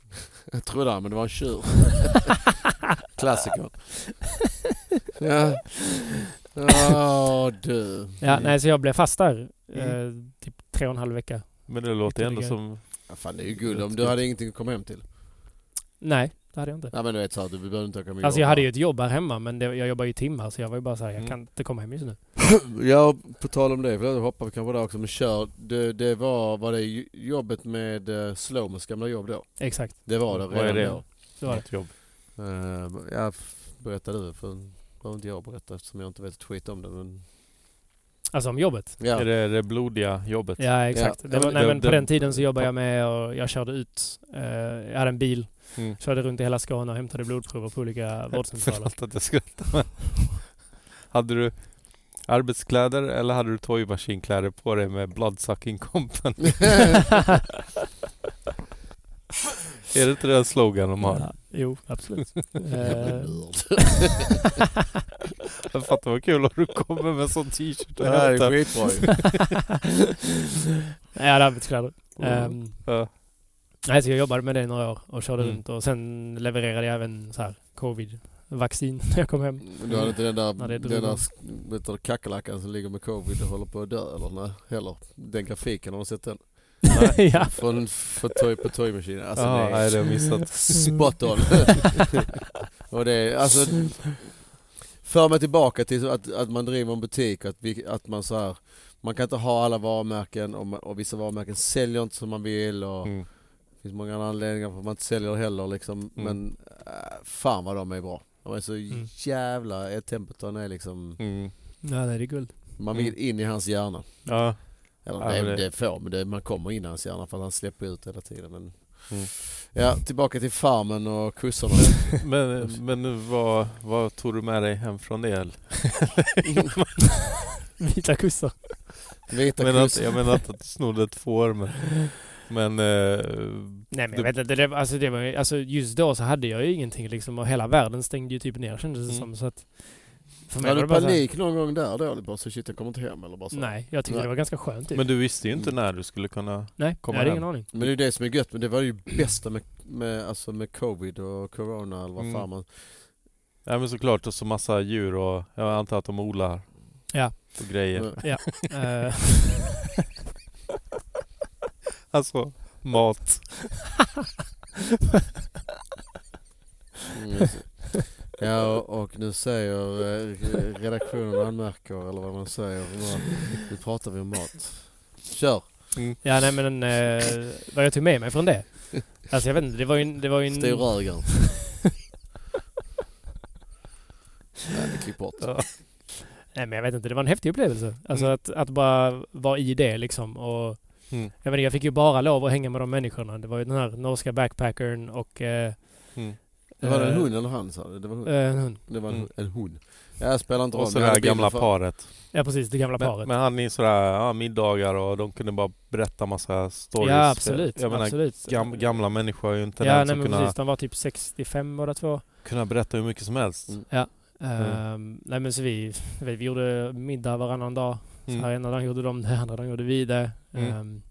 Speaker 3: Jag trodde han, men det var en tjur. Klassiker. Ja. Ja, du.
Speaker 2: Mm.
Speaker 1: Ja, nej, så jag blev fast där. Eh, typ tre och en halv vecka.
Speaker 2: Men det låter ju ändå
Speaker 1: Ytterligare.
Speaker 2: som...
Speaker 3: Ja, fan, det är ju guld om du hade ingenting att komma hem till.
Speaker 1: Nej, det hade jag inte.
Speaker 3: Nej, men du vet så här, du behöver inte åka med
Speaker 1: Alltså jag hade ju ett jobb här hemma, men det, jag jobbar ju i timmar, så jag var ju bara såhär, jag
Speaker 2: Mm.
Speaker 1: kan inte komma hem just nu.
Speaker 3: Ja, på tal om det, för jag hoppar vi kanske där också, men kör. Det, det var, var det ju- jobbet med eh, Slomos gamla jobb då?
Speaker 1: Exakt,
Speaker 3: Det var det
Speaker 2: Vad är
Speaker 3: redan
Speaker 2: det?
Speaker 3: då.
Speaker 1: så var det.
Speaker 2: Ett jobb.
Speaker 3: Uh, ja, f- berätta du, för det behöver inte jag berätta eftersom jag inte vet ett skit om det. Men,
Speaker 1: Alltså om jobbet.
Speaker 3: ja.
Speaker 2: Är det det blodiga jobbet?
Speaker 1: Ja, exakt.
Speaker 3: Ja.
Speaker 1: Det var,
Speaker 2: Ja,
Speaker 1: nej,
Speaker 2: det-
Speaker 1: men på
Speaker 2: det-
Speaker 1: den tiden så jobbade jag med och jag körde ut. Eh, jag hade en bil,
Speaker 2: Mm.
Speaker 1: körde runt i hela Skåne och hämtade blodprover på olika vårdcentraler.
Speaker 2: Förlåt att jag skrattar men... Hade du arbetskläder eller hade du Toy Machine-kläder på dig med Bloodsucking Company? Är det inte den slogan de har?
Speaker 1: Ja, jo, absolut. Eh,
Speaker 2: Jag fattar vad kul om du kommer med en sån t-shirt och
Speaker 3: det här är
Speaker 2: hämtar.
Speaker 3: skitbra ju.
Speaker 1: jag hade arbetskläder.
Speaker 2: Mm.
Speaker 1: Ehm,
Speaker 2: Ja.
Speaker 1: nej, så jag jobbade med det i några år och körde
Speaker 2: Mm.
Speaker 1: runt och sen levererade jag även så här covid-vaccin när jag kom hem.
Speaker 3: Du hade inte den där,
Speaker 1: Ja, det är
Speaker 3: den där sk- vet du, kackerlackan som ligger med covid och håller på att dö eller nej, heller. Den grafiken, har du sett den?
Speaker 1: ja.
Speaker 3: Från, från Toy på Toy Machine. Alltså det
Speaker 2: Jaha,
Speaker 3: är-
Speaker 2: nej det har jag missat.
Speaker 3: Spot on. och det är, alltså, för mig tillbaka till att, att man driver en butik, att, vi, att man så här, man kan inte ha alla varumärken och, man- och vissa varumärken säljer inte som man vill och
Speaker 2: Mm.
Speaker 3: det finns många andra anledningar för att man inte säljer heller liksom. Men äh, fan vad de är bra. De är så
Speaker 1: Mm.
Speaker 3: jävla, Ed Templeton är liksom,
Speaker 2: Mm.
Speaker 1: ja, nej, det är guld.
Speaker 3: man vill
Speaker 2: Mm.
Speaker 3: in i hans hjärna.
Speaker 2: Ja.
Speaker 3: Eller
Speaker 2: Ja,
Speaker 3: nej,
Speaker 2: men
Speaker 3: det,
Speaker 2: det-
Speaker 3: får, men det, man kommer in i hans hjärna för att han släpper ut hela tiden. Men,
Speaker 2: Mm.
Speaker 3: Ja, tillbaka till farmen och kossorna.
Speaker 2: Men, men vad, vad tog du med dig hem från det?
Speaker 1: Vita kossor.
Speaker 3: Vita
Speaker 2: Men att,
Speaker 3: kossor.
Speaker 2: jag menar inte att du snodde ett får men... Men... eh,
Speaker 1: Nej men
Speaker 2: Du-
Speaker 1: jag vet inte, det, var- alltså, det var, ju- alltså just då så hade jag ju ingenting liksom och hela världen stängde ju typ ner kändes det
Speaker 2: Mm.
Speaker 1: som. Så att, för
Speaker 3: Hade du
Speaker 1: bara så här-
Speaker 3: panik någon gång där då? Eller bara så shit jag kommer inte hem eller bara så?
Speaker 1: Nej, jag tyckte
Speaker 3: Nej.
Speaker 1: det var ganska skönt typ.
Speaker 2: Men du visste ju inte när du skulle kunna...
Speaker 1: Nej, jag
Speaker 2: komma
Speaker 1: hade
Speaker 2: hem.
Speaker 1: ingen aning.
Speaker 3: Men det är ju det som är gött, men det var ju bästa med, med, alltså med covid och corona eller vad
Speaker 2: Mm.
Speaker 3: fan man...
Speaker 2: Nej men såklart, och så massa djur och jag antar att de odlar.
Speaker 1: Ja.
Speaker 2: Och grejer.
Speaker 3: Mm.
Speaker 1: Eh,
Speaker 2: Alltså, mat.
Speaker 3: Mm. Ja och, och nu säger eh, redaktionen anmärker eller vad man säger. Nu pratar vi om mat. Kör!
Speaker 1: ja, nej men eh, vad jag tog med mig från det. Alltså jag vet inte, det var ju, en- det var ju en...
Speaker 3: Storögon. Nej, vi klipper bort.
Speaker 2: Ja.
Speaker 1: Nej men jag vet inte, det var en häftig upplevelse. Alltså
Speaker 2: Mm.
Speaker 1: att, att bara vara i det liksom och...
Speaker 2: Mm.
Speaker 1: Jag vet inte, jag fick ju bara lov att hänga med de människorna. Det var ju den här norska backpackern och... Eh,
Speaker 2: Mm.
Speaker 3: Det var det en
Speaker 1: eh,
Speaker 3: hund eller han sa du? Det var, hund.
Speaker 1: eh, en hund.
Speaker 3: Det var en,
Speaker 2: Mm.
Speaker 3: en hund. Ja, jag spelar inte roll.
Speaker 2: Och så
Speaker 3: men
Speaker 2: det
Speaker 3: jag
Speaker 2: här
Speaker 3: hade bilden
Speaker 2: gamla
Speaker 3: för-
Speaker 2: paret.
Speaker 1: Ja precis, det gamla paret.
Speaker 2: Men, men han är sådär, ja, middagar och de kunde bara berätta massa stories. eh,
Speaker 1: ja absolut.
Speaker 2: Jag menar,
Speaker 1: absolut.
Speaker 2: Gam, gamla människor är ju inte
Speaker 1: Ja
Speaker 2: den
Speaker 1: nej
Speaker 2: som
Speaker 1: men
Speaker 2: kunna,
Speaker 1: precis, de var typ 65 båda två.
Speaker 2: kunna berätta hur mycket som helst.
Speaker 3: Mm.
Speaker 1: Ehm, nej men så vi, vi, vi gjorde middag varannan dag. Så här,
Speaker 2: Mm.
Speaker 1: ena dagen gjorde de det, andra dagen gjorde vi det.
Speaker 2: Mm.
Speaker 1: Ehm,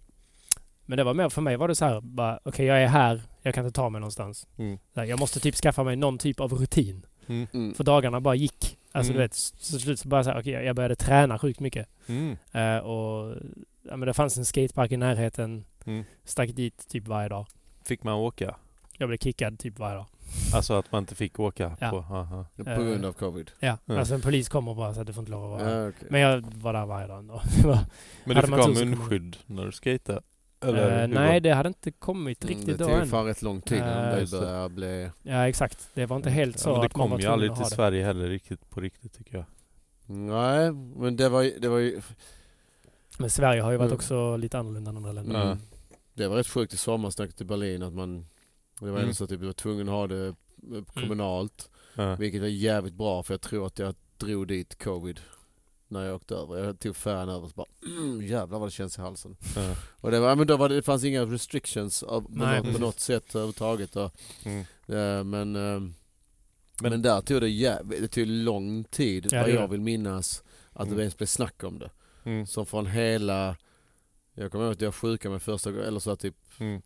Speaker 1: men det var mer, för mig var det så här, bara okej jag är här, jag kan inte ta mig någonstans.
Speaker 2: Mm.
Speaker 1: Så här, Jag måste typ skaffa mig någon typ av rutin.
Speaker 2: Mm.
Speaker 3: Mm.
Speaker 1: För dagarna bara gick. Alltså
Speaker 2: Mm.
Speaker 1: du vet, så till slut så bara så här, okej jag- jag började träna sjukt mycket.
Speaker 2: Mm.
Speaker 1: Eh, och ja, men det fanns en skatepark i närheten.
Speaker 2: Mm.
Speaker 1: Stack dit typ varje dag.
Speaker 2: Fick man åka?
Speaker 1: Jag blev kickad typ varje dag.
Speaker 2: Alltså att man inte fick åka?
Speaker 1: Ja.
Speaker 2: På, aha.
Speaker 3: På grund
Speaker 1: Eh.
Speaker 3: av covid?
Speaker 1: Ja,
Speaker 2: Mm.
Speaker 1: alltså en polis kommer och bara så att du får inte lov att vara här.
Speaker 3: Ja, okej.
Speaker 1: Men jag var där varje dag ändå. Det var-
Speaker 2: Men
Speaker 1: Hade
Speaker 2: du fick
Speaker 1: man
Speaker 2: ha
Speaker 1: tur så kom man-
Speaker 2: munskydd när du skejtade?
Speaker 1: Eh,
Speaker 2: Eller hur
Speaker 1: nej,
Speaker 2: var Mm,
Speaker 1: det hade inte kommit riktigt
Speaker 3: Mm, det
Speaker 1: då än.
Speaker 3: tog fan rätt lång tid innan
Speaker 1: Eh,
Speaker 3: det
Speaker 2: just det.
Speaker 3: började bli...
Speaker 1: Ja, exakt. Det var inte helt så
Speaker 2: Mm. ja, men det
Speaker 1: att man var
Speaker 2: kom ju
Speaker 1: tvungen
Speaker 2: aldrig
Speaker 1: att
Speaker 2: till
Speaker 1: ha det.
Speaker 2: Sverige heller riktigt på riktigt tycker jag.
Speaker 3: Nej, men det var ju... Det var, ju
Speaker 1: Men Sverige har ju varit
Speaker 3: Mm.
Speaker 1: också lite annorlunda än andra länder.
Speaker 2: Ja.
Speaker 3: mm, det var rätt sjukt i sommar, snackade till Berlin att man... Det var
Speaker 2: Mm.
Speaker 3: ändå så att typ, jag var tvungen att ha det
Speaker 1: Mm.
Speaker 3: kommunalt.
Speaker 2: Ja.
Speaker 3: Vilket var jävligt bra för jag tror att jag drog dit covid när jag åkte över. Jag tog färjan över och så bara mm, jävlar vad det känns i halsen.
Speaker 2: Ja.
Speaker 3: Och det, var, men då var det, det fanns inga restrictions av, på,
Speaker 1: Nej,
Speaker 3: något, på
Speaker 2: precis.
Speaker 3: något sätt överhuvudtaget. Och,
Speaker 2: Mm.
Speaker 3: eh, men, eh, men,
Speaker 2: Men-
Speaker 3: där tog det, jäv, det tog lång tid,
Speaker 1: Ja,
Speaker 3: vad
Speaker 1: det
Speaker 3: jag
Speaker 1: gjorde.
Speaker 3: vill minnas, att
Speaker 2: Mm.
Speaker 3: det ens blev snack om det.
Speaker 2: Mm.
Speaker 3: Så från hela, jag kommer ihåg att jag sjukade mig första gången, eller så här, typ
Speaker 2: Mm.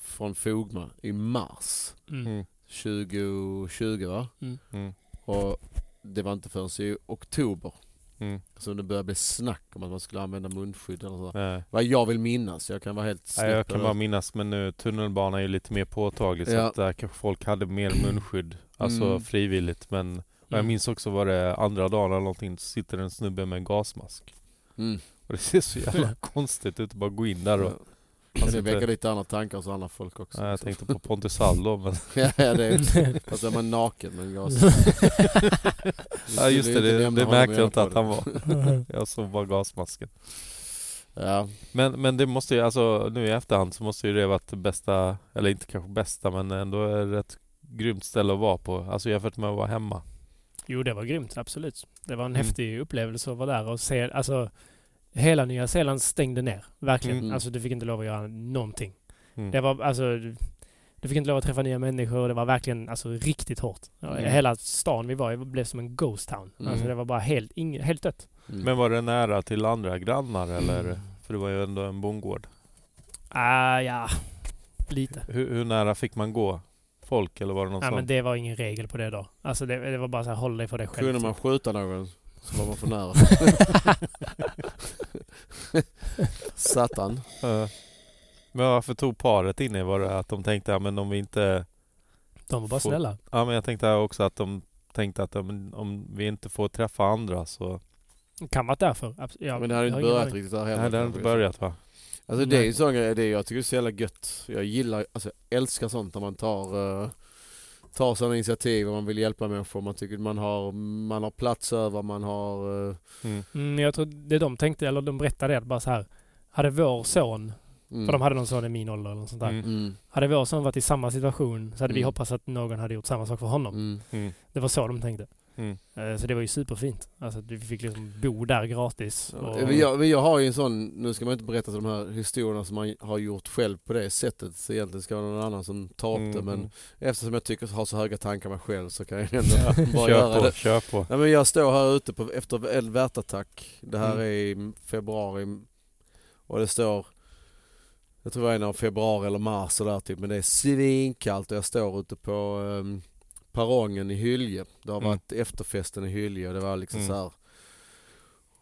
Speaker 3: från Fogma i mars
Speaker 1: Mm.
Speaker 2: Mm.
Speaker 3: 2020 va?
Speaker 1: Mm.
Speaker 2: Mm.
Speaker 3: Och det var inte förrän i oktober
Speaker 2: Mm.
Speaker 3: som det började bli snack om att man skulle använda munskydd eller så.
Speaker 2: Nej.
Speaker 3: Vad jag vill minnas, jag kan vara helt
Speaker 2: Nej, jag
Speaker 3: på
Speaker 2: kan
Speaker 3: det.
Speaker 2: bara minnas, men nu tunnelbanan är ju lite mer påtaglig så
Speaker 3: Ja.
Speaker 2: att där kanske folk hade mer munskydd, alltså
Speaker 3: Mm.
Speaker 2: frivilligt. Men och jag
Speaker 1: Mm.
Speaker 2: minns också var det andra dagen eller någonting, så sitter en snubbe med en gasmask.
Speaker 3: Mm.
Speaker 2: Och det ser så jävla konstigt ut att bara gå in där och...
Speaker 3: Alltså, det
Speaker 2: sitter-
Speaker 3: väcker lite andra tankar hos andra folk också.
Speaker 2: Nej, jag tänkte på Pontus Hall då, men...
Speaker 3: ja, ja, det är
Speaker 1: Mm.
Speaker 3: Fast är man naken men jag...
Speaker 2: Ja just det, det, det märkte jag inte att han var.
Speaker 1: Mm.
Speaker 2: Jag såg bara gasmasken.
Speaker 3: Ja,
Speaker 2: Men, men det måste ju, alltså nu i efterhand så måste ju det varit det bästa, eller inte kanske bästa men ändå ett rätt grymt ställe att vara på. Alltså jämfört med att vara hemma.
Speaker 1: Jo, det var grymt, absolut. Det var en
Speaker 2: Mm.
Speaker 1: häftig upplevelse att vara där och se, alltså Hela Nya Zeeland stängde ner, verkligen.
Speaker 3: Mm.
Speaker 1: Alltså du fick inte lov att göra någonting.
Speaker 2: Mm.
Speaker 1: Det var alltså, du- du fick inte lov att träffa nya människor. Det var verkligen, alltså riktigt hårt. Ja,
Speaker 2: Mm.
Speaker 1: Hela stan vi var i blev som en ghost town.
Speaker 3: Mm.
Speaker 1: Alltså det var bara helt, inge, helt dött.
Speaker 3: mm.
Speaker 2: Men var det nära till andra grannar
Speaker 1: Mm.
Speaker 2: eller? För det var ju ändå en bondgård.
Speaker 1: Ah, ja, lite.
Speaker 2: Hur, hur nära fick man gå? Folk eller var det någon
Speaker 1: Ja,
Speaker 2: sån?
Speaker 1: men det var ingen regel på det då. Alltså det, det var bara så här, håll dig för dig själv.
Speaker 3: Kunde man skjuta någon så var man för nära. Satan.
Speaker 2: Eh, Men varför tog paret in i var det att de tänkte, ja men om vi inte...
Speaker 1: De var bara
Speaker 2: Får-
Speaker 1: snälla.
Speaker 2: Ja men jag tänkte också att de tänkte att om, om vi inte får träffa andra så...
Speaker 1: Kan vara därför. Abs- ja,
Speaker 3: Men det hade
Speaker 1: jag har
Speaker 3: inte
Speaker 1: ingen
Speaker 3: börjat
Speaker 1: aning.
Speaker 3: riktigt där
Speaker 2: Det
Speaker 3: heller.
Speaker 2: hade inte
Speaker 3: kanske.
Speaker 2: börjat va?
Speaker 3: Alltså
Speaker 2: Mm.
Speaker 3: det är
Speaker 1: Nej.
Speaker 3: en sån grej, det är- jag tycker det är så jävla gött. Jag gillar, alltså jag älskar sånt när man tar, eh, tar sådana initiativ och man vill hjälpa människor. Man tycker man har, man har plats över, man har... eh,
Speaker 2: Mm.
Speaker 1: Mm, jag tror det de tänkte, eller de berättade det, att bara så här. Hade vår son,
Speaker 3: mm.
Speaker 1: för de hade någon son i min ålder eller något sånt där.
Speaker 2: Mm.
Speaker 3: Mm.
Speaker 1: Hade vår son varit i samma situation så hade vi
Speaker 3: Mm.
Speaker 1: hoppats att någon hade gjort samma sak för honom.
Speaker 3: Mm.
Speaker 2: Mm.
Speaker 1: Det var så de tänkte.
Speaker 2: Mm.
Speaker 1: Eh, Så det var ju superfint. Alltså att vi fick liksom bo där gratis. Och,
Speaker 3: Eh, Men Jag, men jag har ju en sån, nu ska man inte berätta de här historierna som man har gjort själv på det sättet. Så egentligen ska det vara någon annan som tar upp det.
Speaker 2: Mm.
Speaker 3: Men eftersom jag tycker har så höga tankar om mig själv så kan jag ändå
Speaker 2: Kör
Speaker 3: bara göra
Speaker 2: på,
Speaker 3: det.
Speaker 2: kör på.
Speaker 3: Nej, men jag står här ute på, efter en värtattack. Det här
Speaker 2: Mm.
Speaker 3: är i februari. Och det står, jag tror det var en av februari eller mars sådär typ. Men det är svinkallt och jag står ute på um, perrongen i Hylje. Det har
Speaker 2: Mm.
Speaker 3: varit efterfesten i Hylje och det var liksom
Speaker 2: Mm.
Speaker 3: så här.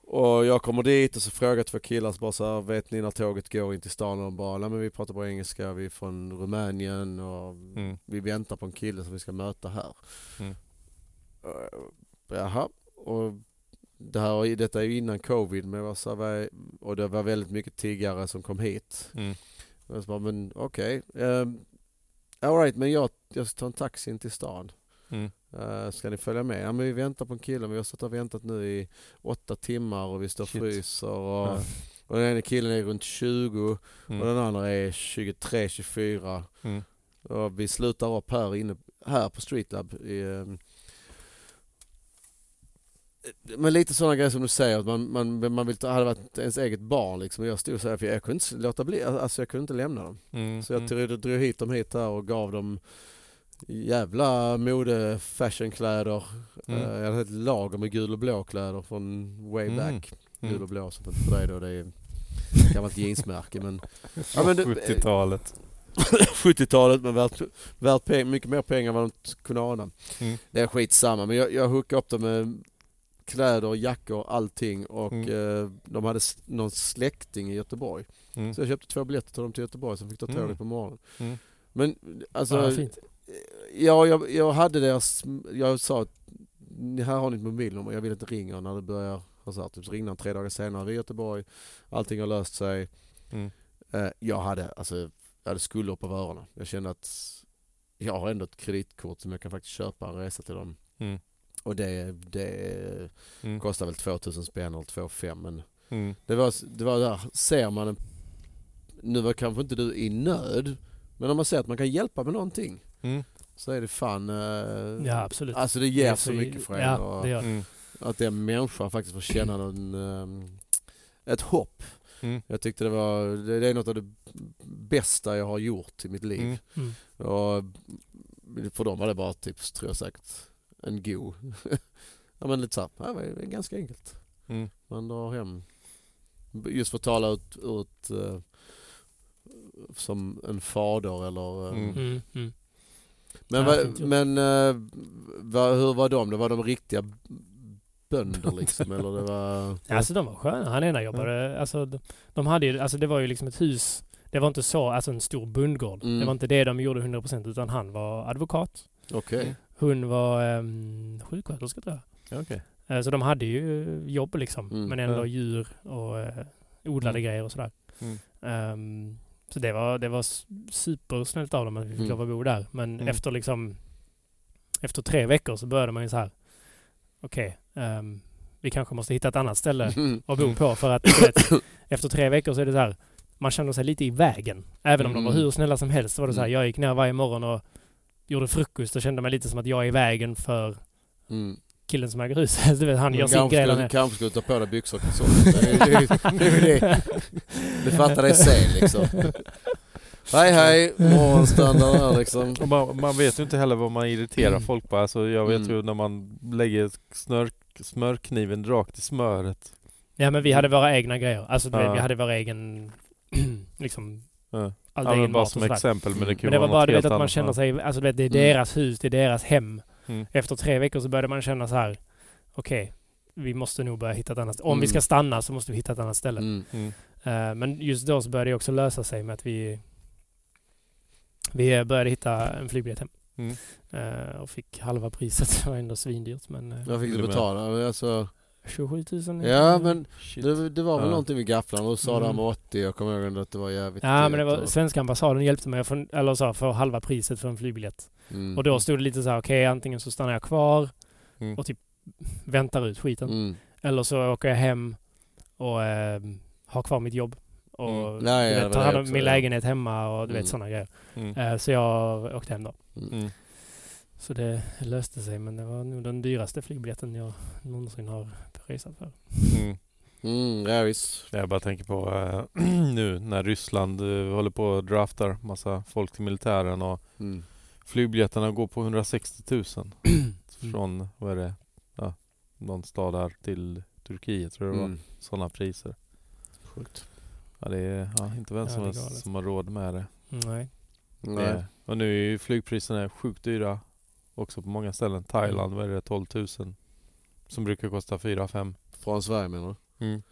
Speaker 3: Och jag kommer dit och så frågar två killar så bara så här, vet ni när tåget går in till stan? Och de bara, nej men vi pratar bara engelska, vi är från Rumänien och
Speaker 2: Mm.
Speaker 3: vi väntar på en kille som vi ska möta här.
Speaker 2: Mm.
Speaker 3: Eh, jaha, och det här, var ju- detta är ju innan covid men jag var så här, vad är- och det var väldigt mycket tiggare som kom hit.
Speaker 2: Mm.
Speaker 3: Och så bara, men okej. Okay. Alright, men jag, jag ska ta en taxi in till stan.
Speaker 2: Mm.
Speaker 3: Eh, ska ni följa med? Ja men vi väntar på en kille, men vi har suttit och väntat nu i åtta timmar och vi står och
Speaker 2: Shit.
Speaker 3: fryser och,
Speaker 2: Ja.
Speaker 3: och den ena killen är runt 20 och
Speaker 2: Mm.
Speaker 3: den andra är 23, 24.
Speaker 2: Mm.
Speaker 3: Och vi slutar upp här inne, här på Streetlab. I, ehm, men lite sådana grejer som du säger, att man, man, man vill ta, hade varit ens eget barn liksom. Och jag stod så här, för jag kunde inte låta bli, alltså jag kunde inte lämna dem.
Speaker 2: Mm.
Speaker 3: Så jag drog, drog hit dem hit här och gav dem jävla mode fashionkläder.
Speaker 2: Mm.
Speaker 3: Eh, Jag hade ett lager med gul och blå kläder från way
Speaker 2: Mm.
Speaker 3: back.
Speaker 2: Mm.
Speaker 3: Gul och blå, så för dig då det är gammalt jeansmärke men... Ja, men
Speaker 2: eh,
Speaker 3: det-
Speaker 2: 70-talet.
Speaker 3: 70-talet men värt, värt peng, mycket mer pengar än vad de t- kunde ana.
Speaker 2: Mm.
Speaker 3: Det är skitsamma men jag, jag hookade upp dem med kläder, jackor, allting och
Speaker 2: Mm.
Speaker 3: eh, de hade s- någon släkting i Göteborg.
Speaker 2: Mm.
Speaker 3: Så jag köpte två biljetter till dem till Göteborg som fick ta tåget
Speaker 2: Mm.
Speaker 3: på morgonen.
Speaker 2: Mm.
Speaker 3: Men alltså,
Speaker 1: ja, fint.
Speaker 3: ja, jag, jag hade deras, jag sa att "Ni- här har ni ett mobilnummer, jag vill inte ringa när det börjar. Och så, här, typ, så ringde han tre dagar senare vid Göteborg, allting har löst sig.
Speaker 2: Mm.
Speaker 3: Eh, jag hade, alltså, jag hade skulder på öronen. Jag kände att jag har ändå ett kreditkort som jag kan faktiskt köpa en resa till dem.
Speaker 2: Mm.
Speaker 3: Och det, det
Speaker 2: Mm.
Speaker 3: kostar väl 2000 spänn eller 2500 men
Speaker 2: Mm.
Speaker 3: det var, det var där, ser man en, nu var kanske inte du i nöd, men om man ser att man kan hjälpa med någonting
Speaker 2: Mm.
Speaker 3: så är det fan, eh,
Speaker 1: Ja, absolut.
Speaker 3: alltså det
Speaker 1: Det
Speaker 3: ger
Speaker 1: är
Speaker 3: så mycket för en.
Speaker 1: Ja,
Speaker 3: och
Speaker 1: det gör det.
Speaker 2: Mm.
Speaker 3: att den människan faktiskt får känna någon, eh, ett hopp.
Speaker 2: Mm.
Speaker 3: Jag tyckte det var, det det är något av det bästa jag har gjort i mitt liv.
Speaker 2: Mm.
Speaker 1: Mm.
Speaker 3: Och för dem var det bara typ, tror jag säkert, en go. ja men lite så här, ja, det är ganska enkelt.
Speaker 2: Mm.
Speaker 3: Man drar hem. Just för att tala ut, ut eh, som en fader eller... eh,
Speaker 2: Mm.
Speaker 1: Mm. Mm.
Speaker 3: Men,
Speaker 1: Ja,
Speaker 3: vad-
Speaker 1: fint gjort.
Speaker 3: men eh, vad- hur var de? Det var de riktiga bönder liksom eller det var...
Speaker 1: Ja, Alltså de var sköna. Han
Speaker 3: Mm.
Speaker 1: ena jobbade, alltså de, de hade ju, alltså det var ju liksom ett hus. Det var inte så, alltså en stor bondgård.
Speaker 3: Mm.
Speaker 1: Det var inte det de gjorde 100% utan han var advokat.
Speaker 3: Okej.
Speaker 1: Hon var um, sjuksköterska tror jag.
Speaker 2: Ja, okej.
Speaker 1: Eh, Så de hade ju eh, jobb liksom,
Speaker 3: Mm.
Speaker 1: men ändå
Speaker 2: Ja.
Speaker 1: djur och eh, odlade grejer och sådär.
Speaker 2: Mm.
Speaker 1: Ehm, så det var, det var s- supersnällt av dem att vi fick
Speaker 3: Mm.
Speaker 1: lov att bo där. Men
Speaker 2: Mm.
Speaker 1: efter liksom, efter tre veckor så började man ju så här. okej, ehm, vi kanske måste hitta ett annat ställe
Speaker 3: Mm.
Speaker 1: att bo på för att du vet, efter tre veckor så är det så här, man känner sig lite i vägen. Även om de
Speaker 3: Mm.
Speaker 1: var hur snälla som helst så var det så här,
Speaker 3: Mm.
Speaker 1: jag gick ner varje morgon och gjorde frukost och kände mig lite som att jag är i vägen för
Speaker 3: Mm.
Speaker 1: killen som äger huset. Du vet, han gör
Speaker 3: Men
Speaker 1: sin
Speaker 3: kanske,
Speaker 1: grej där
Speaker 3: skulle,
Speaker 1: nere.
Speaker 3: kanske skulle ta på dig byxor och sånt. Det är- det är- det är väl det. Du fattar det sen liksom. Hej hej, morgonstandard här liksom.
Speaker 2: Och man, man vet ju inte heller vad man irriterar
Speaker 3: Mm.
Speaker 2: folk på. Alltså, jag vet
Speaker 3: Mm.
Speaker 2: ju när man lägger snörk, smörkniven rakt i smöret.
Speaker 1: Ja men vi hade våra egna grejer. Alltså du vet,
Speaker 2: Ja.
Speaker 1: vi hade vår egen, liksom,
Speaker 2: Ja.
Speaker 1: all
Speaker 2: Ja,
Speaker 1: egen
Speaker 2: men bara
Speaker 1: mat och
Speaker 2: som
Speaker 1: sådär.
Speaker 2: exempel, men det kan ju
Speaker 1: Men det var
Speaker 2: vara
Speaker 1: bara
Speaker 2: något
Speaker 1: du vet
Speaker 2: helt
Speaker 1: att man
Speaker 2: annat.
Speaker 1: känner sig, alltså du vet, det är
Speaker 3: Mm.
Speaker 1: deras hus, det är deras hem.
Speaker 2: Mm.
Speaker 1: Efter tre veckor så började man känna så här, okej, vi måste nog börja hitta ett annat Om vi
Speaker 3: Mm.
Speaker 1: ska stanna så måste vi hitta ett annat ställe.
Speaker 3: Mm.
Speaker 2: Mm.
Speaker 1: Eh, men just då så började det också lösa sig med att vi vi började hitta en flygbiljett hem.
Speaker 2: Mm.
Speaker 1: Eh, och fick halva priset. Det var ändå svindyrt men eh,
Speaker 3: Jag fick
Speaker 2: Till
Speaker 3: du
Speaker 2: och med.
Speaker 3: betala. Alltså,
Speaker 1: 27 000.
Speaker 3: ja men
Speaker 2: Shit.
Speaker 3: Det, det var väl
Speaker 2: Ja.
Speaker 3: någonting med gafflarna och sa
Speaker 1: Mm.
Speaker 3: det här med 80, jag kommer ihåg ändå att det var jävligt eh,
Speaker 1: Ja men det
Speaker 3: dyrt
Speaker 1: var,
Speaker 3: och-
Speaker 1: svenska ambassaden hjälpte mig att få, eller så, här, få halva priset för en flygbiljett.
Speaker 3: Mm.
Speaker 1: Och då stod det lite så här, okej antingen så stannar jag kvar
Speaker 2: Mm.
Speaker 1: och typ väntar ut skiten.
Speaker 3: Mm.
Speaker 1: Eller så åker jag hem och eh, har kvar mitt jobb. Och
Speaker 2: Mm.
Speaker 3: Nej,
Speaker 1: du
Speaker 3: ja,
Speaker 1: vet,
Speaker 3: det var
Speaker 1: tar
Speaker 3: det
Speaker 1: hand om
Speaker 3: också,
Speaker 1: min
Speaker 3: ja.
Speaker 1: lägenhet hemma och du
Speaker 3: Mm.
Speaker 1: vet sådana grejer.
Speaker 2: Mm.
Speaker 1: Eh, så jag åkte hem då.
Speaker 2: Mm.
Speaker 1: Så det löste sig men det var nog den dyraste flygbiljetten jag någonsin har resat för.
Speaker 2: Mm.
Speaker 3: Mm, ja visst.
Speaker 2: Jag bara tänker på eh, nu när Ryssland eh, håller på och draftar massa folk till militären och
Speaker 3: Mm.
Speaker 2: flygbiljetterna går på 160 000 från, vad är det, ja, någon stad här till Turkiet tror jag det var.
Speaker 3: Mm.
Speaker 2: Sådana priser.
Speaker 3: Sjukt.
Speaker 2: Ja, det är ja, inte vem
Speaker 1: Ja,
Speaker 2: som
Speaker 1: det är
Speaker 2: helst
Speaker 1: galet.
Speaker 2: som har råd med det.
Speaker 1: Nej.
Speaker 2: det
Speaker 3: Nej.
Speaker 2: är, och nu är ju flygpriserna sjukt dyra också på många ställen. Thailand,
Speaker 3: Mm.
Speaker 2: vad är det, 12 000? Som brukar kosta 4-5.
Speaker 3: Från Sverige menar du?
Speaker 2: Mm.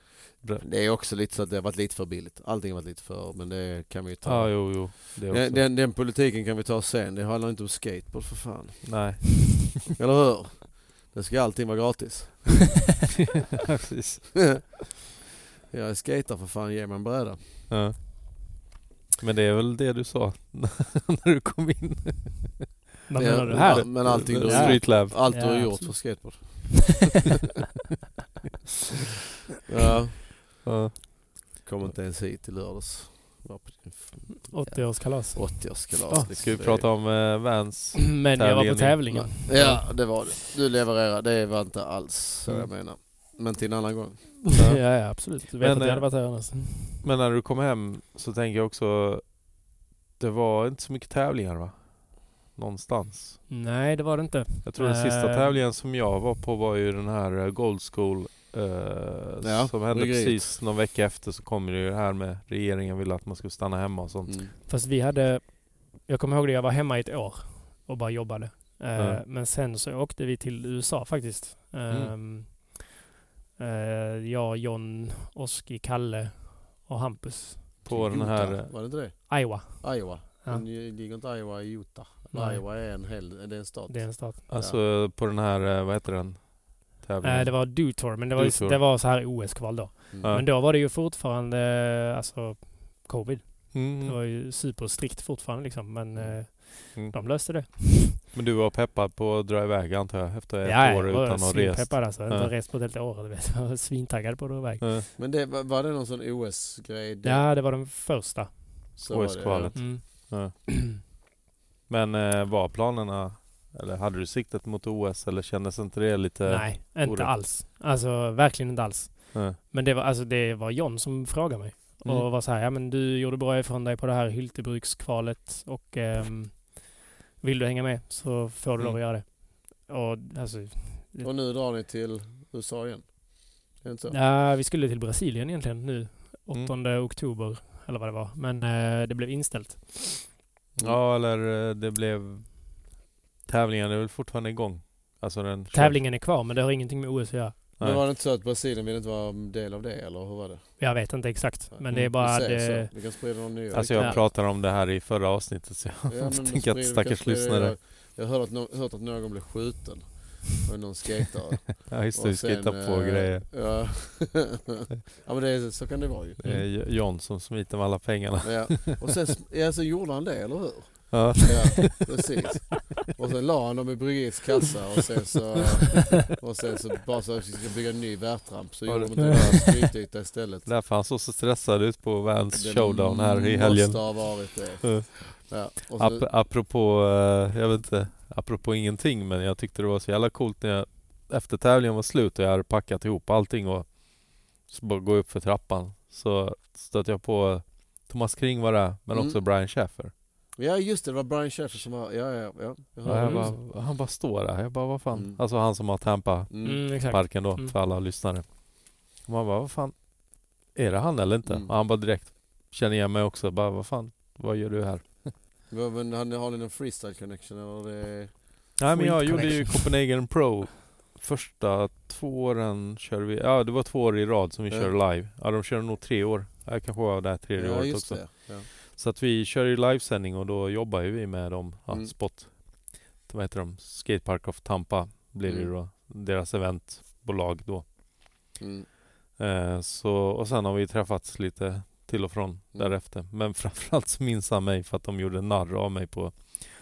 Speaker 3: Det är också lite så att det har varit lite för billigt. Allting har varit lite för, men det kan vi ju ta.
Speaker 2: Ja, jo, jo. Det också.
Speaker 3: den, den, den politiken kan vi ta sen, det handlar inte om skateboard för fan.
Speaker 2: Nej,
Speaker 3: Eller hur? Det ska allting vara gratis.
Speaker 2: precis.
Speaker 3: Jag är skater för fan, ge mig en bräda.
Speaker 2: Ja. Men det är väl det du sa när du kom in?
Speaker 1: Vad
Speaker 3: Ja,
Speaker 1: menar du
Speaker 3: men-
Speaker 1: här?
Speaker 3: Men allting du,
Speaker 1: Ja.
Speaker 2: Street Lab.
Speaker 3: allt du har
Speaker 1: Ja,
Speaker 3: gjort
Speaker 1: absolut.
Speaker 3: för skateboard. ja.
Speaker 2: Ja.
Speaker 3: Kom inte ens hit i lördags. Var på din f-
Speaker 1: 80-årskalas.
Speaker 3: 80-årskalas.
Speaker 1: Ja,
Speaker 3: liksom.
Speaker 2: Ska vi
Speaker 3: Det-
Speaker 2: prata om eh, Vans?
Speaker 1: Men jag var på
Speaker 2: Tävlingen.
Speaker 1: tävlingen.
Speaker 3: Ja, det var det. Du levererar. Det var inte alls så
Speaker 2: Mm.
Speaker 3: jag menar. Men till en annan gång.
Speaker 1: ja, ja, absolut. Du vet
Speaker 2: Men,
Speaker 1: att jag
Speaker 2: eh,
Speaker 1: hade varit här annars.
Speaker 2: Men när du kom hem så tänker jag också Det var inte så mycket tävlingar va? Någonstans.
Speaker 1: Nej, det var det inte.
Speaker 2: Jag tror den sista
Speaker 1: Eh.
Speaker 2: tävlingen som jag var på var ju den här eh, Gold School eh,
Speaker 3: Ja,
Speaker 2: Som hände
Speaker 3: bryggeriet.
Speaker 2: precis någon vecka efter så kom det ju det här med regeringen ville att man skulle stanna hemma och sånt.
Speaker 3: Mm.
Speaker 1: Fast vi hade... Jag kommer ihåg det, jag var hemma i ett år och bara jobbade. Eh,
Speaker 2: Ja. Mm.
Speaker 1: Men sen så åkte vi till USA faktiskt. Ehm, Eh, jag, John, Oski, Kalle och Hampus.
Speaker 2: På den
Speaker 3: Utah,
Speaker 2: här... eh,
Speaker 3: Var det inte det?
Speaker 1: Iowa.
Speaker 3: Iowa.
Speaker 1: Ja.
Speaker 3: Men ligger inte Iowa i Utah?
Speaker 1: Nej.
Speaker 3: Iowa är en hel, det är en stat.
Speaker 1: Det är en stat.
Speaker 2: Alltså på den här, eh, vad heter den? Tävlingen?
Speaker 1: Eh, det var Dutor, men det var, just,
Speaker 2: Dutour.
Speaker 1: det var så här OS-kval då.
Speaker 3: Mm.
Speaker 2: Ja.
Speaker 1: Men då var det ju fortfarande alltså covid. Det
Speaker 2: Mm.
Speaker 1: var ju superstrikt fortfarande liksom. Men eh,
Speaker 2: Mm.
Speaker 1: de löste det.
Speaker 2: Men du var peppad på att dra iväg antar jag efter ett
Speaker 1: Ja,
Speaker 2: år
Speaker 1: jag var
Speaker 2: utan att ha rest?
Speaker 1: svinpeppad alltså. Jag har inte
Speaker 2: Ja.
Speaker 1: rest på ett helt år. Du vet. Jag var svintaggad på att dra iväg.
Speaker 2: Eh,
Speaker 3: Men det, var var det någon sån OS-grej? där?
Speaker 1: Ja, det var den första.
Speaker 3: Så var det,
Speaker 2: OS-kvalet. Men eh, var planerna, eller hade du siktet mot OS eller kändes inte det lite...
Speaker 1: Nej, inte
Speaker 2: Orätt.
Speaker 1: alls. Alltså verkligen inte alls.
Speaker 2: Eh,
Speaker 1: Men det var, alltså, det var John som frågade mig.
Speaker 2: Mm.
Speaker 1: Och var så här, ja men du gjorde bra ifrån dig på det här Hyltebrukskvalet och ehm, vill du hänga med så får du lov att
Speaker 2: Mm.
Speaker 1: göra det. Och alltså,
Speaker 3: ja. Och nu drar ni till USA igen? Är det inte så?
Speaker 1: ja, vi skulle till Brasilien egentligen nu, 8
Speaker 2: Mm.
Speaker 1: oktober eller vad det var. Men eh, det blev inställt.
Speaker 2: Ja, eller eh, det blev... Tävlingen är väl fortfarande igång? Alltså den...
Speaker 1: Tävlingen är kvar men det har ingenting med OS att göra.
Speaker 3: Men
Speaker 2: Nej.
Speaker 3: var det inte så att Brasilien ville inte vara en del av det eller hur var det?
Speaker 1: Jag vet inte exakt, men
Speaker 2: Mm.
Speaker 1: det är bara
Speaker 3: du säger
Speaker 1: det,
Speaker 3: så. Du kan sprida någon ny.
Speaker 2: Alltså
Speaker 1: Ja.
Speaker 2: jag pratade om det här i förra avsnittet så jag
Speaker 3: men
Speaker 2: tänker
Speaker 3: du sprider-
Speaker 2: att
Speaker 3: du
Speaker 2: stackars
Speaker 3: kan sprida-
Speaker 2: lyssnare-
Speaker 3: Jag har hört att, no- hört att någon blev skjuten av någon skatare.
Speaker 2: ja, just det,
Speaker 3: Och
Speaker 2: vi ska
Speaker 3: sen,
Speaker 2: hitta på
Speaker 3: eh,
Speaker 2: grejer.
Speaker 3: Ja, ja men det är, så kan det vara ju.
Speaker 2: Det är J- John som smiter med alla pengarna.
Speaker 3: Ja. Och sen ja, så gjorde han det, eller hur?
Speaker 2: Ja.
Speaker 3: Ja, precis. Och sen la han dem i bryggeriets kassa och sen så, och sen så bara så att vi ska bygga en ny värtramp så
Speaker 2: Ja,
Speaker 3: gjorde de
Speaker 2: det-
Speaker 3: inte det här skrytyta istället.
Speaker 2: Därför han såg så stressad ut på Vans
Speaker 3: Det
Speaker 2: showdown här i helgen.
Speaker 3: Måste ha varit det.
Speaker 2: Ja.
Speaker 3: Ja, och så,
Speaker 2: Ap apropå, eh, jag vet inte, apropå ingenting men jag tyckte det var så jävla coolt när jag efter tävlingen var slut och jag hade packat ihop allting och så bara gå upp för trappan så stötte jag på Thomas Kring var där men
Speaker 3: Mm.
Speaker 2: också Brian Schäfer.
Speaker 3: ja just det, det var Brian Sheffer som var, ja ja ja. Jag
Speaker 2: Och
Speaker 3: hörde
Speaker 2: jag
Speaker 1: Mm.
Speaker 3: det.
Speaker 2: bara, han bara står där. Jag bara vad fan.
Speaker 3: Mm.
Speaker 2: Alltså han som har Tampa
Speaker 3: Mm.
Speaker 1: mm, exakt.
Speaker 2: parken då
Speaker 1: Mm.
Speaker 2: för alla lyssnare. Och man bara vad fan. Är det han eller inte?
Speaker 3: Mm.
Speaker 2: Och han bara direkt känner igen mig också. Bara vad fan. Vad gör du här?
Speaker 3: Vad- Men har ni- har ni någon freestyle connection eller? Det...
Speaker 2: Nej men jag
Speaker 1: Sweet
Speaker 2: gjorde ju Copenhagen Pro Första två åren körde vi, ja det var två år i rad som vi
Speaker 3: Ja.
Speaker 2: körde live Ja de körde nog tre år, jag kanske var där tredje
Speaker 3: ja,
Speaker 2: året
Speaker 3: just
Speaker 2: också
Speaker 3: det. Ja. Mm.
Speaker 2: Så att vi kör ju livesändning och då jobbar ju vi med dem, ja,
Speaker 3: Mm.
Speaker 2: Spot Vad heter de? Skatepark of Tampa blir det ju
Speaker 3: Mm.
Speaker 2: då Deras eventbolag då
Speaker 3: Mm.
Speaker 2: eh, Så, och sen har vi träffats lite till och från
Speaker 3: Mm.
Speaker 2: därefter Men framförallt så minns han mig för att de gjorde narr av mig på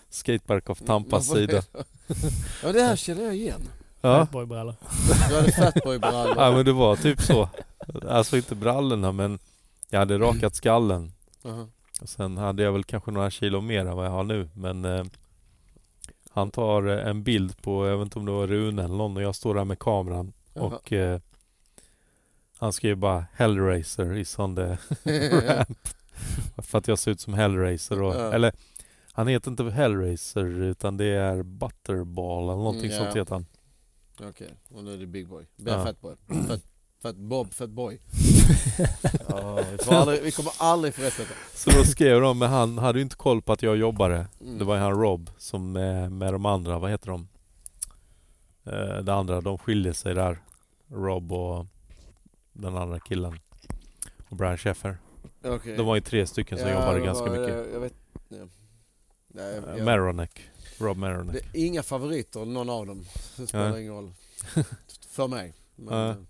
Speaker 2: Skatepark of Tampas
Speaker 3: Varför
Speaker 2: sida
Speaker 3: det? ja det här känner jag igen.
Speaker 2: Ja
Speaker 1: Fatboybrallor.
Speaker 3: Du hade Fatboy-brallor.
Speaker 2: Ja men det var typ så. Alltså inte brallorna men jag hade rakat skallen.
Speaker 3: Aha.
Speaker 2: Och sen hade jag väl kanske några kilo mer än vad jag har nu men eh, han tar eh, en bild på, jag vet inte om det var Rune eller någon och jag står där med kameran
Speaker 3: Jaha.
Speaker 2: och eh, han skriver bara Hellraiser is on the ramp. För att jag ser ut som Hellraiser och,
Speaker 3: Ja.
Speaker 2: eller han heter inte Hellraiser utan det är Butterball eller någonting
Speaker 3: Mm,
Speaker 2: sånt
Speaker 3: ja.
Speaker 2: heter han.
Speaker 3: Okej, och nu är det Big Boy.
Speaker 2: Ja.
Speaker 3: Ja. Fatboy. Fat, fat Bob, Fatboy. ja, vi, får aldrig, vi kommer aldrig få rätt detta.
Speaker 2: Så då skrev de, men han hade ju inte koll på att jag jobbade.
Speaker 3: Mm.
Speaker 2: Det var ju han Rob som eh, med de andra, vad heter de? Eh, De andra, de skilde sig där. Rob och den andra killen. Och Brian Sheffer.
Speaker 3: Okej.
Speaker 2: De var ju tre stycken som
Speaker 3: Ja,
Speaker 2: jobbade
Speaker 3: det
Speaker 2: ganska
Speaker 3: var- eh,
Speaker 2: mycket.
Speaker 3: Jag, jag vet ja. Nej, jag,
Speaker 2: Eh,
Speaker 3: jag,
Speaker 2: Maronek. Rob Maronek.
Speaker 3: det är inga favoriter, någon av dem. Det spelar
Speaker 2: Nej.
Speaker 3: ingen roll. För mig. Men, eh,
Speaker 2: Nej.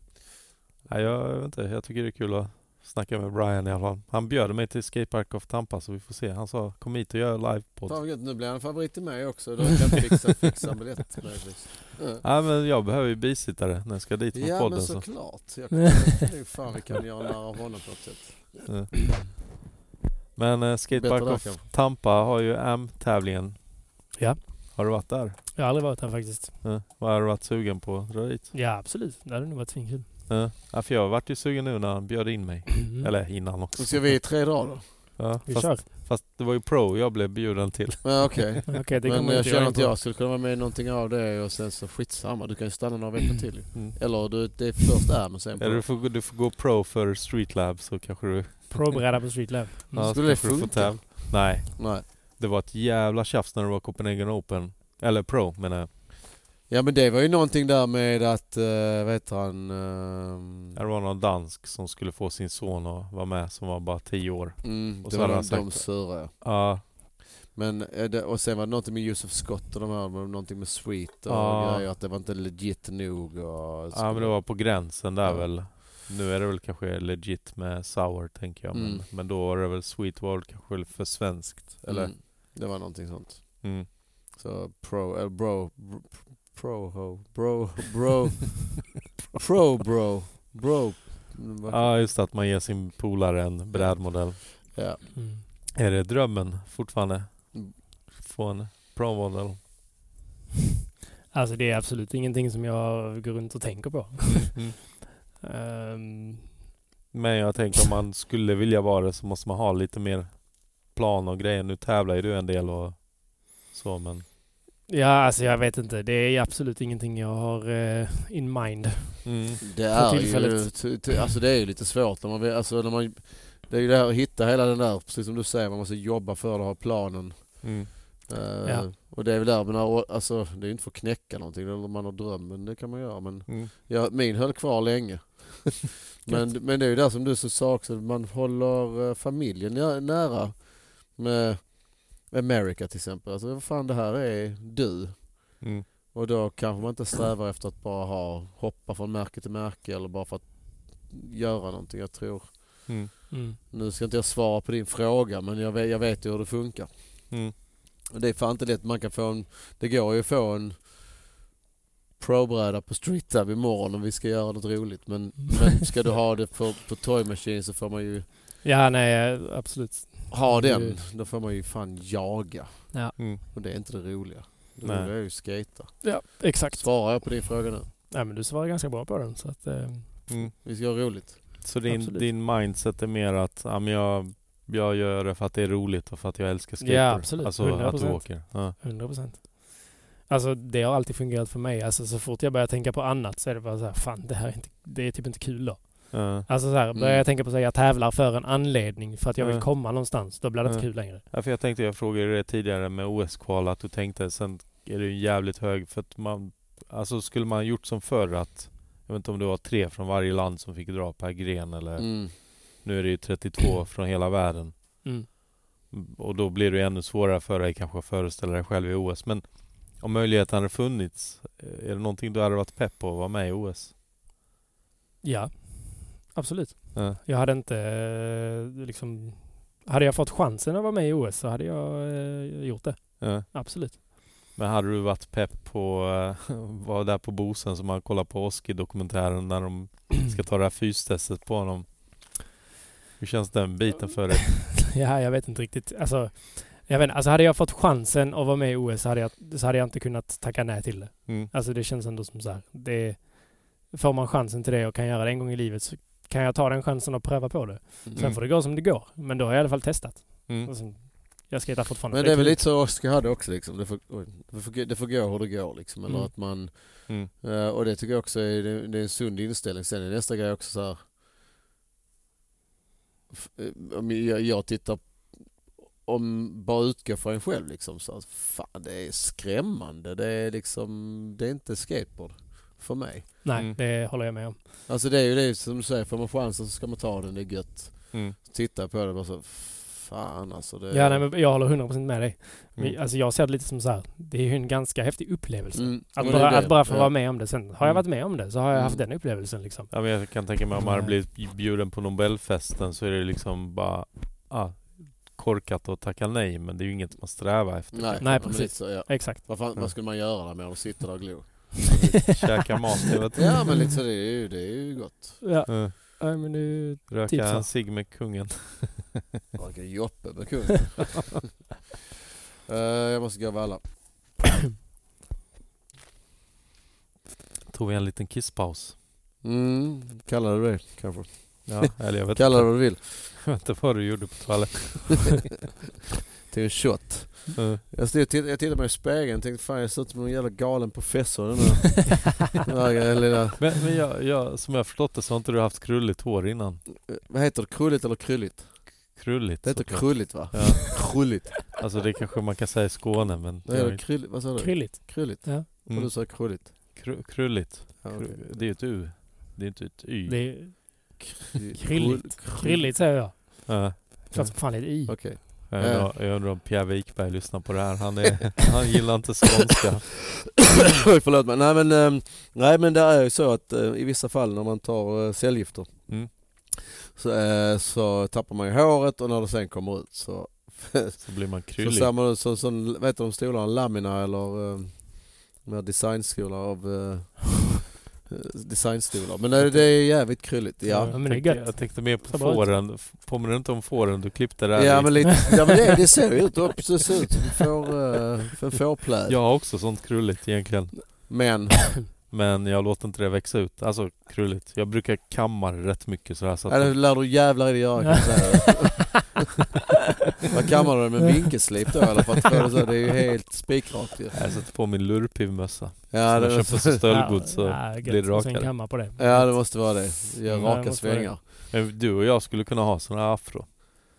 Speaker 2: Nej, jag, jag vet inte, jag tycker det är kul att snacka med Brian i alla fall. Han bjöd mig till Skatepark of Tampa så vi får se. Han sa kom hit och gör
Speaker 3: Fan
Speaker 2: livepodd.
Speaker 3: vad gött, nu blir han favorit till mig också. Då kan jag fixa, fixa en biljett möjligtvis. Ja.
Speaker 2: Nej men jag behöver ju bisittare när jag ska dit med
Speaker 3: Ja
Speaker 2: podden.
Speaker 3: men
Speaker 2: Så.
Speaker 3: såklart. Jag kan, nu fan vi kan göra nära av honom på ett sätt.
Speaker 2: Men eh, Skatepark
Speaker 3: Bättre där
Speaker 2: of
Speaker 3: kanske.
Speaker 2: Tampa har ju AM-tävlingen.
Speaker 1: Ja.
Speaker 2: Har du varit där?
Speaker 1: Jag har aldrig varit där faktiskt.
Speaker 2: Ja. Vad har du varit sugen på att dra dit?
Speaker 1: Ja absolut, det hade nog varit svinkul.
Speaker 2: Ja. Ja, för jag vart ju sugen nu när han bjöd in mig.
Speaker 1: Mm.
Speaker 2: Eller innan också.
Speaker 3: Då ska vi i tre dagar då?
Speaker 2: Ja,
Speaker 1: Vi
Speaker 2: fast,
Speaker 1: kör.
Speaker 2: fast det var ju pro jag blev bjuden till.
Speaker 3: Ja, okej.
Speaker 1: Okej, det
Speaker 3: Men
Speaker 1: kommer
Speaker 3: jag
Speaker 1: inte
Speaker 3: känner
Speaker 1: in
Speaker 3: att
Speaker 1: på.
Speaker 3: jag skulle kunna vara med i någonting av det och sen så skitsamma. Du kan ju stanna några veckor till ju.
Speaker 2: Mm.
Speaker 3: Eller du, det är först där men sen...
Speaker 2: Eller du får, gå- du får gå pro för Street Lab så kanske du...
Speaker 1: Proberedda på Street Lab.
Speaker 2: Ja,
Speaker 3: Mm. Skulle det
Speaker 2: kanske du får
Speaker 3: funka?
Speaker 2: tävla. Nej,
Speaker 3: Nej.
Speaker 2: det var ett jävla tjafs när det var Copenhagen Open. Eller pro menar jag.
Speaker 3: Ja men det var ju någonting där med att, eh, vad heter han? eh,
Speaker 2: Det var någon dansk som skulle få sin son att vara med som var bara 10 år.
Speaker 3: Mm,
Speaker 2: Och
Speaker 3: det
Speaker 2: så hade
Speaker 3: var
Speaker 2: han
Speaker 3: de, de
Speaker 2: sagt-
Speaker 3: sura ja.
Speaker 2: Ja,
Speaker 3: Men, eh, det, och sen var det någonting med Joseph Scott och de här, med någonting med Sweet och
Speaker 2: Ja.
Speaker 3: grejer, att det var inte legit nog och...
Speaker 2: ja men det var på gränsen där
Speaker 3: Ja.
Speaker 2: väl. Nu är det väl kanske legit med sour tänker jag.
Speaker 3: Mm.
Speaker 2: Men, men då var det väl sweet var väl kanske för svenskt. Eller?
Speaker 3: Mm, det var någonting sånt.
Speaker 2: Mm.
Speaker 3: Så pro, eh, bro, bro, pro, bro, bro, pro, bro, bro. Mm, vad-
Speaker 2: Ja just att man ger sin polare en brädmodell.
Speaker 3: Ja.
Speaker 1: Mm.
Speaker 2: Är det drömmen fortfarande?
Speaker 3: Mm.
Speaker 2: Få en pro-modell?
Speaker 1: Alltså det är absolut ingenting som jag går runt och tänker på.
Speaker 2: Mm.
Speaker 1: Ehm,
Speaker 2: Men jag tänker om man skulle vilja vara det så måste man ha lite mer plan och grejer. Nu tävlar ju du en del och så men...
Speaker 1: ja, alltså jag vet inte. Det är absolut ingenting jag har eh, in mind.
Speaker 2: Mm.
Speaker 3: Det är ju,
Speaker 1: tillfället.
Speaker 3: t- t- alltså det är ju lite svårt när man, vill- alltså när man, det är ju det här att hitta hela den där, precis som du säger, man måste jobba för det, ha planen.
Speaker 2: Mm.
Speaker 3: Eh,
Speaker 1: Ja.
Speaker 3: Och det är väl där, men när- alltså, det är ju inte för att knäcka någonting, eller om man har drömmen, det kan man göra. Men
Speaker 2: Mm.
Speaker 3: ja, min höll kvar länge. men, men det är ju där som du så sa också, man håller eh, familjen nä- nära. Med America till exempel, alltså vad fan det här är du.
Speaker 2: Mm.
Speaker 3: Och då kanske man inte strävar efter att bara ha, hoppa från märke till märke eller bara för att göra någonting. Jag tror,
Speaker 2: Mm.
Speaker 1: Mm.
Speaker 3: nu ska inte jag svara på din fråga men jag vet, jag vet ju hur det funkar.
Speaker 2: Mm.
Speaker 3: Och Det är fan inte lätt. Man kan få en, det går ju att få en probräda på Street Tab imorgon om vi ska göra något roligt. Men, men ska du ha det på, på Toy Machine så får man ju
Speaker 1: Ja, nej, absolut.
Speaker 3: ha den.
Speaker 1: Mm.
Speaker 3: Då får man ju fan jaga.
Speaker 2: Mm.
Speaker 3: Och det är inte det roliga. Det
Speaker 2: Nej.
Speaker 3: roliga är ju skata.
Speaker 1: Ja, exakt.
Speaker 3: Svarar jag på din fråga nu?
Speaker 1: Nej, men du svarar ganska bra på den. Så att, eh,
Speaker 2: Mm.
Speaker 3: Vi ska ha roligt.
Speaker 2: Så din,
Speaker 1: Absolut.
Speaker 2: din mindset är mer att ja, men jag, jag gör det för att det är roligt och för att jag älskar skater?
Speaker 1: Ja, absolut.
Speaker 2: Alltså att du
Speaker 1: 100%.
Speaker 2: åker? Ja.
Speaker 1: 100 procent. Alltså det har alltid fungerat för mig. Alltså så fort jag börjar tänka på annat så är det bara så här, fan det här är, inte, det är typ inte kul då.
Speaker 2: Ja.
Speaker 1: Alltså så här, börjar
Speaker 3: Mm.
Speaker 1: jag tänka på att jag tävlar för en anledning, för att jag vill
Speaker 2: Mm.
Speaker 1: komma någonstans, då blir det inte
Speaker 2: Mm.
Speaker 1: kul längre.
Speaker 2: Ja, för jag tänkte, jag frågade dig tidigare med OS-kval att du tänkte sen är det ju jävligt hög för att man Alltså skulle man ha gjort som förr att Jag vet inte om det var tre från varje land som fick dra per gren eller
Speaker 3: Mm.
Speaker 2: Nu är det ju 32 från hela världen
Speaker 1: Mm.
Speaker 2: Och då blir det ju ännu svårare för dig kanske att föreställa dig själv i OS men Om möjligheten hade funnits eh, Är det någonting du hade varit pepp på att vara med i OS?
Speaker 1: Ja, absolut.
Speaker 2: Ja.
Speaker 1: Jag hade inte eh, liksom... Hade jag fått chansen att vara med i OS så hade jag eh, gjort det.
Speaker 2: Ja.
Speaker 1: Absolut.
Speaker 2: Men hade du varit pepp på eh, Var där på Bosön som man kollar på Oski-dokumentären när de ska ta det här fystestet på honom. Hur känns den biten för dig?
Speaker 1: ja, jag vet inte riktigt. Alltså, jag vet inte. alltså hade jag fått chansen att vara med i OS så hade jag, så hade jag inte kunnat tacka nej till det.
Speaker 2: Mm.
Speaker 1: Alltså det känns ändå som så här. Det, får man chansen till det och kan göra det en gång i livet så kan jag ta den chansen och pröva på det. Sen
Speaker 2: Mm.
Speaker 1: får det gå som det går. Men då har jag i alla fall testat.
Speaker 2: Mm.
Speaker 1: Och sen, Alltså, jag ska hitta fortfarande. typ- för
Speaker 3: Men det är väl
Speaker 1: kul.
Speaker 3: lite så Oscar hade också liksom. Det får, oj, det får, det får gå hur det går liksom. Eller
Speaker 1: Mm.
Speaker 3: att man,
Speaker 2: Mm.
Speaker 3: eh, och det tycker jag också är, det, det är en sund inställning. Sen är nästa grej också så här. F- eh, om jag, jag tittar, om bara utgår från en själv liksom. Så här, fan det är skrämmande. Det är liksom, det är inte skateboard för mig.
Speaker 1: Nej,
Speaker 2: Mm.
Speaker 1: det håller jag med om.
Speaker 3: Alltså det är ju det som du säger, får man chansen så ska man ta den, det är gött.
Speaker 2: Mm.
Speaker 3: Titta på det och bara så, fan alltså. Det,
Speaker 1: Ja, nej, men jag håller 100% med dig. Men,
Speaker 2: Mm.
Speaker 1: Alltså jag ser det lite som så här. Det är ju en ganska häftig upplevelse.
Speaker 3: Mm,
Speaker 1: Att,
Speaker 3: men det är
Speaker 1: bara,
Speaker 3: det.
Speaker 1: att bara få
Speaker 3: Ja.
Speaker 1: vara med om det. Sen har jag
Speaker 2: Mm.
Speaker 1: varit med om det så har jag haft
Speaker 3: Mm.
Speaker 1: den upplevelsen liksom.
Speaker 2: Ja, men jag kan tänka mig om man hade
Speaker 1: Nej.
Speaker 2: blivit bjuden på Nobelfesten så är det liksom bara ah, korkat att tacka nej men det är ju inget man strävar efter.
Speaker 3: Nej,
Speaker 1: Nej,
Speaker 3: men
Speaker 1: precis.
Speaker 3: lite Så, ja.
Speaker 1: Exakt.
Speaker 3: vad, fan,
Speaker 2: Ja.
Speaker 3: vad skulle man göra där med att sitta där och glo?
Speaker 2: Käka mat, jag vet inte.
Speaker 3: Ja men lite så det är ju, det är ju gott.
Speaker 1: Ja,
Speaker 2: Eh,
Speaker 1: nej, men nu...
Speaker 2: Röka
Speaker 1: Typ så.
Speaker 2: en cigg med kungen.
Speaker 3: Röka joppe med kung. Eh, jag måste gå och valla.
Speaker 2: Tog vi en liten kisspaus.
Speaker 3: Mm, kallar du det kanske?
Speaker 2: Ja, eller jag vet,
Speaker 3: Kallar det
Speaker 2: inte,
Speaker 3: vad du vill.
Speaker 2: jag vet inte vad du gjorde på toaletten.
Speaker 3: Till en shot.
Speaker 2: Eh,
Speaker 3: Jag, stod, och titt- jag tittade mig i spegeln och tänkte fan jag ser ut som någon jävla galen professor den där, den där lilla,
Speaker 2: Men, men jag, jag, som jag har förstått det så har inte du haft krulligt hår innan?
Speaker 3: eh, vad heter det, krulligt eller krylligt?
Speaker 2: Krulligt?
Speaker 3: Det heter
Speaker 2: såklart.
Speaker 3: krulligt va?
Speaker 2: Ja.
Speaker 3: Krulligt.
Speaker 2: Alltså det kanske man kan säga i Skåne men...
Speaker 3: Det heter krylligt, vad sa du?
Speaker 1: Krylligt.
Speaker 3: Krulligt?
Speaker 1: Ja.
Speaker 3: Och
Speaker 2: Mm.
Speaker 3: du sa krulligt.
Speaker 2: Kru- krulligt.
Speaker 3: Ja,
Speaker 2: Kru-
Speaker 3: okej.
Speaker 2: Det är ju ett U. Det är inte ett
Speaker 3: Mm.
Speaker 2: Y.
Speaker 1: Det är
Speaker 3: Krull-
Speaker 1: krylligt. Krylligt säger jag.
Speaker 2: Ja.
Speaker 1: Klart som fan det är ett i.
Speaker 3: Okej.
Speaker 2: jag,
Speaker 3: Eh.
Speaker 2: undrar, jag undrar om Pierre Wikberg lyssnar på det här. Han, är, han gillar inte skånska.
Speaker 3: Oj, Förlåt mig. Nej men, ehm, nej men det är ju så att eh, i vissa fall när man tar eh, cellgifter
Speaker 2: Mm.
Speaker 3: så, eh, så tappar man ju håret och när det sen kommer ut så,
Speaker 2: Så blir man
Speaker 3: så
Speaker 2: kryllig.
Speaker 3: ser man ut som, som vet du de stolarna, Lamina eller eh, de här designstolar av eh, eh, designstolar. Men det, det är jävligt krylligt. Ja.
Speaker 1: men det är
Speaker 2: tänkte,
Speaker 1: gött.
Speaker 2: jag tänkte mer på
Speaker 1: Ser bra ut.
Speaker 2: fåren. F- Påminner du inte om fåren du klippte där?
Speaker 3: Ja
Speaker 2: i-
Speaker 3: men, lite, ja, men det, det ser ju ut, upp, det ser ut som en får, eh, för en fårpläd.
Speaker 2: Jag har också sånt krulligt egentligen.
Speaker 3: Men
Speaker 2: Men jag låter inte det växa ut. Alltså krulligt. Jag brukar kamma det rätt mycket sådär så att
Speaker 3: ja, det lär du jävlar i det göra kan jag säga. Vad kammar du med vinkelslip då eller? För att få det, så, det är ju helt spikrakt ju.
Speaker 2: jag sätter på min lurpivmössa.
Speaker 3: Ja
Speaker 2: Som jag
Speaker 3: det,
Speaker 2: köper som
Speaker 1: Ja,
Speaker 2: stöldgods. så-
Speaker 1: ja, gött.
Speaker 2: blir det
Speaker 1: Och Sen
Speaker 2: rakare.
Speaker 1: kammar på det.
Speaker 3: ja det måste vara det. Gör
Speaker 2: Mm,
Speaker 1: det
Speaker 3: raka
Speaker 1: måste vara
Speaker 3: svängar.
Speaker 2: Men Du och jag skulle kunna ha sådana här afro.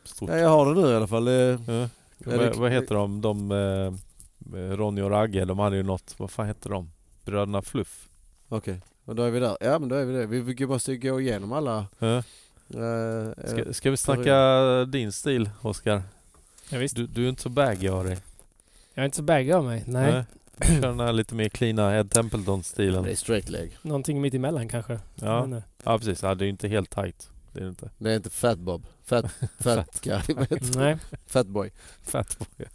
Speaker 2: Stort.
Speaker 3: Ja jag har det nu i alla fall. Det-
Speaker 2: Ja.
Speaker 3: Ja,
Speaker 2: vad,
Speaker 3: det-
Speaker 2: vad heter de? de eh, Ronny och Ragge, de hade ju något, vad fan hette de? Bröderna Fluff?
Speaker 3: Okej, och då är vi där. Ja men då är vi det. Vi- Vi måste ju gå igenom alla.
Speaker 2: Ja.
Speaker 3: eh, eh,
Speaker 2: Ska, ska vi snacka din stil, Oskar?
Speaker 1: Ja, visst.
Speaker 2: Du, du är inte så baggy av dig.
Speaker 1: Jag är inte så baggy av mig. Nej.
Speaker 2: Du kör den här lite mer cleana Ed
Speaker 3: Det
Speaker 2: Templeton-stilen.
Speaker 3: är straight leg.
Speaker 1: Någonting mitt emellan kanske.
Speaker 2: Ja.
Speaker 1: Men, eh,
Speaker 2: ja, precis. Ja, det är ju inte helt tight. Det är det inte.
Speaker 3: Det är inte fat bob. Fat, fat guy. vad heter det?
Speaker 1: mm, Nej.
Speaker 3: Fat boy.
Speaker 2: Fatboy.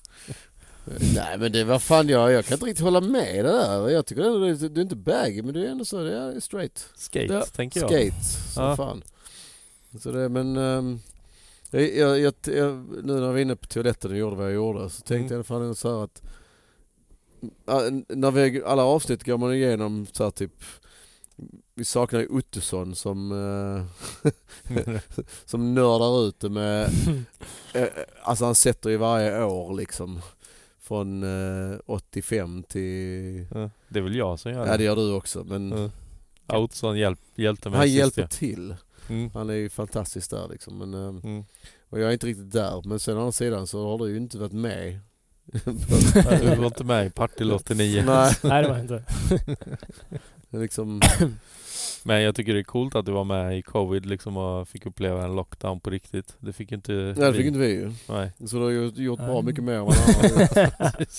Speaker 3: Nej men det vad fan jag, jag kan inte riktigt hålla med det där. Jag tycker ändå det, du är inte baggy men du är ändå så, det är straight.
Speaker 2: Skate,
Speaker 3: Ja,
Speaker 2: tänker jag.
Speaker 3: Skate som
Speaker 2: Ja.
Speaker 3: fan. Så det, men ehm, jag, jag, jag, jag, nu när jag var inne på toaletten och gjorde vad jag gjorde så tänkte
Speaker 2: Mm.
Speaker 3: jag fan ändå så här att ah, n- när vi, alla avsnitt går man igenom så här typ vi saknar ju Ottosson som, eh, som nördar ut det med Eh, Alltså han sätter ju varje år liksom. Från eh, 85 till...
Speaker 2: Ja, det är väl jag som gör
Speaker 3: Ja det
Speaker 2: det.
Speaker 3: gör du också men
Speaker 2: Ja, Outsson hjälp, hjälpte mig
Speaker 3: han
Speaker 2: sist,
Speaker 3: hjälper
Speaker 2: ja.
Speaker 3: till.
Speaker 2: Mm.
Speaker 3: Han är ju fantastisk där liksom. Men, eh,
Speaker 2: Mm.
Speaker 3: och jag är inte riktigt där. Men sen å andra sidan så har du ju inte varit med.
Speaker 2: Ja, Du var inte med i Partille 89.
Speaker 3: Nej,
Speaker 1: Nej, det var jag inte.
Speaker 3: det är liksom,
Speaker 2: Men jag tycker det är coolt att du var med i covid liksom och fick uppleva en lockdown på riktigt. Det fick ju inte
Speaker 3: nej det
Speaker 2: vi.
Speaker 3: fick inte vi ju.
Speaker 2: Nej.
Speaker 3: Så du har ju gjort bra
Speaker 1: Nej.
Speaker 3: mycket mer än vad han har gjort.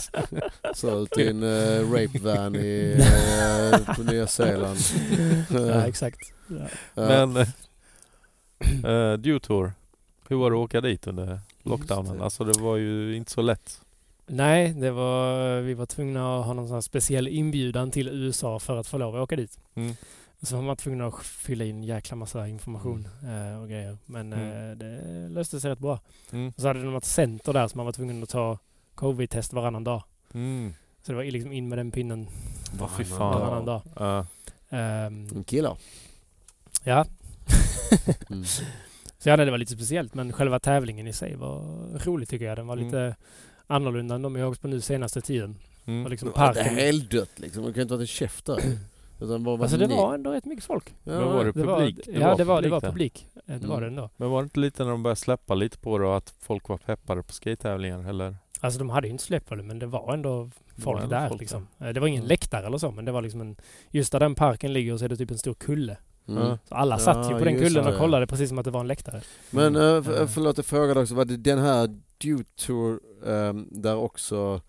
Speaker 3: Så ut i en eh, rape van i, eh, på Nya Zeeland.
Speaker 1: ja, exakt. Ja.
Speaker 3: Ja.
Speaker 2: Men äh, Dutour, hur var det att åka dit under
Speaker 3: Just
Speaker 2: lockdownen?
Speaker 3: det.
Speaker 2: Alltså det var ju inte så lätt.
Speaker 1: Nej, det var, vi var tvungna att ha någon sån här speciell inbjudan till USA för att få lov att åka dit.
Speaker 2: Mm.
Speaker 1: Så var man tvungen att fylla in en jäkla massa information eh, och grejer. Men
Speaker 2: Mm.
Speaker 1: eh, det löste sig rätt bra.
Speaker 2: Mm.
Speaker 1: Och så hade de ett center där som man var tvungen att ta covid-test varannan dag.
Speaker 2: Mm.
Speaker 1: Så det var liksom in med den pinnen
Speaker 2: Vad fy
Speaker 3: Ja. Mm.
Speaker 2: fan.
Speaker 1: varannan dag.
Speaker 2: Ja.
Speaker 1: Ehm,
Speaker 3: Killar.
Speaker 1: ja,
Speaker 3: Mm.
Speaker 1: så ja, nej, det var lite speciellt. Men själva tävlingen i sig var rolig tycker jag. Den var
Speaker 2: Mm.
Speaker 1: lite annorlunda än de jag har åkt på nu senaste tiden. Det var
Speaker 2: Mm.
Speaker 1: liksom
Speaker 3: Det är
Speaker 1: parken.
Speaker 3: helt dött liksom. Det kan inte vara en käft där. Utan bara vara
Speaker 1: Alltså det
Speaker 3: ni.
Speaker 1: var ändå rätt mycket folk.
Speaker 3: Ja,
Speaker 2: Men var det
Speaker 1: Det var,
Speaker 2: publik?
Speaker 1: ja, det var, det var
Speaker 2: där.
Speaker 1: publik. Eh, Det var
Speaker 3: Mm.
Speaker 1: det ändå.
Speaker 2: Men var det inte lite när de började släppa lite på det och att folk var peppade på skate-tävlingar eller?
Speaker 1: Alltså de hade ju inte släppt på det, men det var ändå folk
Speaker 2: ändå
Speaker 1: där
Speaker 2: folk
Speaker 1: liksom. Eh, Det var ingen
Speaker 2: Mm.
Speaker 1: läktare eller så, men det var liksom en... Just där den parken ligger så är det typ en stor kulle.
Speaker 3: Mm.
Speaker 2: Ja.
Speaker 1: Så alla
Speaker 3: Ja,
Speaker 1: satt ju på den
Speaker 3: just
Speaker 1: kullen
Speaker 3: det,
Speaker 1: och
Speaker 3: ja.
Speaker 1: kollade precis som att det var en läktare.
Speaker 3: Men
Speaker 2: Mm.
Speaker 3: eh, f- förlåt jag frågade också, var det den här Due Tour ehm, där också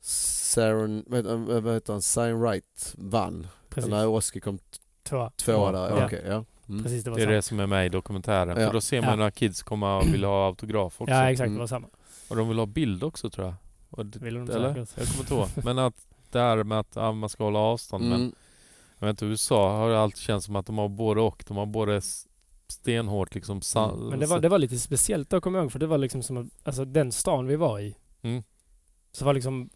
Speaker 3: Saren, vad heter- eh, vad heter han, Siren Wright vann?
Speaker 1: Precis.
Speaker 3: När Oskar kom
Speaker 1: Två.
Speaker 3: tvåa där,
Speaker 2: Ja.
Speaker 3: okej ja. Mm.
Speaker 1: Precis, det var
Speaker 2: Mm.
Speaker 1: samma.
Speaker 2: Det är det som är med i dokumentären.
Speaker 3: Ja.
Speaker 2: För då ser
Speaker 1: Ja.
Speaker 2: man några kids komma och vill ha autograf också.
Speaker 1: Ja, exakt.
Speaker 3: Mm.
Speaker 1: Det var samma.
Speaker 2: Och de vill ha bild också tror jag. Och det,
Speaker 1: Vill de
Speaker 2: eller?
Speaker 1: Mm, säkert.
Speaker 2: Jag kommer inte ihåg. Men att det här med att ja, man ska hålla avstånd. Men
Speaker 3: Mm.
Speaker 2: jag vet inte, USA har det alltid känts som att de har både och. De har både s- stenhårt liksom sa-
Speaker 3: Mm.
Speaker 1: Men det var, det var lite speciellt då, kommer jag ihåg, för det var liksom som, att- alltså den stan vi var i,
Speaker 2: Mm.
Speaker 1: så var liksom,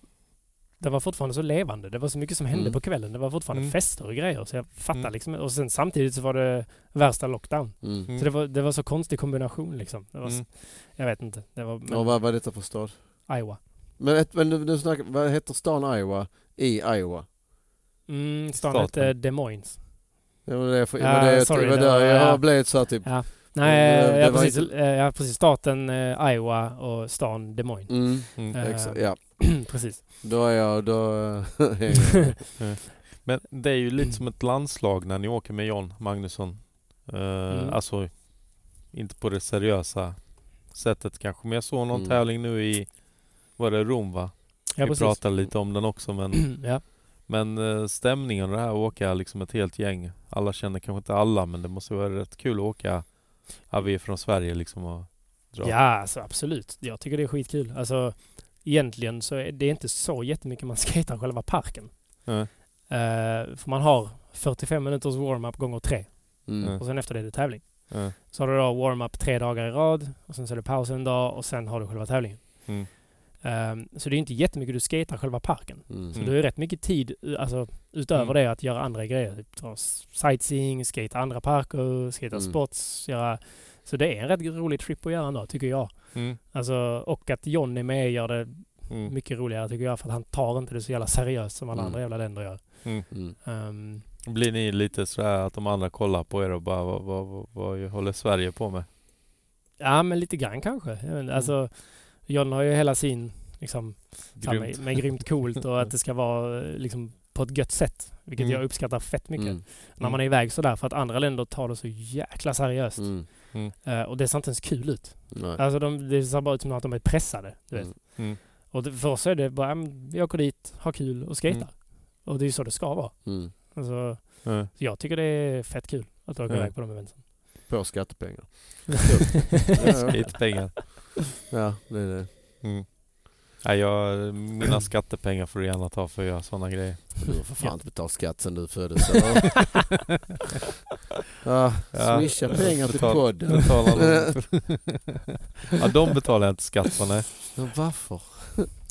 Speaker 1: den var fortfarande så levande. Det var så mycket som hände
Speaker 3: Mm.
Speaker 1: på kvällen. Det var fortfarande
Speaker 2: Mm.
Speaker 1: fester och grejer, så jag fattar
Speaker 2: Mm.
Speaker 1: liksom Och sen samtidigt så var det värsta lockdown.
Speaker 3: Mm.
Speaker 1: Så det var, det var så konstig kombination liksom. Det var, s-
Speaker 2: Mm.
Speaker 1: Jag vet inte. Det var men,
Speaker 3: Och vad var detta för stad?
Speaker 1: Iowa.
Speaker 3: Men, ett, men du, du snackar, vad heter stan Iowa i Iowa?
Speaker 1: Mm, stan
Speaker 2: Staten.
Speaker 1: hette Des Moines.
Speaker 3: Det var det jag,
Speaker 1: Ja,
Speaker 3: ja, det jag,
Speaker 1: Ah, sorry,
Speaker 3: det var
Speaker 1: det
Speaker 3: där
Speaker 1: var-
Speaker 3: jag
Speaker 1: ja.
Speaker 3: blev så här typ,
Speaker 1: Ja. Nej,
Speaker 3: det- det
Speaker 1: ja,
Speaker 3: var
Speaker 1: precis,
Speaker 3: inte-
Speaker 1: eh, ja, precis. Staten eh, Iowa och stan Des Moines.
Speaker 3: mm,
Speaker 2: Mm.
Speaker 1: Eh,
Speaker 3: exakt, ja.
Speaker 1: Precis.
Speaker 3: Då är jag, då... eh, hänger jag.
Speaker 2: Men det är ju lite som ett landslag när ni åker med John Magnusson. Eh,
Speaker 1: Mm.
Speaker 2: Alltså inte på det seriösa sättet kanske. Men jag såg någon
Speaker 3: Mm.
Speaker 2: tävling nu i, var det Rom va?
Speaker 1: Ja,
Speaker 2: Vi
Speaker 1: precis.
Speaker 2: pratade lite om den också men,
Speaker 1: ja.
Speaker 2: men eh, stämningen och det här att åka liksom ett helt gäng. Alla känner kanske inte alla men det måste vara rätt kul att åka. Ja, vi är från Sverige liksom och dra.
Speaker 1: ja, alltså absolut. Jag tycker det är skitkul. Alltså, egentligen så är det inte så jättemycket man skejtar själva parken.
Speaker 2: Nej.
Speaker 1: Eh, för man har 45 minuters warm-up gånger tre.
Speaker 3: Mm.
Speaker 1: Och sen efter det är det tävling.
Speaker 2: Ja.
Speaker 1: Så har du då warm-up tre dagar i rad. Och sen så är det paus en dag och sen har du själva tävlingen.
Speaker 2: Mm.
Speaker 1: Ehm, så det är inte jättemycket du skejtar själva parken.
Speaker 3: Mm.
Speaker 1: Så du har ju rätt mycket tid u- alltså, utöver
Speaker 2: Mm.
Speaker 1: det att göra andra grejer. Typ ta s- sightseeing, skate andra parker, skata
Speaker 3: Mm.
Speaker 1: spots. Göra... Så det är en rätt rolig trip att göra ändå, tycker jag.
Speaker 2: Mm.
Speaker 1: Alltså, och att John är med gör det
Speaker 2: Mm.
Speaker 1: mycket roligare tycker jag. För att han tar inte det så jävla seriöst som alla
Speaker 3: Mm.
Speaker 1: andra jävla länder gör.
Speaker 3: Mm.
Speaker 1: Ehm,
Speaker 2: Blir ni lite sådär att de andra kollar på er och bara vad, vad, vad, vad håller Sverige på med?
Speaker 1: ja, men lite grann kanske. Jag
Speaker 3: Mm.
Speaker 1: vet inte, Alltså, John har ju hela sin liksom, så här
Speaker 2: Grymt.
Speaker 1: Med, med grymt coolt och att det ska vara eh, liksom, på ett gött sätt. Vilket
Speaker 2: Mm.
Speaker 1: jag uppskattar fett mycket.
Speaker 3: Mm.
Speaker 1: När man är iväg sådär. För att andra länder tar det så jäkla seriöst.
Speaker 3: Mm.
Speaker 1: Eh, och det ser inte ens kul ut.
Speaker 3: Nej.
Speaker 1: Alltså de, det ser bara ut som att de är pressade. Du vet.
Speaker 3: Mm.
Speaker 2: Mm.
Speaker 1: Och det, för oss är det bara, ja, men vi åker dit, har kul och skejtar.
Speaker 2: Mm.
Speaker 1: Och det är ju så det ska vara.
Speaker 3: Mm.
Speaker 1: Alltså,
Speaker 2: Ja.
Speaker 1: så jag tycker det är fett kul att åka
Speaker 2: Ja.
Speaker 1: iväg på de eventen.
Speaker 3: På skattepengar. Ja, ja.
Speaker 2: Skatepengar.
Speaker 3: ja, det är det.
Speaker 2: Mm. Nej, jag, mina skattepengar får du gärna ta för att göra sådana grejer.
Speaker 3: Du har för fan inte betalat skatt sen du föddes eller? ah,
Speaker 2: Ja,
Speaker 3: swisha pengar till
Speaker 2: betal-
Speaker 3: podden.
Speaker 2: Betala dem. ja, de betalar jag inte skatt på. Nej.
Speaker 3: Men varför?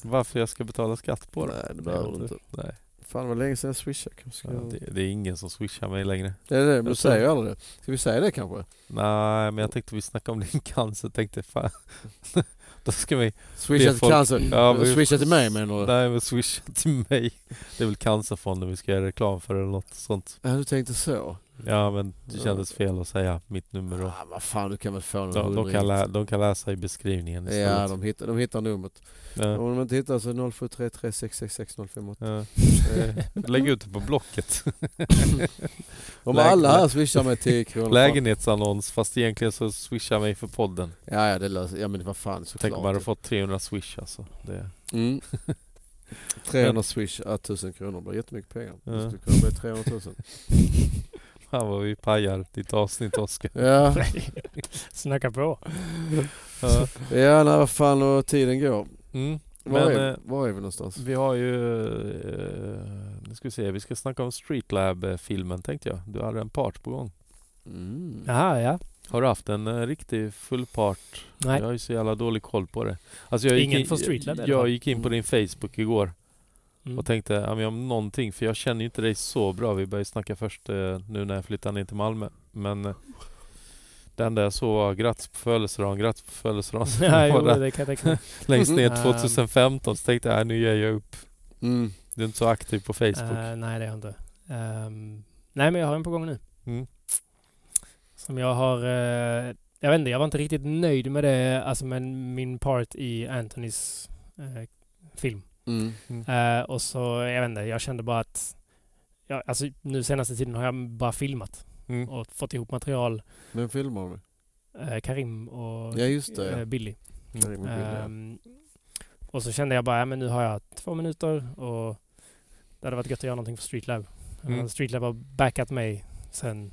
Speaker 2: Varför jag ska betala skatt på dem?
Speaker 3: Nej det behöver du inte.
Speaker 2: typ. Nej.
Speaker 3: Fan vad länge sedan jag swishade kanske.
Speaker 2: Ja, det, det är ingen som swishar mig längre.
Speaker 3: Det är det, men du
Speaker 2: Jag
Speaker 3: säger
Speaker 2: tror-
Speaker 3: ju aldrig det. Ska vi säga det kanske?
Speaker 2: Nej, men jag tänkte vi snackade om din cancer. Jag tänkte fan. Då ska vi... Det
Speaker 3: Swisha
Speaker 2: är
Speaker 3: till
Speaker 2: folk-
Speaker 3: cancer.
Speaker 2: Ja, vi-
Speaker 3: Swisha till mig menar du?
Speaker 2: Nej, men swisha till mig. Det är väl Cancerfonden vi ska göra reklam för eller något sånt.
Speaker 3: Ja, du tänkte så?
Speaker 2: Ja, men det kändes fel att säga mitt nummer då.
Speaker 3: Ah, vad fan, du kan väl få någon
Speaker 2: De, de,
Speaker 3: hundring.
Speaker 2: kan, lä, de kan läsa i beskrivningen
Speaker 3: Ja,
Speaker 2: istället.
Speaker 3: de hittar, de hittar numret.
Speaker 2: Ja,
Speaker 3: Om de inte hittar så 0733666058.
Speaker 2: ja. Eh, Lägg ut det på Blocket.
Speaker 3: Om
Speaker 2: Lägen-
Speaker 3: alla här swishar mig 10 kronor.
Speaker 2: Lägenhetsannons fast egentligen så swishar jag mig för podden.
Speaker 3: Ja, ja, det löser Ja, men vad fan
Speaker 2: Tänk om jag hade
Speaker 3: såklart.
Speaker 2: fått 300 swish alltså. Det.
Speaker 3: Mm. 300 swish, ja, 1000 kronor blir jättemycket pengar.
Speaker 2: Ja.
Speaker 3: Det skulle kunna bli 300 000.
Speaker 2: Fan vad vi pajar ditt avsnitt Oskar.
Speaker 3: Ja,
Speaker 1: Snacka på.
Speaker 2: Ja.
Speaker 3: ja nej, vad fan och tiden går.
Speaker 2: Mm.
Speaker 3: Var,
Speaker 2: Men,
Speaker 3: är,
Speaker 2: eh,
Speaker 3: var är vi någonstans?
Speaker 2: Vi har ju... eh, nu ska vi se, vi ska snacka om Streetlab-filmen tänkte jag. Du hade en part på gång.
Speaker 3: Mm.
Speaker 1: Jaha, ja.
Speaker 2: Har du haft en eh, riktig full part?
Speaker 1: Nej.
Speaker 2: Jag har ju så jävla dålig koll på det. Alltså jag
Speaker 1: Ingen
Speaker 2: gick
Speaker 1: från Streetlab i
Speaker 2: in,
Speaker 1: alla
Speaker 2: Jag
Speaker 1: fall.
Speaker 2: gick in på din Facebook igår.
Speaker 1: Mm.
Speaker 2: Och tänkte, ja, men om någonting, för jag känner ju inte dig så bra. Vi började snacka först eh, nu när jag flyttade ner till Malmö. Men eh, det enda jag såg var grattis på födelsedagen, grattis på födelsedagen. Så
Speaker 1: Ja, jo,
Speaker 2: var det
Speaker 1: det kan jag tänka mig.
Speaker 2: längst
Speaker 1: Ah.
Speaker 2: ner 2015 så tänkte jag, nej, nu ger jag upp.
Speaker 3: Mm.
Speaker 2: Du är inte så aktiv på Facebook.
Speaker 1: Eh, nej, det är jag inte. Ehm, nej, men jag har en på gång nu.
Speaker 2: Mm.
Speaker 1: Som jag har... eh, jag vet inte, jag var inte riktigt nöjd med det, alltså med min part i Anthonys eh, film.
Speaker 3: Mm.
Speaker 1: Eh, och så, jag vet inte, jag kände bara att... Ja, alltså nu senaste tiden har jag bara filmat
Speaker 2: Mm.
Speaker 1: och fått ihop material.
Speaker 3: Vem filmar vi?
Speaker 1: eh, Karim och
Speaker 3: Ja just det.
Speaker 1: eh,
Speaker 3: ja.
Speaker 1: Billy.
Speaker 3: Karim och Bill,
Speaker 2: Eh.
Speaker 3: ja.
Speaker 1: Ehm, och så kände jag bara, ja, men nu har jag två minuter och det hade varit gött att göra någonting för Streetlab.
Speaker 2: Mm.
Speaker 1: Mm. Streetlab har backat mig sedan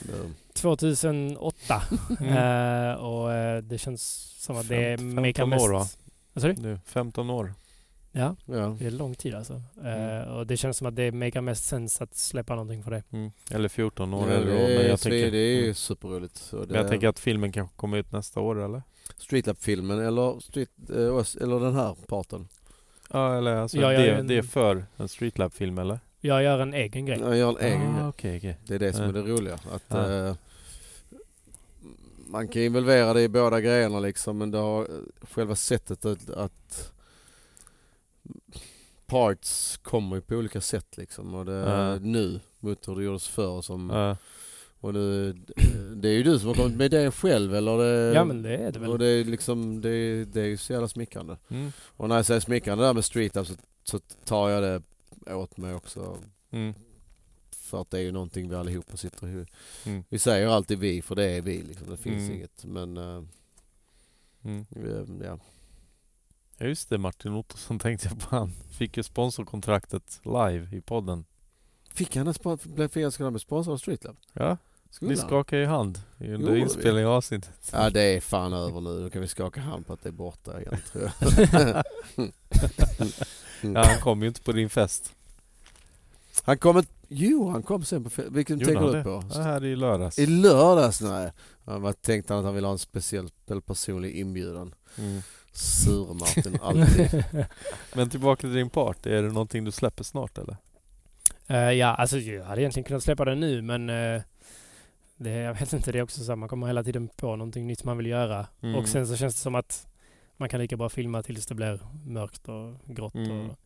Speaker 3: Det-
Speaker 1: 2008
Speaker 2: Mm.
Speaker 1: Eh, och eh, det känns som att det är
Speaker 2: Femt-
Speaker 1: mega
Speaker 2: 15
Speaker 1: mest...
Speaker 2: år, va?
Speaker 1: Vad sa du?
Speaker 2: Nu, 15 år.
Speaker 1: Ja,
Speaker 3: Ja.
Speaker 1: det är lång tid alltså. Eh,
Speaker 2: Mm.
Speaker 1: och det känns som att det mega mest sens att släppa någonting för det.
Speaker 2: Mm. Eller 14
Speaker 3: Ja,
Speaker 2: år.
Speaker 3: det,
Speaker 2: eller år.
Speaker 3: är,
Speaker 2: Men, jag
Speaker 3: så är-
Speaker 2: tänker,
Speaker 3: det är ju
Speaker 2: mm.
Speaker 3: superroligt. Så det
Speaker 2: men jag tänker att filmen kanske kommer ut nästa år eller?
Speaker 3: Streetlab-filmen eller, street, eh, oss- eller den här parten.
Speaker 2: Ja, eller alltså,
Speaker 1: Ja, jag
Speaker 2: det,
Speaker 1: är en-
Speaker 2: det är för en Streetlab-film eller?
Speaker 1: Jag gör en egen grej.
Speaker 3: Jag gör en egen
Speaker 2: ah,
Speaker 3: grej.
Speaker 2: okej, okej.
Speaker 3: Det är det som
Speaker 2: Ja.
Speaker 3: är det roliga. Att,
Speaker 2: Ja.
Speaker 3: eh, man kan involvera det i båda grejerna liksom men det har eh, själva sättet att, att parts kommer ju på olika sätt liksom. Och det,
Speaker 2: Ja.
Speaker 3: Nu mot hur det gjordes förr som
Speaker 2: Ja.
Speaker 3: Och det, det är ju du som har kommit med idén själv eller? Det,
Speaker 1: Ja men det är det väl.
Speaker 3: Eh, Och det är liksom, det, är- det är ju så jävla smickrande.
Speaker 2: Mm.
Speaker 3: Och när jag säger smickrande där med street up så, så tar jag det åt mig också.
Speaker 2: Mm.
Speaker 3: För att det är ju någonting vi allihopa sitter i huvudet.
Speaker 2: Mm.
Speaker 3: Vi säger alltid vi för det är vi liksom. Det finns
Speaker 2: Mm.
Speaker 3: inget. Men eh,
Speaker 2: Mm.
Speaker 3: eh, ja.
Speaker 2: Ja just det Martin Ottosson tänkte jag på. Han fick ju sponsorkontraktet live i podden.
Speaker 3: Fick han en spons- blev Fiat Scandinavian sponsrad av Streetlab?
Speaker 2: Ja,
Speaker 3: Skulle
Speaker 2: ni
Speaker 3: han?
Speaker 2: skakar ju hand
Speaker 3: Gjorde
Speaker 2: under
Speaker 3: vi?
Speaker 2: inspelningen av avsnittet.
Speaker 3: Ja det är fan över nu. Då kan vi skaka hand på att det är borta igen tror jag.
Speaker 2: Ja, han kom ju inte på din fest.
Speaker 3: Han kom ett... Jo han kom sen på... fe- Vilken
Speaker 2: Gjorde
Speaker 3: tänker
Speaker 2: han
Speaker 3: du
Speaker 2: det?
Speaker 3: på?
Speaker 2: Ja, här i lördags.
Speaker 3: I lördags? Nej. Han var, tänkte han att han ville ha en speciell eller personlig inbjudan.
Speaker 2: Mm.
Speaker 3: Sur Martin alltid.
Speaker 2: Men tillbaka till din part. Är det någonting du släpper snart eller?
Speaker 1: Eh, ja, alltså jag hade egentligen kunnat släppa den nu men eh, det, jag vet inte, det är också så här, man kommer hela tiden på någonting nytt man vill göra.
Speaker 2: Mm.
Speaker 1: Och sen så känns det som att man kan lika bra filma tills det blir mörkt och grått.
Speaker 2: Mm.
Speaker 1: Och,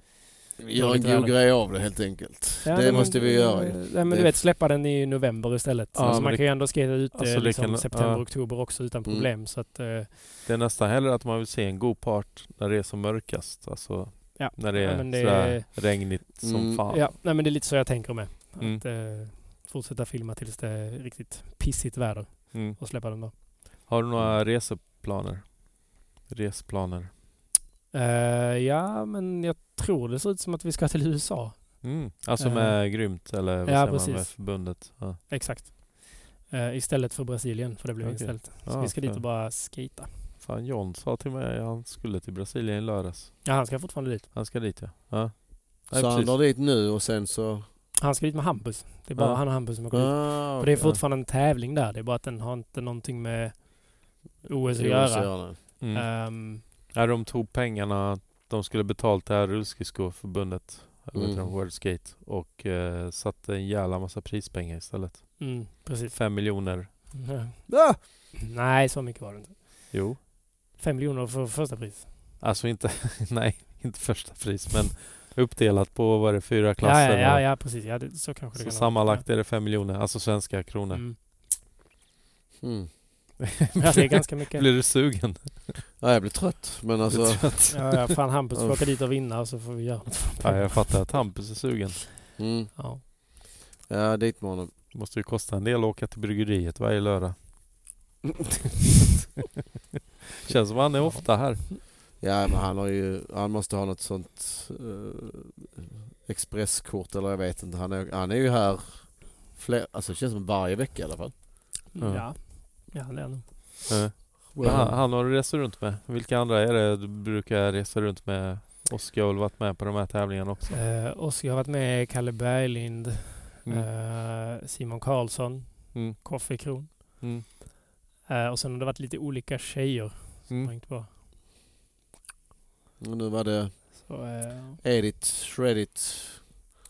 Speaker 3: Gör en god grej av det helt enkelt. det
Speaker 1: men-
Speaker 3: måste vi göra ju.
Speaker 1: eh, Ja, men
Speaker 3: Det-
Speaker 1: du vet, släppa den i november istället.
Speaker 2: Ja,
Speaker 1: alltså,
Speaker 2: men
Speaker 1: man
Speaker 2: det-
Speaker 1: kan ju ändå skata ut det
Speaker 2: Alltså, det
Speaker 1: liksom,
Speaker 2: kan-
Speaker 1: september,
Speaker 2: ja.
Speaker 1: oktober också utan
Speaker 3: Mm.
Speaker 1: problem. Så att, eh,
Speaker 2: Det är nästan hellre att man vill se en god part när det är som mörkast. Alltså
Speaker 1: Ja.
Speaker 2: när det
Speaker 1: Ja,
Speaker 2: är
Speaker 1: men det-
Speaker 2: sådär regnigt som
Speaker 3: Mm.
Speaker 2: fan.
Speaker 1: ja, nej, men det är lite så jag tänker med.
Speaker 2: Mm.
Speaker 1: Att eh, fortsätta filma tills det är riktigt pissigt väder
Speaker 2: Mm.
Speaker 1: och släppa den då.
Speaker 2: Har du
Speaker 3: Mm.
Speaker 2: några reseplaner? Resplaner?
Speaker 1: Eh, ja, men jag tror det ser ut som att vi ska till USA.
Speaker 2: Mm. Alltså
Speaker 1: Eh.
Speaker 2: med Grymt eller vad
Speaker 1: Ja,
Speaker 2: säger man med
Speaker 1: precis.
Speaker 2: förbundet? Ja.
Speaker 1: Exakt. Eh, istället för Brasilien, för det blev
Speaker 2: Okej.
Speaker 1: inställt. Så
Speaker 2: Ah,
Speaker 1: vi ska dit
Speaker 2: fan.
Speaker 1: och bara skita.
Speaker 2: Fan John sa till mig att han skulle till Brasilien i lördags.
Speaker 1: Ja, han ska fortfarande dit.
Speaker 2: Han ska dit ja. ja. Nej,
Speaker 3: Så han
Speaker 2: precis.
Speaker 3: drar dit nu och sen så...
Speaker 1: Han ska dit med Hampus. Det är bara
Speaker 2: Ja.
Speaker 1: han och Hampus som åker dit.
Speaker 3: Ah,
Speaker 1: Och det är
Speaker 3: okej.
Speaker 1: fortfarande en tävling där. Det är bara att den har inte någonting med OS att
Speaker 3: Jo, så
Speaker 1: göra.
Speaker 3: gör han det.
Speaker 2: Mm.
Speaker 1: Ehm,
Speaker 2: Ja, de tog pengarna de skulle betalt till det här rullskridskoförbundet, eller
Speaker 3: Mm.
Speaker 2: mm. World Skate, och eh, satte en jävla massa prispengar istället.
Speaker 1: mm, precis.
Speaker 2: Fem miljoner.
Speaker 1: Ja.
Speaker 3: Ah!
Speaker 1: Nej, så mycket var det inte.
Speaker 2: Jo.
Speaker 1: Fem miljoner för första pris.
Speaker 2: Alltså inte, nej, inte första pris, men uppdelat på vad är det fyra
Speaker 1: Ja,
Speaker 2: klasser.
Speaker 1: ja, ja,
Speaker 2: och-
Speaker 1: ja, precis. Ja, det, så kanske det
Speaker 2: Så
Speaker 1: kan vara.
Speaker 2: sammanlagt är det fem miljoner, alltså svenska
Speaker 1: Ja.
Speaker 2: kronor.
Speaker 1: Mm.
Speaker 3: Mm.
Speaker 1: Ja, det är ganska mycket.
Speaker 2: Blir du sugen?
Speaker 3: Ja, jag blir trött men alltså...
Speaker 1: Ja, ja, fan Hampus får åka dit och vinna och så får vi göra något.
Speaker 2: ja, jag fattar att Hampus är sugen.
Speaker 3: Mm.
Speaker 1: Ja.
Speaker 3: Ja, dit med honom.
Speaker 2: Det måste ju kosta en del att åka till bryggeriet varje lördag. Känns som han är ofta här.
Speaker 3: Ja men han har ju, han måste ha något sånt eh, expresskort eller jag vet inte. Han är, han är ju här fler, alltså det känns som varje vecka i alla fall.
Speaker 2: Ja.
Speaker 1: Ja. ja, det är nog.
Speaker 2: Ja. Men Han, han har du reser runt med. Vilka andra är det du brukar resa runt med? Oskar har väl varit med på de här tävlingarna också?
Speaker 1: Eh, Oskar har varit med Kalle Berglind,
Speaker 2: Mm.
Speaker 1: eh, Simon Karlsson,
Speaker 2: Mm.
Speaker 1: Koffe Kron.
Speaker 2: Mm.
Speaker 1: Eh, och sen har det varit lite olika tjejer som
Speaker 2: Mm.
Speaker 1: har hängt på.
Speaker 3: Och nu var det
Speaker 1: Så, eh,
Speaker 3: Edit, Shredit.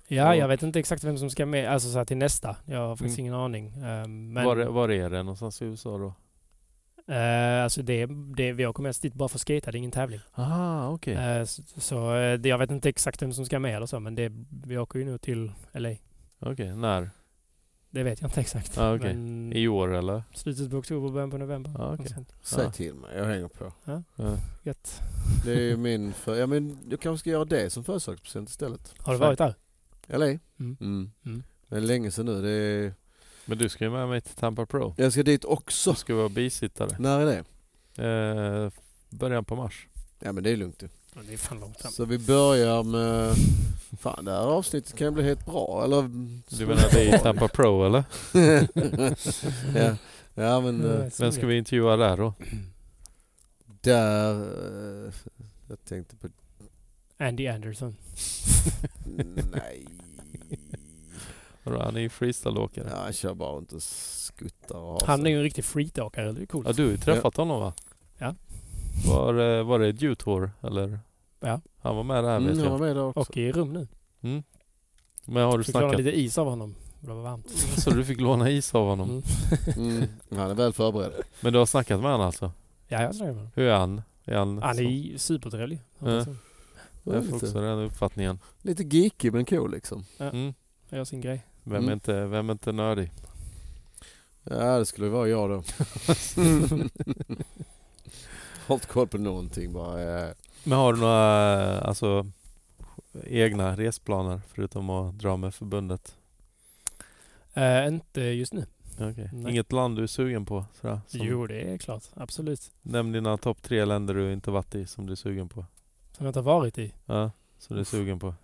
Speaker 1: ja,
Speaker 3: Och-
Speaker 1: jag vet inte exakt vem som ska med, alltså så här till nästa. Jag har faktiskt
Speaker 2: Mm.
Speaker 1: ingen aning. Eh, men,
Speaker 2: Var, var är det någonstans i USA då?
Speaker 1: eh, alltså det, det, vi har kommit mest dit bara för att skata, det är ingen tävling.
Speaker 2: Ah, okej.
Speaker 1: Eh, så så eh, det, jag vet inte exakt vem som ska med eller så, men det, vi åker ju nu till LA.
Speaker 2: Okej, när?
Speaker 1: Det vet jag inte exakt.
Speaker 2: Ah, okej.
Speaker 1: Men
Speaker 2: I år eller?
Speaker 1: slutet på oktober, början på november.
Speaker 2: Ah,
Speaker 1: något
Speaker 2: okej.
Speaker 1: sånt.
Speaker 3: Säg
Speaker 2: Ja.
Speaker 3: till mig, jag hänger på.
Speaker 2: Ja.
Speaker 1: Gött.
Speaker 3: Det är ju min för, ja men du kanske ska göra det som födelsedagspresent istället.
Speaker 1: Har du varit där?
Speaker 3: LA?
Speaker 1: Mm.
Speaker 3: Mm.
Speaker 1: Mm.
Speaker 3: Det är länge sedan nu. Det är,
Speaker 2: Men du ska ju med mig till Tampa Pro.
Speaker 3: jag ska dit
Speaker 2: Du
Speaker 3: också.
Speaker 2: ska vara bisittare.
Speaker 3: När är det?
Speaker 2: Eh, början på mars.
Speaker 3: Ja men det är lugnt ju.
Speaker 1: Ja, Det är fan långt fram.
Speaker 3: Så vi börjar med... Fan det här avsnittet kan ju bli helt bra. Eller...
Speaker 2: Du menar det är i Tampa Pro eller?
Speaker 3: ja. ja men eh,
Speaker 2: Vem ska vi intervjua där då?
Speaker 3: där... eh, Jag tänkte på...
Speaker 1: Andy Anderson.
Speaker 3: Nej.
Speaker 2: Vadå, Han är ju freestyleåkare.
Speaker 3: Ja, jag kör bara inte skuttar och har
Speaker 1: Han är
Speaker 3: sig.
Speaker 1: ju en riktig freetåkare, det är coolt.
Speaker 2: Ja, du har ju träffat honom va?
Speaker 1: Ja.
Speaker 2: Var, eh, var det Djutor eller?
Speaker 1: Ja.
Speaker 2: Han var med där vet
Speaker 3: Mm,
Speaker 2: jag.
Speaker 3: han var med där också.
Speaker 1: Och i rum nu.
Speaker 2: Men har du
Speaker 1: Fick låna
Speaker 2: snackat?
Speaker 1: lite is av honom. Det var varmt.
Speaker 2: Så du fick låna is av honom?
Speaker 1: Mm.
Speaker 3: Mm, han är väl förberedd.
Speaker 2: Men du har snackat med honom alltså?
Speaker 1: Ja, jag snackade med honom.
Speaker 2: Hur är han? Är han,
Speaker 1: Han är
Speaker 2: så-
Speaker 1: ju supertrevlig. som
Speaker 2: Ja.
Speaker 1: person.
Speaker 2: Jag får också
Speaker 3: lite,
Speaker 2: den uppfattningen.
Speaker 3: lite geekig men cool liksom.
Speaker 1: Ja.
Speaker 2: Mm.
Speaker 1: Han gör sin grej.
Speaker 2: Vem,
Speaker 3: Mm.
Speaker 2: är inte, vem är inte nördig?
Speaker 3: Ja det skulle vara jag då. Har inte koll på någonting bara. eh.
Speaker 2: Men har du några alltså, egna resplaner förutom att dra med förbundet?
Speaker 1: Eh, inte just nu.
Speaker 2: Okej.
Speaker 1: Nej.
Speaker 2: Inget land du är sugen på? Sådär, som,
Speaker 1: Jo, det är klart. Absolut.
Speaker 2: Nämn dina topp tre länder du inte varit i som du är sugen på.
Speaker 1: Som jag inte har varit i.
Speaker 2: Ja, som du är sugen på.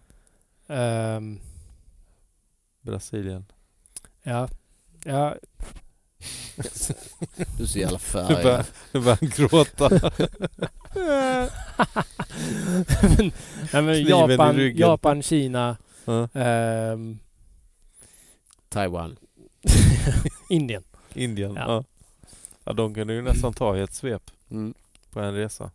Speaker 1: Ehm,
Speaker 2: Brasilien.
Speaker 1: ja. Ja,
Speaker 3: Du är så jävla
Speaker 2: Du
Speaker 3: färgad.
Speaker 2: börjar, du börjar gråta.
Speaker 1: men, nej, men
Speaker 2: Kniven i
Speaker 1: Japan,
Speaker 2: ryggen.
Speaker 1: Japan, Kina,
Speaker 2: Ja.
Speaker 1: ehm,
Speaker 3: Taiwan.
Speaker 1: Indien.
Speaker 2: Indien.
Speaker 1: Ja.
Speaker 2: Ja. Ja. de kunde ju nästan ta i ett svep
Speaker 3: Mm.
Speaker 2: på en resa.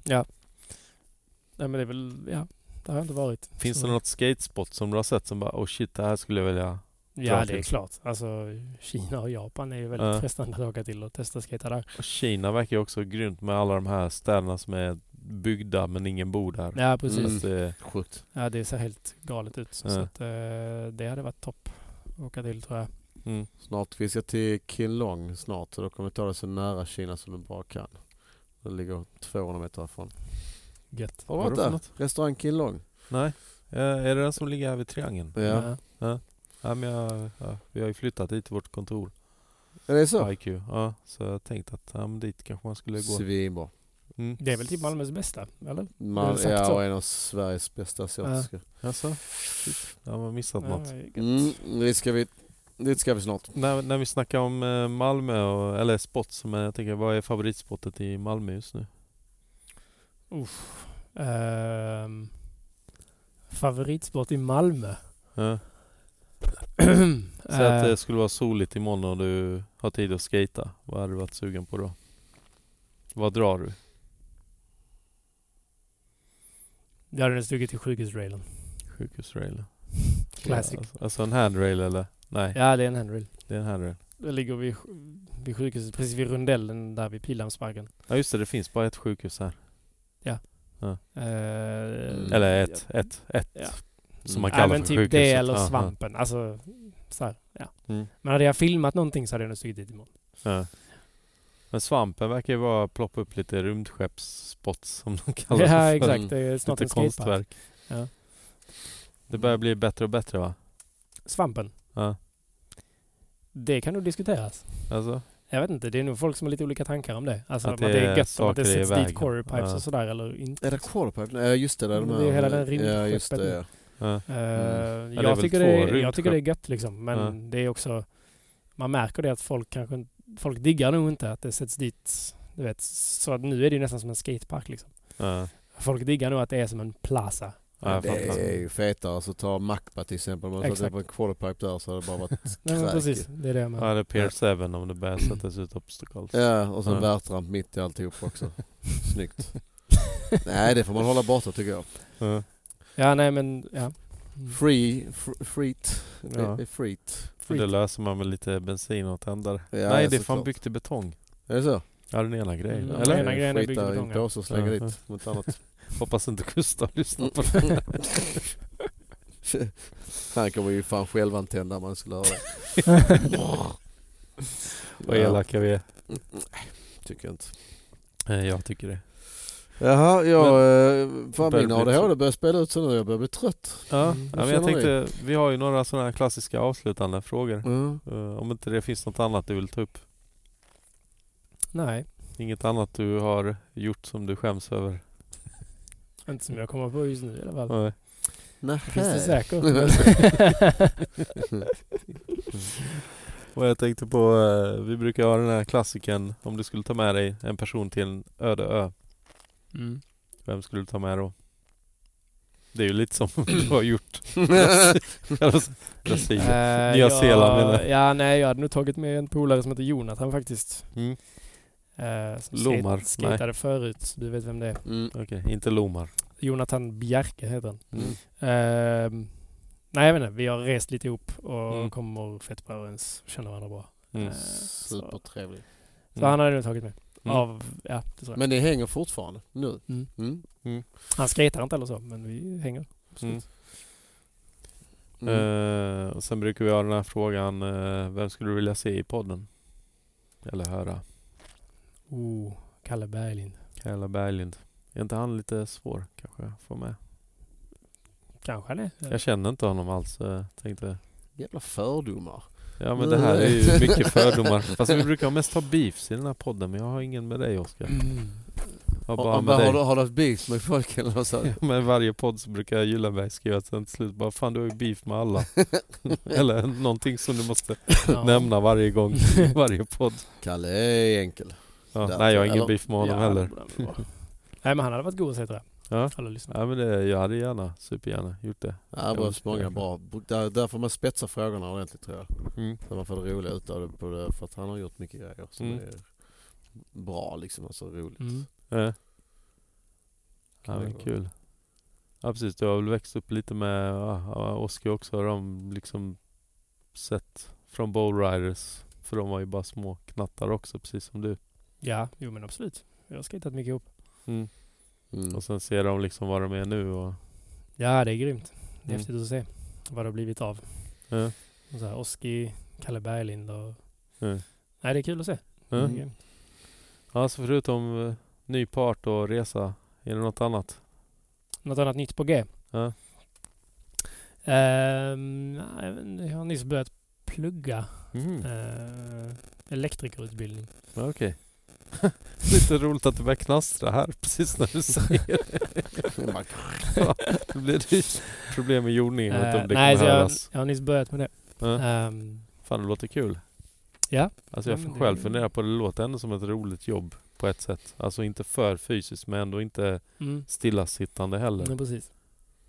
Speaker 1: Nej, men det är väl, ja. Där har jag inte varit.
Speaker 2: Finns
Speaker 1: Så-
Speaker 2: det något skatespot som du har sett som bara oh shit det här skulle jag vilja...
Speaker 1: Ja, det är
Speaker 2: till?
Speaker 1: klart. Alltså, Kina och Japan är ju väldigt
Speaker 2: Ja.
Speaker 1: frestande att åka till och testa skejta där.
Speaker 2: Och Kina verkar ju också grymt med alla de här städerna som är byggda men ingen bor där. eh,
Speaker 1: Ja, precis.
Speaker 2: Fast det är
Speaker 3: Sjukt.
Speaker 1: Ja, det ser helt galet ut. Så
Speaker 2: Mm. Ja.
Speaker 1: att, eh, det hade varit topp att åka till tror jag.
Speaker 2: Mm.
Speaker 3: Snart, vi ska till Kinlong snart så då kommer vi ta det så nära Kina som du bara kan. Det ligger 200 meter härifrån.
Speaker 1: Gött.
Speaker 3: Har du
Speaker 2: Vad
Speaker 3: varit
Speaker 2: då för
Speaker 3: där?
Speaker 2: något?
Speaker 3: Restaurang Kinlong.
Speaker 2: Nej. Eh, är det den som ligger här vid triangeln?
Speaker 3: Ja.
Speaker 1: Ja.
Speaker 2: Ja, men jag, ja, vi har ju flyttat dit till vårt kontor.
Speaker 3: Är det så?
Speaker 2: IQ. Ja, så jag tänkte att ja, men dit kanske man skulle gå.
Speaker 3: Svinbra.
Speaker 2: Mm.
Speaker 1: Det är väl typ Malmös bästa, eller? Det är
Speaker 3: Man,
Speaker 1: väl sagt
Speaker 3: ja,
Speaker 1: så.
Speaker 3: och en av Sveriges bästa asiatiska.
Speaker 2: Jaså? Shit. Jag har missat något.
Speaker 1: Ja, gött.
Speaker 3: Mm, dit, ska vi, dit ska vi snart.
Speaker 2: När, när vi snackar om eh, Malmö, och, eller spots, men jag tänker vad är favoritspotet i Malmö just nu?
Speaker 1: Uff. Ehm, favoritsport i Malmö?
Speaker 2: Ja. Så att
Speaker 1: Eh,
Speaker 2: det skulle vara soligt imorgon och du har tid att skata. Vad hade du varit sugen på då? Vad drar du?
Speaker 1: jag hade nog stuckit till sjukhusrailen.
Speaker 2: Sjukhusrail?
Speaker 1: Classic.
Speaker 2: Ja, alltså en handrail eller? Nej,
Speaker 1: Ja, det är en handrail.
Speaker 2: det är en handrail.
Speaker 1: Det ligger vid, vid sjukhuset, precis vid rundellen där vid Pildammsparken.
Speaker 2: Ja just det, det finns bara ett sjukhus här.
Speaker 1: Eh,
Speaker 3: Mm.
Speaker 2: Eller ett, ett, ett.
Speaker 1: Ja.
Speaker 2: Som man
Speaker 1: nej,
Speaker 2: kallar
Speaker 1: men
Speaker 2: för
Speaker 1: typ
Speaker 2: sjukhuset.
Speaker 1: det eller
Speaker 2: Ja, ja.
Speaker 1: svampen. Alltså, så här, ja.
Speaker 2: Mm.
Speaker 1: Men hade jag filmat någonting så hade jag nog stuckit dit imorgon.
Speaker 2: Ja. Men svampen verkar ju vara ploppa upp lite rymdskeppsspots som de kallar det
Speaker 1: ja,
Speaker 2: för. Mm.
Speaker 1: exakt. Det är snart
Speaker 2: Lite
Speaker 1: en skatepark.
Speaker 2: konstverk.
Speaker 1: Ja.
Speaker 2: Det börjar bli bättre och bättre va?
Speaker 1: Svampen.
Speaker 2: Ja.
Speaker 1: Det kan nog diskuteras.
Speaker 2: Alltså?
Speaker 1: Jag vet inte, det är nog folk som har lite olika tankar om det. Alltså
Speaker 2: Att
Speaker 1: att det,
Speaker 2: det
Speaker 1: är
Speaker 2: är
Speaker 1: gött om att det
Speaker 2: saker i
Speaker 1: sätts dit
Speaker 2: vägen.
Speaker 1: quarry pipes
Speaker 2: Ja.
Speaker 1: och sådär eller inte.
Speaker 3: Är det quarterpipe? Ja just det, det är de
Speaker 1: Det är
Speaker 3: här.
Speaker 1: ju hela den
Speaker 3: Ja just
Speaker 1: rymdskeppet
Speaker 3: det.
Speaker 1: nu.
Speaker 2: Mm.
Speaker 3: ja.
Speaker 2: Ja.
Speaker 1: Eh,
Speaker 2: det är
Speaker 1: jag,
Speaker 2: väl
Speaker 1: tycker
Speaker 2: två
Speaker 1: det är, jag
Speaker 2: rymdskepp.
Speaker 1: tycker det är gött liksom. Men det är också... Man märker det att folk kanske inte- Folk diggar nog inte att det sätts dit. Du vet, så att nu är det ju nästan som en skatepark liksom.
Speaker 2: Ja.
Speaker 1: Folk diggar nog att det är som en plaza.
Speaker 2: Ja, jag
Speaker 3: det
Speaker 2: fattar.
Speaker 3: är ju fetare. Så ta Macba till exempel. Om man satte
Speaker 1: Exakt.
Speaker 3: på en quarterpipe där så hade det bara varit
Speaker 1: Nej, men
Speaker 3: Kräk.
Speaker 1: precis. Det är det jag menar.
Speaker 2: Ja, det är Pier 7 om det börjar sättas ut obstacles.
Speaker 3: Ja, och sen
Speaker 2: Ja.
Speaker 3: värtramp mitt i alltihop också. Snyggt. Nej, det får man hålla borta tycker jag.
Speaker 2: Ja.
Speaker 1: Ja, nej men ja.
Speaker 3: Free, fr- freet.
Speaker 2: Ja.
Speaker 3: Det är freet.
Speaker 2: För det löser man med lite bensin och tändare.
Speaker 3: Ja,
Speaker 2: Nej, det är fan
Speaker 3: såklart.
Speaker 2: byggt i betong.
Speaker 3: Är det så?
Speaker 2: Ja, den ena grejen.
Speaker 1: Mm,
Speaker 2: Eller?
Speaker 1: den ena grejen är
Speaker 3: Skita
Speaker 1: byggd i
Speaker 3: i
Speaker 1: betong, ja.
Speaker 3: påsar och slänga
Speaker 2: Ja.
Speaker 3: dit mot annat.
Speaker 2: Hoppas inte Gustav lyssnar
Speaker 3: Mm.
Speaker 2: på det.
Speaker 3: Han kommer ju fan självantänd där man skulle höra det.
Speaker 2: Vad elaka vi är.
Speaker 3: Tycker jag inte.
Speaker 2: Eh, Jag tycker det.
Speaker 3: Jaha, jag... eh,
Speaker 2: Börjar
Speaker 3: Fan
Speaker 2: bli
Speaker 3: min
Speaker 2: lite
Speaker 3: ADHD börjar spela ut sig nu. Jag börjar bli trött.
Speaker 2: Ja,
Speaker 1: Mm.
Speaker 2: ja men jag tänkte, vi har ju några sådana här klassiska avslutande frågor.
Speaker 3: Mm.
Speaker 2: Eh, Om inte det finns något annat du vill ta upp?
Speaker 1: Nej,
Speaker 2: Inget annat du har gjort som du skäms över?
Speaker 1: inte som jag kommer på just nu i alla fall.
Speaker 2: Nej.
Speaker 3: Nej.
Speaker 1: Det finns det säkert.
Speaker 2: Och jag tänkte på, eh, vi brukar ha den här klassiken om du skulle ta med dig en person till en öde ö.
Speaker 1: mm.
Speaker 2: Vem skulle du ta med då? Det är ju lite som du har gjort. Brasilien.
Speaker 1: Eh,
Speaker 2: Nya Zeeland, menar
Speaker 1: jag. Ja, nej jag hade nog tagit med en polare som heter Jonathan faktiskt.
Speaker 2: Mm,
Speaker 1: Eh, som
Speaker 2: Lomar,
Speaker 1: skate- Skatade förut, du vet vem det är.
Speaker 3: Mm.
Speaker 2: Okej, inte Lomar.
Speaker 1: Jonathan Bjerke heter han.
Speaker 3: Mm.
Speaker 1: Ehm, nej jag vet inte, vi har rest lite ihop och
Speaker 2: Mm.
Speaker 1: kommer fett bra överens, känner varandra bra.
Speaker 2: Mm.
Speaker 1: Eh, så
Speaker 3: Supertrevlig.
Speaker 1: så
Speaker 2: Mm.
Speaker 1: han hade jag nog tagit med.
Speaker 2: Mm.
Speaker 1: Av, ja, det tror jag.
Speaker 3: Men ni hänger fortfarande nu?
Speaker 1: Mm.
Speaker 3: Mm.
Speaker 1: han skater inte eller så, men vi hänger.
Speaker 2: Mm.
Speaker 3: Mm.
Speaker 2: Eh, och sen brukar vi ha den här frågan, eh, vem skulle du vilja se i podden? Eller höra.
Speaker 1: Oh, Kalle Berglind.
Speaker 2: Kalle Berglind. Är inte han lite svår kanske att få med?
Speaker 1: Kanske han är.
Speaker 2: Jag känner inte honom alls så jag tänkte
Speaker 3: Jävla fördomar.
Speaker 2: Ja men det här är ju mycket fördomar. Fast vi brukar mest ha beefs i den här podden men jag har ingen med dig Oskar.
Speaker 1: Mm.
Speaker 2: Jag har
Speaker 3: Har,
Speaker 2: bara
Speaker 3: har,
Speaker 2: med
Speaker 3: har, du,
Speaker 2: dig.
Speaker 3: har du haft beefs med folk eller vad sa du?
Speaker 2: Ja, men varje podd så brukar Gyllenberg skriva sen till slut bara Fan du har ju beef med alla. Eller någonting som du måste
Speaker 1: Ja.
Speaker 2: nämna varje gång, varje podd.
Speaker 3: Kalle är enkel.
Speaker 2: Ja,
Speaker 3: Där,
Speaker 2: nej jag har ingen
Speaker 3: eller-
Speaker 2: beef med honom
Speaker 1: Ja,
Speaker 2: heller.
Speaker 1: det blir bra. Nej men han hade varit god att se tror jag.
Speaker 2: Ja.
Speaker 1: Alla lyssnare.
Speaker 2: Ja men det, jag hade gärna, supergärna gjort det.
Speaker 3: Ja, det behövs många bra. Där, där får man spetsa frågorna ordentligt tror jag.
Speaker 2: Mm.
Speaker 3: Så man får det roliga utav det, på det. För att han har gjort mycket grejer som
Speaker 2: Mm.
Speaker 3: är bra liksom. Alltså roligt.
Speaker 1: Mm.
Speaker 2: Ja. Ja,
Speaker 3: det
Speaker 2: men
Speaker 3: gå.
Speaker 2: kul. Ja precis, du har väl växt upp lite med ja, ja, Oskar också. Har de liksom sett från Bowl Riders? För de var ju bara små knattar också, precis som du.
Speaker 1: Ja, jo men absolut. Jag har skejtat mycket ihop.
Speaker 3: Mm.
Speaker 2: Och sen ser de liksom vad de är nu och...
Speaker 1: Ja, det är grymt. Det är
Speaker 2: Mm.
Speaker 1: häftigt att se vad det har blivit av.
Speaker 2: Ja.
Speaker 1: Och Så här, Oski, Kalle Berglind och...
Speaker 2: Mm.
Speaker 1: Nej, det är kul att se.
Speaker 2: Ja.
Speaker 1: Det är grymt.
Speaker 2: Ja, så förutom eh, ny part och resa, är det något annat?
Speaker 1: Något annat nytt på G?
Speaker 2: Ja.
Speaker 1: Ehm, nej, men jag har nyss börjat plugga
Speaker 2: Mm.
Speaker 1: eh, elektrikerutbildning.
Speaker 2: Ja, Okej. Lite roligt att det börjar knastra här precis när du säger det. blir det problem med jordningen. Jag vet inte
Speaker 1: Eh,
Speaker 2: om det
Speaker 1: nej, så
Speaker 2: kommer
Speaker 1: jag,
Speaker 2: höras.
Speaker 1: jag har nyss börjat med det.
Speaker 2: Ja.
Speaker 1: Ehm,
Speaker 2: Fan, det låter kul.
Speaker 1: Ja.
Speaker 2: Alltså jag
Speaker 1: Ja,
Speaker 2: får
Speaker 1: men det-
Speaker 2: själv fundera på det. Det låter ändå som ett roligt jobb på ett sätt. Alltså inte för fysiskt men ändå inte
Speaker 1: mm.
Speaker 2: stillasittande heller.
Speaker 1: Ja, precis.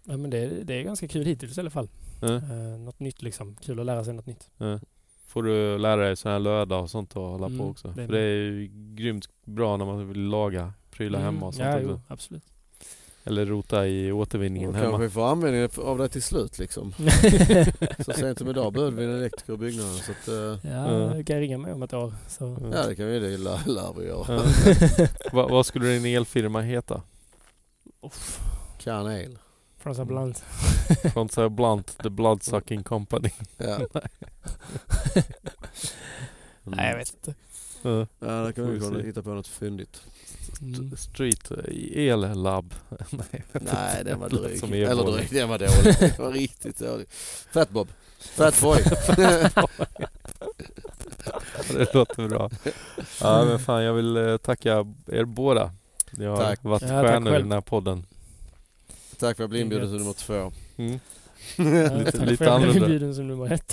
Speaker 1: Ja, men det, det är ganska kul hittills i alla fall.
Speaker 2: Ja,
Speaker 1: Eh, något nytt liksom. Kul att lära sig något nytt.
Speaker 2: ja. Får du lära dig sådana här löda och sånt och hålla
Speaker 1: Mm,
Speaker 2: på också.
Speaker 1: det är
Speaker 2: För
Speaker 1: bra.
Speaker 2: det är ju grymt bra när man vill laga prylar hemma och sånt
Speaker 1: Mm. Ja,
Speaker 2: också.
Speaker 1: jo, absolut.
Speaker 2: Eller rota i återvinningen
Speaker 3: Och
Speaker 2: hemma.
Speaker 3: kanske vi får användning av det till slut liksom. Så sent som idag behövde vi en elektriker i byggnaden. Så att, eh,
Speaker 1: ja, du kan ringa mig om ett år. Så.
Speaker 2: Ja.
Speaker 3: ja det kan vi, det lär, lär vi göra.
Speaker 2: Ja. Va, vad skulle din elfirma heta?
Speaker 3: Kan el.
Speaker 1: Från Blunt.
Speaker 2: Från så här Blunt, The Bloodsucking Company.
Speaker 3: Ja. Mm.
Speaker 1: Nej, jag vet inte.
Speaker 2: Ja.
Speaker 3: Ja, där kan vi
Speaker 2: Får vi
Speaker 3: kunna
Speaker 2: se.
Speaker 3: hitta på något fyndigt.
Speaker 1: Mm.
Speaker 2: Street eh, El Lab. Nej,
Speaker 3: Nej, den var
Speaker 2: Lät
Speaker 3: dryg.
Speaker 2: som
Speaker 3: Eller
Speaker 2: elbåge.
Speaker 3: dryg, den var dålig. Den var riktigt dålig. Fat Bob. Fat boy.
Speaker 2: det låter bra. Ja, men fan, jag vill eh, tacka er båda. Ni har
Speaker 3: Tack.
Speaker 2: varit
Speaker 1: Ja, tack
Speaker 2: stjärnor i
Speaker 1: själv.
Speaker 2: den här podden.
Speaker 3: Tack för att jag blev inbjuden till
Speaker 1: Inget.
Speaker 3: nummer två.
Speaker 2: Mm.
Speaker 1: Ja,
Speaker 2: Lite-
Speaker 1: tack för att
Speaker 2: lite
Speaker 1: jag blev
Speaker 2: annorlunda.
Speaker 1: inbjuden som nummer ett.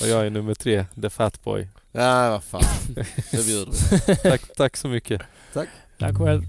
Speaker 2: Och jag är nummer tre, The Fat Boy.
Speaker 3: Ja, vad fan. Det bjuder vi.
Speaker 2: Tack, tack så mycket.
Speaker 1: Tack själv.